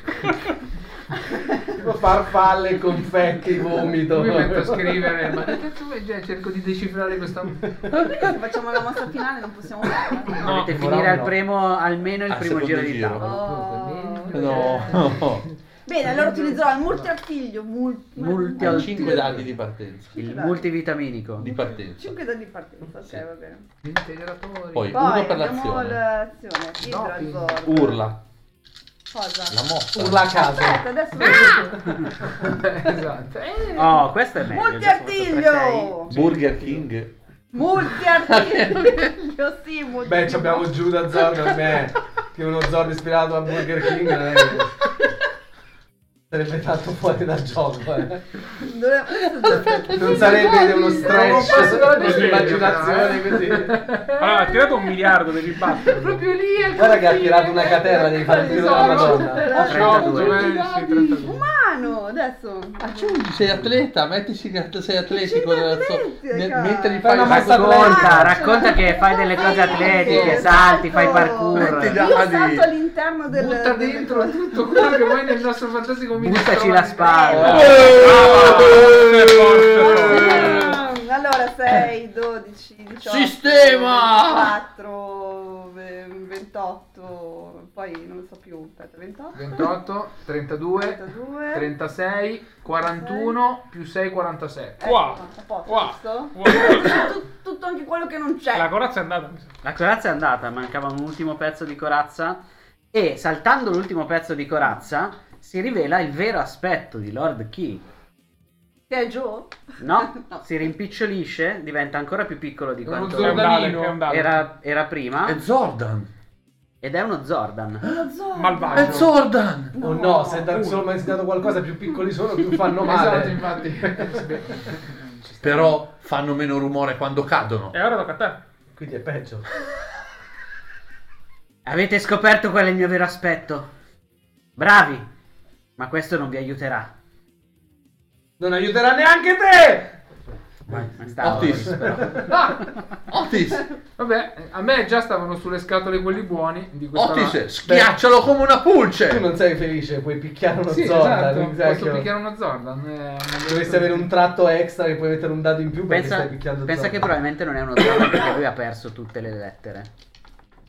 [SPEAKER 9] Tipo farfalle, confetti, vomito.
[SPEAKER 4] Lui mentre scrivere, ma che cazzo vuoi? Cioè, cerco di decifrare questa...
[SPEAKER 5] Perché se facciamo la mossa finale non possiamo farla.
[SPEAKER 7] No,
[SPEAKER 1] Dovete
[SPEAKER 9] Morano
[SPEAKER 1] finire al
[SPEAKER 9] no.
[SPEAKER 1] primo, almeno il
[SPEAKER 2] Al
[SPEAKER 1] primo
[SPEAKER 2] secondo
[SPEAKER 1] giro di
[SPEAKER 2] giro.
[SPEAKER 1] tavolo.
[SPEAKER 5] Oh,
[SPEAKER 1] Eh.
[SPEAKER 2] No.
[SPEAKER 5] Bene, allora utilizzerò il multiartiglio. Mul-
[SPEAKER 1] Multi-
[SPEAKER 2] Hai 5 dadi di partenza.
[SPEAKER 1] Il multivitaminico.
[SPEAKER 2] Di partenza.
[SPEAKER 5] 5 danni di partenza, ok, va bene.
[SPEAKER 4] Integratori.
[SPEAKER 2] Poi, uno
[SPEAKER 5] Poi
[SPEAKER 2] per
[SPEAKER 5] abbiamo
[SPEAKER 2] l'azione.
[SPEAKER 5] l'azione. Idra
[SPEAKER 4] Doping.
[SPEAKER 5] Zord.
[SPEAKER 2] Urla.
[SPEAKER 5] Cosa?
[SPEAKER 2] La mossa.
[SPEAKER 9] Urla a caso.
[SPEAKER 5] Aspetta, adesso...
[SPEAKER 4] esatto. Eh,
[SPEAKER 2] Ah!
[SPEAKER 1] Oh, questo è meglio.
[SPEAKER 5] Multiartiglio!
[SPEAKER 2] Burger King. Ah!
[SPEAKER 5] Multiartiglio, sì, multi-
[SPEAKER 9] Beh, ci abbiamo Giuda Zord per me, che è eh. uno Zord ispirato a Burger King. non è che- Sarebbe tanto fuori dal gioco, eh.
[SPEAKER 5] Dove-
[SPEAKER 9] Non sarebbe uno
[SPEAKER 4] posso
[SPEAKER 9] stretch,
[SPEAKER 4] guardare
[SPEAKER 9] un'immaginazione
[SPEAKER 4] il
[SPEAKER 9] così.
[SPEAKER 7] Allora, ha tirato un miliardo, devi batterlo.
[SPEAKER 4] Proprio lì è il
[SPEAKER 9] Guarda che ha
[SPEAKER 4] confine. Esatto.
[SPEAKER 9] tirato una catena, devi fare il tiro della Madonna.
[SPEAKER 5] Dai,
[SPEAKER 7] No,
[SPEAKER 1] 32.
[SPEAKER 7] eh, sì, 32.
[SPEAKER 5] Umano, adesso.
[SPEAKER 2] Sei atleta, mettici che sei atletico
[SPEAKER 5] Sei
[SPEAKER 2] nella zo-
[SPEAKER 5] atletico.
[SPEAKER 2] nel- mentre gli
[SPEAKER 9] Fai
[SPEAKER 2] fai
[SPEAKER 9] una
[SPEAKER 2] la
[SPEAKER 9] mossa
[SPEAKER 1] Racconta,
[SPEAKER 5] Ah,
[SPEAKER 1] racconta
[SPEAKER 5] cioè,
[SPEAKER 1] che fai delle cose
[SPEAKER 5] sì,
[SPEAKER 1] atletiche,
[SPEAKER 5] sì,
[SPEAKER 1] salti, fai
[SPEAKER 5] esatto.
[SPEAKER 2] Metti
[SPEAKER 1] parkour.
[SPEAKER 2] da-
[SPEAKER 5] Io
[SPEAKER 2] Ah, di-
[SPEAKER 5] salto all'interno del...
[SPEAKER 4] Butta
[SPEAKER 5] del-
[SPEAKER 4] dentro tutto quello che vuoi nel nostro fantastico ministro.
[SPEAKER 1] Buttaci la
[SPEAKER 2] Ah,
[SPEAKER 1] spalla.
[SPEAKER 2] Eh, ah,
[SPEAKER 5] Mm, Allora 6, 12, 18,
[SPEAKER 2] Sistema!
[SPEAKER 5] 4, 28, poi non lo so più, aspetta, 28,
[SPEAKER 4] 28, 32,
[SPEAKER 5] 32,
[SPEAKER 4] 36, 41, più 6, 47.
[SPEAKER 5] ecco,
[SPEAKER 7] Wow.
[SPEAKER 5] a posto,
[SPEAKER 7] Wow.
[SPEAKER 5] giusto?
[SPEAKER 7] Wow.
[SPEAKER 5] Tut- tutto anche quello che non c'è.
[SPEAKER 7] La corazza è andata, mi sa.
[SPEAKER 1] La corazza è andata, mancava un ultimo pezzo di corazza. E saltando l'ultimo pezzo di corazza si rivela il vero aspetto di Lord Key.
[SPEAKER 5] Che è giù?
[SPEAKER 1] No?
[SPEAKER 5] No.
[SPEAKER 1] Si rimpicciolisce, diventa ancora più piccolo di
[SPEAKER 4] Uno
[SPEAKER 1] quanto
[SPEAKER 7] È un dado,
[SPEAKER 4] Zordanino.
[SPEAKER 7] è un dado.
[SPEAKER 1] era, era prima.
[SPEAKER 2] È Zordan.
[SPEAKER 1] Ed è uno Zordan.
[SPEAKER 5] Lo zoo.
[SPEAKER 7] Malvagio.
[SPEAKER 2] È Zordan.
[SPEAKER 9] Oh no, se Dark Souls mi ha insegnato qualcosa, più piccoli sono, più fanno
[SPEAKER 4] Esatto,
[SPEAKER 9] male.
[SPEAKER 4] infatti.
[SPEAKER 2] Però fanno meno rumore quando cadono.
[SPEAKER 7] E ora tocca a te.
[SPEAKER 9] Quindi è peggio.
[SPEAKER 1] Avete scoperto qual è il mio vero aspetto. Bravi! Ma questo non vi aiuterà.
[SPEAKER 9] Non aiuterà neanche te!
[SPEAKER 1] Vai, ma sta-
[SPEAKER 2] Otis. Otis.
[SPEAKER 4] Vabbè, a me già stavano sulle scatole quelli buoni di questa
[SPEAKER 2] Otis, schiaccialo come una
[SPEAKER 9] Tu
[SPEAKER 2] pulce.
[SPEAKER 9] non sei felice, puoi picchiare uno
[SPEAKER 4] Sì,
[SPEAKER 9] Zordan.
[SPEAKER 4] esatto,
[SPEAKER 9] minchia,
[SPEAKER 4] posso
[SPEAKER 9] che-
[SPEAKER 4] picchiare uno Zordan. eh, non
[SPEAKER 9] Dovresti avere un tratto extra che puoi mettere un dado in più perché
[SPEAKER 1] Pensa,
[SPEAKER 9] stai picchiando
[SPEAKER 1] pensa che
[SPEAKER 9] Zordan.
[SPEAKER 1] probabilmente non è uno Zordan perché lui ha perso tutte le lettere.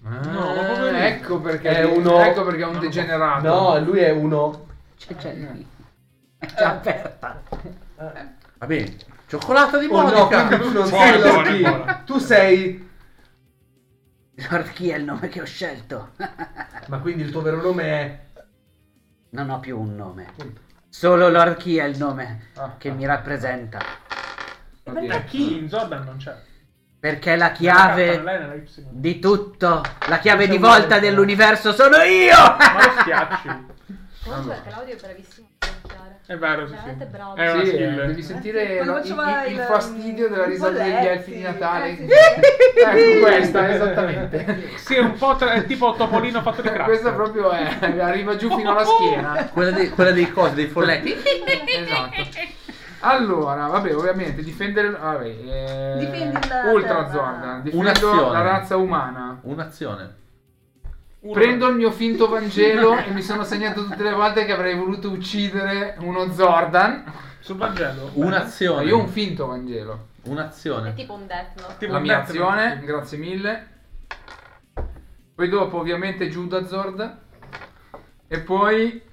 [SPEAKER 4] No, ma proprio lì. Ah, ecco perché
[SPEAKER 9] È uno-
[SPEAKER 4] ecco perché è un degenerato.
[SPEAKER 9] No, lui è uno.
[SPEAKER 1] C'è, c'è lì. Cioè, È già aperta.
[SPEAKER 2] Va bene. Cioccolata di
[SPEAKER 9] Oh no,
[SPEAKER 2] Monica.
[SPEAKER 9] quindi tu non
[SPEAKER 7] Buona,
[SPEAKER 9] sei
[SPEAKER 7] buona,
[SPEAKER 9] Loki.
[SPEAKER 7] buona.
[SPEAKER 9] Tu sei.
[SPEAKER 1] Lord Key è il nome che ho scelto.
[SPEAKER 9] Ma quindi il tuo vero nome è.
[SPEAKER 1] Non ho più un nome. Solo Lord Key è il nome
[SPEAKER 4] Ah,
[SPEAKER 1] che
[SPEAKER 4] ah.
[SPEAKER 1] mi rappresenta.
[SPEAKER 4] Va
[SPEAKER 7] E
[SPEAKER 4] bene.
[SPEAKER 7] Cioè, chi in Jordan non c'è?
[SPEAKER 1] Perché la
[SPEAKER 7] Nella K,
[SPEAKER 1] chiave
[SPEAKER 7] nella E, nella Y.
[SPEAKER 1] di tutto, la chiave
[SPEAKER 9] C'è
[SPEAKER 1] di
[SPEAKER 9] un
[SPEAKER 1] volta
[SPEAKER 9] altro.
[SPEAKER 1] dell'universo sono io!
[SPEAKER 7] Ma lo schiacci.
[SPEAKER 4] Allora.
[SPEAKER 8] Comunque Claudio è bravissimo a schiacciare.
[SPEAKER 7] È vero, sì, sì.
[SPEAKER 8] Veramente bravo.
[SPEAKER 7] È una
[SPEAKER 4] Sì, eh,
[SPEAKER 7] skill.
[SPEAKER 4] devi sentire
[SPEAKER 5] Quando
[SPEAKER 4] lo- il,
[SPEAKER 5] faceva
[SPEAKER 4] il- il
[SPEAKER 5] il- um,
[SPEAKER 4] fastidio della
[SPEAKER 5] i
[SPEAKER 4] risata degli
[SPEAKER 5] folletti.
[SPEAKER 4] elfi di Natale.
[SPEAKER 5] Eh, sì, sì.
[SPEAKER 7] Eh,
[SPEAKER 4] Ecco questa, esattamente.
[SPEAKER 7] Sì, è un po' tra- è tipo Topolino fatto di crack.
[SPEAKER 4] questa proprio è, arriva giù fino alla schiena.
[SPEAKER 2] Quella dei, quella dei cosi, dei folletti.
[SPEAKER 4] Esatto. Allora, vabbè, ovviamente difendere vabbè, eh,
[SPEAKER 5] Difendi la
[SPEAKER 4] Ultra
[SPEAKER 5] terra.
[SPEAKER 4] Zordan, difendo
[SPEAKER 2] Un'azione.
[SPEAKER 4] la razza umana.
[SPEAKER 2] Un'azione.
[SPEAKER 7] Urla.
[SPEAKER 4] Prendo il mio finto Vangelo e mi sono segnato tutte le volte che avrei voluto uccidere uno Zordan.
[SPEAKER 7] Sul Vangelo.
[SPEAKER 4] Ma
[SPEAKER 2] Un'azione.
[SPEAKER 4] io ho un finto Vangelo.
[SPEAKER 8] È
[SPEAKER 2] Un'azione.
[SPEAKER 8] tipo un death note.
[SPEAKER 7] Tipo
[SPEAKER 4] la
[SPEAKER 7] un
[SPEAKER 4] mia
[SPEAKER 7] Death Note.
[SPEAKER 4] azione, grazie mille. Poi dopo ovviamente Giudazord. E poi...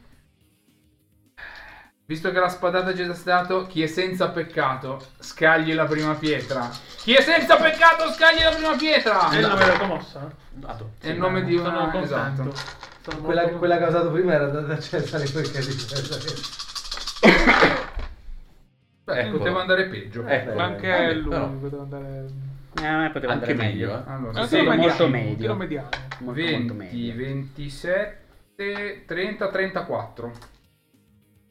[SPEAKER 6] Visto che la spadata ci è dato, chi è senza peccato scagli la prima pietra. Chi è senza peccato scagli la prima pietra!
[SPEAKER 7] È il nome della tua mossa?
[SPEAKER 2] Dato.
[SPEAKER 6] È il nome di
[SPEAKER 7] Sono
[SPEAKER 6] una...
[SPEAKER 7] contento.
[SPEAKER 6] Esatto.
[SPEAKER 7] Sono
[SPEAKER 3] Quella,
[SPEAKER 7] molto-
[SPEAKER 3] quella che ho usato prima era andata a cercare perché di certo
[SPEAKER 6] Beh,
[SPEAKER 2] Ecco.
[SPEAKER 6] poteva andare peggio.
[SPEAKER 2] Ecco.
[SPEAKER 7] Ma anche
[SPEAKER 4] Eh,
[SPEAKER 2] Vabbè,
[SPEAKER 7] lui
[SPEAKER 2] però.
[SPEAKER 7] poteva andare...
[SPEAKER 1] Eh, a me poteva
[SPEAKER 2] Anche
[SPEAKER 1] andare meglio. eh.
[SPEAKER 2] meglio, eh.
[SPEAKER 6] Allora,
[SPEAKER 7] È un
[SPEAKER 1] Sì,
[SPEAKER 7] tiro
[SPEAKER 1] molto
[SPEAKER 7] mediano,
[SPEAKER 1] medio.
[SPEAKER 7] un tiro mediano.
[SPEAKER 1] Molto,
[SPEAKER 6] 20,
[SPEAKER 1] molto meglio.
[SPEAKER 6] 27, 30, 34.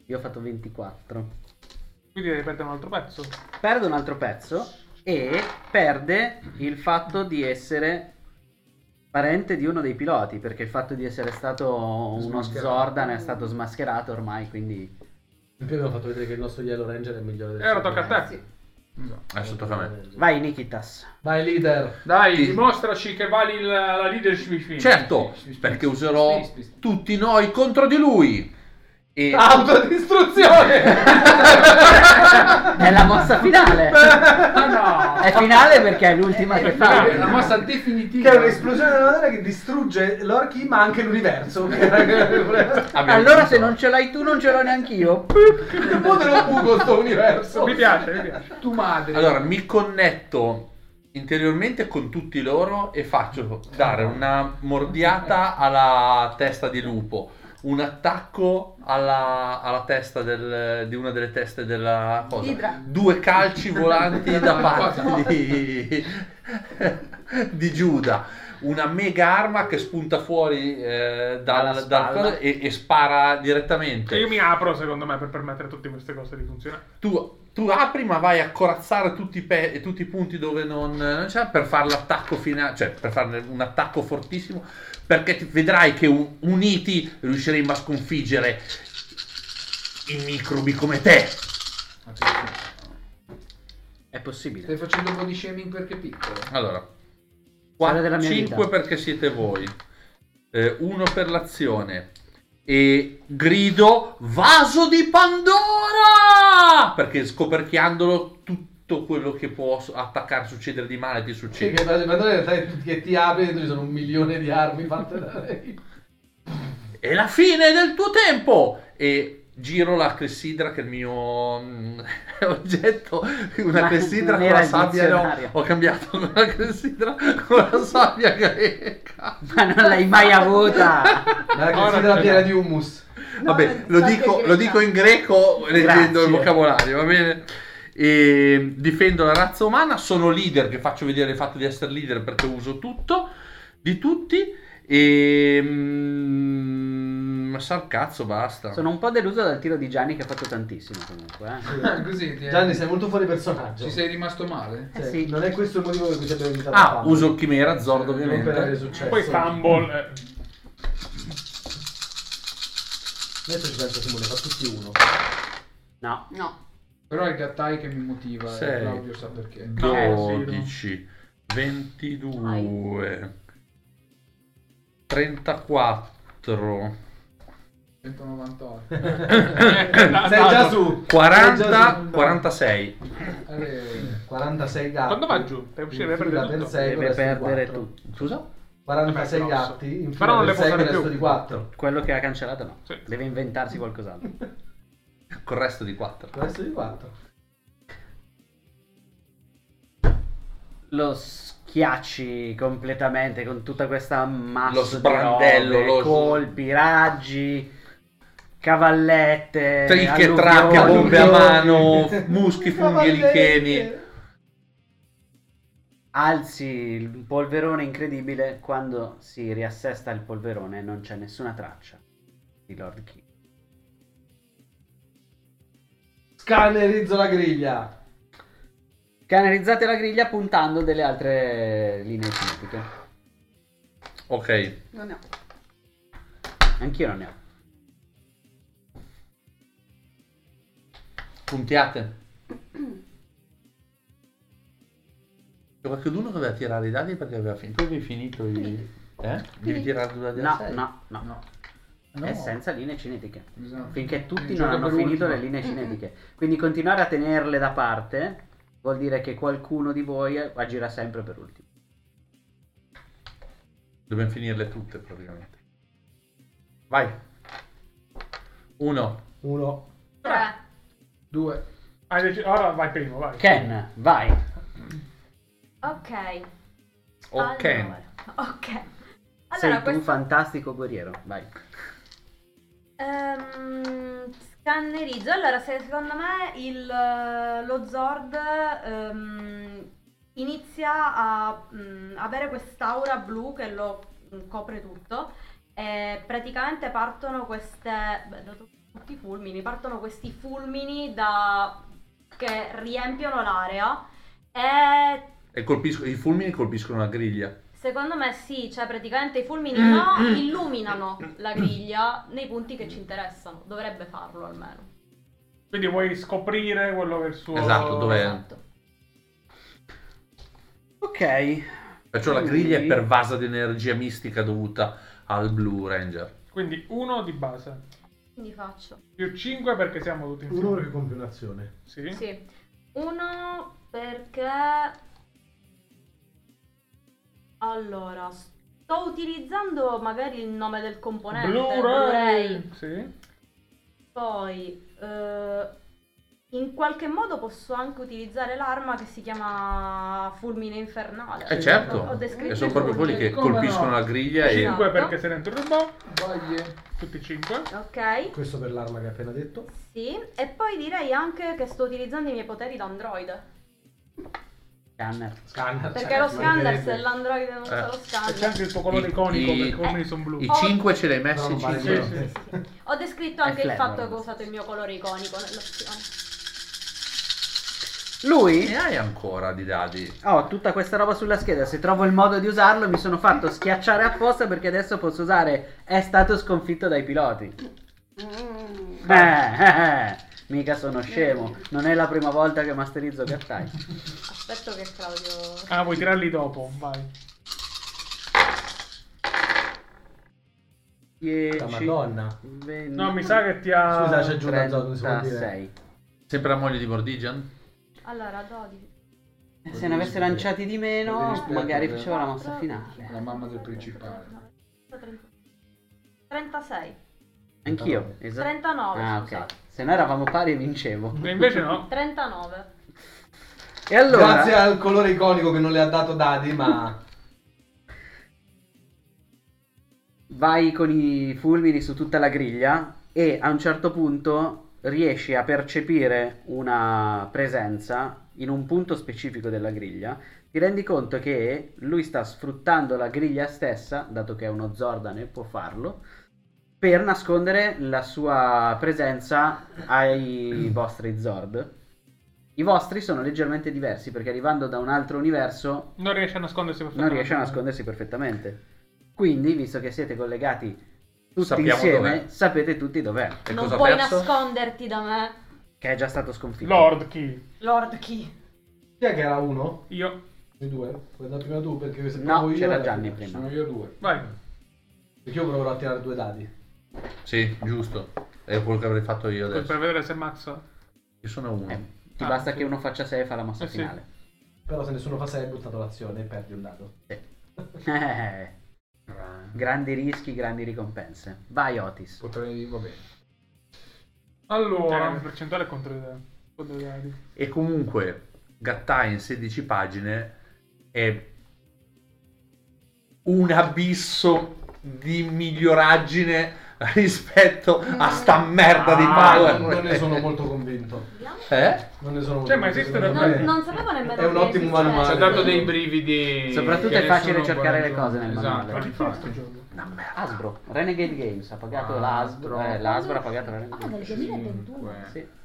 [SPEAKER 1] Io ho fatto 24.
[SPEAKER 7] Quindi devi perdere un altro pezzo.
[SPEAKER 1] Perde un altro pezzo e perde il fatto di essere parente di uno dei piloti, perché il fatto di essere stato uno
[SPEAKER 6] Smascherato.
[SPEAKER 1] Zordan è stato smascherato ormai, quindi...
[SPEAKER 3] in più abbiamo fatto vedere che il nostro Yellow Ranger è il migliore del
[SPEAKER 7] E ora tocca a te.
[SPEAKER 5] Sì.
[SPEAKER 6] Esatto.
[SPEAKER 2] Adesso tocca a me.
[SPEAKER 1] Vai Nikitas.
[SPEAKER 3] vai leader
[SPEAKER 6] Dai, dimostraci che vali la, la leadership.
[SPEAKER 2] Certo,
[SPEAKER 6] Sì, sì, sì, sì,
[SPEAKER 2] perché userò
[SPEAKER 6] sì, sì, Ah, sì.
[SPEAKER 2] tutti noi contro di lui. E
[SPEAKER 3] autodistruzione
[SPEAKER 1] È la mossa finale.
[SPEAKER 6] Ah no!
[SPEAKER 1] È finale perché è l'ultima che fa.
[SPEAKER 6] È la mossa
[SPEAKER 3] che
[SPEAKER 6] definitiva.
[SPEAKER 3] è un'esplosione della materia che distrugge l'orchi ma anche l'universo il
[SPEAKER 2] abbiamo
[SPEAKER 1] Allora
[SPEAKER 2] vinto.
[SPEAKER 1] se non ce l'hai tu non ce l'ho neanche io.
[SPEAKER 3] mondo non buco sto universo
[SPEAKER 7] Mi piace, mi piace.
[SPEAKER 6] Tu madre.
[SPEAKER 2] Allora, mi connetto interiormente con tutti loro e faccio dare una mordiata alla testa di lupo, un attacco alla, alla testa del- di una delle teste della cosa,
[SPEAKER 5] Idra.
[SPEAKER 2] due calci volanti da parte di, di Giuda. Una mega arma che spunta fuori eh,
[SPEAKER 1] Dalla
[SPEAKER 2] dal, dal-
[SPEAKER 1] spalla.
[SPEAKER 2] e, e spara direttamente.
[SPEAKER 7] Cioè, Io mi apro, secondo me, per permettere a tutte queste cose di funzionare.
[SPEAKER 2] tu, tu apri ma vai a corazzare tutti i, pe- tutti i punti dove non, non c'è per fare l'attacco finale, cioè per fare un attacco fortissimo perché ti- vedrai che un- uniti riusciremo a sconfiggere i microbi come te.
[SPEAKER 1] È possibile.
[SPEAKER 6] Ah, Stai facendo un po' di shaming perché è piccolo.
[SPEAKER 2] Allora,
[SPEAKER 1] Quella della mia
[SPEAKER 2] 5
[SPEAKER 1] vita.
[SPEAKER 2] perché siete voi, 1 per l'azione e grido vaso di Pandora perché scoperchiandolo tutto quello che può attaccare, succedere di male ti
[SPEAKER 3] Sì,
[SPEAKER 2] succede.
[SPEAKER 3] che vado- vado in realtà che ti apri dentro ci sono un milione di armi fatte da lei
[SPEAKER 2] È la fine del tuo tempo! E giro la clessidra che è il mio mm, oggetto, una
[SPEAKER 1] Ma
[SPEAKER 2] clessidra
[SPEAKER 1] non
[SPEAKER 2] con
[SPEAKER 1] era
[SPEAKER 2] la
[SPEAKER 1] il
[SPEAKER 2] sabbia, no,
[SPEAKER 1] dizionario.
[SPEAKER 2] ho cambiato con la clessidra con la sabbia greca.
[SPEAKER 1] Ma non l'hai mai avuta.
[SPEAKER 3] la considera piena di hummus
[SPEAKER 2] Vabbè, lo
[SPEAKER 5] sabbia
[SPEAKER 2] dico,
[SPEAKER 5] greca.
[SPEAKER 2] lo dico in greco leggendo
[SPEAKER 1] Grazie.
[SPEAKER 2] il vocabolario, va bene? E difendo la razza umana, sono leader, che faccio vedere il fatto di essere leader perché uso tutto, di tutti, e... mm, Ma sal cazzo, basta.
[SPEAKER 1] Sono un po' deluso dal tiro di Gianni che ha fatto tantissimo comunque. eh.
[SPEAKER 6] Così ti
[SPEAKER 3] Gianni sei molto fuori personaggio
[SPEAKER 6] Ci sei rimasto male?
[SPEAKER 3] Cioè,
[SPEAKER 1] Eh sì.
[SPEAKER 3] non è questo il motivo per cui ci abbiamo invitato a
[SPEAKER 2] Ah,
[SPEAKER 3] farlo.
[SPEAKER 2] uso il chimera, Zord
[SPEAKER 3] non per avere
[SPEAKER 2] ovviamente.
[SPEAKER 3] successo
[SPEAKER 7] Poi fumble. eh.
[SPEAKER 3] adesso ci penso Simone fa tutti uno
[SPEAKER 1] No.
[SPEAKER 5] No.
[SPEAKER 6] Però è il gattai che mi motiva e
[SPEAKER 2] Sei.
[SPEAKER 6] Claudio sa perché.
[SPEAKER 4] Eh,
[SPEAKER 6] eh,
[SPEAKER 7] No,
[SPEAKER 2] 12, 22, 34,
[SPEAKER 6] 198.
[SPEAKER 7] Eh,
[SPEAKER 3] sei già su
[SPEAKER 2] 40, 46.
[SPEAKER 6] Allora,
[SPEAKER 3] 46 gatti
[SPEAKER 7] Quando va giù? Devi uscire, devi
[SPEAKER 3] In fila
[SPEAKER 7] perdere
[SPEAKER 3] per
[SPEAKER 7] tutto.
[SPEAKER 3] sei, con
[SPEAKER 1] Deve
[SPEAKER 3] il resto di
[SPEAKER 1] perdere
[SPEAKER 3] quattro.
[SPEAKER 1] tutto.
[SPEAKER 2] Scusa?
[SPEAKER 3] 46
[SPEAKER 7] Vabbè, grosso.
[SPEAKER 3] gatti in
[SPEAKER 7] Però
[SPEAKER 3] fila per
[SPEAKER 7] non le può
[SPEAKER 3] 6 con il
[SPEAKER 7] fare
[SPEAKER 3] resto
[SPEAKER 7] più.
[SPEAKER 3] di 4
[SPEAKER 1] Esatto, Quello che ha cancellato no.
[SPEAKER 7] Sì.
[SPEAKER 1] Deve inventarsi qualcos'altro.
[SPEAKER 2] Col Ecco, resto di 4.
[SPEAKER 3] il resto di 4
[SPEAKER 1] lo schiacci completamente con tutta questa massa
[SPEAKER 2] Lo sbrandello,
[SPEAKER 1] di robe,
[SPEAKER 2] lo-
[SPEAKER 1] colpi, raggi, cavallette,
[SPEAKER 2] Tricche,
[SPEAKER 1] alluvioni.
[SPEAKER 2] tracche, bombe a mano, muschi, funghi,
[SPEAKER 3] Cavallette.
[SPEAKER 2] licheni.
[SPEAKER 1] Alzi il polverone incredibile, quando si riassesta il polverone non c'è nessuna traccia di Lord King.
[SPEAKER 3] scannerizzo la griglia
[SPEAKER 1] Canalizzate la griglia puntando delle altre linee critiche.
[SPEAKER 2] Ok,
[SPEAKER 5] Non ne ho.
[SPEAKER 1] Anch'io non ne ho.
[SPEAKER 2] puntiate. C'è qualcuno che doveva tirare i dadi perché aveva finito. Tu avevi finito i... Eh? Devi tirare due dadi a
[SPEAKER 1] No,
[SPEAKER 2] sei.
[SPEAKER 1] no, no.
[SPEAKER 6] no.
[SPEAKER 1] È senza linee cinetiche.
[SPEAKER 6] Bisogna-
[SPEAKER 1] Eh, finché tutti
[SPEAKER 7] Eh,
[SPEAKER 6] bisogna giocare
[SPEAKER 1] non hanno
[SPEAKER 6] per
[SPEAKER 1] finito
[SPEAKER 6] ultimo.
[SPEAKER 1] le linee cinetiche. Quindi continuare a tenerle da parte vuol dire che qualcuno di voi agirà sempre per ultimo.
[SPEAKER 2] Dobbiamo finirle tutte praticamente. Vai. Uno.
[SPEAKER 3] 1
[SPEAKER 8] Tre.
[SPEAKER 14] Due.
[SPEAKER 7] Hai dec- Ora vai primo, vai.
[SPEAKER 1] Ken, vai.
[SPEAKER 8] Ok.
[SPEAKER 2] Ok.
[SPEAKER 8] Allora. Ok.
[SPEAKER 1] Sei
[SPEAKER 8] Allora,
[SPEAKER 1] tu un
[SPEAKER 8] questo
[SPEAKER 1] fantastico guerriero, vai.
[SPEAKER 8] Ehm, scannerizzo. Allora, se- secondo me il, eh, lo Zord ehm, inizia a mm, avere quest'aura blu che lo mm, copre tutto. E praticamente partono queste. Beh, da tutti i fulmini, partono questi fulmini da, che riempiono l'area. E
[SPEAKER 2] E colpisco- I fulmini colpiscono la griglia.
[SPEAKER 8] Secondo me sì, cioè praticamente i fulmini no, illuminano la griglia nei punti che ci interessano, dovrebbe farlo almeno.
[SPEAKER 7] Quindi vuoi scoprire quello che è il suo...
[SPEAKER 2] Esatto, dov'è?
[SPEAKER 8] Esatto.
[SPEAKER 1] Ok.
[SPEAKER 2] Perciò la griglia è pervasa di energia mistica dovuta al Blue Ranger.
[SPEAKER 7] Quindi uno di base,
[SPEAKER 8] Quindi faccio.
[SPEAKER 7] più 5 perché siamo tutti
[SPEAKER 3] Uno che
[SPEAKER 7] insieme.
[SPEAKER 3] compie un'azione.
[SPEAKER 7] Sì.
[SPEAKER 8] Sì. Uno perché... Allora, sto utilizzando magari il nome del componente. Blu-ray.
[SPEAKER 7] Blu-ray. Sì.
[SPEAKER 8] Poi, eh, in qualche modo posso anche utilizzare l'arma che si chiama Fulmine Infernale.
[SPEAKER 2] Eh certo,
[SPEAKER 8] Ho descritto
[SPEAKER 2] E
[SPEAKER 8] i
[SPEAKER 2] sono proprio
[SPEAKER 8] fulmini.
[SPEAKER 2] quelli che
[SPEAKER 14] Come no?
[SPEAKER 2] colpiscono la griglia e...
[SPEAKER 8] Esatto.
[SPEAKER 7] 5 perché sei dentro il robot,
[SPEAKER 14] Baglie.
[SPEAKER 7] tutti 5.
[SPEAKER 8] Ok.
[SPEAKER 3] Questo per l'arma che hai appena detto.
[SPEAKER 8] Sì, e poi direi anche che sto utilizzando i miei poteri da android.
[SPEAKER 2] Cioè,
[SPEAKER 1] Scanner.
[SPEAKER 3] Scanner. Cioè,
[SPEAKER 8] Perché lo scanner, se l'android non usa
[SPEAKER 2] Eh.
[SPEAKER 8] lo
[SPEAKER 7] E c'è
[SPEAKER 8] scanner.
[SPEAKER 7] anche il tuo colore
[SPEAKER 2] I-
[SPEAKER 7] iconico
[SPEAKER 2] i-
[SPEAKER 7] perché quelli sono blu.
[SPEAKER 2] I
[SPEAKER 8] Oh.
[SPEAKER 2] 5 ce l'hai messi
[SPEAKER 3] No, vale
[SPEAKER 2] cinque.
[SPEAKER 3] quello.
[SPEAKER 7] Sì,
[SPEAKER 8] Ho descritto anche
[SPEAKER 1] È
[SPEAKER 8] il
[SPEAKER 1] clever.
[SPEAKER 8] fatto che ho usato il mio colore iconico nell'azione.
[SPEAKER 1] Lui
[SPEAKER 2] Ne hai ancora di dadi?
[SPEAKER 1] ho Oh, tutta questa roba sulla scheda. Se trovo il modo di usarlo, mi sono fatto schiacciare apposta perché adesso posso usare. È stato sconfitto dai piloti.
[SPEAKER 5] Mm.
[SPEAKER 1] Eh, eh, eh. Mica sono scemo. Non è la prima volta che masterizzo Gattai.
[SPEAKER 8] Aspetto che Claudio...
[SPEAKER 7] Ah, vuoi tirarli dopo? Vai.
[SPEAKER 1] 10.
[SPEAKER 3] La Madonna.
[SPEAKER 7] No, mi sa che ti ha...
[SPEAKER 3] Scusa, c'è giù una zona, come si può dire?
[SPEAKER 1] 36.
[SPEAKER 2] Sempre la moglie di Vordigian?
[SPEAKER 8] Allora, 12.
[SPEAKER 1] Eh, Se ne avesse lanciati di meno,
[SPEAKER 14] Rispetto,
[SPEAKER 1] magari
[SPEAKER 14] eh.
[SPEAKER 1] faceva la mossa finale.
[SPEAKER 14] La mamma del principale.
[SPEAKER 8] 36.
[SPEAKER 1] Anch'io, esatto.
[SPEAKER 8] 39,
[SPEAKER 1] Ah, ok.
[SPEAKER 8] scusate.
[SPEAKER 1] Se no eravamo pari e vincevo.
[SPEAKER 7] E invece no.
[SPEAKER 8] 39.
[SPEAKER 1] E allora,
[SPEAKER 3] Grazie al colore iconico che non le ha dato Dadi, ma
[SPEAKER 1] vai con i fulmini su tutta la griglia e a un certo punto riesci a percepire una presenza in un punto specifico della griglia. Ti rendi conto che lui sta sfruttando la griglia stessa, dato che è uno Zordan e può farlo, per nascondere la sua presenza ai vostri Zord. I vostri sono leggermente diversi perché arrivando da un altro universo
[SPEAKER 7] Non riesce a nascondersi per
[SPEAKER 1] non riesce a nascondersi perfettamente. Quindi, visto che siete collegati tutti
[SPEAKER 2] Sappiamo
[SPEAKER 1] insieme,
[SPEAKER 2] dov'è.
[SPEAKER 1] sapete tutti dov'è,
[SPEAKER 2] E
[SPEAKER 8] non
[SPEAKER 2] cosa ha
[SPEAKER 8] puoi
[SPEAKER 2] perso?
[SPEAKER 8] nasconderti da me,
[SPEAKER 1] che è già stato sconfitto.
[SPEAKER 7] Lord Key.
[SPEAKER 8] Lord Key.
[SPEAKER 3] chi è che era uno?
[SPEAKER 7] Io.
[SPEAKER 3] Di due? Puoi andare prima tu perché se
[SPEAKER 1] No,
[SPEAKER 3] provo io
[SPEAKER 1] c'era
[SPEAKER 3] era
[SPEAKER 1] Gianni
[SPEAKER 3] prima.
[SPEAKER 1] prima.
[SPEAKER 14] Sono io due.
[SPEAKER 7] Vai.
[SPEAKER 3] Perché io proverò a tirare due dadi.
[SPEAKER 2] Sì, giusto. È quello che avrei fatto io
[SPEAKER 7] Per
[SPEAKER 2] adesso.
[SPEAKER 7] vedere se mazza.
[SPEAKER 2] Io sono uno.
[SPEAKER 1] Eh, Ti
[SPEAKER 7] Ah,
[SPEAKER 1] basta
[SPEAKER 7] sì.
[SPEAKER 1] che uno faccia 6 e fa la mossa
[SPEAKER 7] Eh, sì.
[SPEAKER 1] finale.
[SPEAKER 3] Però se nessuno fa 6 hai buttato l'azione e perdi un dado.
[SPEAKER 1] Eh, grandi rischi, grandi ricompense. Vai, Otis.
[SPEAKER 14] Potrei, va bene.
[SPEAKER 7] Allora.
[SPEAKER 6] Eh,
[SPEAKER 4] Allora,
[SPEAKER 7] la percentuale è contro i contro i dadi.
[SPEAKER 3] Eh,
[SPEAKER 2] E comunque, Gattai in 16 pagine è un abisso di miglioraggine rispetto a sta merda di
[SPEAKER 7] Ah,
[SPEAKER 2] Power.
[SPEAKER 3] non, non ne sono molto convinto.
[SPEAKER 8] Vediamo.
[SPEAKER 2] Eh?
[SPEAKER 3] Non ne sono molto
[SPEAKER 7] Cioè,
[SPEAKER 3] convinto,
[SPEAKER 7] ma esiste
[SPEAKER 3] secondo
[SPEAKER 7] davvero?
[SPEAKER 3] me.
[SPEAKER 8] Non, non sapevo nemmeno
[SPEAKER 3] È un
[SPEAKER 8] che
[SPEAKER 3] ottimo
[SPEAKER 8] esistesse.
[SPEAKER 3] manuale.
[SPEAKER 4] ci ha dato dei brividi.
[SPEAKER 1] Soprattutto
[SPEAKER 4] che
[SPEAKER 1] è facile
[SPEAKER 4] nessuno
[SPEAKER 1] cercare
[SPEAKER 4] può
[SPEAKER 1] le cose nel
[SPEAKER 4] raggiungere.
[SPEAKER 1] manuale.
[SPEAKER 7] Ma
[SPEAKER 4] Esatto,
[SPEAKER 7] di fa sto gioco?
[SPEAKER 2] Una merda.
[SPEAKER 1] Asbro, Renegade Games ha pagato
[SPEAKER 4] Ah,
[SPEAKER 1] l'Asbro. eh, L'Asbro ha pagato la
[SPEAKER 15] Ah,
[SPEAKER 1] Renegade
[SPEAKER 15] nel
[SPEAKER 1] Games.
[SPEAKER 4] Esatto.
[SPEAKER 15] 2021.
[SPEAKER 1] Sì.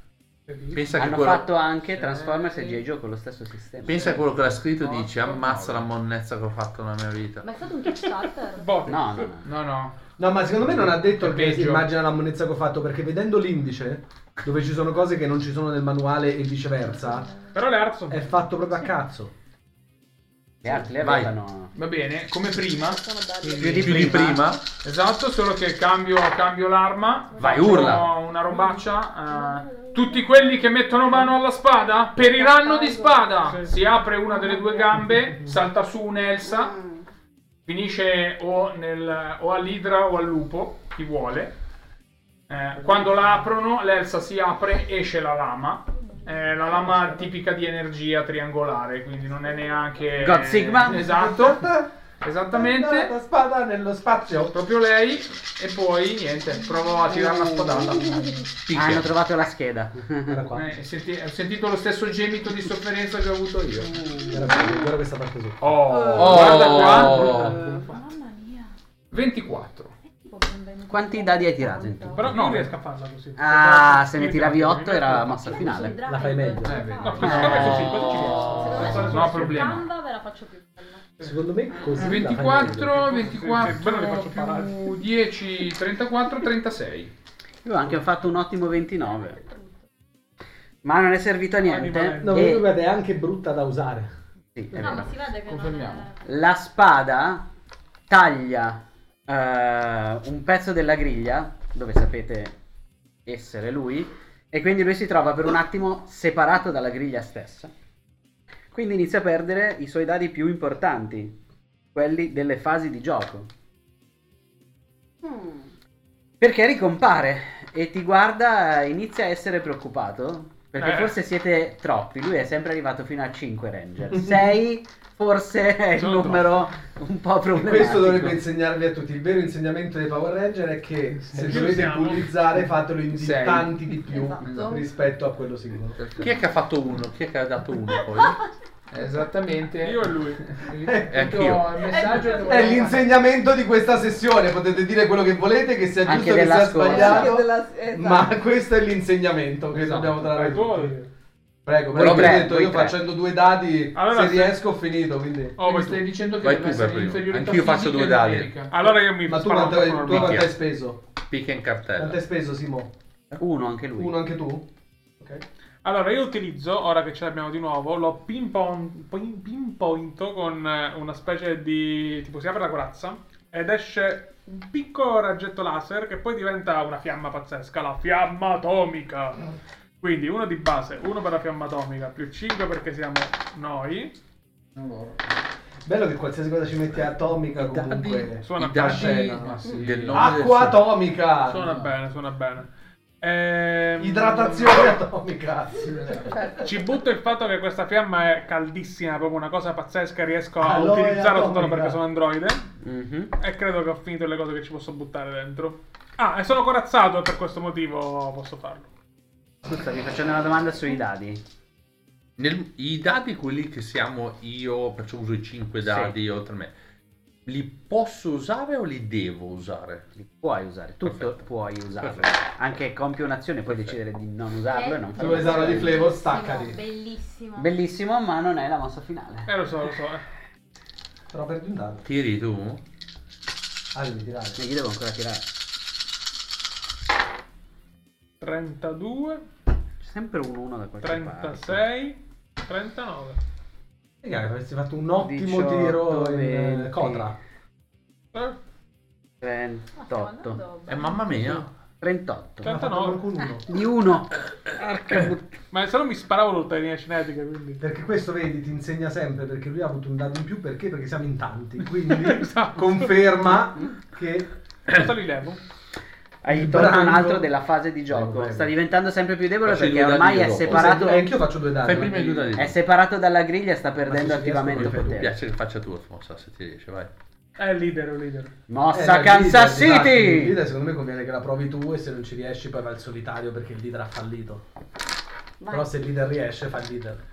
[SPEAKER 2] Pensa che
[SPEAKER 1] Hanno
[SPEAKER 2] quello...
[SPEAKER 1] fatto anche Transformers e G.I. Joe con lo stesso sistema.
[SPEAKER 2] Pensa a quello che l'ha scritto e dici ammazza la monnezza che ho fatto nella mia vita.
[SPEAKER 8] Ma è stato un Kickstarter?
[SPEAKER 7] Bote.
[SPEAKER 1] No, no, no.
[SPEAKER 4] No, no.
[SPEAKER 3] No, ma secondo me non ha detto
[SPEAKER 4] È
[SPEAKER 3] che
[SPEAKER 4] peggio.
[SPEAKER 3] immagina la monnezza che ho fatto perché vedendo l'indice, dove ci sono cose che non ci sono nel manuale e viceversa,
[SPEAKER 7] Però le arti sono...
[SPEAKER 3] è fatto proprio a cazzo.
[SPEAKER 1] Le altre le
[SPEAKER 2] Vai.
[SPEAKER 1] avevano.
[SPEAKER 4] Va bene, come prima.
[SPEAKER 8] Sono dadi.
[SPEAKER 1] Più di
[SPEAKER 2] Più di prima,
[SPEAKER 4] Esatto, solo che cambio, cambio l'arma.
[SPEAKER 2] Vai,
[SPEAKER 4] faccio
[SPEAKER 2] urla.
[SPEAKER 4] Una robaccia. eh, tutti quelli che mettono mano alla spada periranno di spada. Si apre una delle due gambe, salta su un'elsa.
[SPEAKER 5] Mm.
[SPEAKER 4] finisce o, nel, o all'idra o al lupo, chi vuole. Eh, quando la aprono, l'elsa si apre, esce la lama. Eh, la lama tipica di energia triangolare, quindi non è neanche.
[SPEAKER 1] God Sigma?
[SPEAKER 4] Esatto. Esattamente.
[SPEAKER 3] La spada nello spazio.
[SPEAKER 4] Proprio lei. E poi niente, provo a tirare la spadata.
[SPEAKER 1] Hanno trovato la scheda.
[SPEAKER 3] Era qua.
[SPEAKER 4] Eh, senti- ho sentito lo stesso gemito di sofferenza che ho avuto io.
[SPEAKER 3] Era qui, guarda questa parte su.
[SPEAKER 4] Oh,
[SPEAKER 5] Oh.
[SPEAKER 4] guarda qua.
[SPEAKER 5] Eh,
[SPEAKER 4] 24.
[SPEAKER 1] Quanti dadi hai tirato in tutto?
[SPEAKER 7] Però non riesco a farla così.
[SPEAKER 1] Ah, se ne tiravi 8 era mossa finale.
[SPEAKER 3] La fai meglio.
[SPEAKER 4] Eh, vedi.
[SPEAKER 7] No, questo è così,
[SPEAKER 8] Secondo
[SPEAKER 7] questo ci
[SPEAKER 8] me
[SPEAKER 7] riesco.
[SPEAKER 8] se
[SPEAKER 7] Pensare
[SPEAKER 4] no,
[SPEAKER 7] solo-
[SPEAKER 4] problema.
[SPEAKER 8] gamba ve la faccio più bella.
[SPEAKER 3] Secondo me
[SPEAKER 4] Eh,
[SPEAKER 3] così. la fai meglio.
[SPEAKER 4] 24,
[SPEAKER 7] Sì, sì, bello che faccio
[SPEAKER 4] 24
[SPEAKER 7] parare.
[SPEAKER 4] più 10, 34, 36.
[SPEAKER 1] Io anche ho fatto un ottimo 29. Ma non è servito a niente.
[SPEAKER 3] No,
[SPEAKER 1] e-
[SPEAKER 3] ma guarda, è anche brutta da usare.
[SPEAKER 1] sì, è
[SPEAKER 8] No, ma
[SPEAKER 1] vero.
[SPEAKER 8] si vede che
[SPEAKER 4] Confermiamo.
[SPEAKER 8] non
[SPEAKER 1] La spada taglia eh, un pezzo della griglia, dove sapete essere lui, e quindi lui si trova per un attimo separato dalla griglia stessa. Quindi inizia a perdere i suoi dadi più importanti, quelli delle fasi di gioco.
[SPEAKER 5] mm.
[SPEAKER 1] Perché ricompare e ti guarda, inizia a essere preoccupato. Perché
[SPEAKER 7] Eh.
[SPEAKER 1] forse siete troppi. Lui è sempre arrivato fino a 5 Ranger. 6 forse è il
[SPEAKER 7] Sono
[SPEAKER 1] numero un po'
[SPEAKER 3] E
[SPEAKER 1] problematico.
[SPEAKER 3] Questo dovrebbe insegnarvi a tutti. Il vero insegnamento dei Power Ranger è che se
[SPEAKER 7] Sì,
[SPEAKER 3] dovete
[SPEAKER 7] siamo.
[SPEAKER 3] bullizzare fatelo in
[SPEAKER 4] Sei.
[SPEAKER 3] tanti di più
[SPEAKER 5] Esatto.
[SPEAKER 3] rispetto a quello singolo.
[SPEAKER 2] Chi è che ha fatto uno? Chi è che ha dato uno poi?
[SPEAKER 4] Esattamente.
[SPEAKER 7] Io e lui.
[SPEAKER 1] Eh,
[SPEAKER 4] Ripeto
[SPEAKER 2] anch'io.
[SPEAKER 4] il messaggio che
[SPEAKER 3] È
[SPEAKER 4] volevo-
[SPEAKER 3] l'insegnamento di questa sessione, potete dire quello che volete, che sia
[SPEAKER 1] Anche
[SPEAKER 3] giusto, che
[SPEAKER 1] della
[SPEAKER 3] sia
[SPEAKER 1] scorsa.
[SPEAKER 3] sbagliato,
[SPEAKER 5] Anche della- esatto.
[SPEAKER 3] ma questo è l'insegnamento che dobbiamo trarre.
[SPEAKER 7] Vai tu a
[SPEAKER 3] tutti.
[SPEAKER 7] dire.
[SPEAKER 3] Prego,
[SPEAKER 1] Voi
[SPEAKER 3] prego,
[SPEAKER 1] tre,
[SPEAKER 3] ho detto
[SPEAKER 1] voi
[SPEAKER 3] io
[SPEAKER 1] tre.
[SPEAKER 3] facendo due dadi,
[SPEAKER 7] Allora,
[SPEAKER 3] se
[SPEAKER 7] se-
[SPEAKER 3] riesco ho finito, quindi...
[SPEAKER 7] Oh,
[SPEAKER 4] mi
[SPEAKER 7] vai
[SPEAKER 4] stai
[SPEAKER 7] tu.
[SPEAKER 4] dicendo che
[SPEAKER 2] Vai
[SPEAKER 4] deve
[SPEAKER 2] tu
[SPEAKER 4] essere
[SPEAKER 2] per primo.
[SPEAKER 4] l'inferiorità
[SPEAKER 2] Anch'io faccio
[SPEAKER 4] fisica
[SPEAKER 2] due dadi.
[SPEAKER 4] e numerica.
[SPEAKER 7] Allora io mi
[SPEAKER 3] Ma tu
[SPEAKER 7] sparo
[SPEAKER 3] quanto, hai-
[SPEAKER 7] un po'
[SPEAKER 3] tu quanto
[SPEAKER 2] picchia.
[SPEAKER 3] hai speso?
[SPEAKER 2] Picchia in
[SPEAKER 3] Quanto hai
[SPEAKER 2] cartella.
[SPEAKER 3] speso Simo?
[SPEAKER 1] Uno anche lui.
[SPEAKER 3] Uno anche tu? Ok.
[SPEAKER 7] Allora, io utilizzo, ora che ce l'abbiamo di nuovo, lo pinpon- pin- pinpointo con eh, una specie di... tipo si apre la corazza ed esce un piccolo raggetto laser che poi diventa una fiamma pazzesca, la fiamma atomica. Quindi uno di base, uno per la fiamma atomica, più 5 perché siamo noi.
[SPEAKER 4] Allora,
[SPEAKER 3] Bello che qualsiasi cosa ci metti atomica comunque.
[SPEAKER 7] Suona
[SPEAKER 2] I
[SPEAKER 7] bene.
[SPEAKER 2] dadi
[SPEAKER 3] Cartella, ma
[SPEAKER 4] sì.
[SPEAKER 2] del nome
[SPEAKER 3] Acqua
[SPEAKER 2] del-
[SPEAKER 3] atomica!
[SPEAKER 7] Suona bene, suona bene. Ehm,
[SPEAKER 3] Idratazione atomica!
[SPEAKER 5] Certo.
[SPEAKER 7] Ci butto il fatto che questa fiamma è caldissima, è proprio una cosa pazzesca, riesco a
[SPEAKER 3] Allora,
[SPEAKER 7] utilizzarla solo
[SPEAKER 3] atomica.
[SPEAKER 7] perché sono androide.
[SPEAKER 1] Mhm.
[SPEAKER 7] E credo che ho finito le cose che ci posso buttare dentro. Ah, e sono corazzato e per questo motivo posso farlo.
[SPEAKER 1] Scusa, vi facendo una domanda sui dadi.
[SPEAKER 2] Nel- I dadi quelli che siamo io, perciò uso i 5 dadi oltre a me, li posso usare o li devo usare?
[SPEAKER 1] Li puoi usare, tutto
[SPEAKER 2] Perfetto.
[SPEAKER 1] puoi usarlo.
[SPEAKER 2] Perfetto.
[SPEAKER 1] Anche compio un'azione, puoi
[SPEAKER 2] Perfetto.
[SPEAKER 1] decidere di non usarlo e non
[SPEAKER 3] Se vuoi usarlo di flavor, staccati.
[SPEAKER 8] Eh, Bellissimo.
[SPEAKER 1] Bellissimo, ma non è la mossa finale.
[SPEAKER 7] Eh, lo so, lo so. eh.
[SPEAKER 3] Però perdi un dado.
[SPEAKER 2] Tiri tu?
[SPEAKER 3] Ah, devi tirare.
[SPEAKER 1] Ne gli devo ancora tirare.
[SPEAKER 7] 32,
[SPEAKER 1] C'è sempre un 1 da qualche parte.
[SPEAKER 7] 36, 39.
[SPEAKER 3] Raga, avresti fatto un ottimo
[SPEAKER 1] 18,
[SPEAKER 3] tiro in eh,
[SPEAKER 1] 20.
[SPEAKER 3] Cotra.
[SPEAKER 7] Eh,
[SPEAKER 8] Ah,
[SPEAKER 1] 38.
[SPEAKER 2] Eh, mamma mia.
[SPEAKER 1] 38.
[SPEAKER 3] Ma fatto
[SPEAKER 7] 39.
[SPEAKER 3] qualcun uno.
[SPEAKER 1] Di 1.
[SPEAKER 7] Ma se no mi sparavo tutte le linee cinetiche, quindi...
[SPEAKER 3] Perché questo, vedi, ti insegna sempre perché lui ha avuto un dado in più perché? Perché siamo in tanti. Quindi
[SPEAKER 7] Esatto.
[SPEAKER 3] conferma che
[SPEAKER 7] Questo li levo.
[SPEAKER 1] Hai
[SPEAKER 3] Il
[SPEAKER 1] tolto un
[SPEAKER 3] branco.
[SPEAKER 1] altro della fase di gioco.
[SPEAKER 3] Prego, prego.
[SPEAKER 1] Sta diventando sempre più debole
[SPEAKER 2] Faccio i
[SPEAKER 1] perché
[SPEAKER 2] due dadi
[SPEAKER 1] ormai
[SPEAKER 2] io
[SPEAKER 1] è
[SPEAKER 2] dopo.
[SPEAKER 1] separato,
[SPEAKER 3] Eh, anch'io faccio due dadi.
[SPEAKER 2] Fai prima i due dadi.
[SPEAKER 1] è separato dalla griglia e sta
[SPEAKER 3] Ma
[SPEAKER 1] perdendo
[SPEAKER 3] se ci
[SPEAKER 1] attivamente
[SPEAKER 3] riesco, mi fai
[SPEAKER 2] Mi
[SPEAKER 1] potere.
[SPEAKER 2] piace che faccia tu, Fossa, se ti riesce, vai.
[SPEAKER 7] È leader, è leader.
[SPEAKER 3] Eh,
[SPEAKER 1] Mossa
[SPEAKER 3] dai,
[SPEAKER 1] Kansas
[SPEAKER 3] il leader, esatto, il
[SPEAKER 1] City!
[SPEAKER 3] leader secondo me conviene che la provi tu e se non ci riesci poi vai al solitario perché il leader ha fallito.
[SPEAKER 5] Vai.
[SPEAKER 3] Però se il leader riesce fa il leader.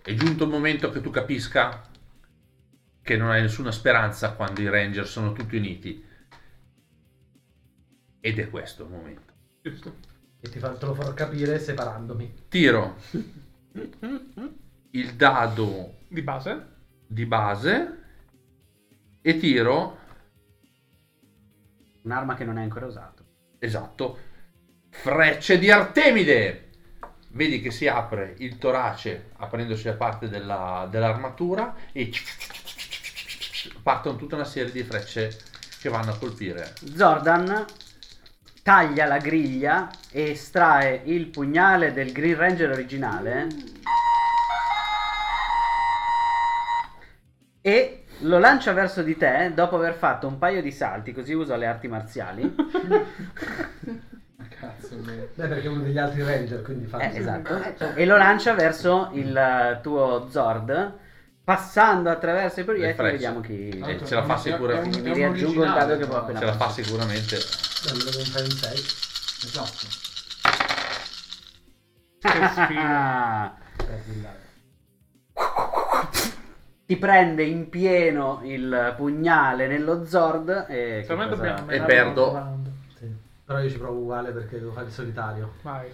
[SPEAKER 2] È giunto il momento che tu capisca che non hai nessuna speranza quando i Ranger sono tutti uniti. Ed è questo il momento.
[SPEAKER 7] Giusto.
[SPEAKER 3] E ti fa, te lo farò capire separandomi.
[SPEAKER 2] Tiro il dado
[SPEAKER 7] Di base.
[SPEAKER 2] di base e tiro
[SPEAKER 1] Un'arma che non hai ancora usato.
[SPEAKER 2] Esatto. Frecce di Artemide. Vedi che si apre il torace aprendosi la parte della- dell'armatura e partono tutta una serie di frecce che vanno a colpire.
[SPEAKER 1] Jordan taglia la griglia e estrae il pugnale del Green Ranger originale e Lo lancia verso di te dopo aver fatto un paio di salti, così usa le arti marziali.
[SPEAKER 4] Cazzo, me-
[SPEAKER 3] Beh, perché è uno degli altri ranger, quindi fa
[SPEAKER 1] Eh,
[SPEAKER 3] così.
[SPEAKER 1] esatto.
[SPEAKER 5] Eh, certo.
[SPEAKER 1] E lo lancia verso il eh, tuo Zord, passando attraverso i proiettili.
[SPEAKER 2] frecce.
[SPEAKER 1] Vediamo chi.
[SPEAKER 4] Tra l'altro
[SPEAKER 2] ce la fa
[SPEAKER 4] è un-
[SPEAKER 2] sicura-
[SPEAKER 4] è un- è un
[SPEAKER 1] Certo. Mi riaggiungo il
[SPEAKER 4] originale,
[SPEAKER 1] dado che
[SPEAKER 4] tra
[SPEAKER 1] ho appena
[SPEAKER 2] Se la fa sicuramente.
[SPEAKER 3] Beh, mi devo fare un 6.
[SPEAKER 4] Esatto.
[SPEAKER 7] Che sfiga.
[SPEAKER 1] Ah. Ti prende in pieno il pugnale nello Zord e. che
[SPEAKER 7] Secondo me
[SPEAKER 1] cosa-
[SPEAKER 7] dobbiamo-
[SPEAKER 2] E perdo.
[SPEAKER 3] Però io ci provo uguale perché devo fare il solitario.
[SPEAKER 7] Vai.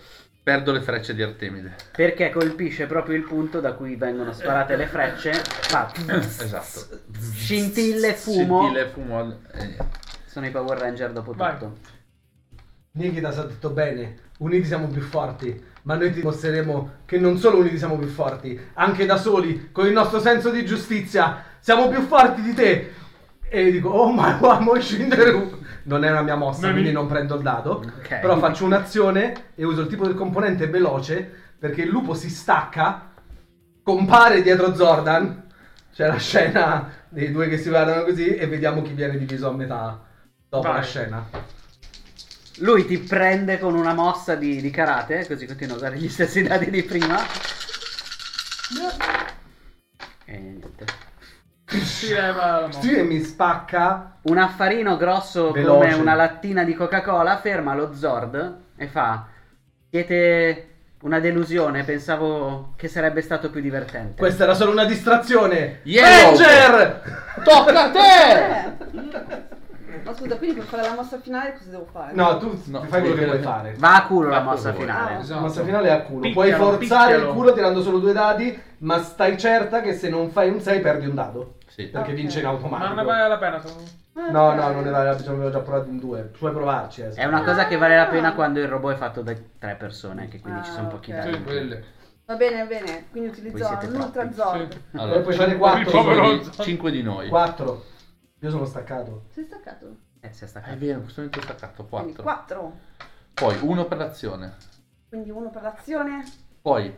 [SPEAKER 2] Perdo le frecce di Artemide.
[SPEAKER 1] Perché colpisce proprio il punto da cui vengono sparate le frecce. Fa
[SPEAKER 2] Esatto.
[SPEAKER 1] scintille e fumo.
[SPEAKER 2] Scintille e fumo. Eh, al- e niente.
[SPEAKER 1] Sono i Power Ranger dopo
[SPEAKER 7] Vai.
[SPEAKER 1] tutto.
[SPEAKER 3] Nikita sa detto bene, uniti siamo più forti, ma noi ti dimostreremo che non solo uniti siamo più forti, anche da soli, con il nostro senso di giustizia, siamo più forti di te. E dico, oh my wow, Shinderu. Non è una mia mossa,
[SPEAKER 7] Nani.
[SPEAKER 3] quindi non prendo il dado.
[SPEAKER 1] Ok.
[SPEAKER 3] Però faccio un'azione e uso il tipo del componente veloce, perché il lupo si stacca, compare dietro Jordan. C'è la scena dei due che si guardano così e vediamo chi viene diviso a metà dopo
[SPEAKER 7] Vai.
[SPEAKER 3] la scena.
[SPEAKER 1] Lui ti prende con una mossa di, di karate, così continua a usare gli stessi dadi di prima. E niente.
[SPEAKER 7] Si
[SPEAKER 4] eh,
[SPEAKER 7] leva la moto.
[SPEAKER 3] Sì, e mi spacca.
[SPEAKER 1] Un affarino grosso come
[SPEAKER 3] Veloce.
[SPEAKER 1] una lattina di Coca-Cola ferma lo Zord e fa: Siete una delusione, pensavo che sarebbe stato più divertente.
[SPEAKER 3] Questa era solo una distrazione.
[SPEAKER 2] Yellow.
[SPEAKER 3] Ranger!
[SPEAKER 2] Tocca a te!
[SPEAKER 5] Eh. Ma scusa, quindi per fare la mossa finale cosa devo fare?
[SPEAKER 3] No, tu
[SPEAKER 2] No,
[SPEAKER 3] ti fai quello che
[SPEAKER 2] devi-
[SPEAKER 3] vuoi fare.
[SPEAKER 1] Va a culo la
[SPEAKER 2] Va a
[SPEAKER 1] mossa
[SPEAKER 2] culo.
[SPEAKER 1] finale.
[SPEAKER 5] Ah.
[SPEAKER 3] La
[SPEAKER 4] Esatto.
[SPEAKER 3] mossa finale è a culo. Puoi
[SPEAKER 7] Picchialo,
[SPEAKER 3] forzare
[SPEAKER 7] picchialo.
[SPEAKER 3] il culo tirando solo due dadi, ma stai certa che se non fai un 6 perdi un dado.
[SPEAKER 2] Sì.
[SPEAKER 3] Perché
[SPEAKER 5] Ok.
[SPEAKER 3] vince in
[SPEAKER 7] Ma
[SPEAKER 3] automatico.
[SPEAKER 7] non ne vale la pena. sono-
[SPEAKER 5] Ah,
[SPEAKER 3] No, no, non ne vale la pena, avevo già provato in due. Puoi provarci. eh, se-
[SPEAKER 1] È una cosa che vale la pena quando il robot è fatto da tre persone, che quindi ci sono
[SPEAKER 5] Ah,
[SPEAKER 1] pochi
[SPEAKER 5] ok.
[SPEAKER 1] dadi.
[SPEAKER 4] Sì, quelle.
[SPEAKER 5] Va bene, va bene. Quindi
[SPEAKER 1] Voi
[SPEAKER 5] utilizzo
[SPEAKER 1] siete
[SPEAKER 5] l'ultra
[SPEAKER 1] troppi.
[SPEAKER 5] zord.
[SPEAKER 4] Sì.
[SPEAKER 2] Allora,
[SPEAKER 3] puoi fare
[SPEAKER 2] cinque-
[SPEAKER 3] quattro,
[SPEAKER 2] cinque
[SPEAKER 7] povero
[SPEAKER 2] di-
[SPEAKER 7] Zod.
[SPEAKER 2] cinque di noi.
[SPEAKER 3] 4. Io sono staccato.
[SPEAKER 5] Sei staccato?
[SPEAKER 1] Eh, si è
[SPEAKER 2] Ah, È
[SPEAKER 1] staccato.
[SPEAKER 2] vero, in questo momento ho staccato
[SPEAKER 5] Quindi
[SPEAKER 2] 4.
[SPEAKER 5] 4.
[SPEAKER 2] Poi uno per l'azione.
[SPEAKER 5] Quindi uno per l'azione.
[SPEAKER 2] Poi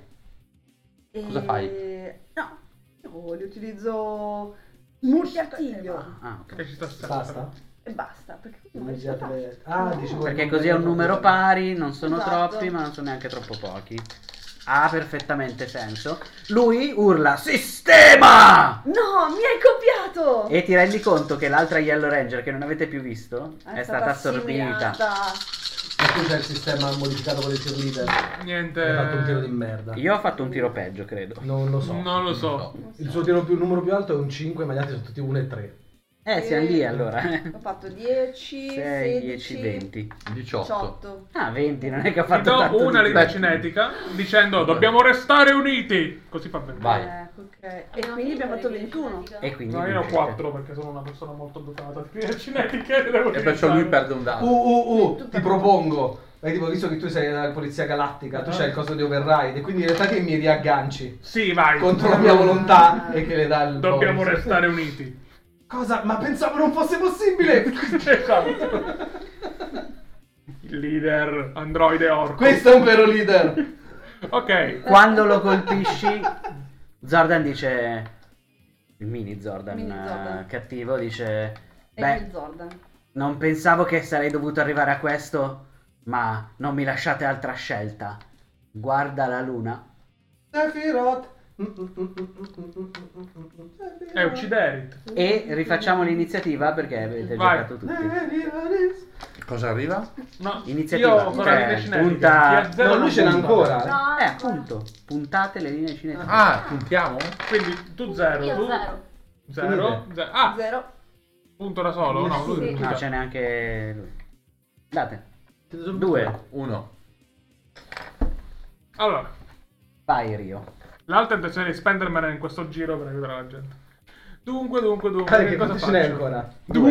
[SPEAKER 5] E...
[SPEAKER 2] Cosa fai?
[SPEAKER 5] No, io li utilizzo molti artiglio
[SPEAKER 1] Ah, ok.
[SPEAKER 7] Che ci sta stando.
[SPEAKER 3] Basta.
[SPEAKER 5] e basta. Perché
[SPEAKER 3] Non
[SPEAKER 5] non li
[SPEAKER 3] diate
[SPEAKER 5] faccio.
[SPEAKER 3] le- Ah,
[SPEAKER 5] No.
[SPEAKER 3] dici voi
[SPEAKER 1] Perché
[SPEAKER 3] non
[SPEAKER 1] così è
[SPEAKER 3] vedo
[SPEAKER 1] un numero
[SPEAKER 3] cosa.
[SPEAKER 1] pari, non sono
[SPEAKER 5] Esatto.
[SPEAKER 1] troppi, ma non sono neanche troppo pochi. Ha perfettamente senso. Lui urla Sistema!
[SPEAKER 5] No, mi hai copiato!
[SPEAKER 1] E ti rendi conto che l'altra Yellow Ranger che non avete più visto
[SPEAKER 5] Ah,
[SPEAKER 1] è, stata assorbita.
[SPEAKER 5] assimilata.
[SPEAKER 3] Ma tu c'è il sistema modificato con le cheerleader.
[SPEAKER 7] Niente.
[SPEAKER 3] Hai fatto un tiro di merda.
[SPEAKER 1] Io ho fatto un tiro peggio, credo.
[SPEAKER 3] Non lo so.
[SPEAKER 7] Non lo so.
[SPEAKER 3] Il suo tiro più, numero più alto è un 5, ma gli altri sono tutti 1 e 3.
[SPEAKER 1] Eh, siamo lì allora.
[SPEAKER 5] Ho fatto 10,
[SPEAKER 1] 6, 10,
[SPEAKER 5] 16,
[SPEAKER 1] 20.
[SPEAKER 2] 18.
[SPEAKER 5] 18.
[SPEAKER 1] Ah, 20, non è che ha
[SPEAKER 7] Ti
[SPEAKER 1] fatto
[SPEAKER 7] do
[SPEAKER 1] tanto
[SPEAKER 7] una
[SPEAKER 1] di
[SPEAKER 7] linea
[SPEAKER 1] tiro.
[SPEAKER 7] cinetica dicendo dobbiamo restare uniti. Così fa bene.
[SPEAKER 2] Vai.
[SPEAKER 5] Ecco, ok. E quindi abbiamo fatto 21.
[SPEAKER 1] E quindi...
[SPEAKER 7] No, io ho
[SPEAKER 1] vincete.
[SPEAKER 7] 4 perché sono una persona molto dotata di linee cinetiche. le devo
[SPEAKER 2] E perciò lui
[SPEAKER 7] utilizzare.
[SPEAKER 2] perde un
[SPEAKER 1] Ah.
[SPEAKER 2] dado.
[SPEAKER 3] Uh, uh, uh, ti propongo. Hai tipo visto che tu sei la polizia galattica, tu c'hai il coso di override, quindi in realtà ti mi riagganci
[SPEAKER 7] Sì, vai.
[SPEAKER 3] contro la mia volontà e che le dà il
[SPEAKER 7] Dobbiamo
[SPEAKER 3] bonus.
[SPEAKER 7] restare uniti.
[SPEAKER 3] Cosa? Ma pensavo non fosse possibile!
[SPEAKER 7] esatto. Il leader androide orco.
[SPEAKER 3] Questo è un vero leader!
[SPEAKER 7] Ok.
[SPEAKER 1] Quando lo colpisci, Jordan dice... Il mini Jordan,
[SPEAKER 5] Mini Zordan.
[SPEAKER 1] eh, cattivo dice...
[SPEAKER 5] E
[SPEAKER 1] Beh,
[SPEAKER 5] il Zordan.
[SPEAKER 1] Non pensavo che sarei dovuto arrivare a questo, ma non mi lasciate altra scelta. Guarda la luna.
[SPEAKER 3] Sephiroth!
[SPEAKER 7] E Eh,
[SPEAKER 3] Eh,
[SPEAKER 7] uccide Erit.
[SPEAKER 1] E rifacciamo l'iniziativa perché avete
[SPEAKER 7] Vai.
[SPEAKER 1] giocato tutti. Eh,
[SPEAKER 3] Sephiroth.
[SPEAKER 2] Cosa arriva?
[SPEAKER 7] No,
[SPEAKER 1] Iniziativa,
[SPEAKER 7] Io con
[SPEAKER 1] cioè,
[SPEAKER 7] la linea cinetica.
[SPEAKER 1] punta-
[SPEAKER 7] Chi ha zero
[SPEAKER 3] No, lui
[SPEAKER 7] non
[SPEAKER 3] ce n'ha
[SPEAKER 7] punta.
[SPEAKER 3] ancora!
[SPEAKER 8] No,
[SPEAKER 1] Eh, appunto, puntate le linee cinesi.
[SPEAKER 2] Ah, puntiamo?
[SPEAKER 7] Quindi tu zero,
[SPEAKER 8] Io
[SPEAKER 7] tu
[SPEAKER 8] zero.
[SPEAKER 7] zero, ze- Ah,
[SPEAKER 5] 0.
[SPEAKER 7] punto da solo. No, lui
[SPEAKER 8] Sì.
[SPEAKER 1] No,
[SPEAKER 7] punta.
[SPEAKER 1] c'è neanche lui. Date. Due.
[SPEAKER 2] Uno.
[SPEAKER 7] Allora,
[SPEAKER 1] Vai Rio.
[SPEAKER 7] l'altra intenzione è di spendermene in questo giro per aiutare la gente. Dunque, dunque, dunque.
[SPEAKER 3] Guarda che
[SPEAKER 7] cosa
[SPEAKER 3] quanti ce n'è
[SPEAKER 7] faccio?
[SPEAKER 3] ancora?
[SPEAKER 8] Ne ho
[SPEAKER 7] Due.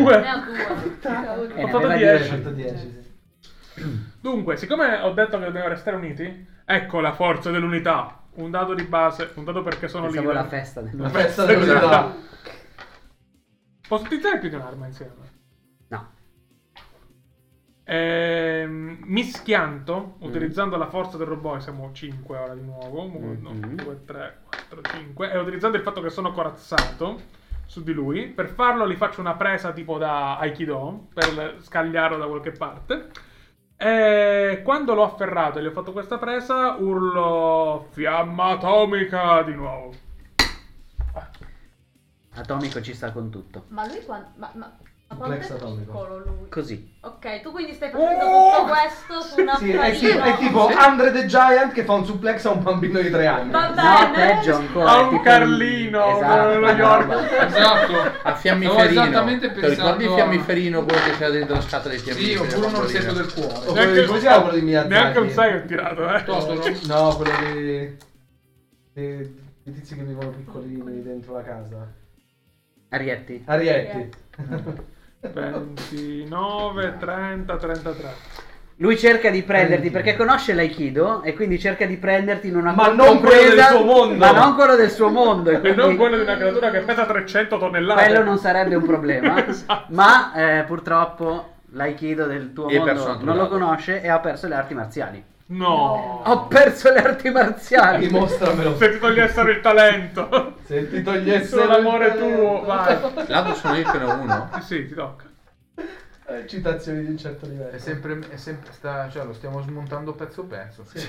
[SPEAKER 8] due.
[SPEAKER 1] Eh,
[SPEAKER 7] Ho
[SPEAKER 1] ne
[SPEAKER 7] fatto
[SPEAKER 1] aveva
[SPEAKER 7] 10.
[SPEAKER 3] 110, sì.
[SPEAKER 7] Dunque, siccome ho detto che dobbiamo restare uniti, ecco la forza dell'unità. Un dato di base, un dato perché sono
[SPEAKER 1] Pensavo
[SPEAKER 7] leader.
[SPEAKER 1] la festa del
[SPEAKER 3] La
[SPEAKER 1] luna.
[SPEAKER 3] festa dell'unità.
[SPEAKER 7] Posso utilizzare più di un'arma insieme?
[SPEAKER 1] No.
[SPEAKER 7] Ehm, mi schianto utilizzando la forza del robot, siamo 5 ora di nuovo,
[SPEAKER 1] Mhm.
[SPEAKER 7] 1, 2, 3, 4, 5 e utilizzando il fatto che sono corazzato, su di lui. Per farlo gli faccio una presa tipo da Aikido per scagliarlo da qualche parte. E quando l'ho afferrato e gli ho fatto questa presa, urlo fiamma atomica di nuovo.
[SPEAKER 1] Atomico ci sta con tutto.
[SPEAKER 8] Ma lui quando... Ma, ma, ma quanto
[SPEAKER 3] Complesso
[SPEAKER 8] è
[SPEAKER 3] atomico.
[SPEAKER 8] piccolo lui?
[SPEAKER 1] Così.
[SPEAKER 8] Ok, tu quindi stai facendo tutto questo su una
[SPEAKER 3] Sì, è, tipo-
[SPEAKER 8] farina.
[SPEAKER 3] è tipo Andre the Giant che fa un suplex a un bambino di tre anni.
[SPEAKER 8] Va
[SPEAKER 1] No,
[SPEAKER 8] bene.
[SPEAKER 1] peggio ancora.
[SPEAKER 7] A
[SPEAKER 1] è
[SPEAKER 7] un
[SPEAKER 1] tipo
[SPEAKER 7] Carlino,
[SPEAKER 1] Esatto,
[SPEAKER 7] New York.
[SPEAKER 1] brava.
[SPEAKER 16] Esatto.
[SPEAKER 2] A
[SPEAKER 16] Stavo
[SPEAKER 2] fiammiferino.
[SPEAKER 16] esattamente
[SPEAKER 2] Ti ricordi
[SPEAKER 16] pensando a-
[SPEAKER 2] fiammiferino quello che c'era dentro la scatola dei
[SPEAKER 16] Sì,
[SPEAKER 2] fiammiferi?
[SPEAKER 16] oppure un
[SPEAKER 2] la
[SPEAKER 16] orsetto
[SPEAKER 2] bambolina?
[SPEAKER 16] del cuore.
[SPEAKER 3] Quello di- come si chiama quello di Miyazaki?
[SPEAKER 7] neanche un 6 ho tirato, eh.
[SPEAKER 16] Totoro.
[SPEAKER 3] No, quello dei, dei, dei tizi che vivono piccolini dentro la casa.
[SPEAKER 1] Arietti.
[SPEAKER 3] Arietti.
[SPEAKER 7] 29, 30, 33.
[SPEAKER 1] Lui cerca di prenderti perché conosce l'Aikido e quindi cerca di prenderti in una
[SPEAKER 3] Ma
[SPEAKER 1] con-
[SPEAKER 3] non quello
[SPEAKER 1] compresa-
[SPEAKER 3] del suo mondo.
[SPEAKER 1] Ma non quello del suo mondo. E
[SPEAKER 7] E
[SPEAKER 1] quindi
[SPEAKER 7] non quello di una creatura che pesa 300 tonnellate.
[SPEAKER 1] quello non sarebbe un problema.
[SPEAKER 7] Esatto.
[SPEAKER 1] Ma eh, purtroppo l'Aikido del tuo
[SPEAKER 2] E
[SPEAKER 1] mondo
[SPEAKER 2] perso l'altro
[SPEAKER 1] non lo
[SPEAKER 2] lato.
[SPEAKER 1] conosce e ha perso le arti marziali. Eh,
[SPEAKER 7] No.
[SPEAKER 1] Ho perso le arti marziali.
[SPEAKER 3] Ah, Dimostramelo.
[SPEAKER 7] Se ti togliessero il talento.
[SPEAKER 3] Se ti togliessero
[SPEAKER 7] Solo l'amore
[SPEAKER 3] il talento.
[SPEAKER 7] tuo, vai.
[SPEAKER 2] L'altro sono io che ne ho uno.
[SPEAKER 7] Sì, ti tocca.
[SPEAKER 3] Eh, Citazioni di un certo livello.
[SPEAKER 4] È sempre, è sempre sta, cioè, lo stiamo smontando pezzo pezzo.
[SPEAKER 7] Che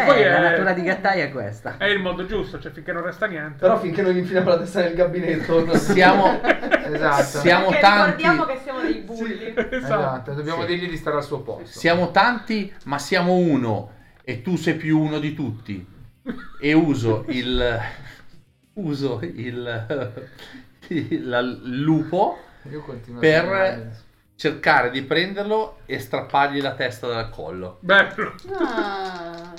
[SPEAKER 1] Eh,
[SPEAKER 7] poi
[SPEAKER 1] la
[SPEAKER 7] è,
[SPEAKER 1] natura di Gattai è questa.
[SPEAKER 7] è il modo giusto, cioè finché non resta niente.
[SPEAKER 3] Però finché non gli infiliamo la testa nel gabinetto. non-
[SPEAKER 2] Siamo,
[SPEAKER 4] Esatto.
[SPEAKER 2] siamo
[SPEAKER 8] Perché
[SPEAKER 2] tanti,
[SPEAKER 8] ricordiamo che siamo dei bulli.
[SPEAKER 7] Esatto.
[SPEAKER 4] Esatto, dobbiamo
[SPEAKER 2] Sì.
[SPEAKER 4] dirgli di stare al suo posto.
[SPEAKER 2] siamo tanti, ma siamo uno. E tu sei più uno di tutti. E uso il. Uso il. il- la- il lupo
[SPEAKER 4] Io continuo a
[SPEAKER 2] Per-
[SPEAKER 4] sognare.
[SPEAKER 2] cercare di prenderlo e strappargli la testa dal collo.
[SPEAKER 7] Bello.
[SPEAKER 5] Ah.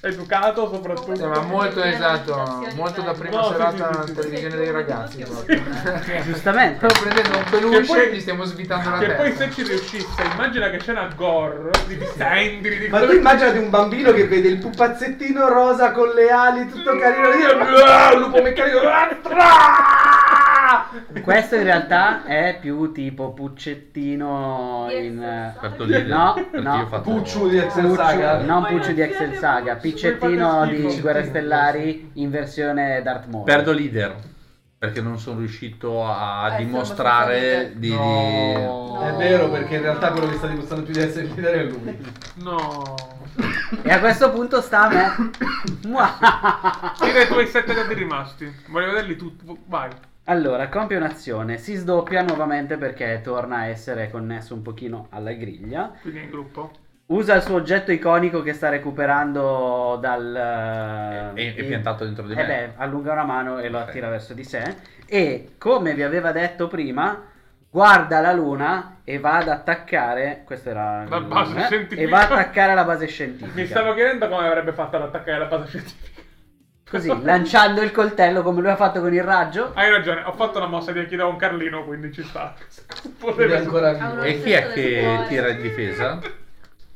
[SPEAKER 7] Educato soprattutto.
[SPEAKER 4] Eh, ma molto esatto, molto da prima
[SPEAKER 7] No, sì,
[SPEAKER 4] serata
[SPEAKER 7] sì, sì, sì.
[SPEAKER 4] televisione dei ragazzi. proprio.
[SPEAKER 1] Giustamente.
[SPEAKER 4] Stiamo prendendo un peluche
[SPEAKER 7] poi-
[SPEAKER 4] e gli stiamo svitando la
[SPEAKER 7] Che
[SPEAKER 4] testa.
[SPEAKER 7] poi se ci riuscisse, immagina che c'è una gore di distendri, di
[SPEAKER 3] Ma tu immaginati un bambino che vede il pupazzettino rosa con le ali, tutto carino, lì, "Ah, un lupo meccanico. ah, tra!"
[SPEAKER 1] Questo in realtà è più tipo Puccettino
[SPEAKER 8] Yes,
[SPEAKER 1] in...
[SPEAKER 8] esatto.
[SPEAKER 2] Bertolini.
[SPEAKER 1] No,
[SPEAKER 2] Perché
[SPEAKER 1] no.
[SPEAKER 2] io ho fatto-
[SPEAKER 3] Pucciu di Excel
[SPEAKER 1] Puccio-
[SPEAKER 3] Saga.
[SPEAKER 1] non
[SPEAKER 8] Ma
[SPEAKER 1] Puccio di
[SPEAKER 8] non
[SPEAKER 1] Excel
[SPEAKER 8] siete
[SPEAKER 1] Saga,
[SPEAKER 8] Pucci,
[SPEAKER 1] Piccettino
[SPEAKER 7] voi fate
[SPEAKER 1] di
[SPEAKER 7] schifo.
[SPEAKER 1] Guerre Stellari in versione Darth Maul.
[SPEAKER 2] Perdo leader perché non sono riuscito a
[SPEAKER 5] Eh,
[SPEAKER 2] dimostrare
[SPEAKER 5] siamo
[SPEAKER 2] di,
[SPEAKER 4] No.
[SPEAKER 3] È vero perché in realtà quello che sta dimostrando più di essere il leader è lui.
[SPEAKER 7] No.
[SPEAKER 1] E a questo punto sta a me. Mua.
[SPEAKER 7] Tira i tuoi sette dadi rimasti. Voglio vederli tutti. Vai.
[SPEAKER 1] allora, compie un'azione, si sdoppia nuovamente perché torna a essere connesso un pochino alla griglia.
[SPEAKER 7] Quindi è in gruppo.
[SPEAKER 1] Usa il suo oggetto iconico che sta recuperando dal...
[SPEAKER 2] È, è piantato dentro di
[SPEAKER 1] Eh
[SPEAKER 2] me.
[SPEAKER 1] beh, allunga una mano e lo
[SPEAKER 2] Ok.
[SPEAKER 1] attira verso di sé. E come vi aveva detto prima, guarda la luna e va ad attaccare. Questa era
[SPEAKER 7] La
[SPEAKER 1] il
[SPEAKER 7] base
[SPEAKER 1] nome, eh,
[SPEAKER 7] scientifica.
[SPEAKER 1] E va ad attaccare la base
[SPEAKER 7] Mi
[SPEAKER 1] scientifica.
[SPEAKER 7] stavo chiedendo come avrebbe fatto ad attaccare la base scientifica.
[SPEAKER 1] Così, lanciando il coltello come lui ha fatto con il raggio.
[SPEAKER 7] Hai ragione, ho fatto una mossa di Aikido con Carlino, quindi ci sta.
[SPEAKER 3] Quindi è
[SPEAKER 7] Poteva
[SPEAKER 3] ancora
[SPEAKER 8] Ha
[SPEAKER 3] vivo.
[SPEAKER 8] una-
[SPEAKER 2] E chi è che tira in difesa?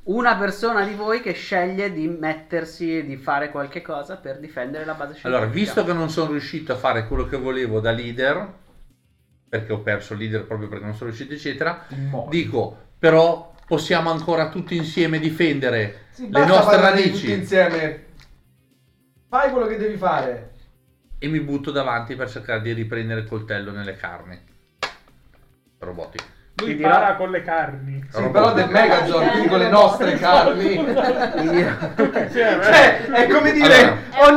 [SPEAKER 1] Una persona di voi che sceglie di mettersi e di fare qualche cosa per difendere la base scientifica.
[SPEAKER 2] Allora, visto che non sono riuscito a fare quello che volevo da leader, perché ho perso il leader proprio perché non sono riuscito, eccetera, dico, però possiamo ancora tutti insieme difendere
[SPEAKER 3] Sì,
[SPEAKER 2] le
[SPEAKER 3] basta
[SPEAKER 2] nostre
[SPEAKER 3] parlare Tutti
[SPEAKER 2] radici
[SPEAKER 3] insieme. Fai quello che devi fare.
[SPEAKER 2] e mi butto davanti per cercare di riprendere il coltello nelle carni. Robotico.
[SPEAKER 7] Lui
[SPEAKER 1] Quindi
[SPEAKER 7] para
[SPEAKER 1] la-
[SPEAKER 7] con le carni.
[SPEAKER 3] Sì, però del Megazord, quindi con le nostre carni. Cioè, è come dire,
[SPEAKER 8] Allora.
[SPEAKER 3] oh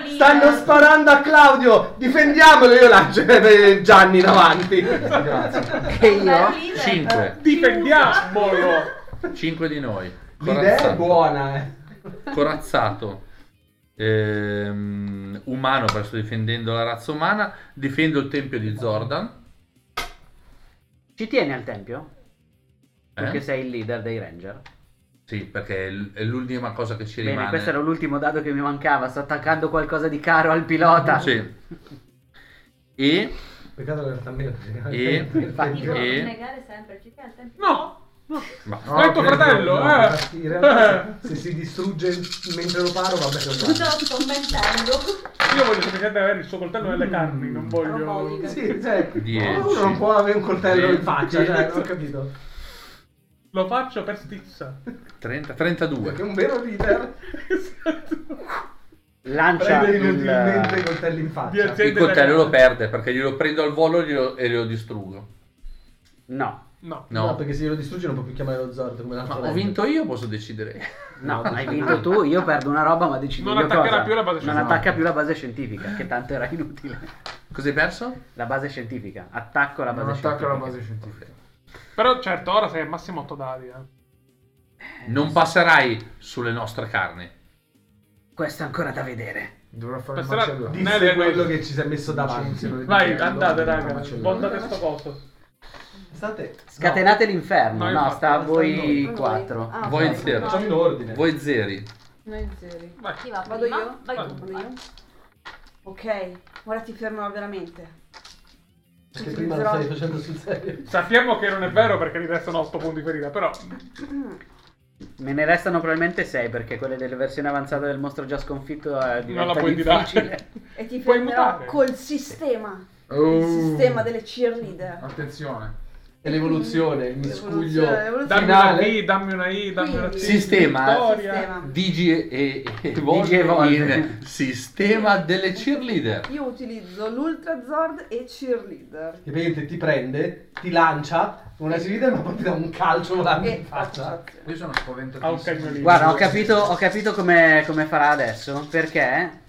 [SPEAKER 3] no, stanno sparando a Claudio, difendiamolo, io lancio eh, Gianni davanti. Grazie.
[SPEAKER 1] che io.
[SPEAKER 2] 5.
[SPEAKER 7] Difendiamolo!
[SPEAKER 2] 5 di noi.
[SPEAKER 3] L'idea è
[SPEAKER 2] Corazzato.
[SPEAKER 3] buona, eh.
[SPEAKER 2] Corazzato. Ehm, umano, perché sto difendendo la razza umana. Difendo il tempio di Zordan.
[SPEAKER 1] Ci tieni al tempio?
[SPEAKER 2] Eh?
[SPEAKER 1] Perché sei il leader dei Ranger.
[SPEAKER 2] Sì, perché è l- è l'ultima cosa che ci
[SPEAKER 1] Bene,
[SPEAKER 2] rimane.
[SPEAKER 1] questo era l'ultimo dado che mi mancava. Sto attaccando qualcosa di caro al pilota.
[SPEAKER 2] Sì. E
[SPEAKER 3] Peccato che in realtà me
[SPEAKER 2] E-
[SPEAKER 8] Dico,
[SPEAKER 2] E-
[SPEAKER 8] negare sempre, ci tiene sempre.
[SPEAKER 7] No!
[SPEAKER 2] ma
[SPEAKER 7] Ma è tuo fratello, eh!
[SPEAKER 3] In realtà, se si distrugge mentre lo paro, vabbè, lo
[SPEAKER 8] Te lo sto mentendo.
[SPEAKER 7] Io voglio semplicemente avere il suo coltello nelle carni, non voglio.
[SPEAKER 8] Robotica.
[SPEAKER 3] Sì, cioè,
[SPEAKER 2] Dieci.
[SPEAKER 3] uno non può avere un coltello in
[SPEAKER 2] Dieci.
[SPEAKER 3] faccia, cioè, non ho capito.
[SPEAKER 7] Lo faccio per stizza.
[SPEAKER 2] 30
[SPEAKER 3] Perché
[SPEAKER 2] 32.
[SPEAKER 3] un vero leader
[SPEAKER 7] Esatto.
[SPEAKER 2] Cioè,
[SPEAKER 1] lancia
[SPEAKER 3] Prende
[SPEAKER 1] il,
[SPEAKER 3] inutilmente i coltelli in
[SPEAKER 7] Di
[SPEAKER 3] faccia.
[SPEAKER 7] azienda
[SPEAKER 2] Il coltello
[SPEAKER 7] italiana.
[SPEAKER 2] lo perde perché glielo prendo al volo e glielo- e lo distruggo.
[SPEAKER 1] No,
[SPEAKER 7] No.
[SPEAKER 2] No,
[SPEAKER 3] No, perché se glielo distrugge non può più chiamare lo Zord come
[SPEAKER 2] ma
[SPEAKER 3] l'altro.
[SPEAKER 2] ho
[SPEAKER 3] round.
[SPEAKER 2] vinto io, posso decidere.
[SPEAKER 1] no, hai vinto tu, io perdo una roba ma decidi
[SPEAKER 7] Non
[SPEAKER 1] io
[SPEAKER 7] attaccherà
[SPEAKER 1] cosa.
[SPEAKER 7] più la base
[SPEAKER 1] Non
[SPEAKER 7] scientifica.
[SPEAKER 1] attacca più la base scientifica, che tanto era inutile.
[SPEAKER 2] Cos'hai perso?
[SPEAKER 1] La base scientifica, attacco la base
[SPEAKER 7] Ah,
[SPEAKER 4] Non attacca
[SPEAKER 1] scientifica.
[SPEAKER 4] la base scientifica.
[SPEAKER 7] Però certo, ora sei al massimo 8 dadi. eh.
[SPEAKER 2] Non passerai sulle nostre carni.
[SPEAKER 1] Questo è ancora da vedere.
[SPEAKER 4] Dovrà fare il
[SPEAKER 7] Passerà-
[SPEAKER 4] macello.
[SPEAKER 7] di-
[SPEAKER 3] Disse
[SPEAKER 7] Nelle-
[SPEAKER 3] quello che ci si è messo davanti.
[SPEAKER 7] Vai,
[SPEAKER 3] Allora,
[SPEAKER 7] andate,
[SPEAKER 3] allora,
[SPEAKER 7] raga.
[SPEAKER 3] macello.
[SPEAKER 7] Bondate sto coso.
[SPEAKER 3] State.
[SPEAKER 1] Scatenate l'inferno.
[SPEAKER 7] No,
[SPEAKER 1] No,
[SPEAKER 7] infatti,
[SPEAKER 1] sta a
[SPEAKER 3] non
[SPEAKER 1] voi
[SPEAKER 5] sta a noi.
[SPEAKER 1] quattro.
[SPEAKER 5] Ah,
[SPEAKER 2] Voi
[SPEAKER 5] ok.
[SPEAKER 2] zero.
[SPEAKER 3] No, facciamo in ordine.
[SPEAKER 2] Voi zeri.
[SPEAKER 5] Noi zeri.
[SPEAKER 7] Vai.
[SPEAKER 8] Chi va
[SPEAKER 5] Vado
[SPEAKER 8] prima?
[SPEAKER 5] io?
[SPEAKER 8] Vai
[SPEAKER 7] Vado.
[SPEAKER 8] tu.
[SPEAKER 5] Vado
[SPEAKER 8] vai.
[SPEAKER 5] io? Ok, ora ti fermerò veramente.
[SPEAKER 3] Perché prima lo stavi facendo sul serio.
[SPEAKER 7] Sappiamo che non è vero perché gli restano 8 punti ferita, però
[SPEAKER 1] Me ne restano probabilmente sei perché quelle delle versioni avanzate del mostro già sconfitto eh,
[SPEAKER 7] non
[SPEAKER 1] diventa
[SPEAKER 7] la puoi
[SPEAKER 1] difficile.
[SPEAKER 7] tirare.
[SPEAKER 5] E ti
[SPEAKER 7] Puoi
[SPEAKER 5] fermerò
[SPEAKER 7] mutare.
[SPEAKER 5] col sistema.
[SPEAKER 4] Oh.
[SPEAKER 5] Il sistema delle cheerleader.
[SPEAKER 4] Attenzione.
[SPEAKER 3] È l'evoluzione, il miscuglio.
[SPEAKER 5] L'evoluzione, l'evoluzione.
[SPEAKER 7] Dammi una
[SPEAKER 3] Finale.
[SPEAKER 7] B, dammi una I, dammi una C.
[SPEAKER 5] Quindi-
[SPEAKER 2] Sistema.
[SPEAKER 7] Vittoria.
[SPEAKER 2] Digi e, e
[SPEAKER 1] Digi evolve.
[SPEAKER 2] il sistema delle cheerleader.
[SPEAKER 5] Io utilizzo l'Ultra Zord e Cheerleader.
[SPEAKER 3] Che praticamente ti prende, ti lancia una cheerleader ma poi ti dà un calcio volante
[SPEAKER 5] E
[SPEAKER 3] in faccia.
[SPEAKER 5] Eh, faccio
[SPEAKER 4] Io sono
[SPEAKER 7] Ha un
[SPEAKER 4] spaventatissimo.
[SPEAKER 7] cagnolino.
[SPEAKER 1] Guarda, ho capito, ho capito come, come farà adesso perché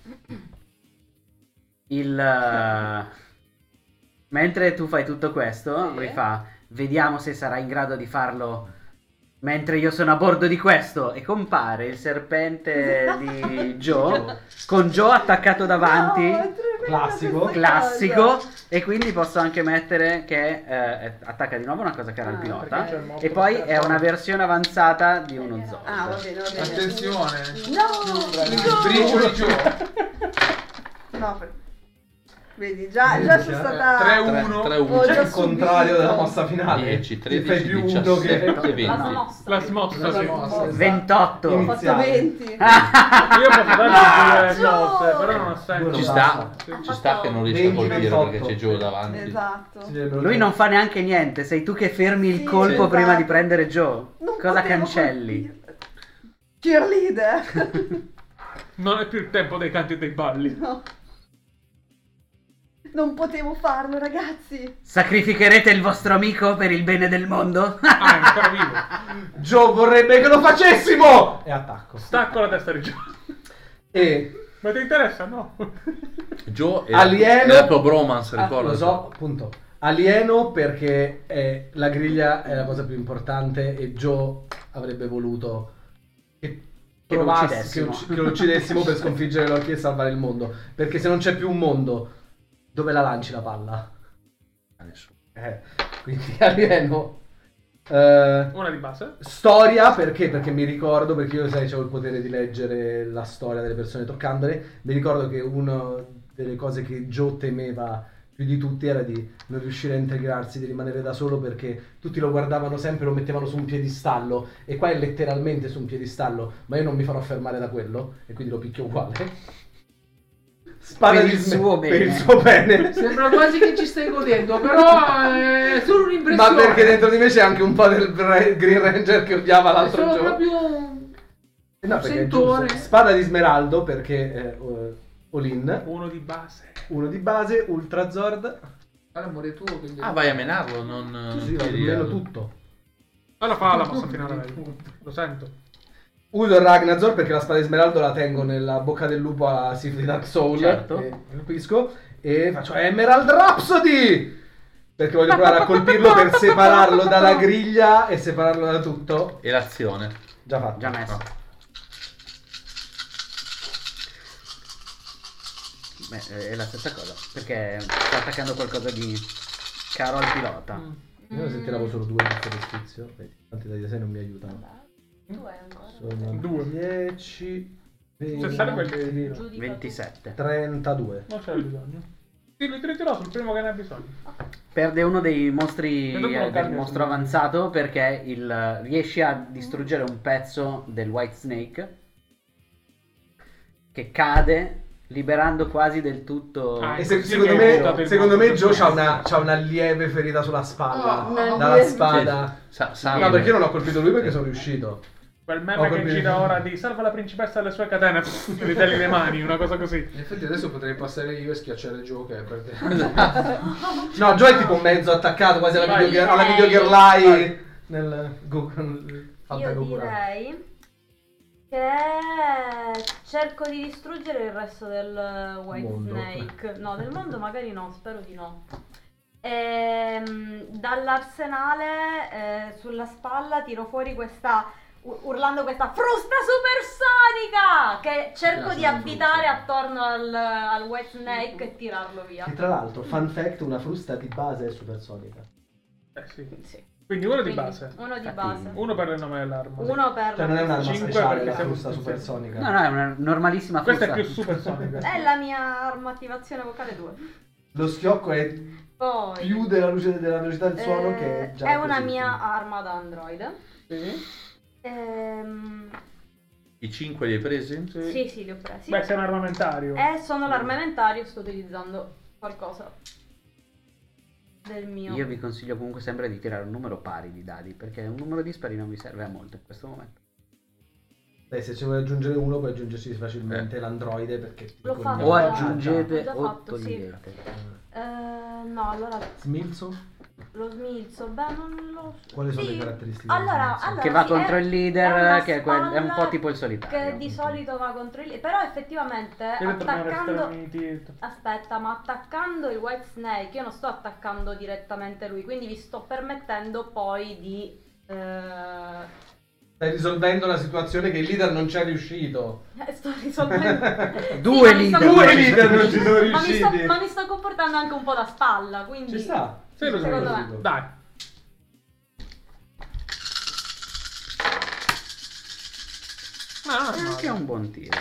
[SPEAKER 1] il eh, mentre tu fai tutto questo,
[SPEAKER 5] Sì.
[SPEAKER 1] lui fa "Vediamo se sarà in grado di farlo mentre io sono a bordo di questo" e compare il serpente di Joe con Joe attaccato davanti.
[SPEAKER 5] No, è tremenda
[SPEAKER 3] Classico.
[SPEAKER 5] questa
[SPEAKER 1] Classico
[SPEAKER 5] cosa.
[SPEAKER 1] e quindi posso anche mettere che eh, attacca di nuovo una cosa che era il
[SPEAKER 5] Ah,
[SPEAKER 1] pilota
[SPEAKER 5] perché c'è il
[SPEAKER 1] e poi è una versione avanzata di uno Zord.
[SPEAKER 5] Ah, va bene, va bene.
[SPEAKER 4] Attenzione. Quindi
[SPEAKER 5] No!
[SPEAKER 4] bricioli Joe.
[SPEAKER 5] No! No, per- Vedi, già, già sono
[SPEAKER 4] Eh,
[SPEAKER 5] stata...
[SPEAKER 4] 3-1.
[SPEAKER 2] 3,
[SPEAKER 5] Ho
[SPEAKER 2] 1,
[SPEAKER 3] C'è
[SPEAKER 5] già
[SPEAKER 3] il contrario
[SPEAKER 5] subito.
[SPEAKER 3] della mossa finale.
[SPEAKER 2] 10,
[SPEAKER 3] Ti fai
[SPEAKER 2] 13,
[SPEAKER 3] più uno
[SPEAKER 2] 17,
[SPEAKER 3] che-
[SPEAKER 2] 20.
[SPEAKER 8] La smossa.
[SPEAKER 7] La smossa, sì.
[SPEAKER 3] smossa.
[SPEAKER 7] Io
[SPEAKER 1] 28.
[SPEAKER 5] Ho fatto 20.
[SPEAKER 7] posso dargli due
[SPEAKER 5] Mazzo!
[SPEAKER 7] mosse, però non ha senso.
[SPEAKER 2] Ci sta,
[SPEAKER 3] Ah,
[SPEAKER 2] ci sta che non riesce a colpire perché c'è Joe davanti.
[SPEAKER 5] Esatto.
[SPEAKER 1] Lui non fa neanche niente, sei tu che fermi il
[SPEAKER 5] Sì,
[SPEAKER 1] colpo
[SPEAKER 5] esatto.
[SPEAKER 1] prima di prendere Joe.
[SPEAKER 5] Non
[SPEAKER 1] Cosa
[SPEAKER 5] potevo
[SPEAKER 1] cancelli?
[SPEAKER 5] colpire. Cheerleader.
[SPEAKER 7] Non è più il tempo dei canti e dei balli.
[SPEAKER 5] No. Non potevo farlo, ragazzi.
[SPEAKER 1] Sacrificherete il vostro amico per il bene del mondo?
[SPEAKER 7] Ah, è ancora vivo.
[SPEAKER 3] Joe vorrebbe che lo facessimo! E attacco.
[SPEAKER 7] Stacco la testa di Joe.
[SPEAKER 3] E
[SPEAKER 7] Ma ti interessa? No.
[SPEAKER 2] Joe è,
[SPEAKER 3] Alieno-
[SPEAKER 2] è la tua bromance,
[SPEAKER 3] ah,
[SPEAKER 2] ricordo.
[SPEAKER 3] lo so, punto. Alieno perché eh, la griglia è la cosa più importante e Joe avrebbe voluto che,
[SPEAKER 1] Che lo
[SPEAKER 3] provassi-
[SPEAKER 1] uccidessimo.
[SPEAKER 3] che ucc- che lo uccidessimo per sconfiggere l'orchia e salvare il mondo. Perché se non c'è più un mondo, dove la lanci la palla? Eh, quindi alieno. Eh,
[SPEAKER 7] Una di base.
[SPEAKER 3] Storia perché? Perché mi ricordo, perché io sai, avevo il potere di leggere la storia delle persone toccandole, mi ricordo che una delle cose che Joe temeva più di tutti era di non riuscire a integrarsi, di rimanere da solo perché tutti lo guardavano sempre, lo mettevano su un piedistallo e qua è letteralmente su un piedistallo, ma io non mi farò fermare da quello e quindi lo picchio uguale. Spada
[SPEAKER 1] Per
[SPEAKER 3] di
[SPEAKER 1] il
[SPEAKER 3] sme-
[SPEAKER 1] suo
[SPEAKER 3] Per
[SPEAKER 1] bene.
[SPEAKER 3] il suo bene.
[SPEAKER 4] Sembra quasi che ci stai godendo, però eh, è solo un'impressione.
[SPEAKER 3] ma perché dentro di me c'è anche un po' del Bre- Green Ranger che odiava
[SPEAKER 4] È
[SPEAKER 3] l'altro
[SPEAKER 4] solo
[SPEAKER 3] giorno.
[SPEAKER 4] proprio un-
[SPEAKER 3] Eh No, perché è
[SPEAKER 4] Sentore.
[SPEAKER 3] giusto. Spada di smeraldo perché è eh, Olin,
[SPEAKER 7] Uno di base.
[SPEAKER 3] uno di base, Ultra Zord.
[SPEAKER 4] Guarda, amore tuo, quindi...
[SPEAKER 2] Ah, vai a menarlo,
[SPEAKER 1] Ah,
[SPEAKER 2] non...
[SPEAKER 3] Sì, va
[SPEAKER 2] non chiedi
[SPEAKER 1] eh.
[SPEAKER 3] bene
[SPEAKER 2] al-
[SPEAKER 3] tutto.
[SPEAKER 7] Allora fa la mossa finale. dai. Lo sento.
[SPEAKER 3] Uso il Ragnazor perché la spada di smeraldo la tengo nella bocca del lupo a Sif di Dark Soul.
[SPEAKER 1] Certo.
[SPEAKER 3] E, colpisco e faccio Emerald Rhapsody! Perché voglio provare a colpirlo per separarlo dalla griglia e separarlo da tutto.
[SPEAKER 2] E l'azione.
[SPEAKER 3] Già fatto.
[SPEAKER 1] Già messo.
[SPEAKER 7] Ah.
[SPEAKER 1] Beh, è la stessa cosa, perché sta attaccando qualcosa di caro al pilota.
[SPEAKER 7] Mm.
[SPEAKER 3] Io se tiravo solo due di questo spizio. Vedi, tanti dai da 6 non mi aiutano.
[SPEAKER 8] Tu hai ancora.
[SPEAKER 3] Sono
[SPEAKER 7] Due.
[SPEAKER 3] 10,
[SPEAKER 7] Se sale quelli
[SPEAKER 3] 20,
[SPEAKER 8] Giù di
[SPEAKER 1] 27.
[SPEAKER 3] 32.
[SPEAKER 7] Non c'è bisogno. Sì, lui ti ritirò sul primo che ne ha bisogno.
[SPEAKER 1] Perde uno dei mostri
[SPEAKER 7] E dopo non
[SPEAKER 1] eh, del
[SPEAKER 7] cambia
[SPEAKER 1] mostro
[SPEAKER 7] come-
[SPEAKER 1] avanzato perché il, riesce a distruggere un pezzo del White Snake che cade liberando quasi del tutto
[SPEAKER 7] Ah,
[SPEAKER 3] E
[SPEAKER 7] ecco.
[SPEAKER 3] se-
[SPEAKER 7] Sì,
[SPEAKER 3] secondo,
[SPEAKER 7] che è
[SPEAKER 3] me,
[SPEAKER 7] aiutato il
[SPEAKER 3] secondo me
[SPEAKER 7] mondo.
[SPEAKER 3] Joe c'ha una, c'ha una lieve ferita sulla spalla
[SPEAKER 5] Una
[SPEAKER 3] dalla
[SPEAKER 5] lieve-
[SPEAKER 3] spada.
[SPEAKER 2] Sa-
[SPEAKER 3] No,
[SPEAKER 2] sangue.
[SPEAKER 3] perché io non ho colpito lui perché sono riuscito.
[SPEAKER 7] Quel meme che
[SPEAKER 3] capito.
[SPEAKER 7] gira ora di salva la principessa dalle sue catene, pff, gli tagli le mani, una cosa così.
[SPEAKER 4] In effetti adesso potrei passare io e schiacciare Joe che è per te.
[SPEAKER 3] No, Joy è tipo mezzo attaccato quasi alla
[SPEAKER 8] Vai.
[SPEAKER 3] video, alla
[SPEAKER 8] Vai.
[SPEAKER 3] video girlai nel Google.
[SPEAKER 8] Io direi che cerco di distruggere il resto del eh, White
[SPEAKER 3] Mondo.
[SPEAKER 8] Snake. No, del mondo magari no, spero di no. Ehm, dall'arsenale eh, sulla spalla tiro fuori questa u- urlando questa frusta supersonica che cerco
[SPEAKER 4] Grazie,
[SPEAKER 8] di avvitare
[SPEAKER 4] frusta.
[SPEAKER 8] attorno al, al White Snake e tirarlo via.
[SPEAKER 3] Che tra l'altro, fun fact, una frusta di base è supersonica.
[SPEAKER 7] Eh, sì.
[SPEAKER 8] Sì.
[SPEAKER 7] Quindi uno di
[SPEAKER 8] Quindi,
[SPEAKER 7] base.
[SPEAKER 8] Uno di
[SPEAKER 3] Cattivo.
[SPEAKER 8] base.
[SPEAKER 7] Uno per il nome dell'arma.
[SPEAKER 8] Uno per
[SPEAKER 3] Cioè non è un'arma
[SPEAKER 7] Cinque
[SPEAKER 3] speciale
[SPEAKER 7] perché
[SPEAKER 3] la
[SPEAKER 7] siamo-
[SPEAKER 3] frusta
[SPEAKER 7] sì.
[SPEAKER 3] supersonica.
[SPEAKER 1] No, no, è una normalissima
[SPEAKER 7] Questa è
[SPEAKER 1] frusta.
[SPEAKER 7] più supersonica.
[SPEAKER 8] È la mia arma attivazione vocale 2.
[SPEAKER 3] Lo schiocco è
[SPEAKER 8] Poi
[SPEAKER 3] più della luce della velocità del suono
[SPEAKER 8] Eh,
[SPEAKER 3] che è già
[SPEAKER 8] è una
[SPEAKER 3] così.
[SPEAKER 8] mia arma da android.
[SPEAKER 7] Sì.
[SPEAKER 8] Ehm,
[SPEAKER 2] I 5 li hai presi?
[SPEAKER 8] sì, sì, li ho presi.
[SPEAKER 7] Beh, sei un armamentario.
[SPEAKER 8] Eh, sono l'armamentario, sto utilizzando qualcosa del mio.
[SPEAKER 1] Io vi consiglio comunque sempre di tirare un numero pari di dadi, perché un numero dispari non vi serve a molto in questo momento.
[SPEAKER 3] Beh, se ci vuoi aggiungere uno puoi aggiungerci facilmente l'androide perché ti
[SPEAKER 8] L'ho fatto.
[SPEAKER 1] Eh. O
[SPEAKER 8] Ah,
[SPEAKER 1] aggiungete
[SPEAKER 8] già
[SPEAKER 1] o
[SPEAKER 8] fatto, sì.
[SPEAKER 1] togliete.
[SPEAKER 8] Eh, no, allora
[SPEAKER 3] Smilzo?
[SPEAKER 8] lo smilzo, beh, non lo so.
[SPEAKER 3] Quali sono
[SPEAKER 8] Sì.
[SPEAKER 3] le caratteristiche?
[SPEAKER 8] Allora,
[SPEAKER 3] del smilzo?
[SPEAKER 8] allora-
[SPEAKER 1] Che va
[SPEAKER 8] sì,
[SPEAKER 1] contro
[SPEAKER 8] è-
[SPEAKER 1] il
[SPEAKER 8] è una
[SPEAKER 1] leader, che è, quel- è un
[SPEAKER 8] spalla
[SPEAKER 1] po' tipo il
[SPEAKER 8] Che
[SPEAKER 1] solitario.
[SPEAKER 8] di solito va contro il... Però effettivamente
[SPEAKER 7] Deve tornare
[SPEAKER 8] attaccando...
[SPEAKER 7] estremi dietro.
[SPEAKER 8] Aspetta, ma attaccando il White Snake io non sto attaccando direttamente lui, quindi vi sto permettendo poi di... eh,
[SPEAKER 3] Stai risolvendo la situazione che il leader non ci è riuscito.
[SPEAKER 8] eh, sto risolvendo... Sì,
[SPEAKER 1] Due
[SPEAKER 8] ma mi sto
[SPEAKER 1] leader.
[SPEAKER 8] compor-
[SPEAKER 1] Due leader
[SPEAKER 3] non ci sono
[SPEAKER 8] Ma mi, sto,
[SPEAKER 3] riusciti.
[SPEAKER 8] ma mi sto comportando anche un po' da spalla, quindi...
[SPEAKER 3] Ci sta.
[SPEAKER 7] Sì, lo so.
[SPEAKER 8] Secondo
[SPEAKER 7] lo so. Dai.
[SPEAKER 1] È anche un buon tiro.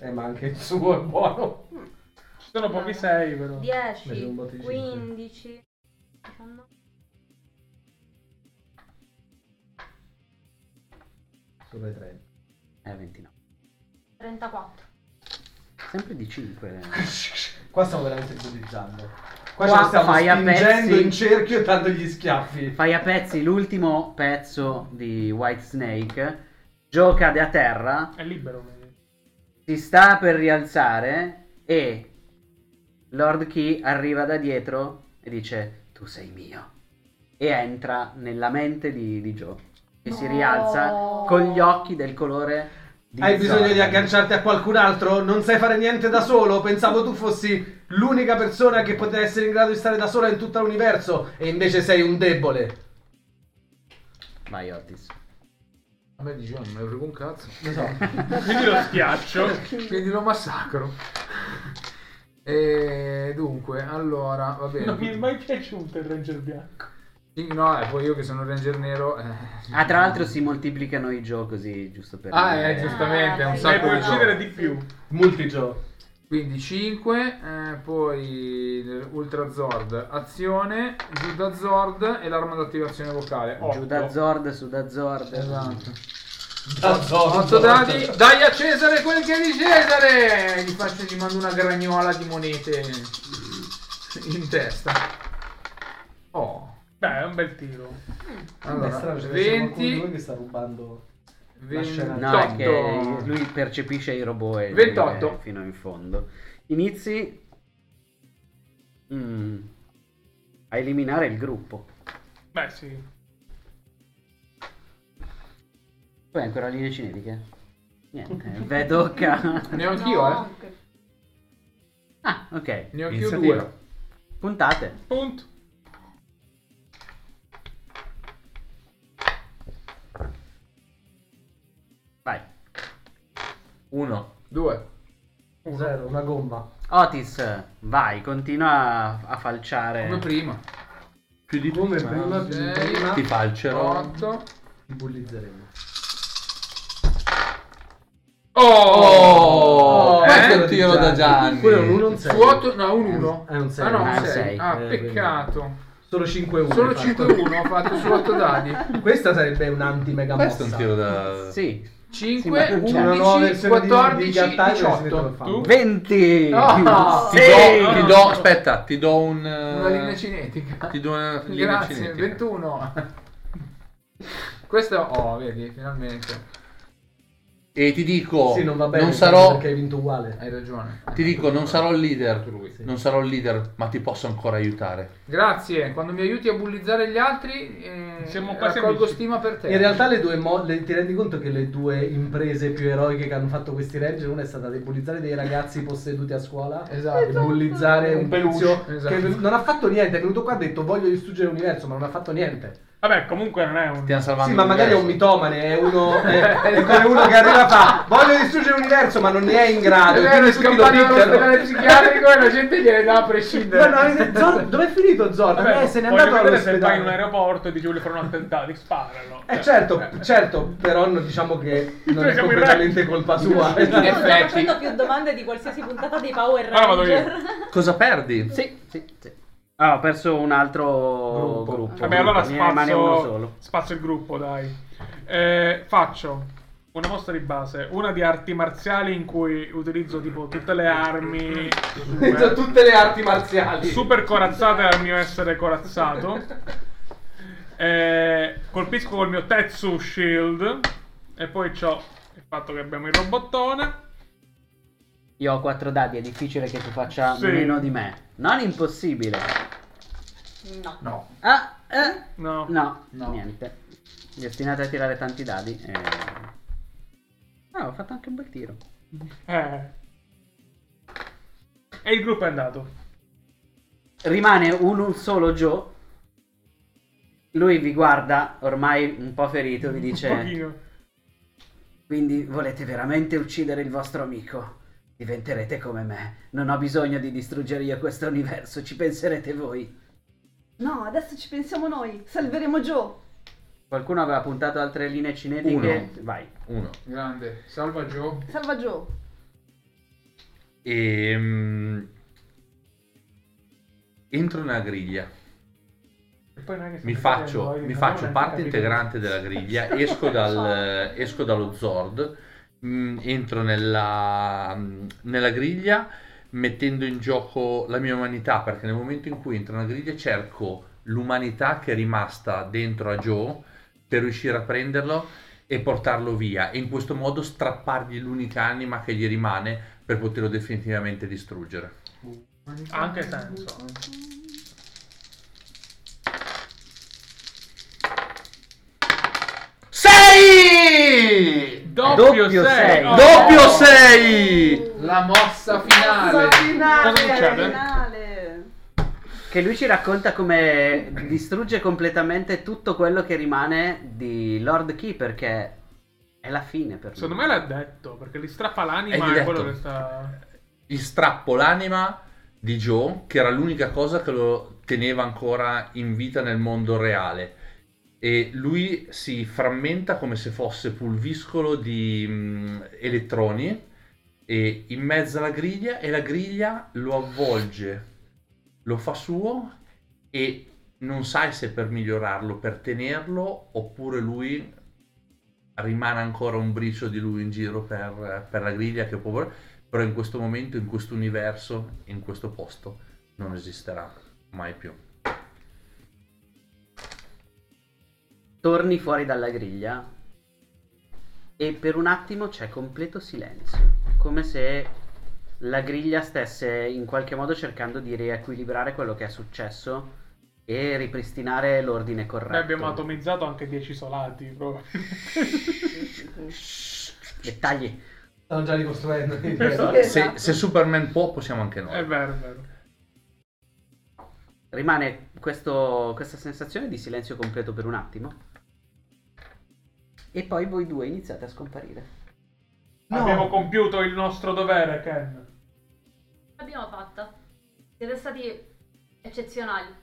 [SPEAKER 3] Eh, ma anche il suo è buono.
[SPEAKER 7] Ci sono pochi sei, però.
[SPEAKER 8] 10,
[SPEAKER 3] Meglio un botto di cinque.
[SPEAKER 8] 15, 19.
[SPEAKER 3] Solo i tre.
[SPEAKER 1] È 29.
[SPEAKER 8] 34.
[SPEAKER 1] Sempre di 5.
[SPEAKER 3] Qua stiamo veramente bullizzando. Qua,
[SPEAKER 1] Qua
[SPEAKER 3] ci stiamo
[SPEAKER 1] fai a
[SPEAKER 3] spingendo
[SPEAKER 1] pezzi.
[SPEAKER 3] in cerchio tanto gli schiaffi.
[SPEAKER 1] Fai a pezzi l'ultimo pezzo di White Snake. Joe cade a terra.
[SPEAKER 7] È libero. quindi.
[SPEAKER 1] Si sta per rialzare. E Lord Key arriva da dietro e dice: Tu sei mio. E entra nella mente di, di Joe. Che si
[SPEAKER 8] No.
[SPEAKER 1] rialza con gli occhi del colore di
[SPEAKER 3] Hai bisogno di
[SPEAKER 1] Zordan.
[SPEAKER 3] agganciarti a qualcun altro? Non sai fare niente da solo? Pensavo tu fossi l'unica persona che poteva essere in grado di stare da sola in tutto l'universo e invece sei un debole.
[SPEAKER 1] Vai, Otis.
[SPEAKER 4] A me di
[SPEAKER 7] "Oh,
[SPEAKER 4] Joe non me ne frega un cazzo.
[SPEAKER 3] Lo so.
[SPEAKER 7] Quindi lo schiaccio.
[SPEAKER 4] Quindi lo massacro. E dunque, allora, va bene.
[SPEAKER 7] Non mi è mai piaciuto il Ranger bianco.
[SPEAKER 4] No, e poi io che sono Ranger nero. eh.
[SPEAKER 1] Ah, tra l'altro si moltiplicano i Joe così, giusto per...
[SPEAKER 4] Ah,
[SPEAKER 1] dire.
[SPEAKER 4] eh, giustamente, è un
[SPEAKER 8] sì.
[SPEAKER 7] E
[SPEAKER 4] sacco
[SPEAKER 7] puoi
[SPEAKER 4] di
[SPEAKER 7] uccidere
[SPEAKER 4] gioco.
[SPEAKER 7] di più.
[SPEAKER 3] Multigio.
[SPEAKER 4] Quindi 5, poi Ultra Zord, azione, giù da Zord e l'arma d'attivazione vocale.
[SPEAKER 7] Oh.
[SPEAKER 1] Giù da Zord, su da Zord.
[SPEAKER 4] Esatto.
[SPEAKER 3] Da
[SPEAKER 4] 8 dadi, dai a Cesare quel che è di Cesare! Gli faccio, gli mando una gragnola di monete in testa. Oh,
[SPEAKER 7] Beh, è un bel tiro.
[SPEAKER 4] allora, 20,
[SPEAKER 3] che sta rubando. la scena.
[SPEAKER 1] No, è che
[SPEAKER 4] 28.
[SPEAKER 1] lui percepisce i robot e
[SPEAKER 4] 28.
[SPEAKER 1] vive fino in fondo. Inizi mm, a eliminare il gruppo.
[SPEAKER 7] Beh, sì.
[SPEAKER 1] Poi ancora linee cinetiche? Niente, beh tocca.
[SPEAKER 4] Ne ho anch'io,
[SPEAKER 8] No,
[SPEAKER 4] eh.
[SPEAKER 8] che-
[SPEAKER 1] ah, ok.
[SPEAKER 4] Ne ho anch'io
[SPEAKER 2] Iniziativa.
[SPEAKER 4] due.
[SPEAKER 1] Puntate.
[SPEAKER 7] Punto.
[SPEAKER 1] Vai.
[SPEAKER 2] 1.
[SPEAKER 4] Due.
[SPEAKER 3] Zero, una gomma.
[SPEAKER 1] Otis, vai, continua a, a
[SPEAKER 4] Come
[SPEAKER 1] falciare.
[SPEAKER 4] prima.
[SPEAKER 2] Più di
[SPEAKER 3] Come prima, più di
[SPEAKER 4] Sei,
[SPEAKER 3] prima,
[SPEAKER 2] Ti falcero.
[SPEAKER 4] 8.
[SPEAKER 3] ti bullizzeremo.
[SPEAKER 2] Oh,
[SPEAKER 3] Oh,
[SPEAKER 2] questo è
[SPEAKER 3] eh?
[SPEAKER 2] un tiro da Gianni.
[SPEAKER 3] Quello è un 1 un 6.
[SPEAKER 4] Vuoto, no, un 1.
[SPEAKER 3] È un Eh, sei.
[SPEAKER 4] Ah, no,
[SPEAKER 1] Ah,
[SPEAKER 4] un
[SPEAKER 1] un
[SPEAKER 4] 6.
[SPEAKER 1] sei.
[SPEAKER 4] Ah,
[SPEAKER 3] Eh,
[SPEAKER 4] peccato.
[SPEAKER 3] Solo 5 1.
[SPEAKER 4] Solo 5-1 ho fatto su 8 dadi.
[SPEAKER 3] Questa sarebbe un anti mega
[SPEAKER 2] Questo
[SPEAKER 3] mossa.
[SPEAKER 2] è un tiro da
[SPEAKER 1] Sì,
[SPEAKER 4] 5,
[SPEAKER 1] ma non c'è.
[SPEAKER 4] 11,
[SPEAKER 3] Una nuova versione di- di
[SPEAKER 4] 14,
[SPEAKER 3] Gattai, se siete
[SPEAKER 4] 18.
[SPEAKER 3] troppo
[SPEAKER 7] Tu?
[SPEAKER 1] 20.
[SPEAKER 4] Oh,
[SPEAKER 2] Ti do, ti do, aspetta, ti do un eh,
[SPEAKER 4] Una linea cinetica.
[SPEAKER 2] ti do una linea
[SPEAKER 4] Grazie,
[SPEAKER 2] cinetica.
[SPEAKER 4] 21. Questo, oh, vedi, finalmente.
[SPEAKER 2] E ti dico,
[SPEAKER 3] Sì, non va bene.
[SPEAKER 2] non sarò,
[SPEAKER 3] Perché hai vinto uguale.
[SPEAKER 4] Hai ragione.
[SPEAKER 2] ti dico, non sarò il leader,
[SPEAKER 4] Lui, sì.
[SPEAKER 2] non sarò il leader, ma ti posso ancora aiutare.
[SPEAKER 4] Grazie, quando mi aiuti a bullizzare gli altri, eh,
[SPEAKER 7] Siamo quasi
[SPEAKER 4] raccolgo
[SPEAKER 7] amici.
[SPEAKER 4] stima per te.
[SPEAKER 3] In realtà le due mo- le- ti rendi conto che le due imprese più eroiche che hanno fatto questi ranger, una è stata di bullizzare dei ragazzi posseduti a scuola e
[SPEAKER 4] Esatto.
[SPEAKER 3] bullizzare un,
[SPEAKER 4] Un peluche,
[SPEAKER 3] tizio
[SPEAKER 4] esatto.
[SPEAKER 3] che non ha fatto niente, è venuto qua e ha detto voglio distruggere l'universo, ma non ha fatto niente.
[SPEAKER 7] Vabbè, comunque non è un...
[SPEAKER 2] Stiamo salvando
[SPEAKER 3] sì, ma magari è un
[SPEAKER 2] l'universo.
[SPEAKER 3] mitomane, è uno è, è come uno che arriva e fa voglio distruggere l'universo, ma non ne è in
[SPEAKER 4] È
[SPEAKER 3] grado. e
[SPEAKER 4] vero, è
[SPEAKER 3] quindi tutti lo
[SPEAKER 4] scappato dall'ospedale
[SPEAKER 3] picchiano.
[SPEAKER 4] psichiatrico e la gente gliene dà a
[SPEAKER 3] No, eh,
[SPEAKER 4] prescindere.
[SPEAKER 3] no, avete- Zor- dov'è finito Zordon?
[SPEAKER 7] Vabbè,
[SPEAKER 3] Eh, se n'è
[SPEAKER 7] voglio
[SPEAKER 3] andato
[SPEAKER 7] vedere se vai
[SPEAKER 3] all'ospedale.
[SPEAKER 7] in un aeroporto e dici voglio fare un attentato, sparano.
[SPEAKER 3] Eh certo, certo, però no, diciamo che non è
[SPEAKER 7] Cioè, siamo in
[SPEAKER 3] completamente colpa sua.
[SPEAKER 8] Io sto
[SPEAKER 4] effetti.
[SPEAKER 8] facendo più domande di qualsiasi puntata dei Power
[SPEAKER 7] Ora Ah, vado io.
[SPEAKER 8] Ranger.
[SPEAKER 2] Cosa perdi?
[SPEAKER 1] Sì, sì, sì. Ah, ho perso un altro
[SPEAKER 3] Gruppo.
[SPEAKER 1] gruppo.
[SPEAKER 7] Vabbè, allora
[SPEAKER 1] ne rimane uno
[SPEAKER 7] spazio,
[SPEAKER 1] solo.
[SPEAKER 7] spazio il gruppo, dai. Eh, faccio una mossa di base, una di arti marziali in cui utilizzo tipo tutte le armi
[SPEAKER 3] Senza
[SPEAKER 7] super,
[SPEAKER 3] tutte le arti marziali.
[SPEAKER 7] super corazzate al mio essere corazzato. Eh, colpisco col mio Tetsu Shield e poi c'ho il fatto che abbiamo il robottone.
[SPEAKER 1] Io ho quattro dadi, è difficile che tu faccia
[SPEAKER 7] Sì.
[SPEAKER 1] meno di me. Non impossibile.
[SPEAKER 8] No.
[SPEAKER 4] No.
[SPEAKER 1] Ah, eh,
[SPEAKER 7] No.
[SPEAKER 1] no,
[SPEAKER 4] No.
[SPEAKER 1] niente. Destinate a tirare tanti dadi. eh. Ah, ho fatto anche un bel tiro.
[SPEAKER 7] Eh. E il gruppo è andato.
[SPEAKER 1] Rimane un, un solo Joe. Lui vi guarda, ormai un po' ferito, vi
[SPEAKER 7] Un
[SPEAKER 1] dice...
[SPEAKER 7] pochino.
[SPEAKER 1] Quindi volete veramente uccidere il vostro amico? Diventerete come me. Non ho bisogno di distruggere io questo universo, ci penserete voi.
[SPEAKER 5] No, adesso ci pensiamo noi. Salveremo Joe.
[SPEAKER 1] Qualcuno aveva puntato altre linee cinetiche? Vai.
[SPEAKER 2] Uno.
[SPEAKER 4] Grande, salva Joe.
[SPEAKER 5] Salva Joe.
[SPEAKER 2] E... mm, Entro nella griglia,
[SPEAKER 7] E poi non è che
[SPEAKER 2] mi
[SPEAKER 7] state
[SPEAKER 2] faccio,
[SPEAKER 7] facendo,
[SPEAKER 2] mi
[SPEAKER 7] eh,
[SPEAKER 2] faccio
[SPEAKER 7] non
[SPEAKER 2] parte
[SPEAKER 7] capito.
[SPEAKER 2] integrante della griglia, esco, dal, esco dallo Zord, mm, entro nella, mm, nella griglia mettendo in gioco la mia umanità, perché nel momento in cui entro nella griglia cerco l'umanità che è rimasta dentro a Joe per riuscire a prenderlo e portarlo via e in questo modo strappargli l'unica anima che gli rimane per poterlo definitivamente distruggere.
[SPEAKER 7] Ha anche senso.
[SPEAKER 2] Sei!
[SPEAKER 7] Doppio Oh.
[SPEAKER 1] Doppio
[SPEAKER 7] 6.
[SPEAKER 1] sei.
[SPEAKER 2] Doppio 6!
[SPEAKER 4] La mossa finale.
[SPEAKER 5] finale.
[SPEAKER 7] Cosa succede?
[SPEAKER 5] finale.
[SPEAKER 1] Che lui ci racconta come distrugge completamente tutto quello che rimane di Lord Key perché è la fine per lui.
[SPEAKER 7] Secondo me l'ha detto, perché li strappa
[SPEAKER 2] E
[SPEAKER 7] l'anima
[SPEAKER 2] gli
[SPEAKER 7] e
[SPEAKER 2] ho
[SPEAKER 7] quello
[SPEAKER 2] detto.
[SPEAKER 7] che sta...
[SPEAKER 2] Gli strappo l'anima di Joe, che era l'unica cosa che lo teneva ancora in vita nel mondo reale. E lui si frammenta come se fosse pulviscolo di mm, elettroni e in mezzo alla griglia e la griglia lo avvolge, lo fa suo e non sai se per migliorarlo, per tenerlo oppure lui rimane ancora un bricio di lui in giro per, per la griglia che può però in questo momento, in questo universo, in questo posto non esisterà mai più.
[SPEAKER 1] Torni fuori dalla griglia e per un attimo c'è completo silenzio, come se la griglia stesse in qualche modo cercando di riequilibrare quello che è successo e ripristinare l'ordine corretto.
[SPEAKER 2] Ecco.
[SPEAKER 7] Noi abbiamo atomizzato anche 10 isolati,
[SPEAKER 1] Dettagli.
[SPEAKER 3] Stanno già ricostruendo.
[SPEAKER 2] Se, se Superman può, possiamo anche noi.
[SPEAKER 7] È vero, è vero.
[SPEAKER 1] Rimane questo- questa sensazione di silenzio completo per un attimo. E poi voi due iniziate a scomparire.
[SPEAKER 7] Abbiamo compiuto il nostro dovere, Ken.
[SPEAKER 8] L'abbiamo fatta. Siete stati eccezionali.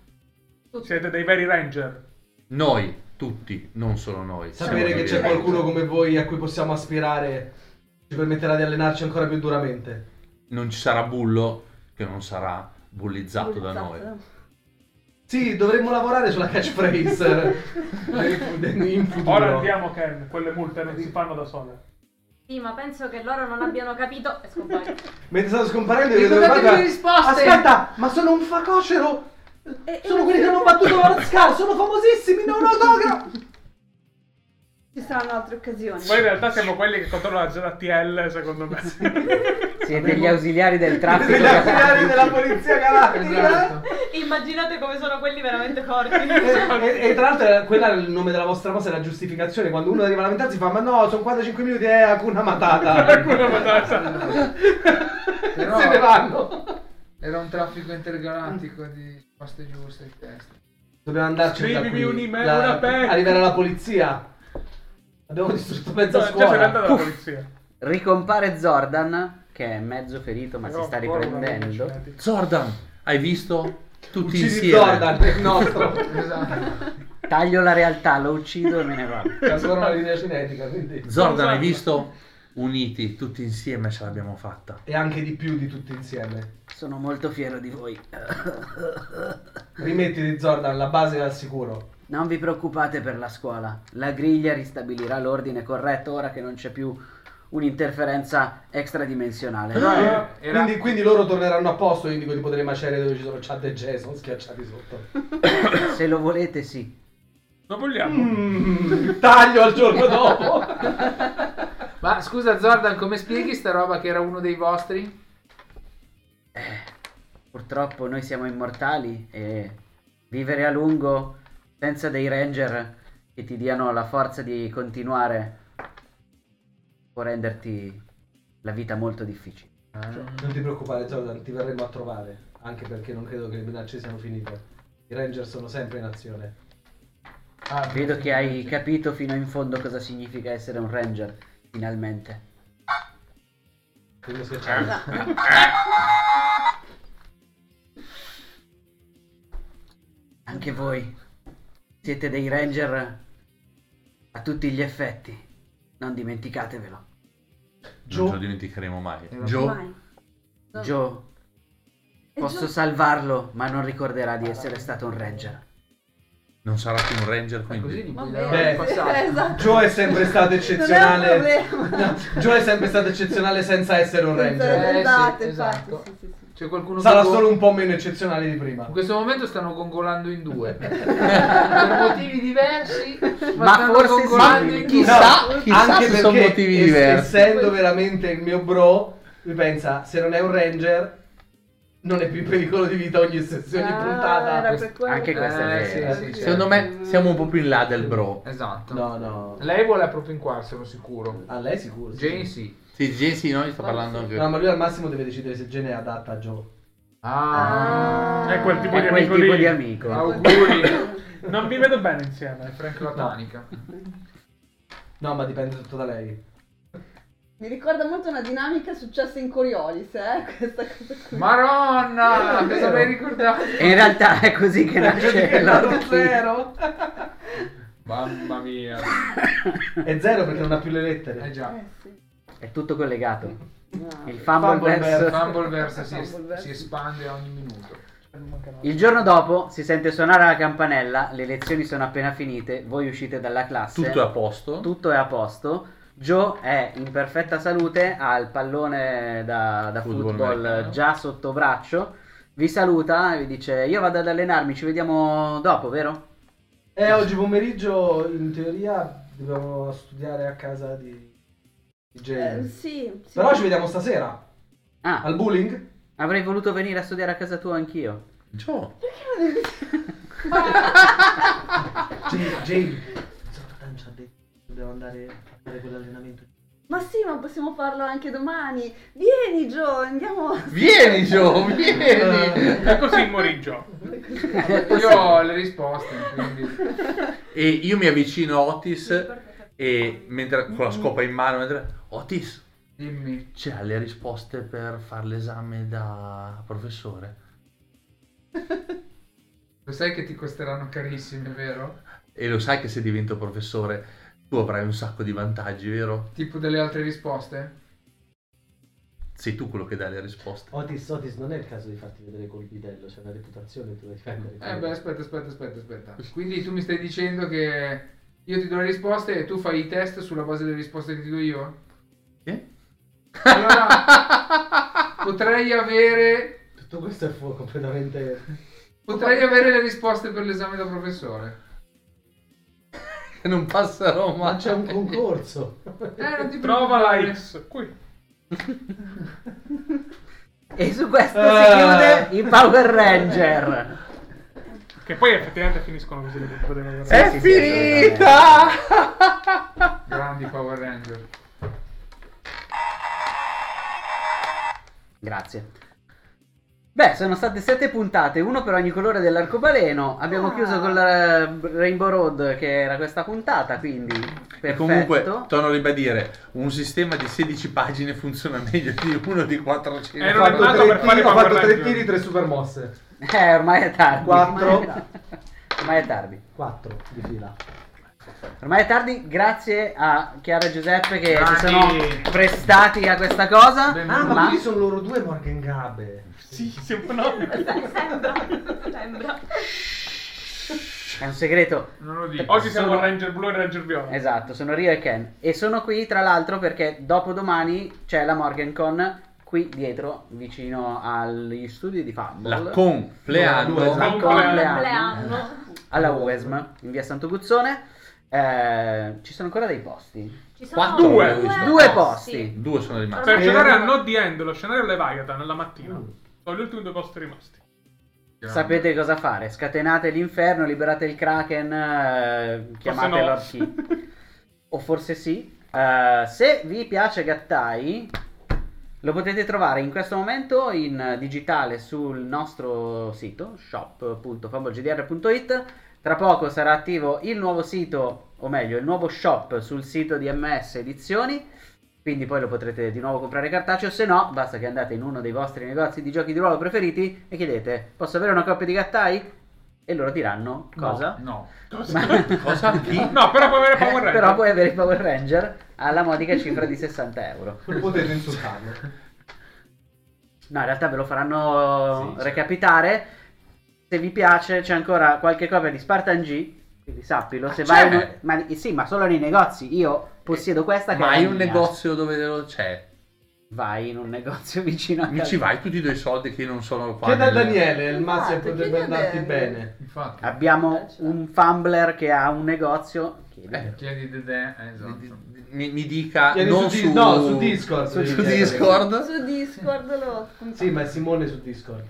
[SPEAKER 8] Tutti.
[SPEAKER 7] Siete dei veri ranger.
[SPEAKER 2] Noi, tutti, non solo noi.
[SPEAKER 3] Sapere
[SPEAKER 2] Siamo
[SPEAKER 3] che
[SPEAKER 2] dei
[SPEAKER 3] c'è
[SPEAKER 2] veri.
[SPEAKER 3] qualcuno come voi a cui possiamo aspirare ci permetterà di allenarci ancora più duramente.
[SPEAKER 2] Non ci sarà bullo che non sarà bullizzato,
[SPEAKER 3] Esatto,
[SPEAKER 2] da noi.
[SPEAKER 5] Esatto.
[SPEAKER 3] Sì, dovremmo lavorare sulla catchphrase. eh, in futuro.
[SPEAKER 7] Ora andiamo, Ken. Quelle multe non si fanno da sole.
[SPEAKER 8] Sì, ma penso che loro non abbiano capito. E scompare.
[SPEAKER 3] Mentre stanno scomparendo, io
[SPEAKER 4] Mi
[SPEAKER 3] vedo
[SPEAKER 4] dovete
[SPEAKER 3] Barbara-
[SPEAKER 4] delle risposte! Eh,
[SPEAKER 3] Aspetta, ma sono un facocero!
[SPEAKER 5] E- e-
[SPEAKER 3] sono quelli che hanno battuto la Scar, sono famosissimi, non autografo!
[SPEAKER 5] saranno altre occasioni.
[SPEAKER 7] Poi in realtà siamo quelli che controllano la ZTL, secondo me.
[SPEAKER 1] Siete gli ausiliari del traffico.
[SPEAKER 3] Degli affiliati della polizia galattica. eh.
[SPEAKER 4] Esatto.
[SPEAKER 8] Immaginate come sono quelli veramente forti.
[SPEAKER 3] E, e tra l'altro era- quella era il nome della vostra cosa, è la giustificazione. Quando uno arriva a lamentarsi fa ma no, sono 45 minuti, è alcuna
[SPEAKER 1] Ah.
[SPEAKER 3] matata.
[SPEAKER 7] Alcuna matata.
[SPEAKER 4] Però-
[SPEAKER 3] Se ne vanno.
[SPEAKER 4] Era un traffico intergalattico di paste giuste e
[SPEAKER 3] Eh,
[SPEAKER 4] teste.
[SPEAKER 3] Dobbiamo andarci
[SPEAKER 7] Scrivimi un'email, una pe-
[SPEAKER 3] Arriverà la polizia. Abbiamo distrutto mezza
[SPEAKER 7] No, già se n'è
[SPEAKER 3] scuola.
[SPEAKER 7] andata Cioè, la polizia.
[SPEAKER 1] Ricompare Zordan, che è mezzo ferito ma si sta riprendendo.
[SPEAKER 2] Zordan, hai visto? Tutti
[SPEAKER 3] Uccisi
[SPEAKER 2] insieme.
[SPEAKER 3] Jordan, il nostro.
[SPEAKER 4] Esatto.
[SPEAKER 1] Taglio la realtà, lo uccido e me ne vado.
[SPEAKER 3] Trasforma la linea cinetica, quindi.
[SPEAKER 2] Zordan,
[SPEAKER 7] Zordan.
[SPEAKER 2] hai visto? Uniti, tutti insieme ce l'abbiamo fatta.
[SPEAKER 3] E anche di più di tutti insieme.
[SPEAKER 1] Sono molto fiero di voi.
[SPEAKER 3] Rimettiti Jordan, la base è al sicuro.
[SPEAKER 1] Non vi preoccupate per la scuola. La griglia ristabilirà l'ordine corretto ora che non c'è più un'interferenza extradimensionale.
[SPEAKER 7] Eh,
[SPEAKER 4] Però era, era-
[SPEAKER 3] eh, Quindi, quindi loro torneranno a posto, io dico di poter macerie dove ci sono Chad e Jason schiacciati sotto.
[SPEAKER 1] Se lo volete, sì.
[SPEAKER 7] Lo vogliamo.
[SPEAKER 3] Mm, taglio al giorno dopo.
[SPEAKER 4] Ma scusa Zordan, come spieghi sta roba che era uno dei vostri?
[SPEAKER 1] Purtroppo noi siamo immortali e vivere a lungo senza dei ranger che ti diano la forza di continuare può renderti la vita molto difficile.
[SPEAKER 3] Esatto. Non ti preoccupare Jordan, ti verremo a trovare, anche perché non credo che le minacce siano finite. I Ranger sono sempre in azione.
[SPEAKER 4] Ah,
[SPEAKER 1] Vedo che hai capito fino in fondo cosa significa essere un ranger, finalmente.
[SPEAKER 3] Quindi schiacciamo.
[SPEAKER 1] Anche voi siete dei ranger a tutti gli effetti, non dimenticatevelo.
[SPEAKER 2] Non ce
[SPEAKER 3] Gio-
[SPEAKER 2] lo dimenticheremo Eh, mai.
[SPEAKER 4] Era-
[SPEAKER 2] Gio,
[SPEAKER 5] Vai.
[SPEAKER 1] Joe,
[SPEAKER 5] E
[SPEAKER 1] posso
[SPEAKER 5] Joe-
[SPEAKER 1] salvarlo, ma non ricorderà di essere stato un ranger.
[SPEAKER 2] non sarà più un ranger,
[SPEAKER 4] È così
[SPEAKER 2] quindi...
[SPEAKER 4] di
[SPEAKER 5] Va
[SPEAKER 4] cui
[SPEAKER 5] bene,
[SPEAKER 4] l'avevamo
[SPEAKER 3] Beh.
[SPEAKER 4] passato.
[SPEAKER 5] esatto.
[SPEAKER 3] Joe è sempre stato
[SPEAKER 5] Non
[SPEAKER 3] eccezionale.
[SPEAKER 5] è un problema.
[SPEAKER 3] Joe è sempre stato eccezionale senza essere un Ranger.
[SPEAKER 4] Eh,
[SPEAKER 5] Esatto,
[SPEAKER 4] sì,
[SPEAKER 5] infatti,
[SPEAKER 4] esatto.
[SPEAKER 5] sì, sì, sì.
[SPEAKER 4] C'è qualcuno
[SPEAKER 3] Sarà
[SPEAKER 4] che go-
[SPEAKER 3] solo un po' meno eccezionale di prima.
[SPEAKER 4] In questo momento stanno gongolando in due. per motivi diversi, ma,
[SPEAKER 1] Ma
[SPEAKER 4] stanno
[SPEAKER 1] forse
[SPEAKER 4] gongolando
[SPEAKER 1] sì,
[SPEAKER 4] in
[SPEAKER 1] chissà.
[SPEAKER 4] due.
[SPEAKER 2] chissà
[SPEAKER 3] anche
[SPEAKER 2] se son
[SPEAKER 3] perché,
[SPEAKER 2] motivi
[SPEAKER 3] es-
[SPEAKER 2] diversi.
[SPEAKER 3] Essendo veramente il mio bro, lui pensa, se non è un Ranger, non è più in pericolo di vita ogni sessione di
[SPEAKER 5] Ah,
[SPEAKER 3] puntata.
[SPEAKER 5] era per quello. Ah,
[SPEAKER 1] Anche questa è
[SPEAKER 4] Eh,
[SPEAKER 1] vera.
[SPEAKER 4] sì, sì, sì.
[SPEAKER 2] Secondo me siamo un po' più in là del bro.
[SPEAKER 4] Esatto.
[SPEAKER 3] No, no.
[SPEAKER 4] Lei vuole appropinquarsi, sono sicuro.
[SPEAKER 3] A lei sicuro. sì.
[SPEAKER 4] Jane sì.
[SPEAKER 2] Sì, Jane, sì, noi sta parlando anche...
[SPEAKER 3] No, ma lui al massimo deve decidere se Gene è adatta a Joe.
[SPEAKER 4] Ah,
[SPEAKER 7] È quel tipo di
[SPEAKER 1] È quel
[SPEAKER 7] amico
[SPEAKER 1] tipo
[SPEAKER 7] lì.
[SPEAKER 1] di amico.
[SPEAKER 4] auguri.
[SPEAKER 7] Non vi vedo bene insieme.
[SPEAKER 4] Frank Latanica.
[SPEAKER 3] No, ma dipende tutto da lei.
[SPEAKER 5] Mi ricorda molto una dinamica successa in Coriolis, eh, questa cosa qui.
[SPEAKER 4] Maronna, cosa
[SPEAKER 3] vero.
[SPEAKER 4] mi hai ricordato?
[SPEAKER 1] E in realtà è così che nasce l'orchid.
[SPEAKER 3] zero.
[SPEAKER 17] Mamma mia.
[SPEAKER 3] È zero perché non ha più le
[SPEAKER 4] Eh
[SPEAKER 3] lettere.
[SPEAKER 4] già,
[SPEAKER 5] Eh, sì.
[SPEAKER 1] È tutto collegato.
[SPEAKER 5] No.
[SPEAKER 1] Il fumble
[SPEAKER 3] Fumbleverse.
[SPEAKER 1] verso.
[SPEAKER 4] Fumbleverse si,
[SPEAKER 5] Fumbleverse.
[SPEAKER 4] si espande ogni minuto.
[SPEAKER 1] Il giorno dopo si sente suonare la campanella, le lezioni sono appena finite, voi uscite dalla classe.
[SPEAKER 2] Tutto è a posto.
[SPEAKER 1] Tutto è a posto. Joe è in perfetta salute, ha il pallone da, da
[SPEAKER 2] Football
[SPEAKER 1] football,
[SPEAKER 2] americano.
[SPEAKER 1] già sotto braccio. Vi saluta e vi dice: Io vado ad allenarmi, ci vediamo dopo, vero?
[SPEAKER 3] E oggi pomeriggio, in teoria, dobbiamo studiare a casa di, di Jane.
[SPEAKER 5] Eh, sì, sì.
[SPEAKER 3] Però ci vediamo stasera.
[SPEAKER 1] Ah,
[SPEAKER 3] Al bowling?
[SPEAKER 1] avrei voluto venire a studiare a casa tua anch'io.
[SPEAKER 2] Gio,
[SPEAKER 3] Jane, Jane. Zoltan ci ha detto che dobbiamo andare a fare quell'allenamento.
[SPEAKER 5] Ma sì, ma possiamo farlo anche domani. Vieni, Joe, andiamo.
[SPEAKER 2] vieni Gio, vieni!
[SPEAKER 7] E così morì Gio.
[SPEAKER 4] Io ho le risposte, quindi
[SPEAKER 2] e io mi avvicino a Otis e mentre con la scopa in mano, mentre... Otis,
[SPEAKER 4] dimmi.
[SPEAKER 2] c'ha le risposte per fare l'esame da professore?
[SPEAKER 4] Lo sai che ti costeranno carissime, vero?
[SPEAKER 2] E lo sai che se divento professore tu avrai un sacco di vantaggi, vero?
[SPEAKER 4] Tipo delle altre risposte?
[SPEAKER 2] Sei tu quello che dai le risposte.
[SPEAKER 3] Otis, Otis, non è il caso di farti vedere col bidello, c'è una reputazione tu devi difendere.
[SPEAKER 4] Eh beh, aspetta, aspetta, aspetta, aspetta. Quindi tu mi stai dicendo che io ti do le risposte e tu fai i test sulla base delle risposte che ti do io?
[SPEAKER 2] Sì?
[SPEAKER 4] Allora, potrei avere
[SPEAKER 3] Tutto questo è fu- completamente...
[SPEAKER 4] potrei avere le risposte per l'esame da professore.
[SPEAKER 2] non passerò
[SPEAKER 9] Ma
[SPEAKER 2] mai.
[SPEAKER 9] c'è un concorso.
[SPEAKER 4] Eh, non ti
[SPEAKER 7] Trova la
[SPEAKER 4] preoccupare.
[SPEAKER 7] X qui.
[SPEAKER 1] E su questo si chiude
[SPEAKER 2] Eh.
[SPEAKER 1] i Power Ranger.
[SPEAKER 7] Che poi effettivamente finiscono così le colpe dei Power
[SPEAKER 2] È
[SPEAKER 7] Rangers.
[SPEAKER 1] Sì, sì, sì,
[SPEAKER 2] finita!
[SPEAKER 4] Grandi Power Ranger.
[SPEAKER 1] Grazie. Beh, sono state sette puntate, uno per ogni colore dell'arcobaleno. Abbiamo
[SPEAKER 5] Ah.
[SPEAKER 1] chiuso con la eh, Rainbow Road, che era questa puntata, quindi perfetto.
[SPEAKER 2] E comunque, torno a ribadire, un sistema di 16 pagine funziona meglio di uno di 400.
[SPEAKER 7] Eh,
[SPEAKER 9] Ho
[SPEAKER 7] non è
[SPEAKER 9] fatto
[SPEAKER 7] nato
[SPEAKER 9] tre
[SPEAKER 7] per fare
[SPEAKER 9] tiri, ho
[SPEAKER 7] Power
[SPEAKER 9] fatto tre
[SPEAKER 7] Ranger.
[SPEAKER 9] tiri, tre supermosse.
[SPEAKER 1] Eh, ormai è tardi.
[SPEAKER 9] Quattro.
[SPEAKER 1] Ormai è tardi.
[SPEAKER 9] 4 di fila.
[SPEAKER 1] Ormai è tardi, grazie a Chiara e Giuseppe che si
[SPEAKER 7] Grandi.
[SPEAKER 1] sono prestati a questa cosa.
[SPEAKER 9] Ah, ma,
[SPEAKER 1] ma-
[SPEAKER 9] quindi sono loro due Morgan Gabe.
[SPEAKER 7] Sì, siamo noi.
[SPEAKER 8] Sembra, sembra.
[SPEAKER 1] è un segreto.
[SPEAKER 6] Non lo dico.
[SPEAKER 7] Oggi siamo
[SPEAKER 1] Sono-
[SPEAKER 7] il Ranger blu e il Ranger viola.
[SPEAKER 1] Esatto, sono Rio e Ken. E sono qui tra l'altro perché dopo domani c'è la MorganCon qui dietro, vicino agli studi di Fumble.
[SPEAKER 2] La compleanno.
[SPEAKER 9] No, due,
[SPEAKER 1] La
[SPEAKER 7] esatto.
[SPEAKER 1] compleanno.
[SPEAKER 8] Compleanno.
[SPEAKER 1] Alla UESM in via Santo Guzzone. Eh, ci sono ancora dei posti.
[SPEAKER 8] Ci
[SPEAKER 2] Quattro,
[SPEAKER 7] Due.
[SPEAKER 1] Due posti.
[SPEAKER 2] Due sono rimasti.
[SPEAKER 7] Per
[SPEAKER 8] Eh,
[SPEAKER 7] giocare a
[SPEAKER 8] no.
[SPEAKER 7] No The End, lo scenario Leviathan la mattina. Sono gli ultimi due posti rimasti.
[SPEAKER 1] Sapete cosa fare? Scatenate l'inferno, liberate il Kraken, eh, chiamate
[SPEAKER 7] no.
[SPEAKER 1] Lord Key. o forse sì. Eh, se vi piace Gattai, lo potete trovare in questo momento in eh, digitale sul nostro sito shop.fambogdr.it. Tra poco sarà attivo il nuovo sito, o meglio, il nuovo shop sul sito di MS Edizioni. Quindi poi lo potrete di nuovo comprare cartaceo, se no basta che andate in uno dei vostri negozi di giochi di ruolo preferiti e chiedete posso avere una coppia di gattai? E loro diranno cosa?
[SPEAKER 4] No.
[SPEAKER 2] Cosa? Chi?
[SPEAKER 7] No, però puoi avere
[SPEAKER 1] Eh,
[SPEAKER 7] Power Ranger.
[SPEAKER 1] però puoi avere il Power Ranger alla modica cifra di 60 euro.
[SPEAKER 9] Non potete insultarlo.
[SPEAKER 1] No, in realtà ve lo faranno
[SPEAKER 2] Sì, sì.
[SPEAKER 1] recapitare. Se vi piace c'è ancora qualche copia di Spartan G, quindi sappilo. Se
[SPEAKER 2] Ah,
[SPEAKER 1] vai in...
[SPEAKER 2] c'è? Eh,
[SPEAKER 1] ma, sì, ma solo nei negozi. Io possiedo questa che
[SPEAKER 2] Ma
[SPEAKER 1] è
[SPEAKER 2] hai
[SPEAKER 1] la
[SPEAKER 2] un
[SPEAKER 1] mia.
[SPEAKER 2] negozio dove lo c'è?
[SPEAKER 1] Vai in un negozio vicino a
[SPEAKER 2] Mi
[SPEAKER 1] casa.
[SPEAKER 2] ci vai tutti i tuoi soldi che non sono qua.
[SPEAKER 9] Chiedi a
[SPEAKER 2] nel-
[SPEAKER 9] Daniele, il mazzo
[SPEAKER 5] Infatti,
[SPEAKER 9] potrebbe
[SPEAKER 5] chiedi a
[SPEAKER 9] andarti
[SPEAKER 5] Daniele.
[SPEAKER 9] bene.
[SPEAKER 4] Infatti.
[SPEAKER 3] Ah.
[SPEAKER 1] Abbiamo un fumbler che ha un negozio. Chiedi.
[SPEAKER 2] Eh,
[SPEAKER 4] Chiedi Dedè. eh, Esatto.
[SPEAKER 2] Mi, mi dica
[SPEAKER 9] Chiedi
[SPEAKER 2] non
[SPEAKER 9] su
[SPEAKER 2] su,
[SPEAKER 9] Dis- no, su Discord.
[SPEAKER 2] su,
[SPEAKER 9] Su
[SPEAKER 2] Discord.
[SPEAKER 5] Su Discord lo
[SPEAKER 9] Sì, ma è Simone su Discord.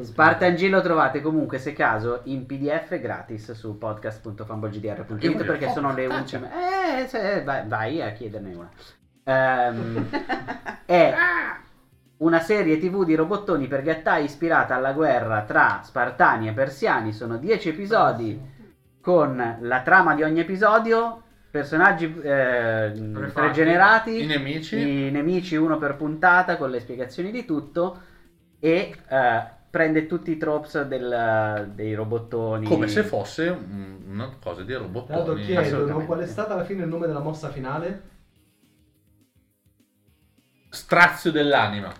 [SPEAKER 1] Spartan G lo trovate comunque, se caso, in PDF gratis su podcast.fumblegdr.it
[SPEAKER 2] Io-
[SPEAKER 1] perché
[SPEAKER 2] oh,
[SPEAKER 1] sono le
[SPEAKER 2] faccia.
[SPEAKER 1] ultime. Eh, se- vai, vai a chiederne una. Ehm, è una serie tv di robottoni per gattai ispirata alla guerra tra spartani e persiani. Sono 10 episodi
[SPEAKER 3] Ah,
[SPEAKER 1] con la trama di ogni episodio, personaggi eh, pregenerati
[SPEAKER 2] I nemici.
[SPEAKER 1] i nemici uno per puntata con le spiegazioni di tutto e eh, prende tutti i tropes del- dei robottoni
[SPEAKER 2] Come se fosse un- una cosa di robot.
[SPEAKER 9] Tra l'altro chiedono
[SPEAKER 1] assolutamente.
[SPEAKER 9] qual è stata alla fine il nome della mossa finale.
[SPEAKER 2] Strazio dell'anima.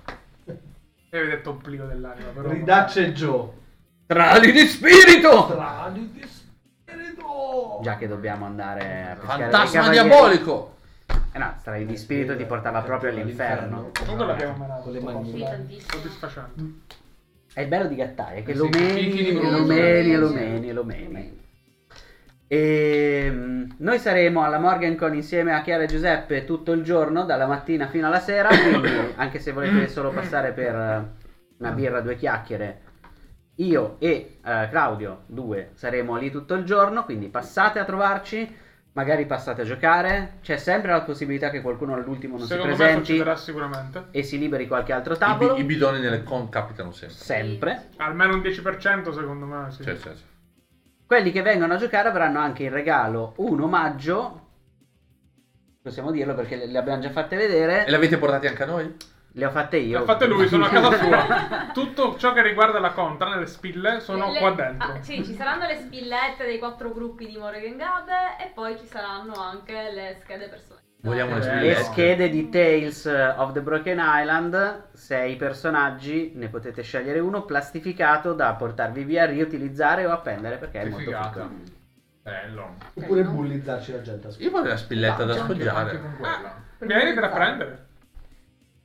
[SPEAKER 7] E avete detto un plico dell'anima, però.
[SPEAKER 9] Ridacce Joe.
[SPEAKER 2] Trali di
[SPEAKER 1] Eh,
[SPEAKER 2] spirito!
[SPEAKER 9] Strani di spirito!
[SPEAKER 1] già che dobbiamo andare a pescare
[SPEAKER 2] Fantasma
[SPEAKER 1] dei cavalieri.
[SPEAKER 2] diabolico!
[SPEAKER 1] eh no strani di spirito ti portava proprio all'inferno
[SPEAKER 7] Comunque l'abbiamo manato.
[SPEAKER 9] Con le
[SPEAKER 7] sto
[SPEAKER 9] mani.
[SPEAKER 7] fatto,
[SPEAKER 8] Sì,
[SPEAKER 7] dai.
[SPEAKER 8] tantissimo.
[SPEAKER 7] Soddisfacente.
[SPEAKER 1] è il bello di Gattaia che
[SPEAKER 4] Sì,
[SPEAKER 1] lo meni
[SPEAKER 4] picchi di
[SPEAKER 1] e
[SPEAKER 4] bronzo.
[SPEAKER 1] lo meni e lo meni e lo meni e mm, noi saremo alla MorganCon insieme a Chiara e Giuseppe tutto il giorno, dalla mattina fino alla sera, quindi anche se volete solo passare per eh, una birra, due chiacchiere, io e eh, Claudio, due, saremo lì tutto il giorno, quindi passate a trovarci, magari passate a giocare, c'è sempre la possibilità che qualcuno all'ultimo non
[SPEAKER 7] Secondo
[SPEAKER 1] si
[SPEAKER 7] me
[SPEAKER 1] presenti
[SPEAKER 7] succederà sicuramente.
[SPEAKER 1] e si liberi qualche altro
[SPEAKER 2] I, bi-
[SPEAKER 1] tavolo,
[SPEAKER 2] i bidoni nelle con capitano sempre.
[SPEAKER 1] sempre.
[SPEAKER 7] Almeno un 10% secondo me, sì.
[SPEAKER 2] Cioè, cioè, cioè.
[SPEAKER 1] Quelli che vengono a giocare avranno anche in regalo un omaggio. Possiamo dirlo perché le, le abbiamo già fatte vedere.
[SPEAKER 2] E l'avete portati anche a noi?
[SPEAKER 1] Le ho fatte io.
[SPEAKER 7] L'ha fatto lui, sono a casa sua. Tutto ciò che riguarda la contra, le spille, sono
[SPEAKER 8] Le-
[SPEAKER 7] qua dentro.
[SPEAKER 8] ah, sì, ci saranno le spillette dei quattro gruppi di Morgan Gabe e poi ci saranno anche le schede personali.
[SPEAKER 2] Vogliamo le
[SPEAKER 4] Eh,
[SPEAKER 1] Le
[SPEAKER 2] spillette.
[SPEAKER 1] schede di Tales of the Broken Island, sei personaggi, ne potete scegliere uno plastificato da portarvi via, riutilizzare o appendere perché è
[SPEAKER 4] Che
[SPEAKER 1] molto
[SPEAKER 4] figata.
[SPEAKER 1] figo.
[SPEAKER 4] Bello.
[SPEAKER 7] Ah.
[SPEAKER 9] Oppure bullizzarci la gente.
[SPEAKER 2] Io voglio la spilletta da
[SPEAKER 4] Anche, anche
[SPEAKER 2] sfoggiare.
[SPEAKER 4] con quella.
[SPEAKER 7] Mi vieni per prendere.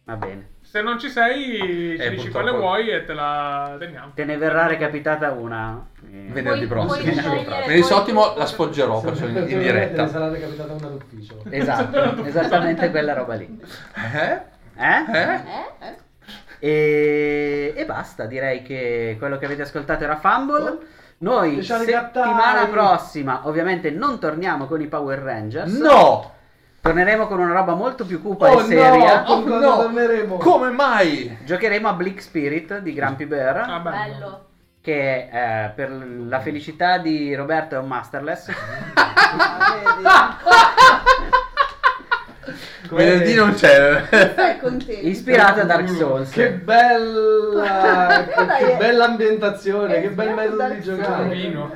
[SPEAKER 1] Va bene.
[SPEAKER 7] Se non ci sei, ci
[SPEAKER 2] Eh,
[SPEAKER 7] dici
[SPEAKER 2] purtroppo-
[SPEAKER 7] quale vuoi e te la teniamo.
[SPEAKER 1] Te ne verrà recapitata una. eh,
[SPEAKER 2] Venerdì
[SPEAKER 8] Puoi- puoi
[SPEAKER 2] prossimo.
[SPEAKER 8] scegliere-
[SPEAKER 2] Pensottimo
[SPEAKER 8] puoi-
[SPEAKER 2] la sfoggerò perso in, in
[SPEAKER 3] Te ne
[SPEAKER 2] diretta.
[SPEAKER 3] sarà recapitata una d'ufficio.
[SPEAKER 1] Esatto, esattamente quella roba lì.
[SPEAKER 2] Eh?
[SPEAKER 1] Eh?
[SPEAKER 2] Eh?
[SPEAKER 5] Eh? Eh?
[SPEAKER 1] E, e basta, direi che quello che avete ascoltato era Fumble. Noi
[SPEAKER 3] Speciale
[SPEAKER 1] settimana
[SPEAKER 3] Gattai.
[SPEAKER 1] prossima ovviamente non torniamo con i Power Rangers.
[SPEAKER 2] No!
[SPEAKER 1] Torneremo con una roba molto più cupa
[SPEAKER 2] Oh
[SPEAKER 1] e seria.
[SPEAKER 2] no! Oh
[SPEAKER 3] Quando
[SPEAKER 2] no!
[SPEAKER 3] torneremo?
[SPEAKER 2] Come mai?
[SPEAKER 1] Giocheremo a Bleak Spirit di Grumpy Bear,
[SPEAKER 7] Ah, bello.
[SPEAKER 8] Bello.
[SPEAKER 1] che eh, per la felicità di Roberto è un masterless.
[SPEAKER 5] Ah,
[SPEAKER 2] Venerdì non c'è.
[SPEAKER 5] vedi? Sei contento.
[SPEAKER 1] Ispirato a Dark Souls.
[SPEAKER 3] Mm, Che bella, che,
[SPEAKER 5] Dai, eh.
[SPEAKER 3] bella ambientazione, che bel
[SPEAKER 5] Esatto,
[SPEAKER 3] metodo
[SPEAKER 5] dal
[SPEAKER 3] di
[SPEAKER 5] sole.
[SPEAKER 3] giocare.
[SPEAKER 18] Vino.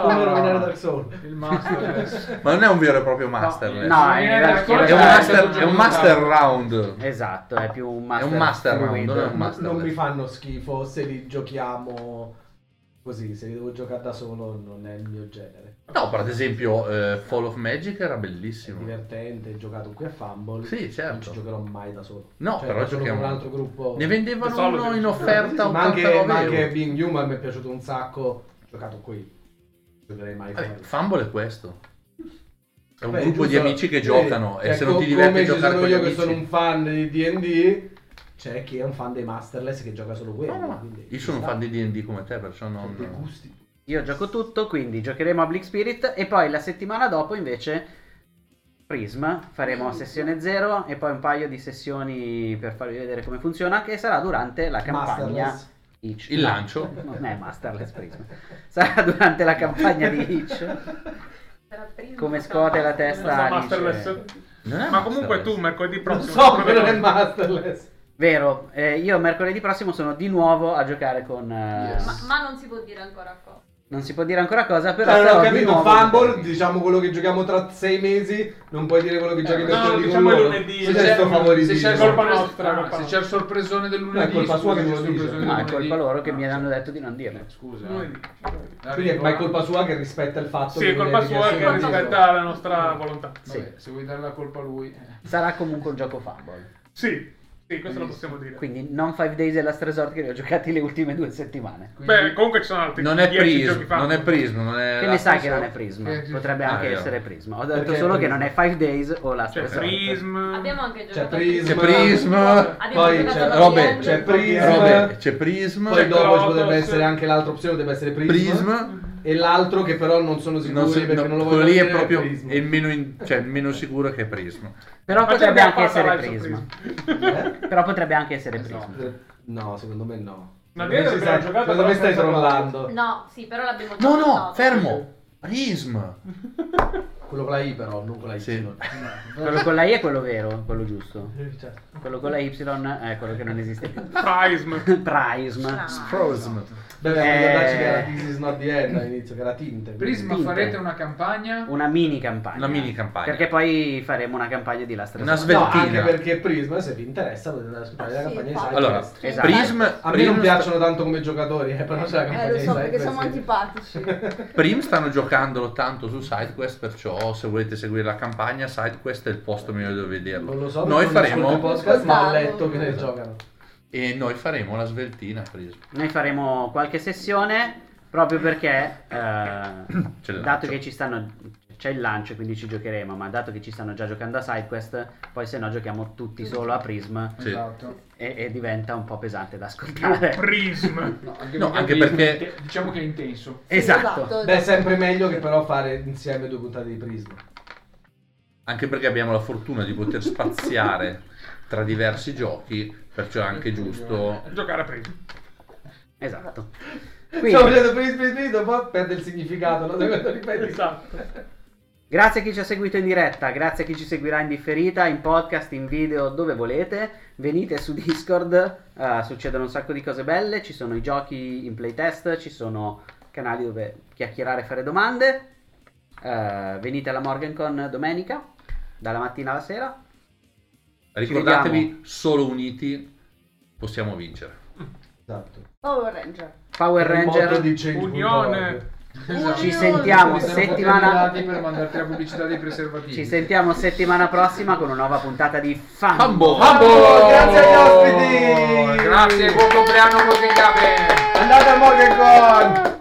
[SPEAKER 3] Come rovinare Dark Souls.
[SPEAKER 18] Il master.
[SPEAKER 2] Ma non è un vero e proprio master. eh.
[SPEAKER 1] No, in realtà-
[SPEAKER 2] È un master, è un master round.
[SPEAKER 3] Eh.
[SPEAKER 1] Esatto, è più un
[SPEAKER 2] È
[SPEAKER 1] master.
[SPEAKER 2] un master round,
[SPEAKER 1] fluido.
[SPEAKER 2] non è un master.
[SPEAKER 3] Non mi fanno schifo se li giochiamo così, se li devo giocare da solo non è il mio genere.
[SPEAKER 2] No, per ad esempio eh, Fall of Magic era
[SPEAKER 3] È
[SPEAKER 2] bellissimo.
[SPEAKER 3] divertente, giocato qui a Fumble.
[SPEAKER 2] Sì, certo.
[SPEAKER 3] Non ci giocherò mai da solo.
[SPEAKER 2] No,
[SPEAKER 3] Cioè,
[SPEAKER 2] però
[SPEAKER 3] da solo
[SPEAKER 2] giochiamo-
[SPEAKER 3] con un altro gruppo.
[SPEAKER 2] Ne vendevano
[SPEAKER 7] Solo
[SPEAKER 2] uno
[SPEAKER 7] se-
[SPEAKER 2] in
[SPEAKER 3] Sì,
[SPEAKER 2] offerta
[SPEAKER 3] sì, ma anche,
[SPEAKER 2] 89
[SPEAKER 3] ma anche
[SPEAKER 2] euro.
[SPEAKER 3] Being Human mi è piaciuto un sacco. Giocato qui. Giocherei mai
[SPEAKER 2] Eh,
[SPEAKER 3] fuori.
[SPEAKER 2] Fumble è questo. È un
[SPEAKER 3] Beh,
[SPEAKER 2] gruppo di
[SPEAKER 3] giusto,
[SPEAKER 2] amici che
[SPEAKER 3] sì,
[SPEAKER 2] giocano e
[SPEAKER 3] cioè,
[SPEAKER 2] se non
[SPEAKER 3] co-
[SPEAKER 2] ti diverti a
[SPEAKER 3] come ci
[SPEAKER 2] giocare
[SPEAKER 3] sono
[SPEAKER 2] con gli
[SPEAKER 3] io
[SPEAKER 2] amici.
[SPEAKER 3] che sono un fan di D&D, c'è chi è un fan dei Masterless che gioca solo quello.
[SPEAKER 2] No, no, no.
[SPEAKER 3] quindi
[SPEAKER 2] Io sono un
[SPEAKER 3] ci sta. Cioè,
[SPEAKER 2] fan di D&D come te, perciò non...
[SPEAKER 3] Dei gusti.
[SPEAKER 1] Io gioco tutto, quindi giocheremo a Bleak Spirit e poi la settimana dopo invece Prism, faremo sessione zero e poi un paio di sessioni per farvi vedere come funziona che sarà durante la campagna
[SPEAKER 3] Masterless.
[SPEAKER 1] Hitch.
[SPEAKER 2] Il lancio.
[SPEAKER 1] Non è Masterless Prism. Sarà durante la campagna di Hitch. Come scuote la testa
[SPEAKER 7] Senza
[SPEAKER 1] Alice.
[SPEAKER 7] masterless.
[SPEAKER 2] Non è
[SPEAKER 7] cioè. Ma comunque tu
[SPEAKER 2] masterless.
[SPEAKER 7] mercoledì
[SPEAKER 3] Non
[SPEAKER 7] prossimo.
[SPEAKER 3] so che non è Masterless.
[SPEAKER 1] Vero, eh, io mercoledì prossimo sono di nuovo a giocare con... eh,
[SPEAKER 8] Ma, ma non si può dire ancora cosa.
[SPEAKER 1] Non si può dire ancora cosa, però...
[SPEAKER 3] Allora,
[SPEAKER 1] sarò
[SPEAKER 3] Cioè, ho
[SPEAKER 1] di
[SPEAKER 3] capito,
[SPEAKER 1] nuovo-
[SPEAKER 3] Fumble, diciamo quello che giochiamo tra sei mesi, non puoi dire quello che giochi
[SPEAKER 4] no,
[SPEAKER 3] mercoledì
[SPEAKER 7] diciamo
[SPEAKER 3] con loro.
[SPEAKER 7] lunedì.
[SPEAKER 3] cioè, Se
[SPEAKER 4] se c'è
[SPEAKER 3] c'è sto
[SPEAKER 4] il
[SPEAKER 3] favoritismo.
[SPEAKER 7] colpa
[SPEAKER 4] sorpre-
[SPEAKER 7] nostra,
[SPEAKER 4] ah,
[SPEAKER 7] colpa
[SPEAKER 4] se
[SPEAKER 7] nostra.
[SPEAKER 4] c'è il sorpresone del lunedì,
[SPEAKER 3] No, è colpa
[SPEAKER 4] scusa,
[SPEAKER 3] sua che
[SPEAKER 4] c'è
[SPEAKER 3] non
[SPEAKER 4] il
[SPEAKER 3] lo dice.
[SPEAKER 4] sorpresone del
[SPEAKER 1] No, è
[SPEAKER 4] lunedì.
[SPEAKER 1] colpa loro che mi
[SPEAKER 4] Ah,
[SPEAKER 1] hanno detto di non dirlo.
[SPEAKER 4] Scusa. eh.
[SPEAKER 7] Lunedì.
[SPEAKER 4] La
[SPEAKER 3] Quindi è, ma è
[SPEAKER 4] regola-
[SPEAKER 3] colpa sua che rispetta il fatto
[SPEAKER 7] Sì,
[SPEAKER 3] che
[SPEAKER 7] è colpa
[SPEAKER 3] viene
[SPEAKER 7] sua che
[SPEAKER 3] richiesto il
[SPEAKER 7] rispetta la nostra volontà.
[SPEAKER 4] Vabbè, Se vuoi dare la colpa a lui, eh.
[SPEAKER 1] Sarà comunque un gioco Fumble.
[SPEAKER 7] Sì, sì, questo lo possiamo dire.
[SPEAKER 1] Quindi non Five Days e Last Resort che li ho giocati le ultime due settimane.
[SPEAKER 4] Quindi-
[SPEAKER 7] Beh, comunque ci sono altri
[SPEAKER 2] Non è
[SPEAKER 7] 10
[SPEAKER 2] Prism,
[SPEAKER 7] giochi fatti.
[SPEAKER 2] non è Prism, non
[SPEAKER 1] Che
[SPEAKER 2] è... Eh, la-
[SPEAKER 1] ne sai che non è Prism?
[SPEAKER 4] Eh, giusto.
[SPEAKER 1] Potrebbe
[SPEAKER 2] Ah,
[SPEAKER 1] anche
[SPEAKER 2] è vero.
[SPEAKER 1] essere Prism. Ho
[SPEAKER 3] Perché
[SPEAKER 1] detto
[SPEAKER 3] è
[SPEAKER 1] solo che
[SPEAKER 3] Prism.
[SPEAKER 1] non è Five Days o Last
[SPEAKER 2] Esatto.
[SPEAKER 7] Cioè,
[SPEAKER 1] Resort.
[SPEAKER 7] Prism.
[SPEAKER 8] Abbiamo anche
[SPEAKER 3] C'è
[SPEAKER 8] giocato.
[SPEAKER 3] Prism,
[SPEAKER 2] C'è Prism,
[SPEAKER 8] Abbiamo
[SPEAKER 3] poi
[SPEAKER 8] giocato
[SPEAKER 3] c'è
[SPEAKER 8] alla
[SPEAKER 2] Robè,
[SPEAKER 8] PN.
[SPEAKER 3] c'è Prism,
[SPEAKER 2] Robè, c'è Prism,
[SPEAKER 3] poi dopo ci
[SPEAKER 7] Crotos.
[SPEAKER 3] potrebbe essere anche l'altra opzione, deve essere Prism,
[SPEAKER 2] Prism,
[SPEAKER 3] e l'altro che però non sono sicuro
[SPEAKER 2] non so-
[SPEAKER 3] perché
[SPEAKER 2] no,
[SPEAKER 3] non lo voglio
[SPEAKER 2] quello lì è
[SPEAKER 3] dire,
[SPEAKER 2] proprio
[SPEAKER 3] Prism.
[SPEAKER 2] è il meno, in- cioè, il meno sicuro che è Prism.
[SPEAKER 1] Però
[SPEAKER 7] Ma già
[SPEAKER 1] potrebbe
[SPEAKER 7] abbiamo
[SPEAKER 1] anche
[SPEAKER 7] fatto
[SPEAKER 1] essere
[SPEAKER 7] live su Esatto.
[SPEAKER 1] Prism.
[SPEAKER 3] Eh?
[SPEAKER 1] Però potrebbe anche essere Prism.
[SPEAKER 3] No, no, secondo me no. Secondo me
[SPEAKER 7] Ma noi
[SPEAKER 3] ci stai-
[SPEAKER 7] abbiamo giocato
[SPEAKER 3] secondo me
[SPEAKER 7] alla
[SPEAKER 3] stai
[SPEAKER 7] stessa cosa.
[SPEAKER 3] trollando.
[SPEAKER 8] No, sì, però l'abbiamo
[SPEAKER 2] No,
[SPEAKER 8] giocato.
[SPEAKER 2] no, fermo! Prism!
[SPEAKER 1] Ah,
[SPEAKER 3] Quello con la I però, non con la Y.
[SPEAKER 2] Sì.
[SPEAKER 3] No.
[SPEAKER 1] Quello con la I è quello vero, quello giusto.
[SPEAKER 3] Cioè,
[SPEAKER 1] Quello con la Y è quello che non esiste più.
[SPEAKER 7] Prism.
[SPEAKER 1] Prism.
[SPEAKER 8] Ah.
[SPEAKER 2] Prism.
[SPEAKER 3] Beh, dobbiamo ricordarci
[SPEAKER 1] Eh.
[SPEAKER 3] che era This is not the end all'inizio, che era tinte.
[SPEAKER 4] Prism,
[SPEAKER 1] Tinte.
[SPEAKER 4] farete una campagna?
[SPEAKER 1] Una mini campagna.
[SPEAKER 2] Una mini campagna.
[SPEAKER 1] Perché poi faremo una campagna di Last
[SPEAKER 2] Una
[SPEAKER 1] Resort.
[SPEAKER 3] No,
[SPEAKER 2] sveltina.
[SPEAKER 3] anche perché Prism, se vi interessa, potete andare a ascoltare la
[SPEAKER 5] Sì,
[SPEAKER 3] campagna di
[SPEAKER 5] infatti.
[SPEAKER 3] Side
[SPEAKER 2] Allora,
[SPEAKER 3] Quest.
[SPEAKER 1] Esatto.
[SPEAKER 2] Prism,
[SPEAKER 3] A me non
[SPEAKER 2] Prism-
[SPEAKER 3] piacciono tanto come giocatori, eh, però c'è la campagna
[SPEAKER 5] Eh, lo so
[SPEAKER 3] di Side
[SPEAKER 5] perché
[SPEAKER 3] Quest
[SPEAKER 5] siamo
[SPEAKER 3] che-
[SPEAKER 5] antipatici.
[SPEAKER 2] Prim stanno giocandolo tanto su SideQuest, perciò se volete seguire la campagna, SideQuest è il posto migliore dove vederlo.
[SPEAKER 3] Non lo so,
[SPEAKER 2] noi
[SPEAKER 3] perché non ascolto
[SPEAKER 2] faremo,
[SPEAKER 3] i podcast, ma ho
[SPEAKER 5] Ascoltavo.
[SPEAKER 3] letto che ne giocano.
[SPEAKER 2] e noi faremo la sveltina, Prism.
[SPEAKER 1] Noi faremo qualche sessione proprio perché,
[SPEAKER 2] C'è
[SPEAKER 1] eh,
[SPEAKER 2] il
[SPEAKER 1] dato
[SPEAKER 2] lancio.
[SPEAKER 1] che ci stanno. C'è il lancio, quindi ci giocheremo. Ma dato che ci stanno già giocando a SideQuest, poi se no giochiamo tutti solo a Prism
[SPEAKER 2] Sì.
[SPEAKER 4] Esatto.
[SPEAKER 1] e, e diventa un po' pesante da ascoltare.
[SPEAKER 7] Prism.
[SPEAKER 4] No, anche,
[SPEAKER 2] No, anche
[SPEAKER 4] Prism
[SPEAKER 2] perché-
[SPEAKER 4] è inte- diciamo che è intenso.
[SPEAKER 1] Esatto.
[SPEAKER 3] Beh, è sempre meglio che però fare insieme due puntate di Prism.
[SPEAKER 2] Anche perché abbiamo la fortuna di poter spaziare tra diversi giochi, perciò è anche giusto.
[SPEAKER 7] Giocare a Prism.
[SPEAKER 1] Esatto.
[SPEAKER 3] Stiamo
[SPEAKER 1] Quindi,
[SPEAKER 3] prendendo Prism, Prism, Prism, poi perde il significato, no? Devo ripetere.
[SPEAKER 1] Esatto.
[SPEAKER 7] Esatto.
[SPEAKER 1] grazie a chi ci ha seguito in diretta, grazie a chi ci seguirà in differita, in podcast, in video, dove volete. Venite su Discord, eh, succedono un sacco di cose belle. Ci sono i giochi in playtest, ci sono canali dove chiacchierare e fare domande. Eh, venite alla MorganCon domenica, dalla mattina alla sera.
[SPEAKER 2] Ricordatevi, solo uniti possiamo vincere.
[SPEAKER 3] Esatto.
[SPEAKER 5] Power Ranger.
[SPEAKER 1] Power
[SPEAKER 3] Il motto
[SPEAKER 1] Ranger.
[SPEAKER 3] di Change.org.
[SPEAKER 7] Unione.
[SPEAKER 1] Ci sentiamo
[SPEAKER 4] Quindi sono
[SPEAKER 1] settimana-
[SPEAKER 4] contaminati per mandarti la pubblicità dei preservativi.
[SPEAKER 1] Ci sentiamo settimana prossima con una nuova puntata di Fan.
[SPEAKER 19] Bambo!
[SPEAKER 3] Oh, grazie agli ospiti!
[SPEAKER 4] Grazie, buon compleanno Morgan Gabe.
[SPEAKER 3] Andate a Morgan Con!